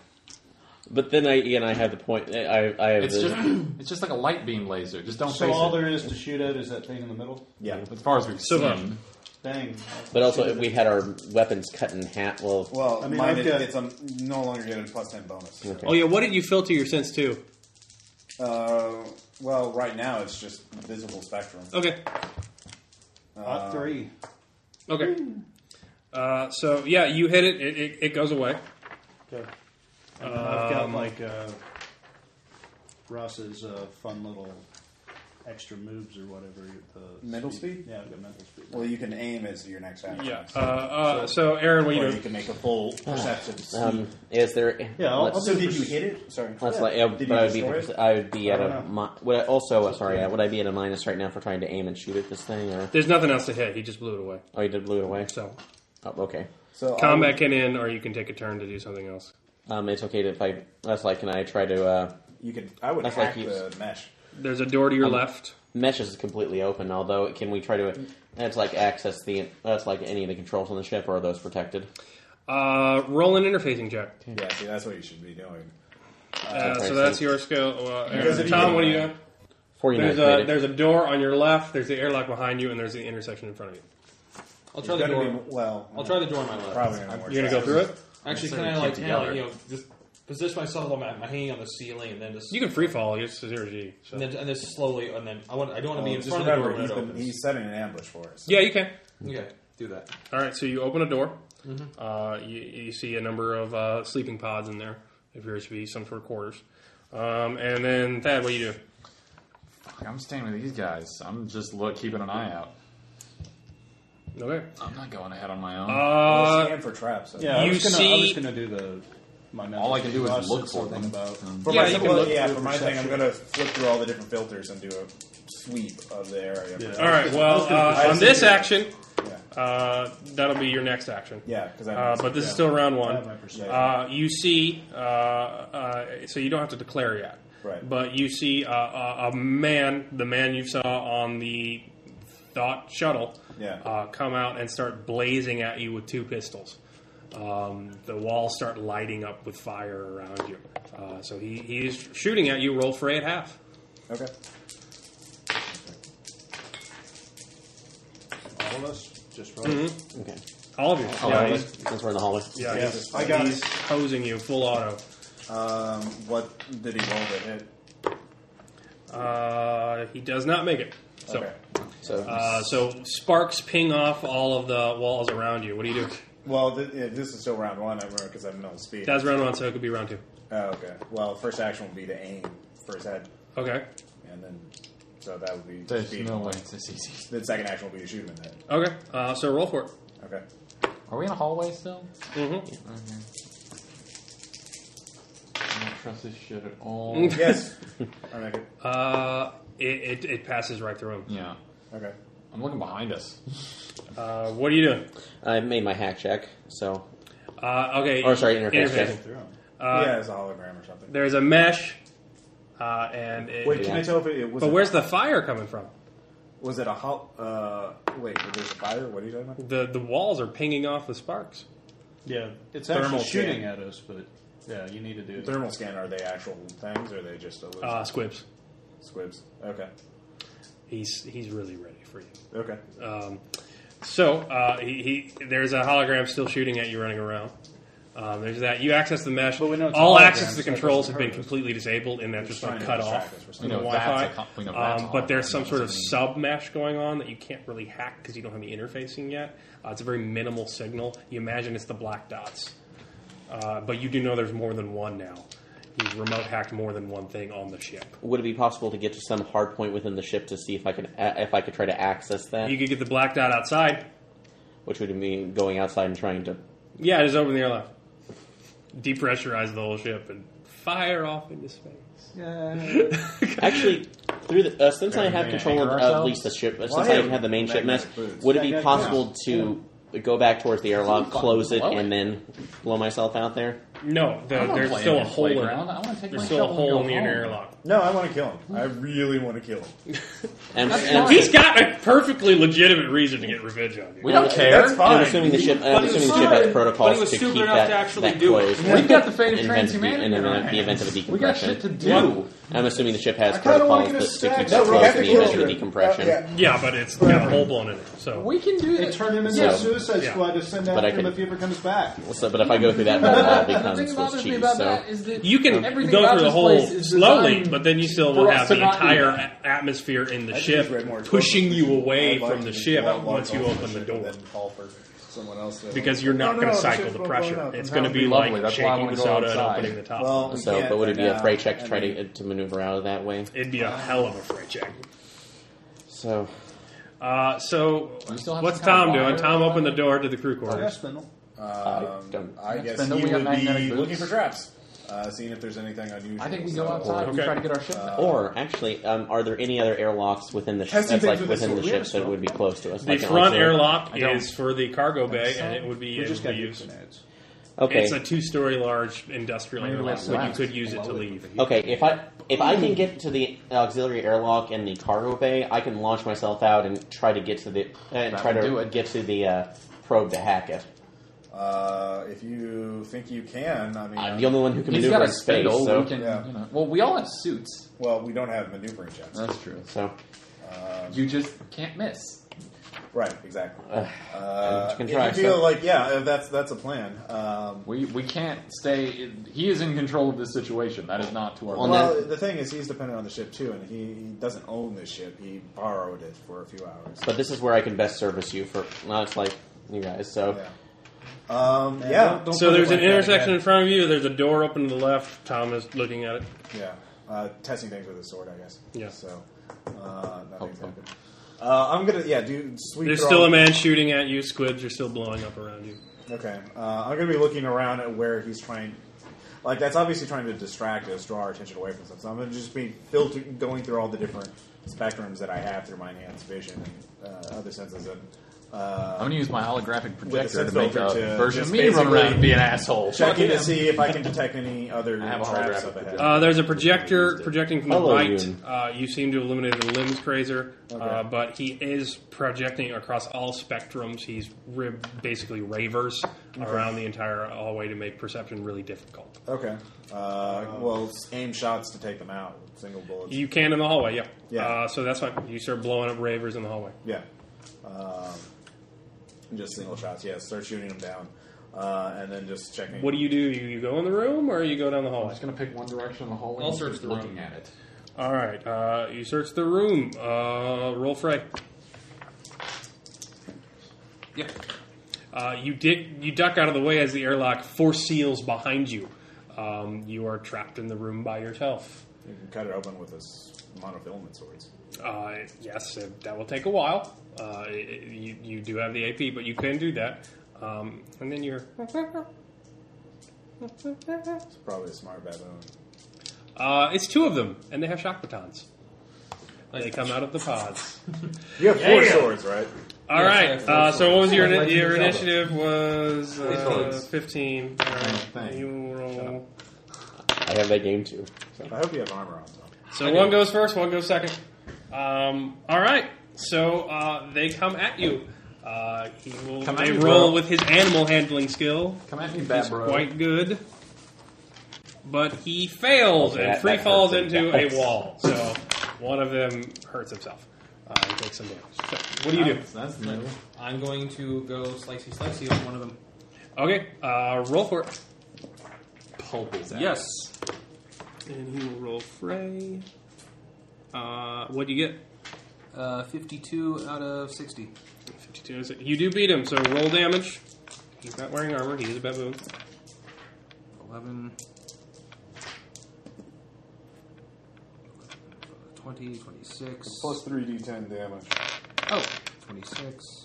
Speaker 2: But then I again I have the point. I I have
Speaker 8: It's
Speaker 2: the
Speaker 8: just it's just like a light beam laser. Just don't
Speaker 10: so
Speaker 8: face
Speaker 10: all
Speaker 8: it.
Speaker 10: there is to shoot at is that thing in the middle.
Speaker 3: Yeah.
Speaker 8: As far as we've
Speaker 5: Silver.
Speaker 8: seen,
Speaker 10: Dang.
Speaker 2: But also, if we had our weapons cut in half, well,
Speaker 3: Well,
Speaker 10: I mean,
Speaker 3: mine
Speaker 10: I've
Speaker 3: is,
Speaker 10: got-
Speaker 3: it's um, no longer get a plus ten bonus. so.
Speaker 5: Oh, yeah, what did you filter your sense to?
Speaker 3: Uh, well, right now it's just visible spectrum.
Speaker 5: Okay.
Speaker 8: Uh,
Speaker 10: Hot three.
Speaker 5: Okay. Uh, so, yeah, you hit it. It, it, it goes away.
Speaker 10: Okay. And then
Speaker 8: Um,
Speaker 10: I've got like uh, Ross's uh, fun little extra moves or whatever. The
Speaker 3: Mental speed?
Speaker 10: Yeah, I've got mental speed.
Speaker 3: Well, you can aim as your next action.
Speaker 5: Yeah. Uh, uh, so, Aaron,
Speaker 3: Or
Speaker 5: what do you
Speaker 3: you
Speaker 5: do?
Speaker 3: can make a full perceptive. speed.
Speaker 2: Ah. um, is there?
Speaker 10: Yeah, I'll, I'll
Speaker 2: let's-
Speaker 3: so
Speaker 10: do
Speaker 3: did
Speaker 10: pers-
Speaker 3: you hit it? Sorry.
Speaker 2: That's
Speaker 3: Yeah.
Speaker 2: like, uh,
Speaker 3: Did
Speaker 2: but
Speaker 3: you
Speaker 2: I would be,
Speaker 3: destroy it?
Speaker 2: I would be at
Speaker 10: I
Speaker 2: a.
Speaker 10: don't
Speaker 2: Mi- would I, also, uh, sorry, uh, would I be at a minus right now for trying to aim and shoot at this thing? Or
Speaker 5: There's nothing else to hit. He just blew it away.
Speaker 2: oh, you did blew it away.
Speaker 5: So,
Speaker 2: Oh, okay.
Speaker 3: So I
Speaker 5: combat can end, or you can take a turn to do something else.
Speaker 2: Um, it's okay to if I. That's like, can I try to? Uh,
Speaker 3: would- you could. I would
Speaker 2: That's
Speaker 3: hack
Speaker 2: like you-
Speaker 3: the mesh.
Speaker 5: There's a door to
Speaker 9: Um,
Speaker 5: your left.
Speaker 2: mesh is completely open. Although, can we try to? That's like access the. That's like any of the controls on the ship, or are those protected?
Speaker 5: Uh, roll an interfacing check.
Speaker 3: Yeah, see, that's what you should be doing.
Speaker 5: Uh,
Speaker 2: Okay,
Speaker 5: so
Speaker 2: so-
Speaker 5: that's your skill. Well,
Speaker 3: Because if
Speaker 5: Aaron,
Speaker 3: you
Speaker 5: Tom,
Speaker 3: do-
Speaker 5: what do you got?
Speaker 2: Forty nine.
Speaker 5: There's a there's a door on your left. There's the airlock behind you, and there's the intersection in front of you.
Speaker 9: I'll try
Speaker 3: It's
Speaker 9: the
Speaker 3: gotta
Speaker 9: door.
Speaker 3: be- well,
Speaker 9: I'll try the door on my left.
Speaker 3: Probably gonna work
Speaker 5: You're gonna go
Speaker 3: out.
Speaker 5: through it.
Speaker 9: Actually,
Speaker 8: Sort of
Speaker 9: kind of like
Speaker 8: keep
Speaker 9: kinda like,
Speaker 8: together.
Speaker 9: you know, just position myself on my, my hanging on the ceiling, and then just
Speaker 5: You can free fall. It's zero G. So.
Speaker 9: and then and then slowly, and then I want I don't want to be in
Speaker 3: Oh, Just
Speaker 9: front of the door
Speaker 3: remember,
Speaker 9: when
Speaker 3: he's,
Speaker 9: it
Speaker 3: been,
Speaker 9: opens.
Speaker 3: he's setting an ambush for us.
Speaker 5: Yeah, you can.
Speaker 9: Okay, do that.
Speaker 5: All right. So you open a door.
Speaker 9: Mm-hmm.
Speaker 5: Uh, you, you see a number of uh, sleeping pods in there. It appears to be some sort of quarters. Um, and then Thad, what do you do?
Speaker 8: Fuck, I'm staying with these guys. I'm just look keeping an eye out.
Speaker 5: Okay.
Speaker 8: I'm not going ahead on my own.
Speaker 3: Well,
Speaker 5: Uh,
Speaker 3: scan for traps. so-
Speaker 10: Yeah, I
Speaker 5: You
Speaker 10: was gonna, I was
Speaker 5: see-
Speaker 10: gonna do the my mental
Speaker 8: All I can
Speaker 10: speed.
Speaker 8: do is
Speaker 10: Ross said
Speaker 8: look for
Speaker 10: something
Speaker 8: them.
Speaker 10: about.
Speaker 8: Um,
Speaker 3: For
Speaker 5: Yeah,
Speaker 3: my,
Speaker 5: you
Speaker 3: thing-
Speaker 5: can
Speaker 3: well,
Speaker 5: look
Speaker 3: yeah,
Speaker 10: through
Speaker 3: for my thing, I'm
Speaker 10: perception.
Speaker 3: gonna flip through all the different filters and do a sweep of the area.
Speaker 10: Yeah.
Speaker 5: all right. Well,
Speaker 3: I
Speaker 5: uh, on
Speaker 3: was
Speaker 5: this
Speaker 3: thinking-
Speaker 5: action,
Speaker 3: Yeah,
Speaker 5: uh, that'll be your next action.
Speaker 3: yeah, because
Speaker 5: Uh, but this is still round
Speaker 10: I
Speaker 5: one.
Speaker 10: have my perception.
Speaker 5: Uh, you see, uh, uh, so you don't have to declare yet.
Speaker 3: Right.
Speaker 5: But you see uh, a, a man, the man you saw on the Thought shuttle,
Speaker 3: Yeah.
Speaker 5: uh, come out and start blazing at you with two pistols. Um, the walls start lighting up with fire around you. Uh, so he, he is shooting at you. Roll for eight half.
Speaker 3: okay.
Speaker 10: All of us just roll.
Speaker 5: Mm-hmm.
Speaker 2: Okay.
Speaker 5: All of you.
Speaker 2: Oh,
Speaker 5: yeah,
Speaker 2: yeah,
Speaker 5: he's,
Speaker 2: since we're in the hallway.
Speaker 5: yeah,
Speaker 10: Yes,
Speaker 5: he's,
Speaker 10: I got
Speaker 5: he's hosing you full auto.
Speaker 3: Um, what did he roll to hit?
Speaker 5: Uh, he does not make it. So,
Speaker 3: Okay.
Speaker 5: so, uh, so sparks ping off all of the walls around you. What do you do?
Speaker 3: Well, th- yeah, this is still round one, I remember, because I'm no speed.
Speaker 5: That's round one, so it could be round two.
Speaker 3: Oh, okay. Well, first action would be to aim for his head.
Speaker 5: Okay.
Speaker 3: And then, so that would be.
Speaker 8: There's
Speaker 3: speed.
Speaker 8: no way it's this easy.
Speaker 3: The second action will be to shoot him in the head.
Speaker 5: Okay. Uh, so roll for it.
Speaker 3: Okay.
Speaker 5: [LAUGHS]
Speaker 8: Are we in a hallway still?
Speaker 5: Mm-hmm.
Speaker 8: I don't trust this shit at all.
Speaker 3: yes. I make it.
Speaker 5: Uh, it, it, it passes right through him.
Speaker 8: Yeah.
Speaker 3: Okay.
Speaker 8: I'm looking behind us.
Speaker 5: Uh, what are you doing?
Speaker 2: I made my hack check, so
Speaker 5: Uh, okay.
Speaker 2: Or, sorry, interface
Speaker 5: interface.
Speaker 2: check.
Speaker 5: Uh,
Speaker 3: yeah, it's a hologram or something.
Speaker 5: There's a mesh, uh, and it,
Speaker 3: Wait, can I tell if it was?
Speaker 5: But
Speaker 3: it-
Speaker 5: where's the fire coming from?
Speaker 3: Was it a hol? Uh, wait, there's a fire. What are you talking about?
Speaker 5: The the walls are pinging off with sparks.
Speaker 10: Yeah, it's
Speaker 3: Thermal
Speaker 10: actually
Speaker 3: scan.
Speaker 10: shooting at us, but yeah, you need to do it.
Speaker 3: Thermal scan. Are they actual things? Or are they just illusions?
Speaker 5: Uh, squibs.
Speaker 3: squibs? Okay.
Speaker 5: He's he's really ready for you.
Speaker 3: Okay.
Speaker 5: Um, so uh, he, he there's a hologram still shooting at you running around. Um, there's that. You access the mesh.
Speaker 10: But we know it's
Speaker 5: All
Speaker 10: a hologram,
Speaker 5: access to the
Speaker 10: so it
Speaker 5: controls
Speaker 10: doesn't
Speaker 5: have been
Speaker 10: hurt us.
Speaker 5: completely disabled, and that's just
Speaker 3: trying
Speaker 5: like
Speaker 3: to
Speaker 5: cut
Speaker 3: distract
Speaker 5: off
Speaker 3: us. We're
Speaker 5: from
Speaker 3: still-
Speaker 5: the
Speaker 8: We know that's
Speaker 5: Wi-Fi.
Speaker 8: a co- we know that's a
Speaker 5: um, but there's
Speaker 8: hologram.
Speaker 5: some sort of
Speaker 8: That doesn't
Speaker 5: sub mesh going on that you can't really hack because you don't have the interfacing yet. Uh, it's a very minimal signal. You imagine it's the black dots, uh, but you do know there's more than one now. He's remote hacked more than one thing on the ship.
Speaker 2: would it be possible to get to some hard point within the ship to see if I could a- if I could try to access that,
Speaker 5: You could get the black dot outside.
Speaker 2: which would mean going outside and trying to.
Speaker 5: Yeah, just open the airlock. Depressurize the whole ship and fire off into space.
Speaker 2: Actually, through the, uh, since I
Speaker 8: Can
Speaker 2: have
Speaker 8: we
Speaker 2: control of
Speaker 8: anchor
Speaker 2: uh, at
Speaker 8: ourselves?
Speaker 2: least the ship,
Speaker 3: Why?
Speaker 2: uh, since I even have the main ship mess,
Speaker 3: Magnetic boots.
Speaker 2: would it be
Speaker 10: Magnetic
Speaker 2: possible
Speaker 10: boots.
Speaker 2: to go back towards the airlock,
Speaker 8: Fucking
Speaker 2: close it,
Speaker 8: blow it.
Speaker 2: and then blow myself out there?
Speaker 5: No, the,
Speaker 8: I'm not
Speaker 5: there's
Speaker 8: playing
Speaker 5: still a
Speaker 8: this
Speaker 5: hole.
Speaker 8: playground. I
Speaker 5: In,
Speaker 8: wanna take
Speaker 5: there's
Speaker 8: my
Speaker 5: still
Speaker 8: shovel
Speaker 5: a
Speaker 8: and
Speaker 5: hole
Speaker 8: go
Speaker 5: in the
Speaker 8: home.
Speaker 5: inner airlock.
Speaker 3: No, I want to kill him. I really want to kill him.
Speaker 2: And,
Speaker 8: That's
Speaker 2: and-
Speaker 8: fine.
Speaker 5: He's got a perfectly legitimate reason to get revenge on you.
Speaker 8: We don't
Speaker 2: That's
Speaker 8: care.
Speaker 3: fine.
Speaker 2: I'm assuming the ship. I'm
Speaker 14: he was
Speaker 2: assuming the ship has
Speaker 14: stupid. But he
Speaker 2: protocols
Speaker 14: was
Speaker 2: to keep
Speaker 14: stupid enough
Speaker 2: that,
Speaker 14: to actually
Speaker 2: that
Speaker 14: do it.
Speaker 2: closed.
Speaker 8: We've got the
Speaker 2: [LAUGHS]
Speaker 8: fate of
Speaker 2: in event-
Speaker 8: transhumanity
Speaker 2: in
Speaker 8: in our
Speaker 2: the event of a
Speaker 8: hands.
Speaker 2: decompression.
Speaker 8: We got shit to do.
Speaker 2: I'm assuming the ship has
Speaker 10: I kinda wanna
Speaker 2: protocols
Speaker 10: get a
Speaker 2: that- to
Speaker 10: stack.
Speaker 2: keep it
Speaker 10: No, we
Speaker 2: closed
Speaker 10: have
Speaker 2: in
Speaker 10: to
Speaker 2: the event of
Speaker 3: kill
Speaker 2: a
Speaker 3: him.
Speaker 2: decompression.
Speaker 3: Uh, yeah.
Speaker 5: Yeah, but it's got a hole blown in it. So
Speaker 8: We can do
Speaker 10: They
Speaker 8: this.
Speaker 10: turn him into
Speaker 2: Yeah.
Speaker 10: a suicide
Speaker 5: Yeah.
Speaker 10: squad to send
Speaker 2: But
Speaker 10: after
Speaker 2: I
Speaker 10: him
Speaker 2: can-
Speaker 10: if he ever comes back.
Speaker 2: So, but if I go through that,
Speaker 8: [LAUGHS]
Speaker 2: metal, that
Speaker 8: the thing
Speaker 2: becomes
Speaker 8: that
Speaker 2: Swiss
Speaker 8: bothers me
Speaker 2: cheese.
Speaker 8: about
Speaker 2: So
Speaker 8: that is that
Speaker 5: you can
Speaker 8: everything
Speaker 5: go
Speaker 8: about
Speaker 5: through the
Speaker 8: this
Speaker 5: hole
Speaker 8: place is
Speaker 5: slowly,
Speaker 8: designed
Speaker 5: but then you still
Speaker 8: for
Speaker 5: will
Speaker 8: us
Speaker 5: have
Speaker 8: to
Speaker 5: the
Speaker 8: not do
Speaker 5: entire
Speaker 8: that.
Speaker 5: a- atmosphere in the
Speaker 3: I think
Speaker 5: ship
Speaker 3: he's read more
Speaker 5: pushing
Speaker 3: books.
Speaker 5: you away
Speaker 3: I'd like
Speaker 5: from the
Speaker 3: to
Speaker 5: ship
Speaker 3: walk
Speaker 5: once you
Speaker 3: off
Speaker 5: open the
Speaker 3: ship
Speaker 5: door.
Speaker 3: And then call for someone else. to-
Speaker 5: Because you're
Speaker 3: Oh,
Speaker 5: not
Speaker 3: no,
Speaker 5: going to
Speaker 3: the
Speaker 5: cycle
Speaker 3: ship's
Speaker 5: the
Speaker 3: not blowing
Speaker 5: pressure.
Speaker 3: up.
Speaker 5: It's
Speaker 3: I'm
Speaker 5: going to
Speaker 3: happy.
Speaker 5: be
Speaker 8: lovely.
Speaker 5: like
Speaker 8: That's why I
Speaker 5: shaking
Speaker 8: wanna
Speaker 5: the
Speaker 8: go
Speaker 5: soda and
Speaker 8: outside.
Speaker 5: opening the top.
Speaker 3: Well, we
Speaker 2: So,
Speaker 3: can't
Speaker 2: but would it
Speaker 3: right
Speaker 2: be a
Speaker 3: now.
Speaker 2: freight check to
Speaker 3: I
Speaker 2: try
Speaker 3: mean,
Speaker 2: to to maneuver out of that way?
Speaker 5: It'd be a hell of a freight check.
Speaker 2: So,
Speaker 5: Uh, so,
Speaker 8: We still have
Speaker 5: what's
Speaker 8: some kind
Speaker 5: Tom
Speaker 8: of
Speaker 5: doing?
Speaker 8: wire
Speaker 5: Tom
Speaker 8: or
Speaker 5: opened the door to the crew quarters.
Speaker 10: Spindle.
Speaker 2: I don't-
Speaker 3: Um, I guess
Speaker 8: Spindle,
Speaker 3: he
Speaker 8: we got
Speaker 3: would
Speaker 8: magnetic
Speaker 3: be
Speaker 8: boots.
Speaker 3: looking for traps, uh, seeing if there's anything unusual.
Speaker 8: I think we
Speaker 3: So-
Speaker 8: go outside and
Speaker 5: Okay.
Speaker 8: try to get our ship back.
Speaker 2: or actually, um, are there any other airlocks within the ship?
Speaker 3: Testing
Speaker 2: That's
Speaker 3: things
Speaker 2: like
Speaker 3: with this
Speaker 2: within the
Speaker 3: one. We
Speaker 2: ship
Speaker 3: have
Speaker 2: that would be close to us.
Speaker 5: The
Speaker 2: like an
Speaker 5: front
Speaker 2: auxiliary-
Speaker 5: airlock
Speaker 8: I don't-
Speaker 5: is for the cargo bay,
Speaker 8: so.
Speaker 5: and it would be
Speaker 10: We
Speaker 5: able
Speaker 10: just
Speaker 5: to
Speaker 10: got
Speaker 5: be
Speaker 10: to
Speaker 5: used.
Speaker 10: grenades.
Speaker 2: Okay,
Speaker 5: It's a two-story large industrial
Speaker 8: Maybe
Speaker 5: airlock,
Speaker 8: that's
Speaker 5: but you
Speaker 8: last.
Speaker 5: could use it to leave.
Speaker 2: Okay, if I if I can get to the auxiliary airlock and the cargo bay, I can launch myself out and try to get to the and
Speaker 8: That
Speaker 2: try
Speaker 8: would
Speaker 2: to
Speaker 8: do it.
Speaker 2: get to the uh, probe to hack it.
Speaker 3: Uh, if you think you can, I mean, uh,
Speaker 2: I'm Uh, the only one who can
Speaker 8: He's
Speaker 2: maneuver
Speaker 8: got a
Speaker 2: in space.
Speaker 8: spindle.
Speaker 2: So,
Speaker 8: we can,
Speaker 3: Yeah.
Speaker 8: you know. Well, we all have suits.
Speaker 3: well, we don't have maneuvering checks.
Speaker 2: Uh.
Speaker 8: That's true.
Speaker 2: so
Speaker 8: You just can't miss.
Speaker 3: Right, exactly.
Speaker 2: Uh,
Speaker 3: Uh,
Speaker 2: you can
Speaker 3: if
Speaker 2: try,
Speaker 3: you feel
Speaker 2: so-
Speaker 3: like, yeah, uh, that's that's a plan. Um,
Speaker 8: We we can't stay. In, he is in control of this situation. That is not to our.
Speaker 2: Well,
Speaker 8: benefit.
Speaker 3: well, the thing is, he's dependent on the ship too, and he, he doesn't own this ship. He borrowed it for a few hours.
Speaker 2: but this is where I can best service you for not it's like you guys. So
Speaker 3: yeah, um, yeah,
Speaker 5: So there's an intersection in front of you. There's a door open to the left. Tom is looking at it.
Speaker 3: yeah. Uh, testing things with his sword, I guess.
Speaker 5: Yeah.
Speaker 3: So uh, nothing's happened. Uh, I'm gonna, yeah, do sweep.
Speaker 5: There's
Speaker 3: through
Speaker 5: still
Speaker 3: all-
Speaker 5: a man shooting at you. Squibs are still blowing up around you.
Speaker 3: Okay, uh, I'm gonna be looking around at where he's trying. Like that's obviously trying to distract us, draw our attention away from something. So I'm gonna just be filter going through all the different spectrums that I have through my enhanced vision and uh, other senses. And
Speaker 8: I'm
Speaker 3: uh,
Speaker 8: gonna use my holographic projector to
Speaker 3: sense
Speaker 8: make a
Speaker 3: filter to
Speaker 8: version of
Speaker 3: just
Speaker 8: me run
Speaker 3: basically
Speaker 8: around and be an asshole.
Speaker 3: checking
Speaker 8: Fuck
Speaker 3: to
Speaker 8: him.
Speaker 3: see if I can detect any other
Speaker 8: I have a
Speaker 3: traps up
Speaker 8: holographic
Speaker 3: ahead.
Speaker 8: projector.
Speaker 5: Uh, there's a projector projecting from the
Speaker 2: Hello,
Speaker 5: right.
Speaker 2: Yoon.
Speaker 5: Uh, you seem to eliminate the limbs crazer, uh,
Speaker 3: Okay.
Speaker 5: but he is projecting across all spectrums. He's rib- basically ravers around the entire hallway to make perception really difficult.
Speaker 3: Okay. Uh, well, s- aim shots to take them out. with Single bullets.
Speaker 5: You can in the hallway, yeah.
Speaker 3: Yeah.
Speaker 5: Uh, so that's fine. You start blowing up ravers in the hallway.
Speaker 3: yeah. Um, just single shots. Yeah. Start shooting them down. uh, and then just checking.
Speaker 5: What do you do? You, you go in the room or you go down the hallway? I'm just
Speaker 8: going to pick one direction in the hallway.
Speaker 9: I'll search the
Speaker 8: looking
Speaker 9: room.
Speaker 8: at it.
Speaker 5: All right. Uh, you search the room. Uh, roll fray.
Speaker 9: Yeah.
Speaker 5: Uh, you did. You duck out of the way as the airlock four seals behind you. Um, you are trapped in the room by yourself.
Speaker 3: You can cut it open with his monofilament swords.
Speaker 5: Uh, yes, uh, that will take a while. Uh, i- i- you, you do have the AP, but you can do that. Um, and then you're.
Speaker 3: It's probably a smart baboon.
Speaker 5: Uh, it's two of them, and they have shock batons. They come out of the pods.
Speaker 3: You have four swords, right?
Speaker 5: All
Speaker 9: Yes, I
Speaker 5: right.
Speaker 9: have four
Speaker 5: Uh, so what was your
Speaker 9: swords. Like
Speaker 5: your
Speaker 9: Zelda.
Speaker 5: initiative was
Speaker 9: Three
Speaker 5: uh,
Speaker 9: swords.
Speaker 5: fifteen. All right.
Speaker 8: Thank
Speaker 5: You roll.
Speaker 2: I have that game too.
Speaker 3: I hope you have armor on top.
Speaker 5: So one goes first, one goes second. Um, all right. So uh, they come at you. Uh, he will.
Speaker 8: Come at
Speaker 5: they
Speaker 8: me,
Speaker 5: roll
Speaker 8: bro.
Speaker 5: with his animal handling skill.
Speaker 8: Come at me,
Speaker 5: He's
Speaker 8: bat bro.
Speaker 5: quite good. But he fails
Speaker 2: Okay,
Speaker 5: and
Speaker 2: that-
Speaker 5: free
Speaker 2: that
Speaker 5: falls
Speaker 2: hurts
Speaker 5: into
Speaker 2: him.
Speaker 5: a wall. So one of them hurts himself. Uh, he takes some damage. So what do you do?
Speaker 8: That's, that's new.
Speaker 9: I'm going to go slicey slicey on one of them.
Speaker 5: Okay, uh, roll for it.
Speaker 8: Pulp his ass.
Speaker 9: Yes.
Speaker 5: And he will roll fray. Uh, what do you get?
Speaker 9: Uh, 52 out of 60.
Speaker 5: 52 is it? You do beat him, so roll damage. He's not wearing armor, he is a baboon.
Speaker 9: 11. 20, 26.
Speaker 3: Plus three d10 damage.
Speaker 9: Oh, 26.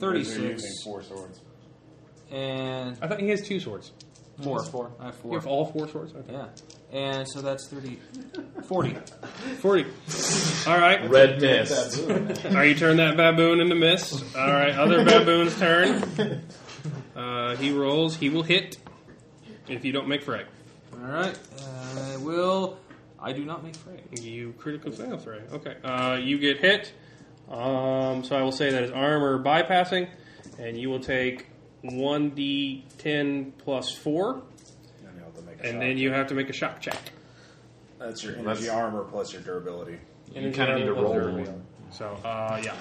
Speaker 3: You're
Speaker 9: 36.
Speaker 3: using four swords.
Speaker 9: And
Speaker 5: I thought he has two swords.
Speaker 9: four.
Speaker 8: Just four.
Speaker 9: I have
Speaker 5: You
Speaker 9: four.
Speaker 5: have all four swords? Okay.
Speaker 9: Yeah. And so that's 30. 40.
Speaker 5: 40. Alright.
Speaker 2: Red mist.
Speaker 5: Are you turn that baboon into mist? Alright, other baboon's turn. Uh, he rolls, he will hit if you don't make fray.
Speaker 9: Alright. I will. I do not make fray.
Speaker 5: You critical fail threat. Okay. Uh, you get hit. Um, so I will say that is armor bypassing, and you will take one d ten plus four,
Speaker 3: And you have to make a
Speaker 5: and
Speaker 3: shot.
Speaker 5: then you have to make a shock check.
Speaker 3: That's your energy armor plus your durability.
Speaker 8: You kind of need to roll. one.
Speaker 5: So uh, yeah,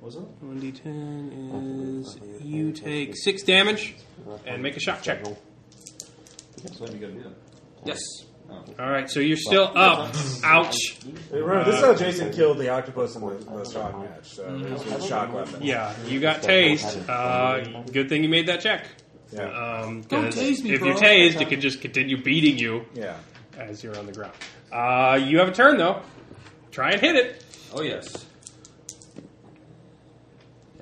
Speaker 10: Was it?
Speaker 5: one d ten is you take six damage and make a shock check.
Speaker 10: So then you gotta do that.
Speaker 9: Yes.
Speaker 5: All right, so you're still up. Ouch.
Speaker 3: Hey, Remember, this is how Jason killed the octopus in the, the shock match. So it was with a shock weapon.
Speaker 5: Yeah, you got tased. Uh, good thing you made that check.
Speaker 3: Yeah.
Speaker 5: Um,
Speaker 9: Don't
Speaker 5: 'cause
Speaker 9: tase me,
Speaker 5: if
Speaker 9: bro.
Speaker 5: you're tased, it could just continue beating you.
Speaker 3: Yeah.
Speaker 5: as you're on the ground. Uh, you have a turn though. Try and hit it.
Speaker 9: Oh, yes.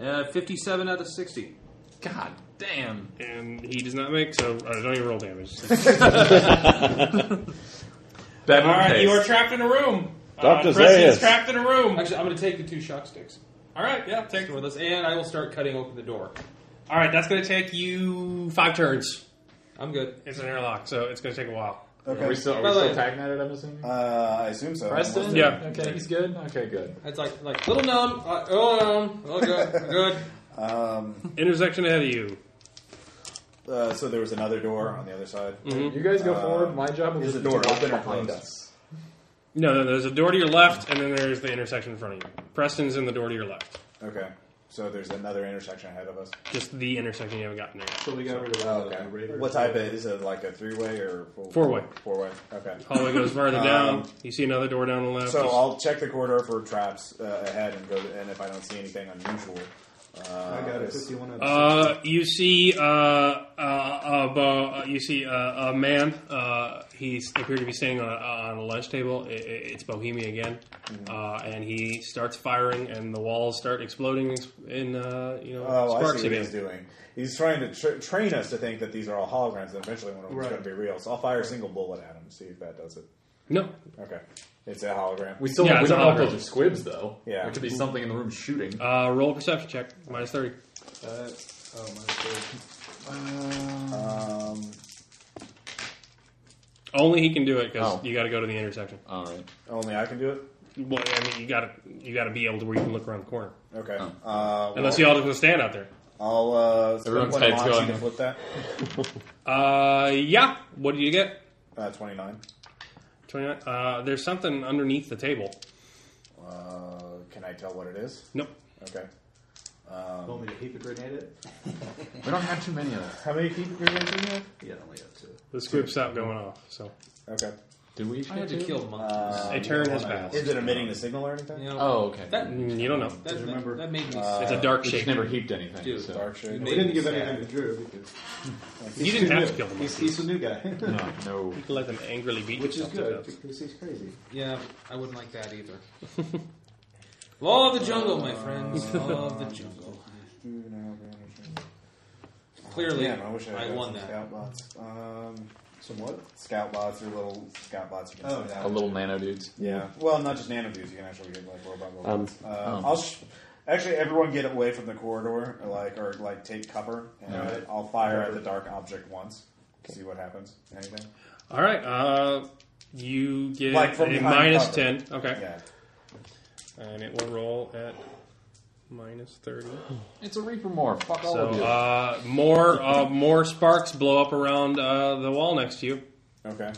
Speaker 9: Uh, 57 out of 60.
Speaker 8: God damn.
Speaker 5: And he does not make, so uh, don't even roll damage.
Speaker 15: Baboon
Speaker 5: All right,
Speaker 15: taste.
Speaker 5: you are trapped in a room.
Speaker 2: Dr.
Speaker 5: Uh, Preston is
Speaker 2: Zayas.
Speaker 5: trapped in a room.
Speaker 9: Actually, I'm going to take the two shock sticks.
Speaker 5: All right, yeah, take.
Speaker 9: With us, and I will start cutting open the door.
Speaker 5: All right, that's going to take you five turns.
Speaker 9: I'm good.
Speaker 5: It's an airlock, so it's going to take a while.
Speaker 8: Are we
Speaker 3: Okay.
Speaker 8: still, are
Speaker 9: By
Speaker 8: we
Speaker 9: the
Speaker 8: still
Speaker 9: way-
Speaker 8: tagging at it, I'm assuming?
Speaker 3: Uh, I assume so.
Speaker 8: Preston?
Speaker 5: Yeah.
Speaker 8: Okay, he's good? Okay, good.
Speaker 9: It's like like little numb. Uh, oh, numb. Oh, [LAUGHS] good. good.
Speaker 3: Um,
Speaker 5: Intersection ahead of you.
Speaker 3: uh, so there was another door on the other side.
Speaker 5: Mm-hmm.
Speaker 8: You guys go
Speaker 3: Uh,
Speaker 8: forward. My job
Speaker 3: is
Speaker 8: is
Speaker 3: the
Speaker 8: just
Speaker 3: door
Speaker 8: to walk
Speaker 3: open or
Speaker 8: behind
Speaker 3: closed?
Speaker 8: us.
Speaker 5: No, no, there's a door to your left, and then there's the intersection in front of you. Preston's in the door to your left.
Speaker 3: Okay. So there's another intersection ahead of us. Oh,
Speaker 5: Just the intersection you haven't gotten to.
Speaker 10: So we got rid of
Speaker 8: Oh,
Speaker 10: the
Speaker 3: Okay. What type of, is it? Like a three way or four
Speaker 5: Four-way.
Speaker 3: Four way. Okay.
Speaker 5: Hallway goes further
Speaker 3: [LAUGHS] Um,
Speaker 5: down. You see another door down the left.
Speaker 3: So
Speaker 5: Just-
Speaker 3: I'll check the corridor for traps uh, ahead and go. To, and if I don't see anything unusual, uh,
Speaker 10: I got a 51 out of
Speaker 5: Uh, you see, uh, uh, uh, bo- uh, you see uh, a man. Uh, he's appeared to be standing on a, on a lunch table. I i it's Bohemia again,
Speaker 3: Mm-hmm.
Speaker 5: uh, and he starts firing, and the walls start exploding ex- in uh, you know
Speaker 3: Oh, I
Speaker 5: sparks
Speaker 3: see what
Speaker 5: again.
Speaker 3: he's doing. He's trying to tra- train us to think that these are all holograms, and eventually one of them's
Speaker 10: Right.
Speaker 3: going to be real. So I'll fire a single bullet at him, see if that does it.
Speaker 5: No,
Speaker 3: Okay, it's a hologram.
Speaker 8: We still
Speaker 5: Yeah,
Speaker 8: we
Speaker 5: it's
Speaker 8: don't
Speaker 5: a
Speaker 8: know if
Speaker 5: hologram.
Speaker 8: those are squibs, though.
Speaker 3: Yeah.
Speaker 8: There could be something in the room shooting.
Speaker 5: uh, roll a perception check minus thirty.
Speaker 10: Uh, oh, my God. Uh,
Speaker 3: Um,
Speaker 5: Only he can do it because
Speaker 8: Oh.
Speaker 5: you got to go to the intersection.
Speaker 8: All right.
Speaker 3: only I can do it.
Speaker 5: Well, I mean, you got to you got to be able to where you can look around the corner,
Speaker 3: Okay. Uh,
Speaker 5: Oh. unless
Speaker 3: well,
Speaker 5: you all just gonna stand out there.
Speaker 3: I'll uh, spend
Speaker 8: Everyone's
Speaker 3: one
Speaker 8: head's
Speaker 3: launching
Speaker 8: going.
Speaker 3: to flip that.
Speaker 5: Uh, yeah. What do you get?
Speaker 3: Uh, Twenty nine.
Speaker 5: Twenty nine. Uh, there's something underneath the table.
Speaker 3: Uh, can I tell what it is?
Speaker 5: Nope.
Speaker 3: Okay. Um,
Speaker 10: Want me to keep a grenade it?
Speaker 8: We don't have too many of them.
Speaker 3: How many keep grenades do you have?
Speaker 10: Yeah, I only have two.
Speaker 5: This group stopped going off, so.
Speaker 3: Okay. Um,
Speaker 8: Did we?
Speaker 9: I had to kill monkeys.
Speaker 5: A turn has passed.
Speaker 3: Is it emitting the signal or anything?
Speaker 9: Uh, You know,
Speaker 8: Oh, okay.
Speaker 9: That,
Speaker 5: Mm, You don't know.
Speaker 9: that,
Speaker 3: remember?
Speaker 9: that, that made me
Speaker 3: Uh,
Speaker 5: It's
Speaker 9: sad.
Speaker 5: a dark
Speaker 8: We
Speaker 5: shape.
Speaker 8: just never heaped anything.
Speaker 9: Dude,
Speaker 8: so.
Speaker 3: Dark shade.
Speaker 9: You
Speaker 10: We
Speaker 9: made
Speaker 10: didn't
Speaker 9: me
Speaker 10: give
Speaker 9: sad.
Speaker 10: anything to Drew because
Speaker 5: [LAUGHS] You didn't have to kill them.
Speaker 10: he's, he's a new guy, [LAUGHS]
Speaker 8: No, no.
Speaker 5: You can let them angrily beat
Speaker 10: which is
Speaker 5: yourself to
Speaker 10: good
Speaker 5: death.
Speaker 10: because he's crazy.
Speaker 9: Yeah, I wouldn't like
Speaker 3: [LAUGHS]
Speaker 9: that either. Law of the jungle, my friends.
Speaker 3: Uh,
Speaker 9: Law of the jungle. Clearly,
Speaker 3: Damn, I wish I,
Speaker 9: I
Speaker 3: had
Speaker 9: won
Speaker 3: some
Speaker 9: that.
Speaker 3: Scout bots. Um, some what? Scout bots or little scout bots. You can
Speaker 10: Oh,
Speaker 3: send out.
Speaker 8: A little nano dudes.
Speaker 3: Yeah. Well, not just nano dudes. You can actually get like robot robots. Um,
Speaker 8: oh.
Speaker 3: I'll sh- actually everyone get away from the corridor, or like or like take cover, and
Speaker 10: Alright.
Speaker 3: I'll fire at the dark object once. See what happens. Anything?
Speaker 5: All right. Uh, you get
Speaker 3: Like from
Speaker 5: a
Speaker 3: behind
Speaker 5: minus
Speaker 3: cover.
Speaker 5: 10. Okay.
Speaker 3: Yeah.
Speaker 5: And it will roll at minus 30.
Speaker 8: It's a Reaper morph. Fuck
Speaker 3: Oh,
Speaker 8: all
Speaker 5: So
Speaker 8: of you.
Speaker 5: uh, more uh, more sparks blow up around uh, the wall next to you.
Speaker 3: Okay.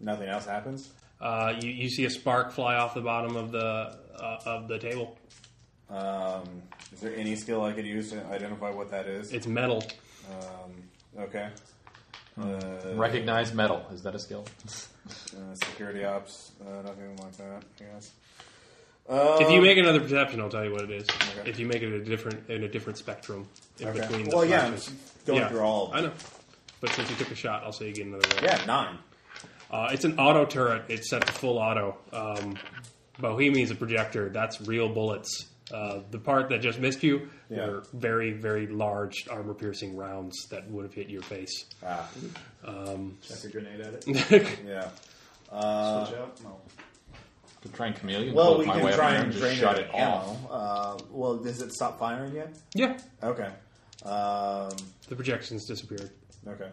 Speaker 3: Nothing else happens.
Speaker 5: Uh, you. You see a spark fly off the bottom of the uh, of the table.
Speaker 3: Um, is there any skill I could use to identify what that is?
Speaker 5: It's metal.
Speaker 3: Um, okay.
Speaker 5: Mm.
Speaker 3: Uh,
Speaker 8: Recognize metal. Is that a skill?
Speaker 3: Uh, security ops, uh, nothing like that, I guess. Um,
Speaker 5: if you make another perception, I'll tell you what it is.
Speaker 3: Okay.
Speaker 5: If you make it a different in a different spectrum in
Speaker 3: Um, okay.
Speaker 5: between. The
Speaker 3: well, yeah, I'm
Speaker 5: flashes.
Speaker 3: going
Speaker 5: Yeah,
Speaker 3: through all.
Speaker 5: I know. But since you took a shot, I'll say you get another roll.
Speaker 3: Yeah, nine.
Speaker 5: Uh, it's an auto turret. It's set to full auto. Um, Bohemian's a projector. That's real bullets. Uh, the part that just missed you
Speaker 3: Yeah.
Speaker 5: were very, very large armor-piercing rounds that would have hit your face.
Speaker 3: Ah,
Speaker 9: Um,
Speaker 10: Chuck a grenade at it.
Speaker 9: [LAUGHS]
Speaker 3: yeah. Uh,
Speaker 10: Switch out. No.
Speaker 8: To try and chameleon.
Speaker 3: well,
Speaker 8: cloak
Speaker 3: we
Speaker 8: my
Speaker 3: can
Speaker 8: way up
Speaker 3: try
Speaker 8: there
Speaker 3: and
Speaker 8: just
Speaker 3: drain
Speaker 8: shut
Speaker 3: it
Speaker 8: it
Speaker 3: of
Speaker 8: off.
Speaker 3: ammo. Uh, well, does it stop firing yet?
Speaker 5: yeah,
Speaker 3: Okay. Um,
Speaker 5: the projections disappeared.
Speaker 3: okay.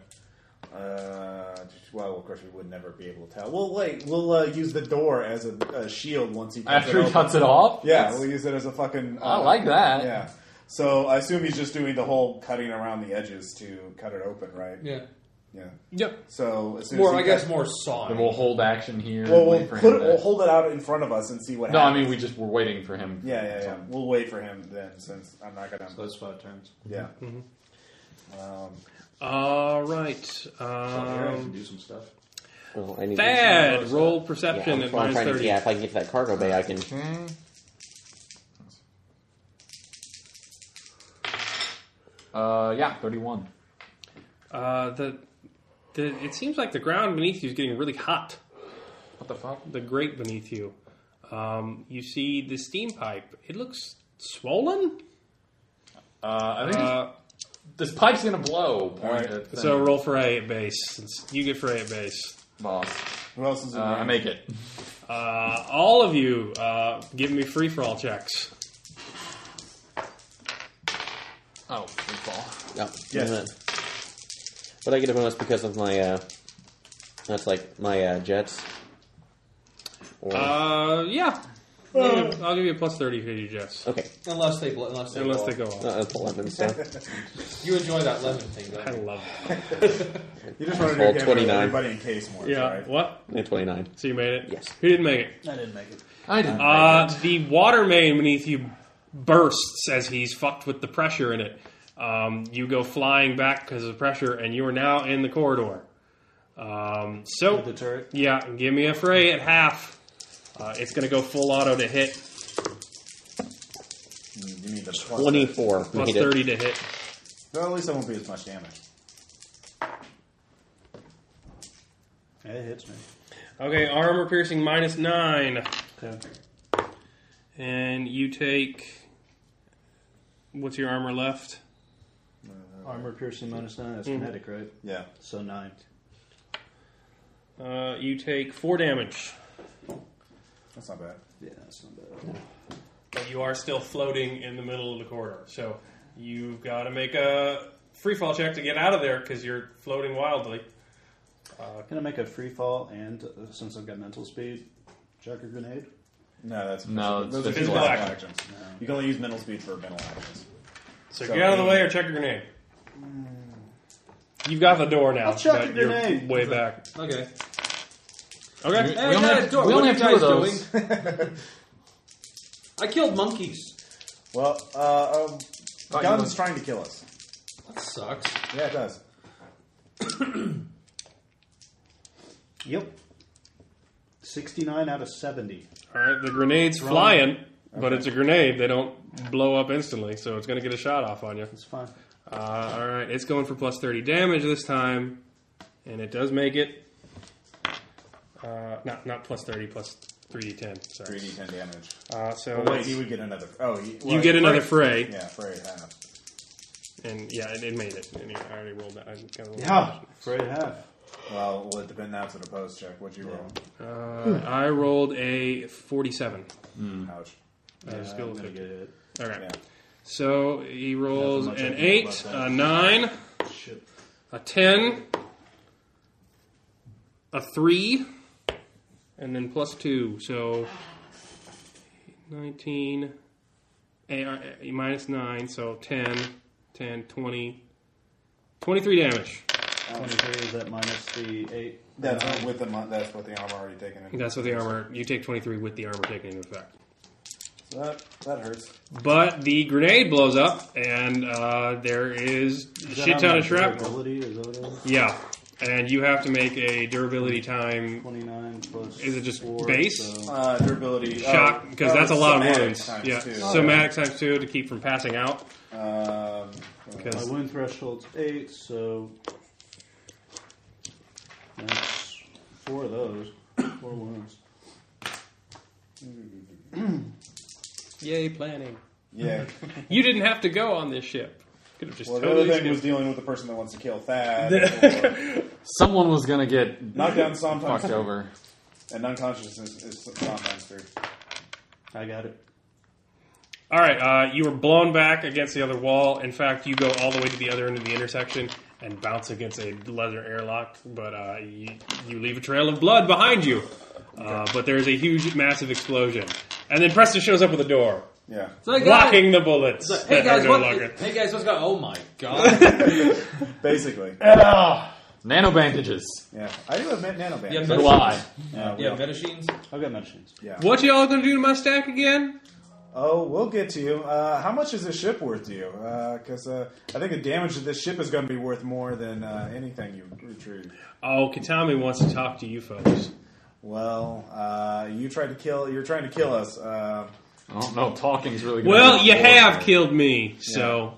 Speaker 3: Uh, well, of course, we would never be able to tell. Well, wait, we'll uh, use the door as a, a shield once he cuts
Speaker 8: After
Speaker 3: it
Speaker 8: he
Speaker 3: open.
Speaker 8: cuts it
Speaker 3: [LAUGHS]
Speaker 8: off.
Speaker 3: Yeah, we'll use it as a fucking.
Speaker 8: I
Speaker 3: uh,
Speaker 8: like that.
Speaker 3: Yeah. So I assume he's just doing the whole cutting around the edges to cut it open, right?
Speaker 9: Yeah.
Speaker 3: Yeah.
Speaker 5: Yep.
Speaker 3: So as soon
Speaker 9: More,
Speaker 3: as
Speaker 9: I
Speaker 3: he
Speaker 9: guess
Speaker 3: cut-
Speaker 9: more sawing.
Speaker 8: Then we'll hold action here.
Speaker 3: Well,
Speaker 8: and
Speaker 3: we'll,
Speaker 8: wait for
Speaker 3: put
Speaker 8: him
Speaker 3: it,
Speaker 8: to-
Speaker 3: we'll hold it out in front of us and see what
Speaker 8: no, I
Speaker 3: happens.
Speaker 8: mean we just were waiting for him.
Speaker 3: yeah, yeah, yeah. We'll wait for him then, since I'm not gonna.
Speaker 10: So that's five turns.
Speaker 3: yeah.
Speaker 5: Mm-hmm.
Speaker 3: Um,
Speaker 5: All right.
Speaker 10: Here, I
Speaker 5: Um,
Speaker 10: can do some stuff.
Speaker 16: Oh, I need
Speaker 5: Thad,
Speaker 16: to-
Speaker 5: roll
Speaker 16: Yeah,
Speaker 5: perception
Speaker 16: I'm,
Speaker 5: at
Speaker 16: well, I'm
Speaker 5: minus
Speaker 16: trying to-
Speaker 5: thirty.
Speaker 16: yeah, if I can get to that cargo bay, I can.
Speaker 8: Okay. Uh, yeah, thirty-one.
Speaker 5: Uh, the, the it seems like the ground beneath you is getting really hot.
Speaker 8: What the fuck?
Speaker 5: The grate beneath you. Um, you see the steam pipe. It looks swollen.
Speaker 8: Uh, I think
Speaker 5: Uh,
Speaker 8: this pipe's gonna blow. Point
Speaker 3: Alright,
Speaker 8: at thing.
Speaker 5: So roll for A at base. Since you get for A at base.
Speaker 8: boss.
Speaker 3: who else is?
Speaker 8: Uh,
Speaker 3: in
Speaker 8: I
Speaker 3: there?
Speaker 8: make it.
Speaker 5: Uh, all of you, uh, give me free for all checks.
Speaker 8: Oh, free fall.
Speaker 16: Oh,
Speaker 3: Yes.
Speaker 16: damn it. But I get a bonus because of my. Uh, that's like my uh, jets. Or,
Speaker 5: Uh, yeah. I'll give you- I'll give you a plus 30 for your jets.
Speaker 16: okay,
Speaker 9: unless they, bl- unless they,
Speaker 5: Unless
Speaker 9: blow.
Speaker 5: they go off.
Speaker 16: uh, that's 11, so.
Speaker 10: [LAUGHS]
Speaker 9: You enjoy that lemon thing,
Speaker 5: I
Speaker 9: though.
Speaker 5: love it.
Speaker 3: You just want
Speaker 16: Well,
Speaker 3: to do
Speaker 16: 29.
Speaker 3: everybody in case more.
Speaker 5: Yeah.
Speaker 3: Right?
Speaker 5: What?
Speaker 16: Yeah, 29.
Speaker 5: So you made it?
Speaker 16: Yes.
Speaker 5: Who didn't make it?
Speaker 10: I didn't make it.
Speaker 8: I didn't.
Speaker 5: Uh, the water main beneath you bursts as he's fucked with the pressure in it. Um, you go flying back because of the pressure, and you are now in the corridor. Um, so
Speaker 10: The turret.
Speaker 5: Yeah, give me a fray at half. Uh, it's going to go full auto to hit,
Speaker 3: You need the plus
Speaker 16: 24.
Speaker 5: plus
Speaker 16: made it.
Speaker 5: 30 to hit.
Speaker 3: Well, at least I won't be as much damage.
Speaker 10: Yeah, it hits me.
Speaker 5: Okay, armor piercing minus 9.
Speaker 10: Okay.
Speaker 5: And you take. What's your armor left?
Speaker 10: Armor piercing minus nine. That's
Speaker 5: Mm-hmm.
Speaker 10: kinetic, right?
Speaker 3: Yeah.
Speaker 10: So nine.
Speaker 5: Uh, you take 4 damage.
Speaker 3: That's not bad.
Speaker 10: Yeah, that's not bad.
Speaker 5: But you are still floating in the middle of the corridor. So you've got to make a free fall check to get out of there because you're floating wildly.
Speaker 10: Can I make a free fall and uh, since I've got mental speed, chuck a grenade?
Speaker 3: No, that's
Speaker 8: No, it's
Speaker 3: Those are
Speaker 5: physical
Speaker 3: physical
Speaker 5: action.
Speaker 3: actions. You can only use mental speed for mental actions.
Speaker 5: So,
Speaker 3: So
Speaker 5: get out of the
Speaker 3: aim.
Speaker 5: way or check a grenade. You've got the door now,
Speaker 10: I'll chuck
Speaker 5: but
Speaker 10: a
Speaker 5: you're
Speaker 10: grenade.
Speaker 5: way back.
Speaker 9: Okay.
Speaker 5: Okay.
Speaker 8: We only
Speaker 9: Hey, yeah,
Speaker 8: have-
Speaker 9: door,
Speaker 8: we
Speaker 9: what
Speaker 8: only
Speaker 9: are
Speaker 8: have
Speaker 9: you
Speaker 8: two of
Speaker 9: guys
Speaker 8: those.
Speaker 9: [LAUGHS] doing? I killed monkeys.
Speaker 3: Well, uh, um, The gun's trying to kill us.
Speaker 17: That sucks.
Speaker 3: Yeah, it does.
Speaker 10: Yep. 69 out of 70.
Speaker 5: All right, the grenade's
Speaker 10: Wrong.
Speaker 5: flying, but
Speaker 10: Okay.
Speaker 5: it's a grenade. They don't blow up instantly, so it's going to get a shot off on you. It's
Speaker 10: fine.
Speaker 5: Uh, all right, it's going for plus 30 damage this time, and it does make it. Uh, not not plus 30, plus 3d10. Sorry.
Speaker 3: 3d10 damage.
Speaker 5: Uh, so
Speaker 3: Well, wait,
Speaker 5: that's-
Speaker 3: you would get another. Oh, you,
Speaker 5: You get another fray.
Speaker 3: Yeah, fray half.
Speaker 5: And yeah, it, it made it. Anyway, I already rolled that. I got a little
Speaker 3: fray half. Well, well, it depends. That's an opposed check. What'd you roll?
Speaker 5: Uh, I rolled a 47.
Speaker 3: Ouch.
Speaker 5: I just
Speaker 3: Yeah,
Speaker 5: go
Speaker 3: I'm
Speaker 5: with
Speaker 3: gonna
Speaker 5: 50.
Speaker 3: get it.
Speaker 5: All right.
Speaker 3: Yeah.
Speaker 5: So he rolls
Speaker 3: much I
Speaker 5: an
Speaker 3: can do
Speaker 5: 8,
Speaker 3: about that.
Speaker 5: a 9,
Speaker 3: Shit.
Speaker 5: a 10, a 3, and then plus 2. So 19, a, uh, a- minus 9, so 10, 10, 20, 23 damage.
Speaker 10: 23 is that minus the Uh, 8?
Speaker 3: Oh. That's not with the mon- that's what the armor already taken. in.
Speaker 5: That's with the armor. You take 23 with the armor taken into effect.
Speaker 3: So that that hurts.
Speaker 5: But the grenade blows up, and uh, there is a shit ton of shrapnel.
Speaker 10: Durability, is that what it is?
Speaker 5: Yeah, and you have to make a durability time.
Speaker 10: 29 plus.
Speaker 5: Is it just
Speaker 10: four,
Speaker 5: base?
Speaker 10: so-
Speaker 3: Uh, durability.
Speaker 5: Shock,
Speaker 3: oh,
Speaker 5: because
Speaker 3: oh,
Speaker 5: that's a lot of
Speaker 3: somatic
Speaker 5: wounds.
Speaker 3: times Oh,
Speaker 5: Yeah,
Speaker 3: two.
Speaker 5: somatic times two to keep from passing out.
Speaker 3: Um,
Speaker 10: My
Speaker 5: Because
Speaker 10: wound threshold's 8, so. That's four of those. Four wounds.
Speaker 5: yay, planning. [LAUGHS]
Speaker 3: yeah.
Speaker 5: You didn't have to go on this ship. Could have just
Speaker 3: Well, the
Speaker 5: totally.
Speaker 3: other thing was
Speaker 5: skipped.
Speaker 3: dealing with the person that wants to kill Thad,
Speaker 5: [LAUGHS]
Speaker 3: or-
Speaker 8: Someone was gonna get
Speaker 3: Knock down sometimes. [LAUGHS]
Speaker 8: fucked over.
Speaker 3: and unconsciousness is sometimes three.
Speaker 10: I got it.
Speaker 5: All right, uh, you were blown back against the other wall. In fact, you go all the way to the other end of the intersection and bounce against a leather airlock, but uh, you, you leave a trail of blood behind you. Uh, but there's a huge, massive explosion. And then Preston shows up with a door,
Speaker 3: Yeah.
Speaker 9: Like, guys-
Speaker 5: blocking the bullets.
Speaker 9: It's like, hey
Speaker 5: that are
Speaker 9: guys,
Speaker 5: no
Speaker 9: what,
Speaker 5: longer-
Speaker 9: hey guys, what's going? Oh my
Speaker 8: [LAUGHS]
Speaker 9: god!
Speaker 3: Basically.
Speaker 8: Nano bandages.
Speaker 3: Yeah. I do have man- nano bands.
Speaker 9: Yeah,
Speaker 8: So do I.
Speaker 3: Yeah, we
Speaker 9: yeah,
Speaker 3: don't-
Speaker 9: medicines.
Speaker 10: I've got medicines.
Speaker 3: yeah.
Speaker 5: What y'all gonna do to my stack again?
Speaker 3: Oh, we'll get to you. Uh, how much is this ship worth to you? Because uh, I think the damage to this ship is going to be worth more than uh, anything you retrieve.
Speaker 5: Oh, Katami wants to talk to you folks.
Speaker 3: Well, uh, you tried to kill. You're trying to kill us. Uh,
Speaker 8: I don't know. Talking's really. Gonna
Speaker 5: Well,
Speaker 8: be
Speaker 5: you
Speaker 8: important.
Speaker 5: have killed me, so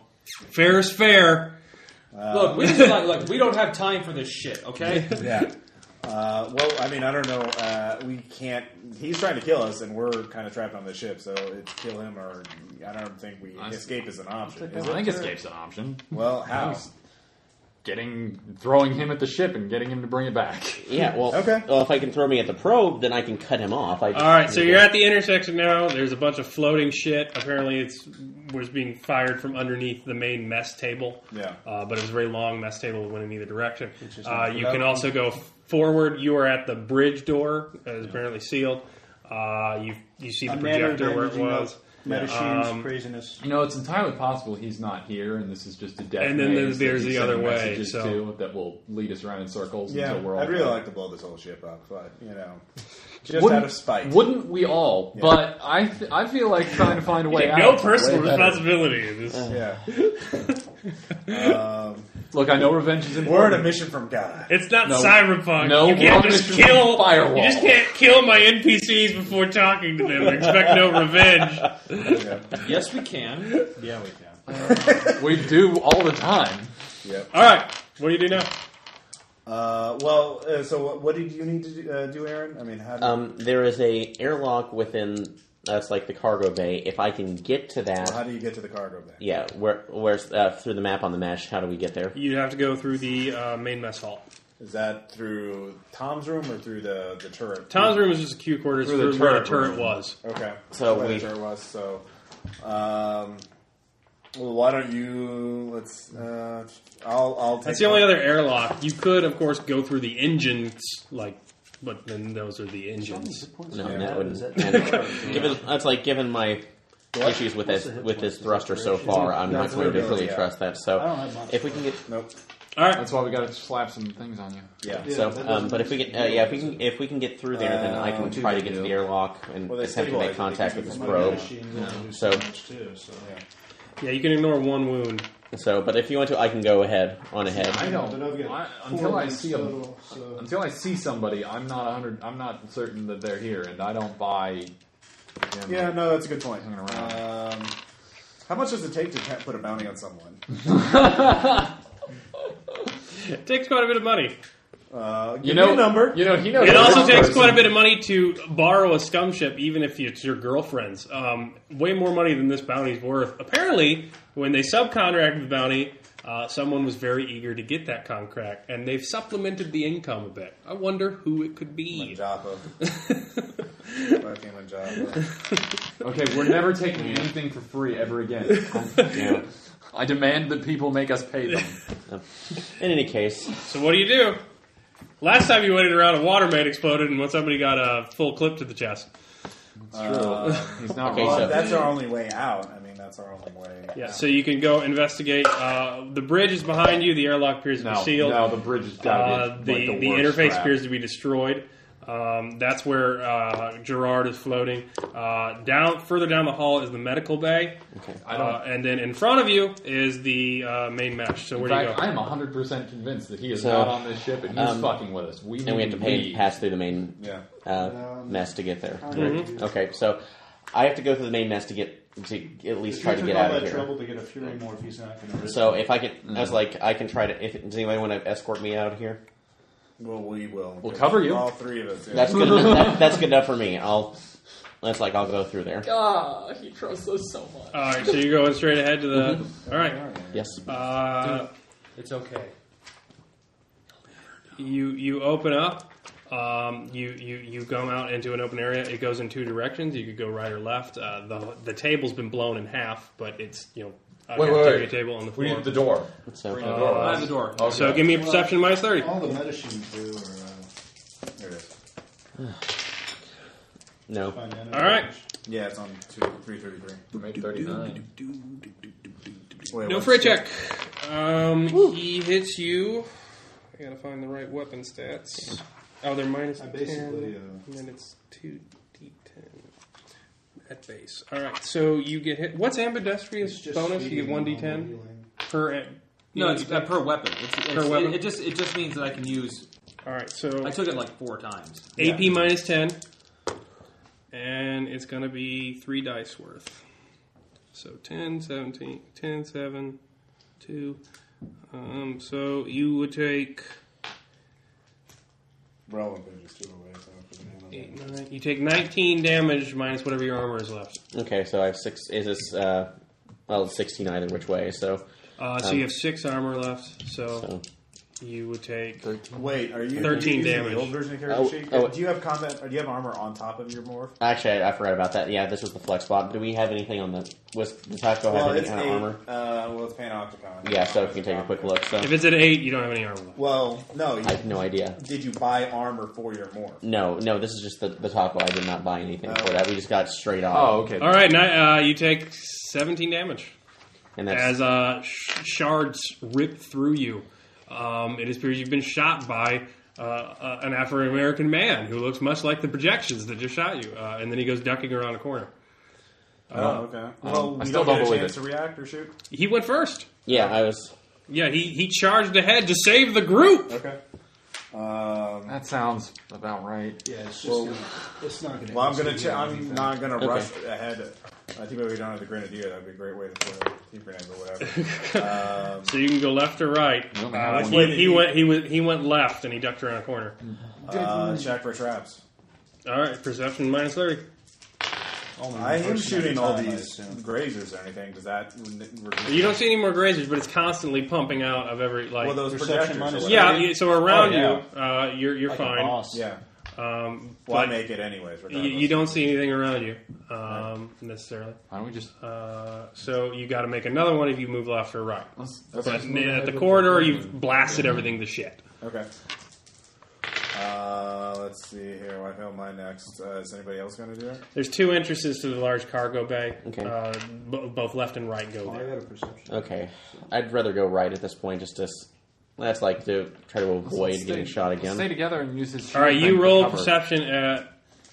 Speaker 5: fair is fair.
Speaker 9: look, we just like, look, we don't have time for this shit. Okay,
Speaker 3: yeah. [LAUGHS] Uh, well, I mean, I don't know. Uh, we can't. He's trying to kill us, and we're kind of trapped on this ship. So it's kill him, or I don't think we
Speaker 8: I see.
Speaker 3: escape is an option.
Speaker 8: I
Speaker 3: Is
Speaker 8: think
Speaker 3: it?
Speaker 8: escape's an option.
Speaker 3: Well, how?
Speaker 8: Getting, throwing him at the ship and getting him to bring it back.
Speaker 2: Yeah, well,
Speaker 3: Okay.
Speaker 2: well, if I can throw me at the probe, then I can cut him off. I just,
Speaker 5: All right, so you're at the intersection now. There's a bunch of floating shit. Apparently, it's was being fired from underneath the main mess table.
Speaker 3: Yeah.
Speaker 5: uh, but it was a very long mess table that went in either direction.
Speaker 10: is
Speaker 5: Uh, you can
Speaker 10: lovely.
Speaker 5: also go forward. You are at the bridge door. It is apparently sealed. Uh, you you see the
Speaker 10: I'm
Speaker 5: projector where it
Speaker 10: nano-bandaging up
Speaker 5: was.
Speaker 10: Medicines,
Speaker 5: Um,
Speaker 10: craziness.
Speaker 8: You know, it's entirely possible he's not here, and this is just a death.
Speaker 5: And then
Speaker 8: maze
Speaker 5: there's
Speaker 8: that he's
Speaker 5: the other
Speaker 8: sending
Speaker 5: way,
Speaker 8: messages
Speaker 5: so-
Speaker 8: to that will lead us around in circles
Speaker 3: Yeah,
Speaker 8: until we're all.
Speaker 3: I'd really
Speaker 8: dead.
Speaker 3: like to blow this whole ship up, but you know, just
Speaker 8: wouldn't,
Speaker 3: out of spite.
Speaker 8: Wouldn't we all?
Speaker 3: Yeah.
Speaker 8: But I, th- I feel like trying to find a way out.
Speaker 5: No
Speaker 8: is
Speaker 5: personal
Speaker 8: way better.
Speaker 5: responsibility. in This.
Speaker 3: Yeah. um,
Speaker 8: Look, I know revenge is
Speaker 3: we're on a
Speaker 8: important.
Speaker 3: mission from God.
Speaker 5: It's not
Speaker 8: No.
Speaker 5: cyberpunk.
Speaker 8: No,
Speaker 5: you can't
Speaker 8: we're on
Speaker 5: just
Speaker 8: a mission
Speaker 5: kill.
Speaker 8: firewall.
Speaker 5: You just can't kill my NPCs before talking to them. and Expect no revenge.
Speaker 3: Yeah.
Speaker 9: yes, we can.
Speaker 10: Yeah, we can.
Speaker 8: we [LAUGHS] do all the time.
Speaker 3: Yep.
Speaker 5: All right, what do you do now?
Speaker 3: Uh, well, uh, so what, what did you need to do, uh, do, Aaron? I mean, how did,
Speaker 2: Um, there is a airlock within that's like the cargo bay. If I can get to that,
Speaker 3: how do you get to the cargo bay?
Speaker 2: yeah, where where's uh, through the map on the mesh? How do we get there?
Speaker 5: You have to go through the uh, main mess hall.
Speaker 3: Is that through Tom's room or through the, the turret?
Speaker 5: Tom's room is just a Q quarters
Speaker 8: Through the
Speaker 5: for where
Speaker 8: turret
Speaker 5: the turret
Speaker 8: room.
Speaker 5: was.
Speaker 3: Okay.
Speaker 2: So
Speaker 3: Where
Speaker 2: we-
Speaker 3: the turret was. So, um, well, why don't you? Let's. Uh, I'll. I'll. Take
Speaker 5: That's the only other airlock. You could, of course, go through the engines, like, but then those are the engines.
Speaker 2: No,
Speaker 3: Yeah.
Speaker 2: that
Speaker 10: Is
Speaker 2: wouldn't.
Speaker 10: that-
Speaker 2: [LAUGHS] and given that's like given my
Speaker 3: What?
Speaker 2: issues with
Speaker 10: What's
Speaker 2: this
Speaker 10: the hit
Speaker 2: with
Speaker 10: point?
Speaker 2: this
Speaker 10: Is it
Speaker 2: thruster so
Speaker 10: duration?
Speaker 2: far, I'm not
Speaker 3: That's
Speaker 2: going to
Speaker 3: what it is,
Speaker 2: really
Speaker 3: yeah.
Speaker 2: trust that.
Speaker 10: I don't
Speaker 2: So
Speaker 10: have much.
Speaker 2: if we can get
Speaker 3: Nope.
Speaker 5: All right.
Speaker 8: That's why we got to slap some things on you.
Speaker 3: Yeah.
Speaker 10: Yeah,
Speaker 2: so,
Speaker 10: that
Speaker 2: um,
Speaker 10: doesn't
Speaker 2: but if we
Speaker 10: make
Speaker 2: can, uh, yeah, if we can, if we can get through there, then I
Speaker 3: Um,
Speaker 2: can try to get to the airlock and
Speaker 3: Well, they
Speaker 2: attempt
Speaker 3: stabilize
Speaker 2: to
Speaker 3: it,
Speaker 2: make
Speaker 3: they
Speaker 2: contact
Speaker 3: keep
Speaker 2: with
Speaker 3: it
Speaker 2: this
Speaker 3: from
Speaker 10: My
Speaker 3: Bro.
Speaker 2: probe.
Speaker 10: medicines will do
Speaker 2: So-
Speaker 10: so much too, so.
Speaker 3: Yeah.
Speaker 5: Yeah, you can ignore one wound.
Speaker 2: So, but if you want to, I can go ahead on ahead.
Speaker 8: I
Speaker 10: But I've
Speaker 8: don't.
Speaker 10: got
Speaker 8: I,
Speaker 10: four
Speaker 8: until I
Speaker 10: wounds
Speaker 8: see a,
Speaker 10: total, so-
Speaker 8: until I see somebody, I'm not a hundred. I'm not certain that they're here, and I don't buy. them.
Speaker 3: Yeah, no, that's a good point.
Speaker 8: Hanging around.
Speaker 3: Um, how much does it take to pa- put a bounty on someone?
Speaker 5: It takes quite a bit of money.
Speaker 3: Uh,
Speaker 8: You know, You know, he knows.
Speaker 5: It also
Speaker 8: this
Speaker 5: takes
Speaker 8: person.
Speaker 5: quite a bit of money to borrow a scum ship, even if it's your girlfriend's. Um, way more money than this bounty's worth. Apparently, when they subcontracted the bounty, uh, someone was very eager to get that contract, and they've supplemented the income a bit. I wonder who it could be.
Speaker 3: Joppa. Fucking Joppa.
Speaker 8: Okay, we're never taking anything for free ever again.
Speaker 3: [LAUGHS]
Speaker 2: Um,
Speaker 8: I demand that people make us pay them.
Speaker 2: In any case,
Speaker 5: So what do you do? Last time you waited around, a water main exploded, and when somebody got a full clip to the chest.
Speaker 8: He's not
Speaker 2: Okay,
Speaker 8: wrong.
Speaker 2: so-
Speaker 3: that's our only way out. I mean, that's our only way.
Speaker 5: Yeah, so you can go investigate. Uh, the bridge is behind you. The airlock appears
Speaker 8: No,
Speaker 5: to be sealed.
Speaker 8: no, the bridge has gotta be,
Speaker 5: Uh, the
Speaker 8: like, the
Speaker 5: the
Speaker 8: worst
Speaker 5: interface
Speaker 8: crap.
Speaker 5: appears to be destroyed. Um, that's where uh, Gerard is floating. Uh, down further down the hall is the medical bay,
Speaker 8: I don't-
Speaker 5: uh, and then in front of you is the uh, main mesh. So
Speaker 8: In
Speaker 5: where do you
Speaker 8: fact,
Speaker 5: go?
Speaker 8: I am 100% convinced that he is
Speaker 2: So,
Speaker 8: not on this ship and he's
Speaker 2: um,
Speaker 8: fucking with us. We need
Speaker 2: and we have to pay,
Speaker 8: leave.
Speaker 2: pass through the main
Speaker 3: Yeah.
Speaker 2: uh,
Speaker 10: Um,
Speaker 2: mess to get there. Mm-hmm.
Speaker 10: Mhm.
Speaker 2: Okay, so I have to go through the main mess to get to at least
Speaker 10: If
Speaker 2: try
Speaker 10: he
Speaker 2: to
Speaker 10: took
Speaker 2: get
Speaker 10: all
Speaker 2: out
Speaker 10: that
Speaker 2: of here.
Speaker 10: trouble to get a fury morph, he's not going to risk
Speaker 2: So
Speaker 10: it.
Speaker 2: if I could, I was like, I can try to. If does anybody want to escort me out of here?
Speaker 3: Well, we will.
Speaker 8: We'll cover you.
Speaker 3: All three of us. yeah.
Speaker 2: That's good. enough, that, that's good enough for me. I'll. That's like I'll go through there.
Speaker 8: Ah, he trusts us so much.
Speaker 5: All right, so you're going straight ahead to the.
Speaker 8: Mm-hmm.
Speaker 5: All right,
Speaker 2: Yes.
Speaker 5: uh,
Speaker 9: It's okay.
Speaker 5: you you open up. Um, you, you you go out into an open area. It goes in two directions. You could go right or left. Uh, the the table's been blown in half, but it's you know a
Speaker 8: Wait, wait,
Speaker 5: cafeteria
Speaker 8: wait.
Speaker 5: table on the
Speaker 8: We
Speaker 5: floor.
Speaker 8: need the door.
Speaker 2: So-
Speaker 8: Bring the door.
Speaker 9: I have the door.
Speaker 8: Okay.
Speaker 5: So give me a perception minus thirty.
Speaker 10: All the medicines do are
Speaker 3: There it is.
Speaker 2: No.
Speaker 10: uh, fine.
Speaker 5: All right.
Speaker 3: Yeah, it's on two, 333.
Speaker 8: Make 39.
Speaker 3: Wait,
Speaker 5: No
Speaker 3: what's-
Speaker 5: fray check. Um, he hits you. I gotta find the right weapon stats. Oh, they're minus
Speaker 10: I basically,
Speaker 5: ten.
Speaker 10: uh,
Speaker 5: and then it's two d ten at base. All right, so you get hit. What's ambidextrous
Speaker 10: It's just
Speaker 5: bonus? You get
Speaker 10: feeding
Speaker 5: one d
Speaker 10: normal
Speaker 5: ten
Speaker 10: healing.
Speaker 5: per. am-
Speaker 9: No, it's uh, per weapon. It's, it's,
Speaker 5: Per weapon?
Speaker 9: It, it just it just means that I can use.
Speaker 5: All right, so
Speaker 9: I took it like four times.
Speaker 5: AP minus ten, and it's gonna be three dice worth. So 10, 17, 10, 7, 2. Um, so you would take
Speaker 3: Roland could just do it away, so I forget about that.
Speaker 5: Eight, nine. You take 19 damage minus whatever your armor is left.
Speaker 2: Okay, so I have six. Is this uh, well, sixteen either which way? So,
Speaker 5: Uh, so
Speaker 2: Um,
Speaker 5: you have six armor left, so,
Speaker 2: so
Speaker 5: you would take.
Speaker 3: Wait, are you
Speaker 5: 13
Speaker 3: are you using
Speaker 5: damage.
Speaker 3: The old version of character
Speaker 2: Oh,
Speaker 3: sheet?
Speaker 2: oh.
Speaker 3: do you have combat? Or do you have armor on top of your morph?
Speaker 2: actually, I, I forgot about that. Yeah, this was the flex spot. Do we have anything on the? Was does Taco
Speaker 3: well,
Speaker 2: have any
Speaker 3: it's
Speaker 2: kind
Speaker 3: eight,
Speaker 2: of armor?
Speaker 3: Uh, well, it's Panopticon.
Speaker 2: Yeah, so if you can take a quick look. So
Speaker 5: If it's at eight, you don't have any armor left.
Speaker 3: Well, no. You,
Speaker 2: I have no idea.
Speaker 3: did you buy armor for your morph?
Speaker 2: No, no, this is just the, the taco. I did not buy anything for
Speaker 3: Oh.
Speaker 2: that. We just got straight
Speaker 8: Oh,
Speaker 2: off.
Speaker 8: okay.
Speaker 5: All right, now, uh, you take 17 damage
Speaker 2: and that's
Speaker 5: as uh, sh- shards rip through you. Um, it appears you've been shot by uh, uh, an Afro American man who looks much like the projections that just shot you, uh, and then he goes ducking around a corner.
Speaker 3: Oh, okay.
Speaker 2: Um,
Speaker 3: Well,
Speaker 8: I
Speaker 3: we
Speaker 8: still
Speaker 3: don't
Speaker 8: don't
Speaker 3: get a
Speaker 8: believe
Speaker 3: chance
Speaker 8: it.
Speaker 3: to react or shoot.
Speaker 5: He went first.
Speaker 2: yeah. I was
Speaker 5: Yeah, he, he charged ahead to save the group.
Speaker 3: Okay. Um,
Speaker 8: That sounds about right.
Speaker 10: Yeah, it's just
Speaker 3: Well-
Speaker 10: gonna, it's not going to.
Speaker 3: well, I'm gonna. Ch- I'm not gonna
Speaker 2: Okay.
Speaker 3: rush ahead. I think if we don't have the grenadier, that'd be a great way to put a deep grenade or [LAUGHS] whatever. um,
Speaker 5: So you can go left or right.
Speaker 8: We only have
Speaker 5: Uh,
Speaker 8: one.
Speaker 5: he, he went. He was. He went left, and he ducked around a corner.
Speaker 3: uh, check for traps.
Speaker 5: All right, perception minus thirty.
Speaker 3: I am shooting all
Speaker 10: time, I
Speaker 3: these
Speaker 10: assume.
Speaker 3: grazers or anything. Does that? reduce-
Speaker 5: You don't see any more grazers, but it's constantly pumping out of every like.
Speaker 3: Well, those
Speaker 10: Perception
Speaker 3: projectors.
Speaker 10: minus-
Speaker 3: or
Speaker 5: yeah,
Speaker 3: whatever.
Speaker 5: you- so around
Speaker 10: Oh,
Speaker 5: you, uh, you're you're fine.
Speaker 3: Yeah.
Speaker 5: Um,
Speaker 3: Well, I
Speaker 5: but
Speaker 3: make it anyways.
Speaker 5: you,
Speaker 3: regardless.
Speaker 5: you don't see anything around you um, necessarily.
Speaker 8: Why don't we just.
Speaker 5: Uh, so you got to make another one if you move left or right.
Speaker 8: Let's,
Speaker 5: But at the corridor, you've blasted everything to shit.
Speaker 3: Okay. Uh, let's see here. I know my next. Uh, is anybody else going to do it?
Speaker 5: There's two entrances to the large cargo bay.
Speaker 2: Okay.
Speaker 5: Uh, bo- both left and right go
Speaker 10: I
Speaker 5: there.
Speaker 10: got a perception.
Speaker 2: okay. I'd rather go right at this point. Just to s- that's like to try to avoid
Speaker 8: Let's
Speaker 2: getting
Speaker 8: stay-
Speaker 2: shot
Speaker 8: let's Stay
Speaker 2: again.
Speaker 8: together and use his.
Speaker 5: All right,
Speaker 8: shield
Speaker 5: you
Speaker 8: thing to
Speaker 5: roll
Speaker 8: cover.
Speaker 5: perception at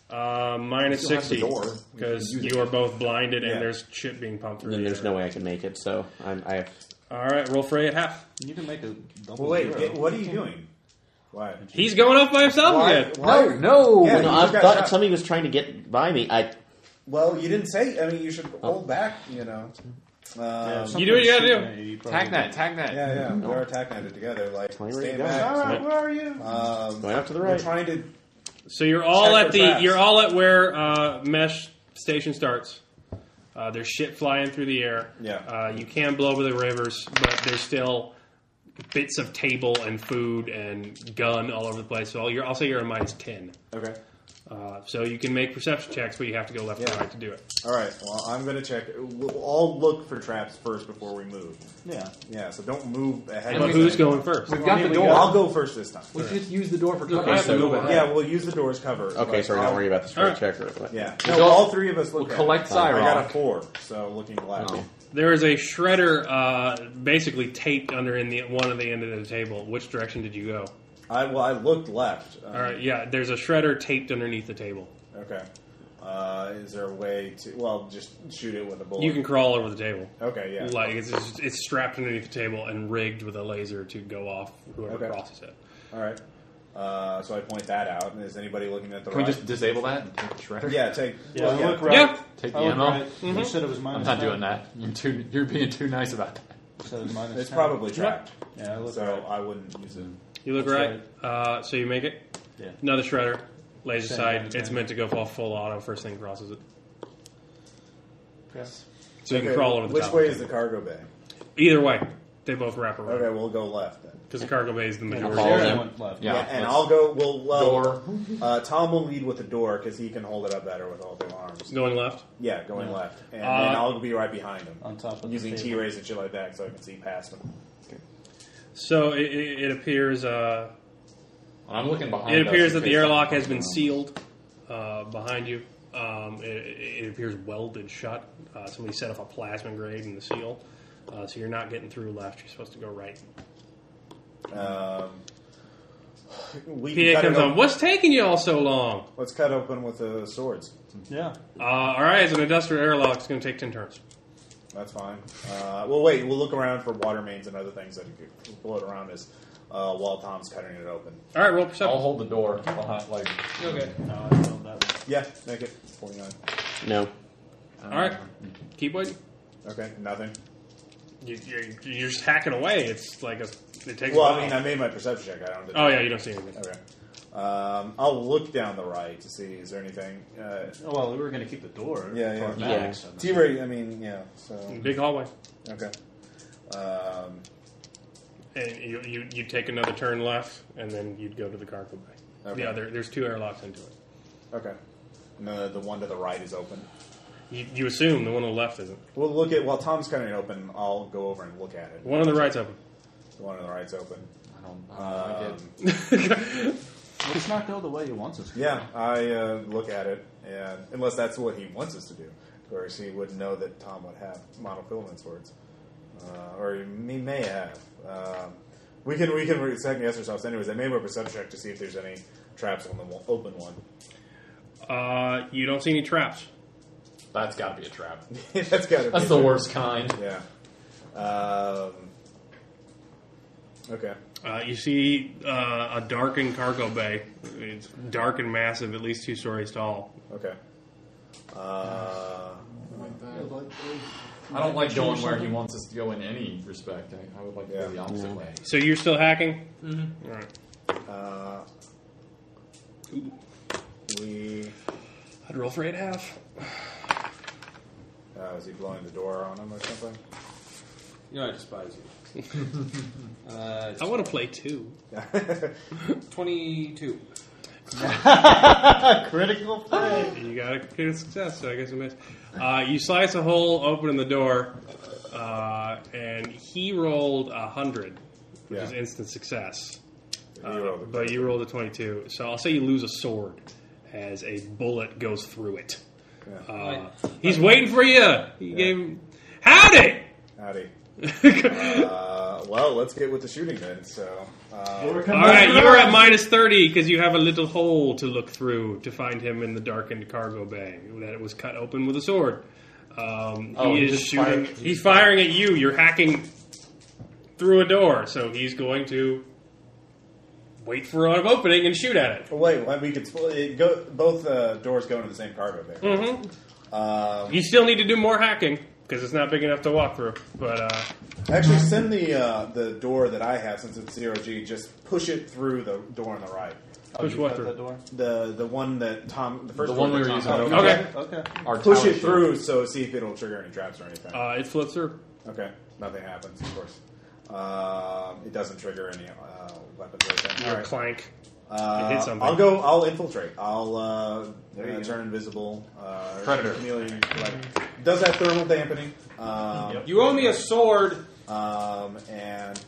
Speaker 5: Uh, minus
Speaker 16: still have the
Speaker 5: 60.
Speaker 16: door. We can
Speaker 5: Because
Speaker 16: use
Speaker 5: you are both blinded
Speaker 16: Yeah.
Speaker 5: and there's shit being pumped through.
Speaker 16: Then
Speaker 5: the
Speaker 16: there's
Speaker 5: air.
Speaker 16: no way I can make it, so I'm, I have.
Speaker 5: All right, roll for at half.
Speaker 10: You can make a double
Speaker 3: Well, wait, get- what are you doing? Why?
Speaker 5: He's going off by himself
Speaker 3: Why-
Speaker 5: again.
Speaker 3: why- Yeah,
Speaker 16: no,
Speaker 3: you
Speaker 16: I
Speaker 3: just got
Speaker 16: thought
Speaker 3: shot.
Speaker 16: somebody was trying to get by me. I
Speaker 3: Well, you didn't say. I mean, you should
Speaker 5: Oh.
Speaker 3: hold back. You know. Um,
Speaker 16: You do what you gotta do.
Speaker 3: Tack
Speaker 16: Tack
Speaker 3: net,
Speaker 16: net,
Speaker 3: tack
Speaker 16: tack
Speaker 3: net.
Speaker 16: net.
Speaker 3: Yeah, yeah.
Speaker 16: Mhm.
Speaker 3: We're attack netted together. Like,
Speaker 16: Where are
Speaker 3: stay
Speaker 16: you going?
Speaker 3: back.
Speaker 16: All right,
Speaker 10: where are you?
Speaker 3: Um,
Speaker 16: Going up to the
Speaker 3: We're
Speaker 16: right.
Speaker 3: trying to.
Speaker 5: So you're all
Speaker 3: Check
Speaker 5: at
Speaker 3: for
Speaker 5: the
Speaker 3: traps.
Speaker 5: you're all at where uh, mesh station starts. Uh, there's shit flying through the air.
Speaker 3: Yeah.
Speaker 5: Uh, you can blow over the rivers, but there's still bits of table and food and gun all over the place. So you're also you're in minus ten.
Speaker 3: Okay.
Speaker 5: Uh, so you can make perception checks, but you have to go left and right to do it.
Speaker 3: All right. Well, I'm gonna check. We'll all look for traps first before we move.
Speaker 10: Yeah.
Speaker 3: Yeah. So don't move ahead.
Speaker 5: But
Speaker 3: of
Speaker 5: who's
Speaker 3: us.
Speaker 5: going first? We've
Speaker 3: Well,
Speaker 5: got
Speaker 3: I mean,
Speaker 5: the
Speaker 3: we
Speaker 5: door.
Speaker 3: I'll go first this time.
Speaker 8: We should just use the door for
Speaker 3: Okay,
Speaker 8: cover.
Speaker 3: so- yeah, we'll use the door as cover.
Speaker 16: Okay,
Speaker 3: But
Speaker 16: sorry, don't
Speaker 3: I'll-
Speaker 16: worry about this for a checker.
Speaker 3: Yeah.
Speaker 16: We'll
Speaker 3: No,
Speaker 16: go-
Speaker 3: all three of us look
Speaker 16: we'll
Speaker 3: at
Speaker 16: collect
Speaker 3: it. I got
Speaker 16: Cyrog.
Speaker 3: a four, so looking left.
Speaker 16: Oh.
Speaker 5: There is a shredder uh, basically taped under in the one at the end of the table. Which direction did you go?
Speaker 3: I well, I looked left. Um,
Speaker 5: All right, yeah. There's a shredder taped underneath the table.
Speaker 3: Okay. Uh, is there a way to? Well, just shoot it with a bullet.
Speaker 5: You can crawl over the table.
Speaker 3: Okay, Oh, yeah.
Speaker 5: Like it's just- it's strapped underneath the table and rigged with a laser to go off whoever
Speaker 3: Okay.
Speaker 5: crosses it.
Speaker 3: All right. Uh, so I point that out. Is anybody looking at the
Speaker 8: Can we
Speaker 3: right?
Speaker 8: just disable that and take the shredder?
Speaker 3: Yeah, take-
Speaker 10: Yeah, well, yeah. look right.
Speaker 8: Yeah. Take the
Speaker 10: I look
Speaker 8: ammo.
Speaker 10: right. You Mhm. said it was minus
Speaker 8: I'm not
Speaker 10: ten.
Speaker 8: doing that. You're too. You're being too nice about that.
Speaker 10: So it's minus
Speaker 3: It's
Speaker 10: 10.
Speaker 3: probably trapped.
Speaker 10: Yeah, I look
Speaker 3: so
Speaker 10: right.
Speaker 3: I wouldn't use it.
Speaker 5: You look
Speaker 10: That's
Speaker 5: right. Uh, so you make it.
Speaker 10: Yeah.
Speaker 5: Another shredder, laser
Speaker 10: Same
Speaker 5: side.
Speaker 10: kind of
Speaker 5: It's
Speaker 10: thing.
Speaker 5: meant to go off full auto. First thing crosses it.
Speaker 10: Yes.
Speaker 5: So you
Speaker 3: Okay,
Speaker 5: can crawl over the
Speaker 3: Which
Speaker 5: top.
Speaker 3: way is the cargo bay?
Speaker 5: Either way, they both wrap around.
Speaker 3: Okay, we'll go left then.
Speaker 5: Because the cargo bay is the majority.
Speaker 3: Follow
Speaker 5: Yeah.
Speaker 3: them. Yeah, and I'll go. Well, well Uh, Tom will lead with the door because he can hold it up better with all the arms.
Speaker 5: Going left?
Speaker 3: Yeah, going
Speaker 5: Yeah.
Speaker 3: left, and,
Speaker 5: Uh,
Speaker 3: then I'll be right behind him on
Speaker 10: top of the
Speaker 3: using
Speaker 10: table.
Speaker 3: T rays and shit like that, so I can see past him.
Speaker 5: So it, it it appears. Uh,
Speaker 8: I'm looking behind
Speaker 5: It
Speaker 8: us
Speaker 5: appears
Speaker 8: in
Speaker 5: that the
Speaker 8: case
Speaker 5: airlock has
Speaker 8: something
Speaker 5: been
Speaker 8: comes
Speaker 5: sealed uh, behind you. Um, it, it it appears welded shut. Uh, somebody set up a plasma grade in the seal, uh, so you're not getting through left. You're supposed to go right.
Speaker 3: Um, we can
Speaker 5: PA
Speaker 3: cut it
Speaker 5: comes
Speaker 3: open-
Speaker 5: on. What's taking you all so long?
Speaker 3: Let's cut open with the swords.
Speaker 10: Yeah,
Speaker 5: Uh, all right, it's an industrial airlock. It's going to take ten turns.
Speaker 3: that's fine. Uh, well, wait, we'll look around for water mains and other things that could float around us uh, while Tom's cutting it open.
Speaker 5: All right, roll perception.
Speaker 8: I'll hold the door behind, like.
Speaker 6: Okay.
Speaker 3: Yeah, make it forty nine.
Speaker 16: No.
Speaker 5: All right, keep waiting.
Speaker 3: Okay, nothing.
Speaker 5: You, you're, you're just hacking away. It's like a, it takes.
Speaker 3: well,
Speaker 5: a
Speaker 3: I
Speaker 5: while.
Speaker 3: mean, I made my perception check. I don't.
Speaker 5: Oh, yeah, you don't see anything.
Speaker 3: Okay. Um, I'll look down the right to see is there anything. Uh,
Speaker 10: well, we were going to keep the door.
Speaker 3: Yeah, yeah,
Speaker 10: toward
Speaker 3: yeah.
Speaker 10: back, so-
Speaker 3: T-ray. I mean, yeah. So
Speaker 5: Big hallway.
Speaker 3: Okay. Um,
Speaker 5: And you, you you take another turn left, and then you'd go to the cargo bay.
Speaker 3: Okay.
Speaker 5: Yeah, there, there's two airlocks into it.
Speaker 3: okay. No, the one to the right is open.
Speaker 5: You, you assume the one on the left isn't.
Speaker 3: We'll look at while Tom's cutting it open. I'll go over and look at it.
Speaker 5: The one on the right's open.
Speaker 3: The one on the right's open. I don't.
Speaker 10: Let's not go the way he wants us. to.
Speaker 3: yeah, I uh, look at it, and unless that's what he wants us to do, of course he wouldn't know that Tom would have monofilaments words, uh, or he may have. Um, we can we can re- second guess ourselves. Anyways, I made my perception check to see if there's any traps on the wa- open one. [LAUGHS]
Speaker 5: Uh, you don't see any traps.
Speaker 8: That's got to be a trap.
Speaker 3: that's got.
Speaker 8: That's the worst kind.
Speaker 3: Yeah. Um, okay.
Speaker 5: Uh, you see uh, a darkened cargo bay. It's dark and massive, at least two stories tall.
Speaker 3: Okay. Uh,
Speaker 8: I don't like going where he wants us to go in any respect. I, I would like to go the opposite way.
Speaker 5: So you're still hacking?
Speaker 8: Mhm.
Speaker 5: All right.
Speaker 3: Uh, we.
Speaker 5: I'd roll for eight and a half.
Speaker 3: Uh, is he blowing the door on him or something?
Speaker 9: You know I despise you. uh,
Speaker 5: I want to play two.
Speaker 9: Twenty-two.
Speaker 5: Critical play. You got a good success, so I guess a miss. Uh, you slice a hole open in the door, uh, and he rolled a hundred, which
Speaker 3: Yeah.
Speaker 5: is instant success.
Speaker 3: He
Speaker 5: Uh,
Speaker 3: rolled a
Speaker 5: but you rolled a twenty-two, so I'll say you lose a sword as a bullet goes through it.
Speaker 3: Yeah.
Speaker 5: Uh, he's waiting for you. He gave him howdy.
Speaker 3: Howdy. uh, Uh, well, let's get with the shooting then. So, uh,
Speaker 5: All right, you're at minus thirty because you have a little hole to look through to find him in the darkened cargo bay that was cut open with a sword. Um,
Speaker 8: Oh,
Speaker 5: he
Speaker 8: he
Speaker 5: is
Speaker 8: just
Speaker 5: shooting.
Speaker 8: fired.
Speaker 5: He's firing at you. You're hacking through a door, so he's going to wait for an opening and shoot at it.
Speaker 3: Well, oh, wait, why- we could split it go. Both uh, doors go into the same cargo bay. right?
Speaker 5: Mhm.
Speaker 3: Um,
Speaker 5: You still need to do more hacking because it's not big enough to walk through. But uh,
Speaker 3: actually, send the uh, the door that I have since it's zero G. Just push it through the door on the right.
Speaker 5: Oh, Push you what got through? that
Speaker 10: door?
Speaker 3: The the one that Tom the first
Speaker 10: The one
Speaker 3: door
Speaker 10: we
Speaker 3: that
Speaker 10: were
Speaker 3: Tom
Speaker 10: using.
Speaker 3: got
Speaker 10: Okay.
Speaker 3: open.
Speaker 10: Okay. Our
Speaker 3: push
Speaker 10: tower
Speaker 3: it
Speaker 10: shield.
Speaker 3: through so see if it'll trigger any traps or anything.
Speaker 5: uh, it flips through.
Speaker 3: okay, nothing happens, of course. Um, it doesn't trigger any uh, weapons. Or anything.
Speaker 5: Your
Speaker 3: All right.
Speaker 5: clank.
Speaker 3: Uh,
Speaker 5: it hit something.
Speaker 3: I'll go. I'll infiltrate. I'll uh,
Speaker 5: There you
Speaker 3: uh,
Speaker 5: go.
Speaker 3: turn invisible. Uh,
Speaker 9: Predator.
Speaker 3: chameleon, like- does have thermal dampening. Um,
Speaker 9: You owe me a sword.
Speaker 3: Um, and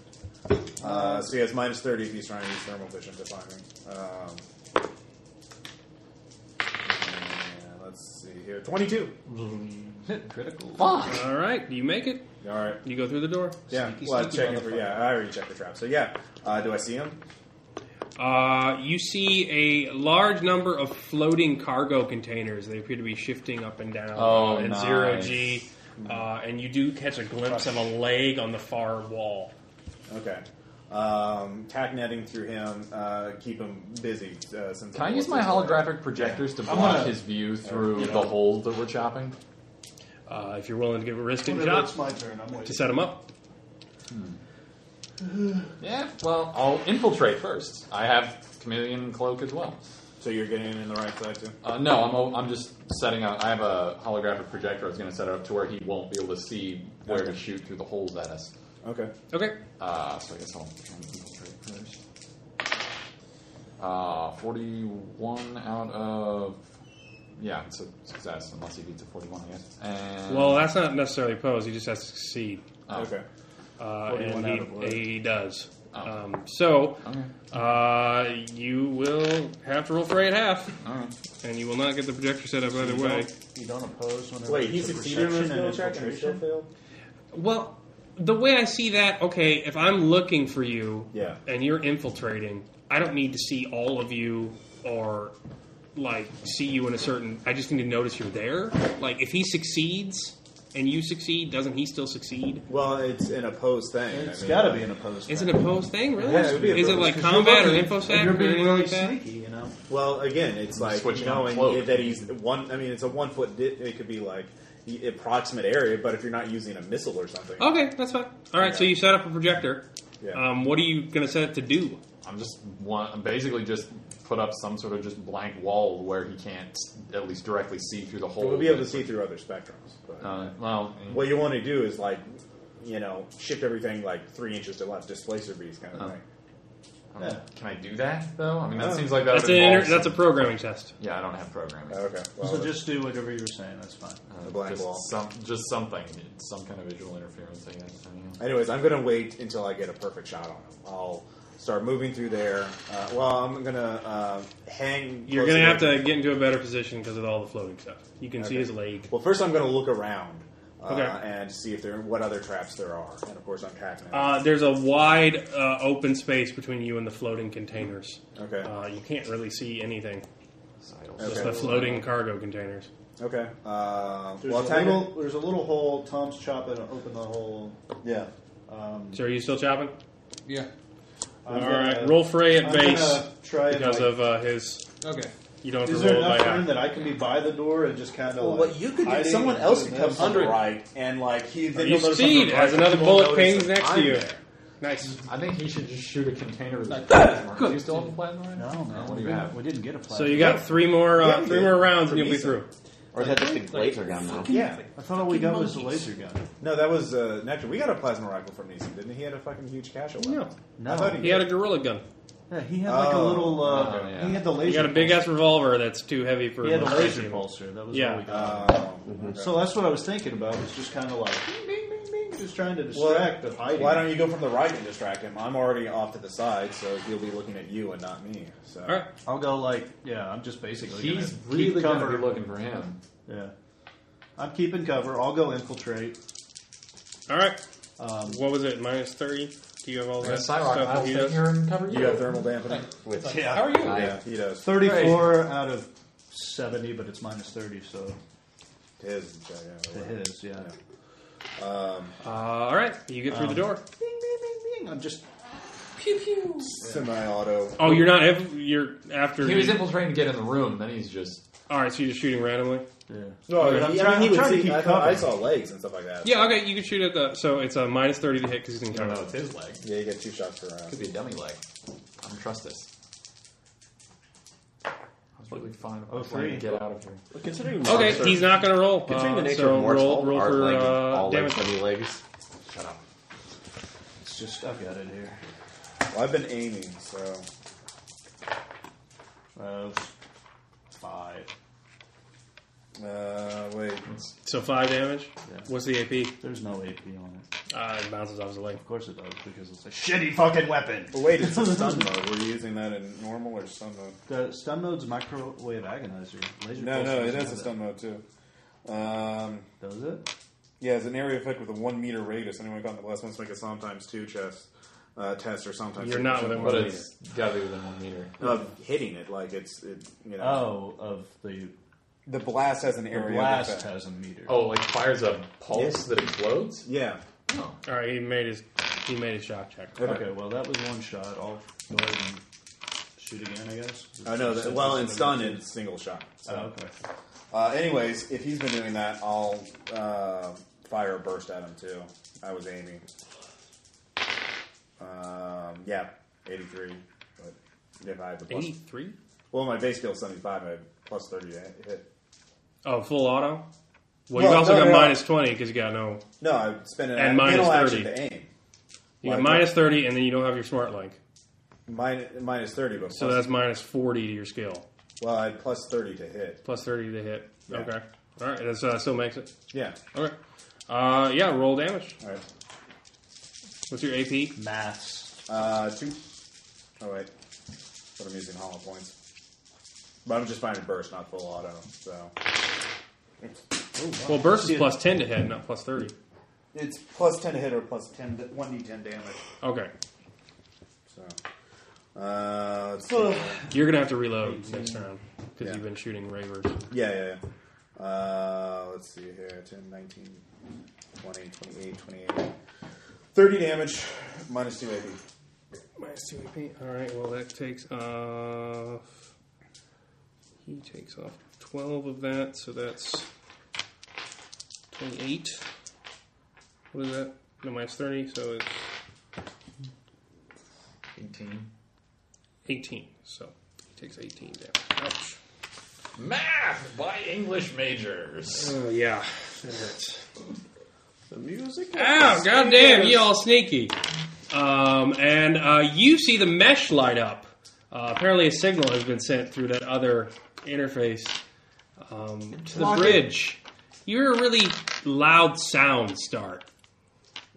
Speaker 3: uh, so he has minus thirty if he's trying to use thermal vision to find me. Um, and let's see here. Twenty-two.
Speaker 10: Critical.
Speaker 5: All right, you make it.
Speaker 3: All right.
Speaker 5: You go through the door.
Speaker 3: Yeah. well, I'm checking for. Yeah, I already checked the trap. So yeah. Uh, do I see him?
Speaker 5: Uh, you see a large number of floating cargo containers. They appear to be shifting up and down
Speaker 8: Oh,
Speaker 5: uh, at
Speaker 8: nice.
Speaker 5: zero g. Uh, and you do catch a glimpse of a leg on the far wall.
Speaker 3: Okay. Um, tack netting through him, uh, keep him busy. Uh, since
Speaker 8: Can I
Speaker 3: I'm
Speaker 8: use my
Speaker 3: working for it.
Speaker 8: holographic projectors to
Speaker 3: Yeah.
Speaker 8: block his view through
Speaker 3: Yeah.
Speaker 8: the holes that we're chopping?
Speaker 5: Uh, if you're willing to give a risk and
Speaker 10: Whenever
Speaker 5: shot
Speaker 10: it's my turn, I'm waiting.
Speaker 5: to set him up.
Speaker 8: Yeah, well, I'll infiltrate first. I have chameleon cloak as well.
Speaker 3: So you're getting in the right side too.
Speaker 8: Uh, no, I'm, o- I'm just setting up. I have a holographic projector. I was going to set up to where he won't be able to see where to shoot through the holes at us.
Speaker 3: Okay.
Speaker 5: Okay.
Speaker 8: Uh, so I guess I'll try and infiltrate first. Uh, 41 out of. Yeah, it's a success, unless he beats a 41, I guess. And
Speaker 5: Well, that's not necessarily pose. He just has to succeed.
Speaker 8: Oh.
Speaker 3: Okay.
Speaker 5: Uh,
Speaker 8: 41 out of Oh.
Speaker 5: and
Speaker 8: what?
Speaker 5: he, he does. Um, so, uh, you will have to roll for eight half, and you will not get the projector set up
Speaker 10: You
Speaker 5: either
Speaker 10: don't-
Speaker 5: way.
Speaker 10: You don't oppose whenever
Speaker 3: Wait, he
Speaker 10: it's a
Speaker 3: succeeded in his
Speaker 10: perception
Speaker 3: skill
Speaker 10: and
Speaker 3: check and he still
Speaker 10: infiltration?
Speaker 3: failed.
Speaker 5: Well, the way I see that, okay, if I'm looking for you,
Speaker 3: Yeah.
Speaker 5: and you're infiltrating, I don't need to see all of you or like see you in a certain. I just need to notice you're there. Like if he succeeds and you succeed, doesn't he still succeed?
Speaker 3: Well, it's an opposed thing.
Speaker 10: It's
Speaker 3: I mean,
Speaker 10: gotta be an opposed.
Speaker 5: Is
Speaker 10: thing.
Speaker 5: it a pose thing, really?
Speaker 3: Yeah, it would be a
Speaker 5: Is it
Speaker 3: pose,
Speaker 5: like
Speaker 10: 'cause you're
Speaker 5: combat or
Speaker 10: looking-
Speaker 5: infosec?
Speaker 10: You're
Speaker 5: or
Speaker 10: being
Speaker 5: anything
Speaker 10: really
Speaker 5: like that?
Speaker 10: sneaky, you know.
Speaker 3: Well, again, it's like
Speaker 8: Switching on
Speaker 3: knowing
Speaker 8: cloak.
Speaker 3: that he's one. I mean, it's a one foot. Di- it could be like the approximate area, but if you're not using a missile or something,
Speaker 10: Oh.
Speaker 5: Okay, that's fine. All right, so you set up a projector.
Speaker 3: Yeah.
Speaker 5: Um, what are you going to set it to do?
Speaker 8: I'm just one. I'm basically just put up some sort of just blank wall where he can't at least directly see through the hole.
Speaker 3: we'll be able to see through other spectrums. But
Speaker 8: Uh, well,
Speaker 3: what you want to do is like, you know, shift everything like three inches to left, displacer beast kind of
Speaker 8: Oh.
Speaker 3: thing.
Speaker 8: I don't know. can I do that though? I mean,
Speaker 3: Oh.
Speaker 8: that seems like that.
Speaker 5: That's,
Speaker 8: would
Speaker 5: an inter-
Speaker 8: involve
Speaker 5: that's a
Speaker 8: some-
Speaker 5: programming test.
Speaker 8: Yeah, I don't have programming.
Speaker 3: Okay, well,
Speaker 10: So just do whatever you were saying. That's fine.
Speaker 8: Uh,
Speaker 3: Uh, the black
Speaker 8: just
Speaker 3: wall.
Speaker 8: Some, just something. It's some kind of visual interference, I guess. I mean,
Speaker 3: Anyways, I'm gonna wait until I get a perfect shot on him. I'll start moving through there. Uh, well, I'm gonna uh, hang.
Speaker 5: You're
Speaker 3: close
Speaker 5: going to have
Speaker 3: there.
Speaker 5: to get into a better position because of all the floating stuff. You can see
Speaker 3: Okay.
Speaker 5: his leg.
Speaker 3: Well, first I'm going to look around uh,
Speaker 5: Okay.
Speaker 3: and see if there what other traps there are, and of course I'm hacking. it.
Speaker 5: Uh, there's a wide uh, open space between you and the floating containers.
Speaker 3: Okay.
Speaker 5: Uh, you can't really see anything.
Speaker 8: Sidle.
Speaker 5: Just
Speaker 3: Okay.
Speaker 5: the floating cargo containers.
Speaker 3: okay. Uh,
Speaker 10: There's,
Speaker 3: well,
Speaker 10: a
Speaker 3: attack
Speaker 10: little, there's a little hole. Tom's chopping. Open the hole.
Speaker 3: it. Yeah.
Speaker 10: Um,
Speaker 5: So are you still chopping?
Speaker 9: Yeah.
Speaker 10: I'm
Speaker 5: All
Speaker 10: gonna-
Speaker 5: right, roll fray at
Speaker 10: I'm
Speaker 5: base
Speaker 10: gonna Try and,
Speaker 5: because
Speaker 10: like,
Speaker 5: of uh, his.
Speaker 9: Okay.
Speaker 5: You don't have
Speaker 10: Is
Speaker 5: to
Speaker 10: there
Speaker 5: roll it
Speaker 10: enough
Speaker 5: by
Speaker 10: room
Speaker 5: half.
Speaker 10: that I can be by the door and just kind of?
Speaker 3: Well,
Speaker 10: like
Speaker 3: what you could do,
Speaker 10: hiding
Speaker 3: someone
Speaker 10: and
Speaker 3: else
Speaker 10: doing
Speaker 3: could come
Speaker 10: this?
Speaker 3: under right, and like he then
Speaker 5: You
Speaker 3: he'll notice something
Speaker 5: succeed
Speaker 3: right,
Speaker 5: as another
Speaker 3: and we'll
Speaker 5: bullet
Speaker 3: notice
Speaker 5: pings
Speaker 3: that
Speaker 5: next to
Speaker 3: I'm
Speaker 5: you.
Speaker 3: there.
Speaker 5: Nice.
Speaker 8: I think he should just shoot a container with a plasma. Do you still have a plasma? right
Speaker 10: No,
Speaker 8: now?
Speaker 10: no.
Speaker 8: What do
Speaker 10: we
Speaker 8: you
Speaker 10: didn't-
Speaker 8: have?
Speaker 10: We didn't get a flag.
Speaker 5: So you got three more uh,
Speaker 3: Yeah,
Speaker 5: three
Speaker 3: yeah.
Speaker 5: more rounds and
Speaker 3: For
Speaker 5: you'll be
Speaker 3: decent.
Speaker 5: through.
Speaker 16: Or is that just a laser gun now?
Speaker 3: Yeah.
Speaker 10: I thought all we got was a laser gun.
Speaker 3: No, that was uh, Nectar. We got a plasma rifle from Neeson, didn't he? He had a fucking huge casual.
Speaker 5: No.
Speaker 3: I
Speaker 10: No.
Speaker 3: thought he,
Speaker 5: He had a gorilla gun.
Speaker 10: Yeah, he had like a
Speaker 3: Oh.
Speaker 10: little. Uh,
Speaker 8: Oh, yeah.
Speaker 10: He had the laser.
Speaker 5: He got a big ass revolver that's too heavy for.
Speaker 10: He had a
Speaker 5: most
Speaker 10: laser
Speaker 5: people.
Speaker 10: pulser. That was
Speaker 5: Yeah.
Speaker 10: all we got.
Speaker 3: Uh, okay.
Speaker 10: So that's what I was thinking about. Was just kind of like bing, bing, bing, bing, just trying to
Speaker 3: Well,
Speaker 10: distract, but hiding.
Speaker 3: why don't you go from the right and distract him? I'm already off to the side, so he'll be looking at you and not me. So.
Speaker 5: All right.
Speaker 10: I'll go like yeah. I'm just basically.
Speaker 8: He's
Speaker 10: gonna keep
Speaker 8: really going
Speaker 10: cover.
Speaker 8: to be looking for him.
Speaker 10: Yeah. I'm keeping cover. I'll go infiltrate.
Speaker 5: All right.
Speaker 10: Um,
Speaker 5: What was it? Minus thirty. Do you have all
Speaker 8: Yeah,
Speaker 5: that
Speaker 8: Psylocke,
Speaker 5: stuff?
Speaker 8: I'll
Speaker 5: that he
Speaker 8: take
Speaker 5: does?
Speaker 8: your and cover
Speaker 3: You got thermal dampening?
Speaker 8: With-
Speaker 5: How are you?
Speaker 3: Yeah, he does.
Speaker 10: 34 out of 70, but it's minus 30, so.
Speaker 3: To his, yeah.
Speaker 10: To his, yeah.
Speaker 3: Um,
Speaker 5: Uh, all right, you get through the
Speaker 10: Um,
Speaker 5: door.
Speaker 10: Ding, ding, ding, ding. I'm just.
Speaker 5: Pew pew.
Speaker 3: Semi-auto.
Speaker 5: Oh, you're not. ev- You're after.
Speaker 8: He was
Speaker 5: you-
Speaker 8: infiltrating to get in the room, then he's just.
Speaker 5: All right, so you're just shooting randomly.
Speaker 10: Yeah.
Speaker 3: No, I
Speaker 5: Okay.
Speaker 3: mean,
Speaker 10: trying-
Speaker 3: he
Speaker 10: I'm
Speaker 3: would
Speaker 10: trying to
Speaker 3: see-
Speaker 10: keep
Speaker 3: I, thought- I
Speaker 10: covered.
Speaker 3: saw legs and stuff like that.
Speaker 5: Yeah. Okay, you can shoot at the. So it's a minus thirty to hit because he's in cover.
Speaker 8: No, it's his leg.
Speaker 3: Yeah, you get two shots per round.
Speaker 8: Could be a dummy leg. I don't trust this. I was really fine.
Speaker 10: Oh,
Speaker 8: with trying to
Speaker 10: three.
Speaker 8: get out of here.
Speaker 2: Considering
Speaker 5: Okay,
Speaker 2: Mort's-
Speaker 5: he's not going to roll.
Speaker 2: Considering
Speaker 5: Uh,
Speaker 2: the nature
Speaker 5: so
Speaker 2: of Mort's
Speaker 5: roll-
Speaker 2: all
Speaker 5: roll
Speaker 2: arc
Speaker 5: for,
Speaker 2: legs,
Speaker 5: uh,
Speaker 2: all legs,
Speaker 5: damage.
Speaker 2: heavy legs.
Speaker 8: Shut up.
Speaker 10: It's just. I've got it here.
Speaker 3: Well, I've been aiming, so
Speaker 10: Uh, five.
Speaker 3: uh, wait.
Speaker 5: So five damage. What's the AP?
Speaker 10: There's no AP on it.
Speaker 5: Uh, it bounces off his leg.
Speaker 10: Of course it does, because it's a shitty fucking weapon.
Speaker 3: But wait, it's a stun mode. Were you using that in normal or stun mode?
Speaker 10: The stun mode's microwave agonizer. Laser
Speaker 3: No,
Speaker 10: pulse
Speaker 3: no, it
Speaker 10: doesn't
Speaker 3: is
Speaker 10: have
Speaker 3: a
Speaker 10: that.
Speaker 3: stun mode too. Um,
Speaker 10: Does it?
Speaker 3: yeah, it's an area effect with a one meter radius. Anyone got the last one's make a sometimes two chest uh, test or sometimes
Speaker 5: You're
Speaker 3: two
Speaker 5: not
Speaker 3: chest
Speaker 5: within
Speaker 3: one
Speaker 8: But
Speaker 3: meter.
Speaker 8: it's got to be within one meter.
Speaker 3: of hitting it like it's it, you know
Speaker 10: Oh, of the,
Speaker 3: the blast has an
Speaker 10: the
Speaker 3: area
Speaker 10: blast
Speaker 3: effect.
Speaker 10: has a meter.
Speaker 8: Oh, like fires a pulse that explodes?
Speaker 3: Yeah,
Speaker 8: Oh.
Speaker 5: All right, he made his he made his shock check.
Speaker 10: Okay, well that was one shot. I'll go ahead and shoot again, I guess.
Speaker 3: I know. That, well, in stun, it's single shot.
Speaker 10: Oh,
Speaker 3: So.
Speaker 10: okay.
Speaker 3: Uh, anyways, if he's been doing that, I'll uh, fire a burst at him too. I was aiming. Um, yeah, eighty-three. But if I have the plus,
Speaker 5: Eighty three.
Speaker 3: well, my base skill is seventy-five. I have plus thirty to hit.
Speaker 5: Oh, full auto.
Speaker 3: Well,
Speaker 5: Well, you've also
Speaker 3: no,
Speaker 5: got
Speaker 3: no, no.
Speaker 5: minus twenty because you got no.
Speaker 3: No, I spent an
Speaker 5: And minus
Speaker 3: minus action
Speaker 5: 30.
Speaker 3: to aim.
Speaker 5: You got
Speaker 3: Like,
Speaker 5: minus thirty, and then you don't have your smart link,
Speaker 3: min- minus thirty, but
Speaker 5: so
Speaker 3: plus-
Speaker 5: that's minus forty to your skill,
Speaker 3: well, I had plus thirty to hit.
Speaker 5: plus thirty to hit.
Speaker 3: Yeah.
Speaker 5: Okay. All right, that's uh, still makes it.
Speaker 3: Yeah.
Speaker 5: Okay. Uh, yeah, roll damage.
Speaker 3: All right.
Speaker 5: What's your AP?
Speaker 10: Maths.
Speaker 3: Uh, two. Oh wait, but I'm using hollow points. But I'm just finding burst, not full auto. So
Speaker 5: Well, burst is plus ten to hit, not plus thirty.
Speaker 3: it's plus ten to hit or plus ten one d ten damage.
Speaker 5: Okay.
Speaker 3: So, uh, let's see.
Speaker 5: You're gonna have to reload next round because you've been shooting ravers.
Speaker 3: yeah, yeah, yeah. Uh, let's see here 10, 19, 20, 28, 28. 30 damage, minus 2 AP.
Speaker 5: Minus two AP. All right. Well, that takes off. He takes off twelve of that, so that's twenty-eight. What is that? No, minus thirty, so it's
Speaker 8: 18.
Speaker 5: eighteen. So he takes eighteen damage. Ouch.
Speaker 8: Math by English majors.
Speaker 5: Oh yeah, that hurts. The music. Ow! Goddamn! You all sneaky. Um, and uh, you see the mesh light up. Uh, apparently, a signal has been sent through that other interface um, to the bridge. You hear a really loud sound start.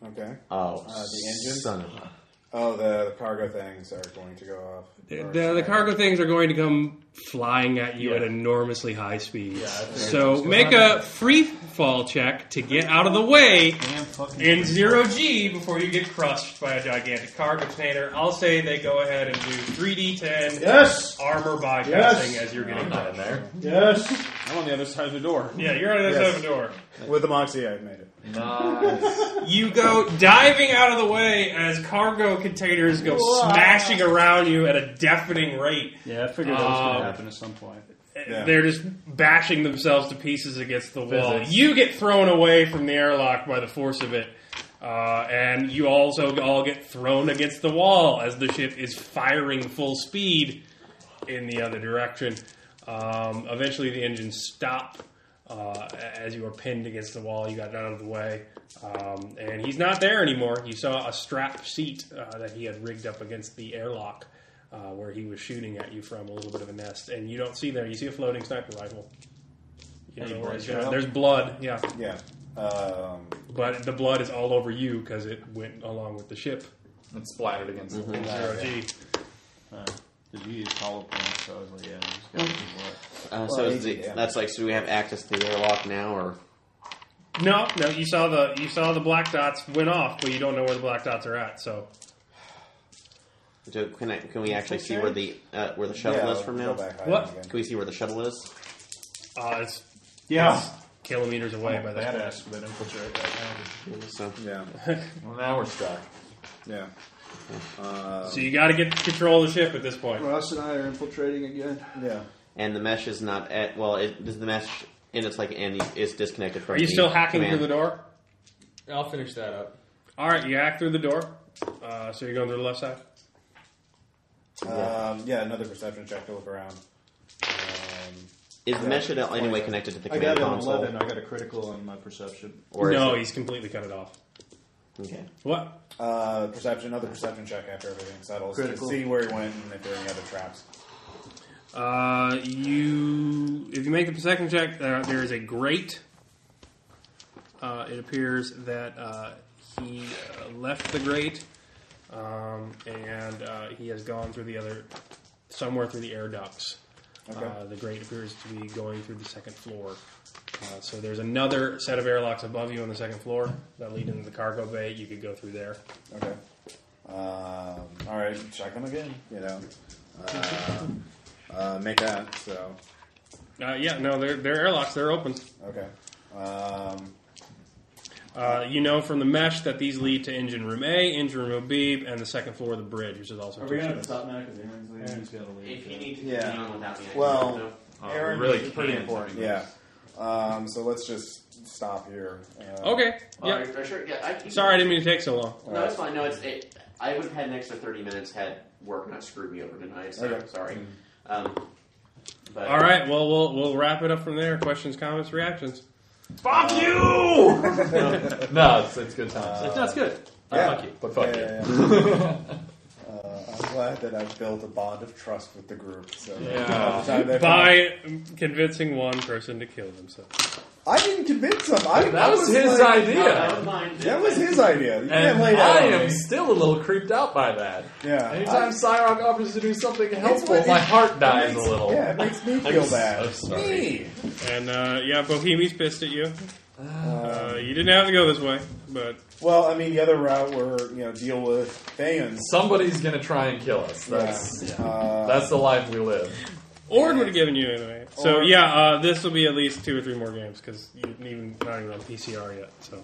Speaker 3: Okay.
Speaker 2: Oh,
Speaker 3: Uh, the engine?
Speaker 2: son of a.
Speaker 3: Oh, the, the cargo things are going to go off.
Speaker 5: The,
Speaker 3: Or-
Speaker 5: the, the cargo things are going to come flying at you at enormously high speeds. so make a free fall check to get out of the way
Speaker 10: Damn fucking.
Speaker 5: in zero G before you get crushed by a gigantic cargo container. I'll say they go ahead and do 3d10
Speaker 10: Yes!
Speaker 5: armor bypassing as you're getting
Speaker 8: Not in
Speaker 5: crushed.
Speaker 8: there.
Speaker 10: Yes!
Speaker 18: I'm on the other side of the door.
Speaker 5: Yeah, you're on the other side of the door.
Speaker 3: With the Moxie, I made it.
Speaker 8: [LAUGHS] Nice.
Speaker 5: You go diving out of the way as cargo containers go smashing around you at a deafening rate.
Speaker 10: Yeah, I figured that was going
Speaker 5: Um,
Speaker 10: to happen at some point.
Speaker 3: Yeah.
Speaker 5: They're just bashing themselves to pieces against the wall.
Speaker 10: Physics.
Speaker 5: You get thrown away from the airlock by the force of it, uh, and you also all get thrown against the wall as the ship is firing full speed in the other direction. Um, eventually, the engines stop uh, as you are pinned against the wall. You got out of the way, um, and he's not there anymore. You saw a strap seat uh, that he had rigged up against the airlock. Uh, where he was shooting at you from a little bit of a nest, and you don't see there. You see a floating sniper rifle. You don't know where it's going. There's blood, yeah,
Speaker 3: Yeah. Um,
Speaker 5: but the blood is all over you because it went along with the ship.
Speaker 8: And splattered against the wall.
Speaker 5: Zero G.
Speaker 10: Uh, did you use hollow points? So I was like, yeah, just gotta do what?
Speaker 2: Uh, so
Speaker 3: Well,
Speaker 2: is the,
Speaker 3: yeah.
Speaker 2: that's like, so we have access to the airlock now, or
Speaker 5: No, no. You saw the you saw the black dots went off, but you don't know where the black dots are at. So
Speaker 16: Do, can, I, can we actually
Speaker 3: take
Speaker 16: see where the
Speaker 3: damage?
Speaker 16: uh, where the shuttle
Speaker 3: Yeah,
Speaker 16: is from
Speaker 3: go
Speaker 16: now?
Speaker 3: back high
Speaker 5: What?
Speaker 3: again.
Speaker 16: Can we see where the shuttle is?
Speaker 5: Uh, it's
Speaker 10: Yeah.
Speaker 5: it's kilometers away by this point.
Speaker 10: badass that infiltrate right
Speaker 16: So
Speaker 10: now.
Speaker 5: Yeah.
Speaker 10: well, now we're stuck. Yeah. Uh,
Speaker 5: So you got to get control of the ship at this point.
Speaker 10: Ross and I are infiltrating again.
Speaker 3: Yeah.
Speaker 16: And the mesh is not at well. It, this is the mesh, and it's like and it's disconnected from.
Speaker 11: Are you
Speaker 16: the
Speaker 11: still hacking
Speaker 16: command.
Speaker 11: through the door?
Speaker 9: I'll finish that up.
Speaker 11: All right, you hack through the door. Uh, so you're going through the left side.
Speaker 3: Um, yeah, another perception check to look around. Um,
Speaker 16: Is the
Speaker 3: yeah,
Speaker 16: mesh at all any way
Speaker 3: 20.
Speaker 16: connected to the
Speaker 10: I
Speaker 16: command
Speaker 10: got an
Speaker 16: console?
Speaker 10: 11. I got a critical on my perception.
Speaker 16: Or is
Speaker 5: no,
Speaker 16: it-
Speaker 5: he's completely cut it off.
Speaker 16: Okay.
Speaker 5: What?
Speaker 3: Uh, perception, another perception check after everything settles
Speaker 10: Critical.
Speaker 3: to see where he went and if there are any other traps.
Speaker 5: Uh, you, if you make the second check, uh, there is a grate. Uh, it appears that uh, he uh, left the grate, um, and uh, he has gone through the other, somewhere through the air ducts.
Speaker 3: Okay.
Speaker 5: Uh, the grate appears to be going through the second floor. Uh, so there's another set of airlocks above you on the second floor that lead into the cargo bay. You could go through there.
Speaker 3: Okay. Um, all right, check them again. You know, uh, uh, make that. So
Speaker 5: Uh, yeah, no, they're, they're airlocks. They're open.
Speaker 3: okay. Um,
Speaker 5: Uh, you know from the mesh that these lead to engine room A, engine room B, and the second floor of the bridge, which is also.
Speaker 7: Are we
Speaker 5: two
Speaker 7: gonna have
Speaker 5: ships.
Speaker 7: to stop now? Because Aaron's leaving. He's got to leave.
Speaker 16: If you need to continue
Speaker 3: Yeah.
Speaker 16: on without me, I can do
Speaker 3: well,
Speaker 16: so.
Speaker 8: Oh, we
Speaker 3: Aaron
Speaker 8: really
Speaker 3: is pretty
Speaker 8: can.
Speaker 3: important. Yeah. Um, so let's just stop here. Uh,
Speaker 5: Okay.
Speaker 16: All
Speaker 5: Yeah.
Speaker 16: right, for sure. Yeah, I can-
Speaker 5: Sorry, I didn't mean to take so long.
Speaker 16: No, it's fine. No, it's it, I would have had an extra thirty minutes had work not screwed me over tonight. So
Speaker 3: Okay.
Speaker 16: sorry. Um, but
Speaker 5: All right. Well, we'll we'll wrap it up from there. Questions, comments, reactions.
Speaker 8: Fuck you! no, it's, it's good times.
Speaker 3: Uh,
Speaker 8: It's- no, it's good. Uh,
Speaker 3: yeah.
Speaker 8: Fuck you. But fuck you.
Speaker 3: Yeah, yeah, yeah.
Speaker 8: [LAUGHS]
Speaker 3: Uh, I'm glad that I've built a bond of trust with the group. So
Speaker 8: Yeah.
Speaker 3: By the time they come up-
Speaker 5: By convincing one person to kill themself.
Speaker 3: I didn't convince him. I,
Speaker 8: That
Speaker 3: I
Speaker 8: was
Speaker 3: like-
Speaker 8: his
Speaker 16: No,
Speaker 8: idea.
Speaker 16: that was mine.
Speaker 3: That was his idea. You can't
Speaker 8: And
Speaker 3: lay that
Speaker 8: I
Speaker 3: on
Speaker 8: am
Speaker 3: me.
Speaker 8: still a little creeped out by that.
Speaker 3: Yeah.
Speaker 8: Anytime Cyrock offers to do something helpful,
Speaker 3: what-
Speaker 8: my heart
Speaker 3: It
Speaker 8: dies
Speaker 3: makes-
Speaker 8: a little.
Speaker 3: Yeah, it makes
Speaker 8: [LAUGHS]
Speaker 3: me feel bad.
Speaker 8: so sorry.
Speaker 3: Me.
Speaker 5: And uh, yeah, Bohemi's pissed at you. Uh, you didn't have to go this way, but
Speaker 3: Well, I mean, the other route were you know deal with Thayans.
Speaker 8: Somebody's gonna try and kill us. That's
Speaker 3: Yeah. Uh,
Speaker 8: that's the life we live.
Speaker 5: Ord would have given you anyway. So
Speaker 3: Ord.
Speaker 5: yeah, uh, this will be at least two or three more games because you're even not even on PCR yet. So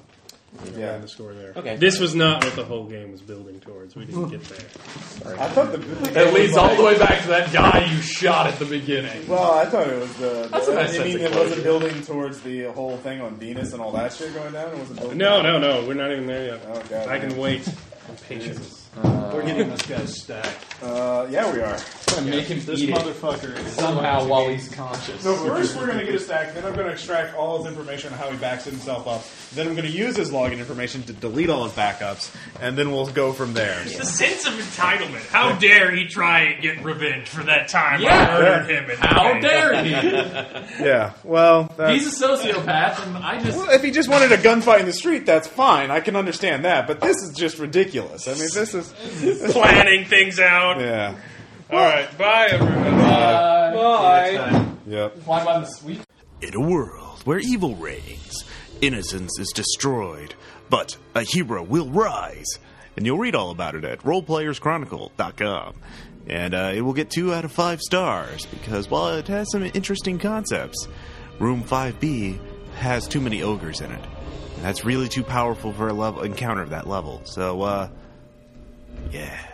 Speaker 5: yeah,
Speaker 3: Yeah.
Speaker 5: the score there.
Speaker 16: Okay.
Speaker 5: This was not what the whole game was building towards. We didn't get there.
Speaker 3: I thought the, the
Speaker 8: It leads
Speaker 3: was
Speaker 8: all the
Speaker 3: like-
Speaker 8: way back to that guy you shot at the beginning.
Speaker 3: Well, I thought it was the.
Speaker 8: That's a nice
Speaker 3: I mean,
Speaker 8: sense of
Speaker 3: it wasn't
Speaker 8: closure.
Speaker 3: building towards the whole thing on Venus and all that shit going down. It wasn't building.
Speaker 5: No, no, no. We're not even there yet.
Speaker 3: Oh, God,
Speaker 5: I can
Speaker 3: man.
Speaker 5: wait. I'm patient.
Speaker 10: We're getting this guy stacked.
Speaker 3: Uh, yeah, we are.
Speaker 8: gonna make him
Speaker 10: This
Speaker 8: eat it
Speaker 10: motherfucker is
Speaker 8: somehow while he's conscious.
Speaker 3: So first we're going to get a stack, then I'm going to extract all his information on how he backs himself up. Then I'm going to use his login information to delete all his backups, and then we'll go from there.
Speaker 5: The sense of entitlement. How dare he try and get revenge for that time
Speaker 8: Yeah.
Speaker 5: I murdered him? In the
Speaker 8: How
Speaker 5: face.
Speaker 8: dare he?
Speaker 3: Yeah, well, that's,
Speaker 8: He's a sociopath, and I just
Speaker 3: well, if he just wanted a gunfight in the street, that's fine. I can understand that, but this is just ridiculous. I mean, this is
Speaker 5: Planning things out.
Speaker 3: yeah,
Speaker 5: All right. Bye, everyone.
Speaker 9: uh,
Speaker 8: bye.
Speaker 3: yep.
Speaker 8: Climb on the sweet
Speaker 1: In a world where evil reigns, innocence is destroyed, but a hero will rise. And you'll read all about it at roleplayerschronicle.com. And uh, it will get two out of five stars because while it has some interesting concepts, Room 5B has too many ogres in it. And that's really too powerful for a level encounter of that level. So, uh, yeah.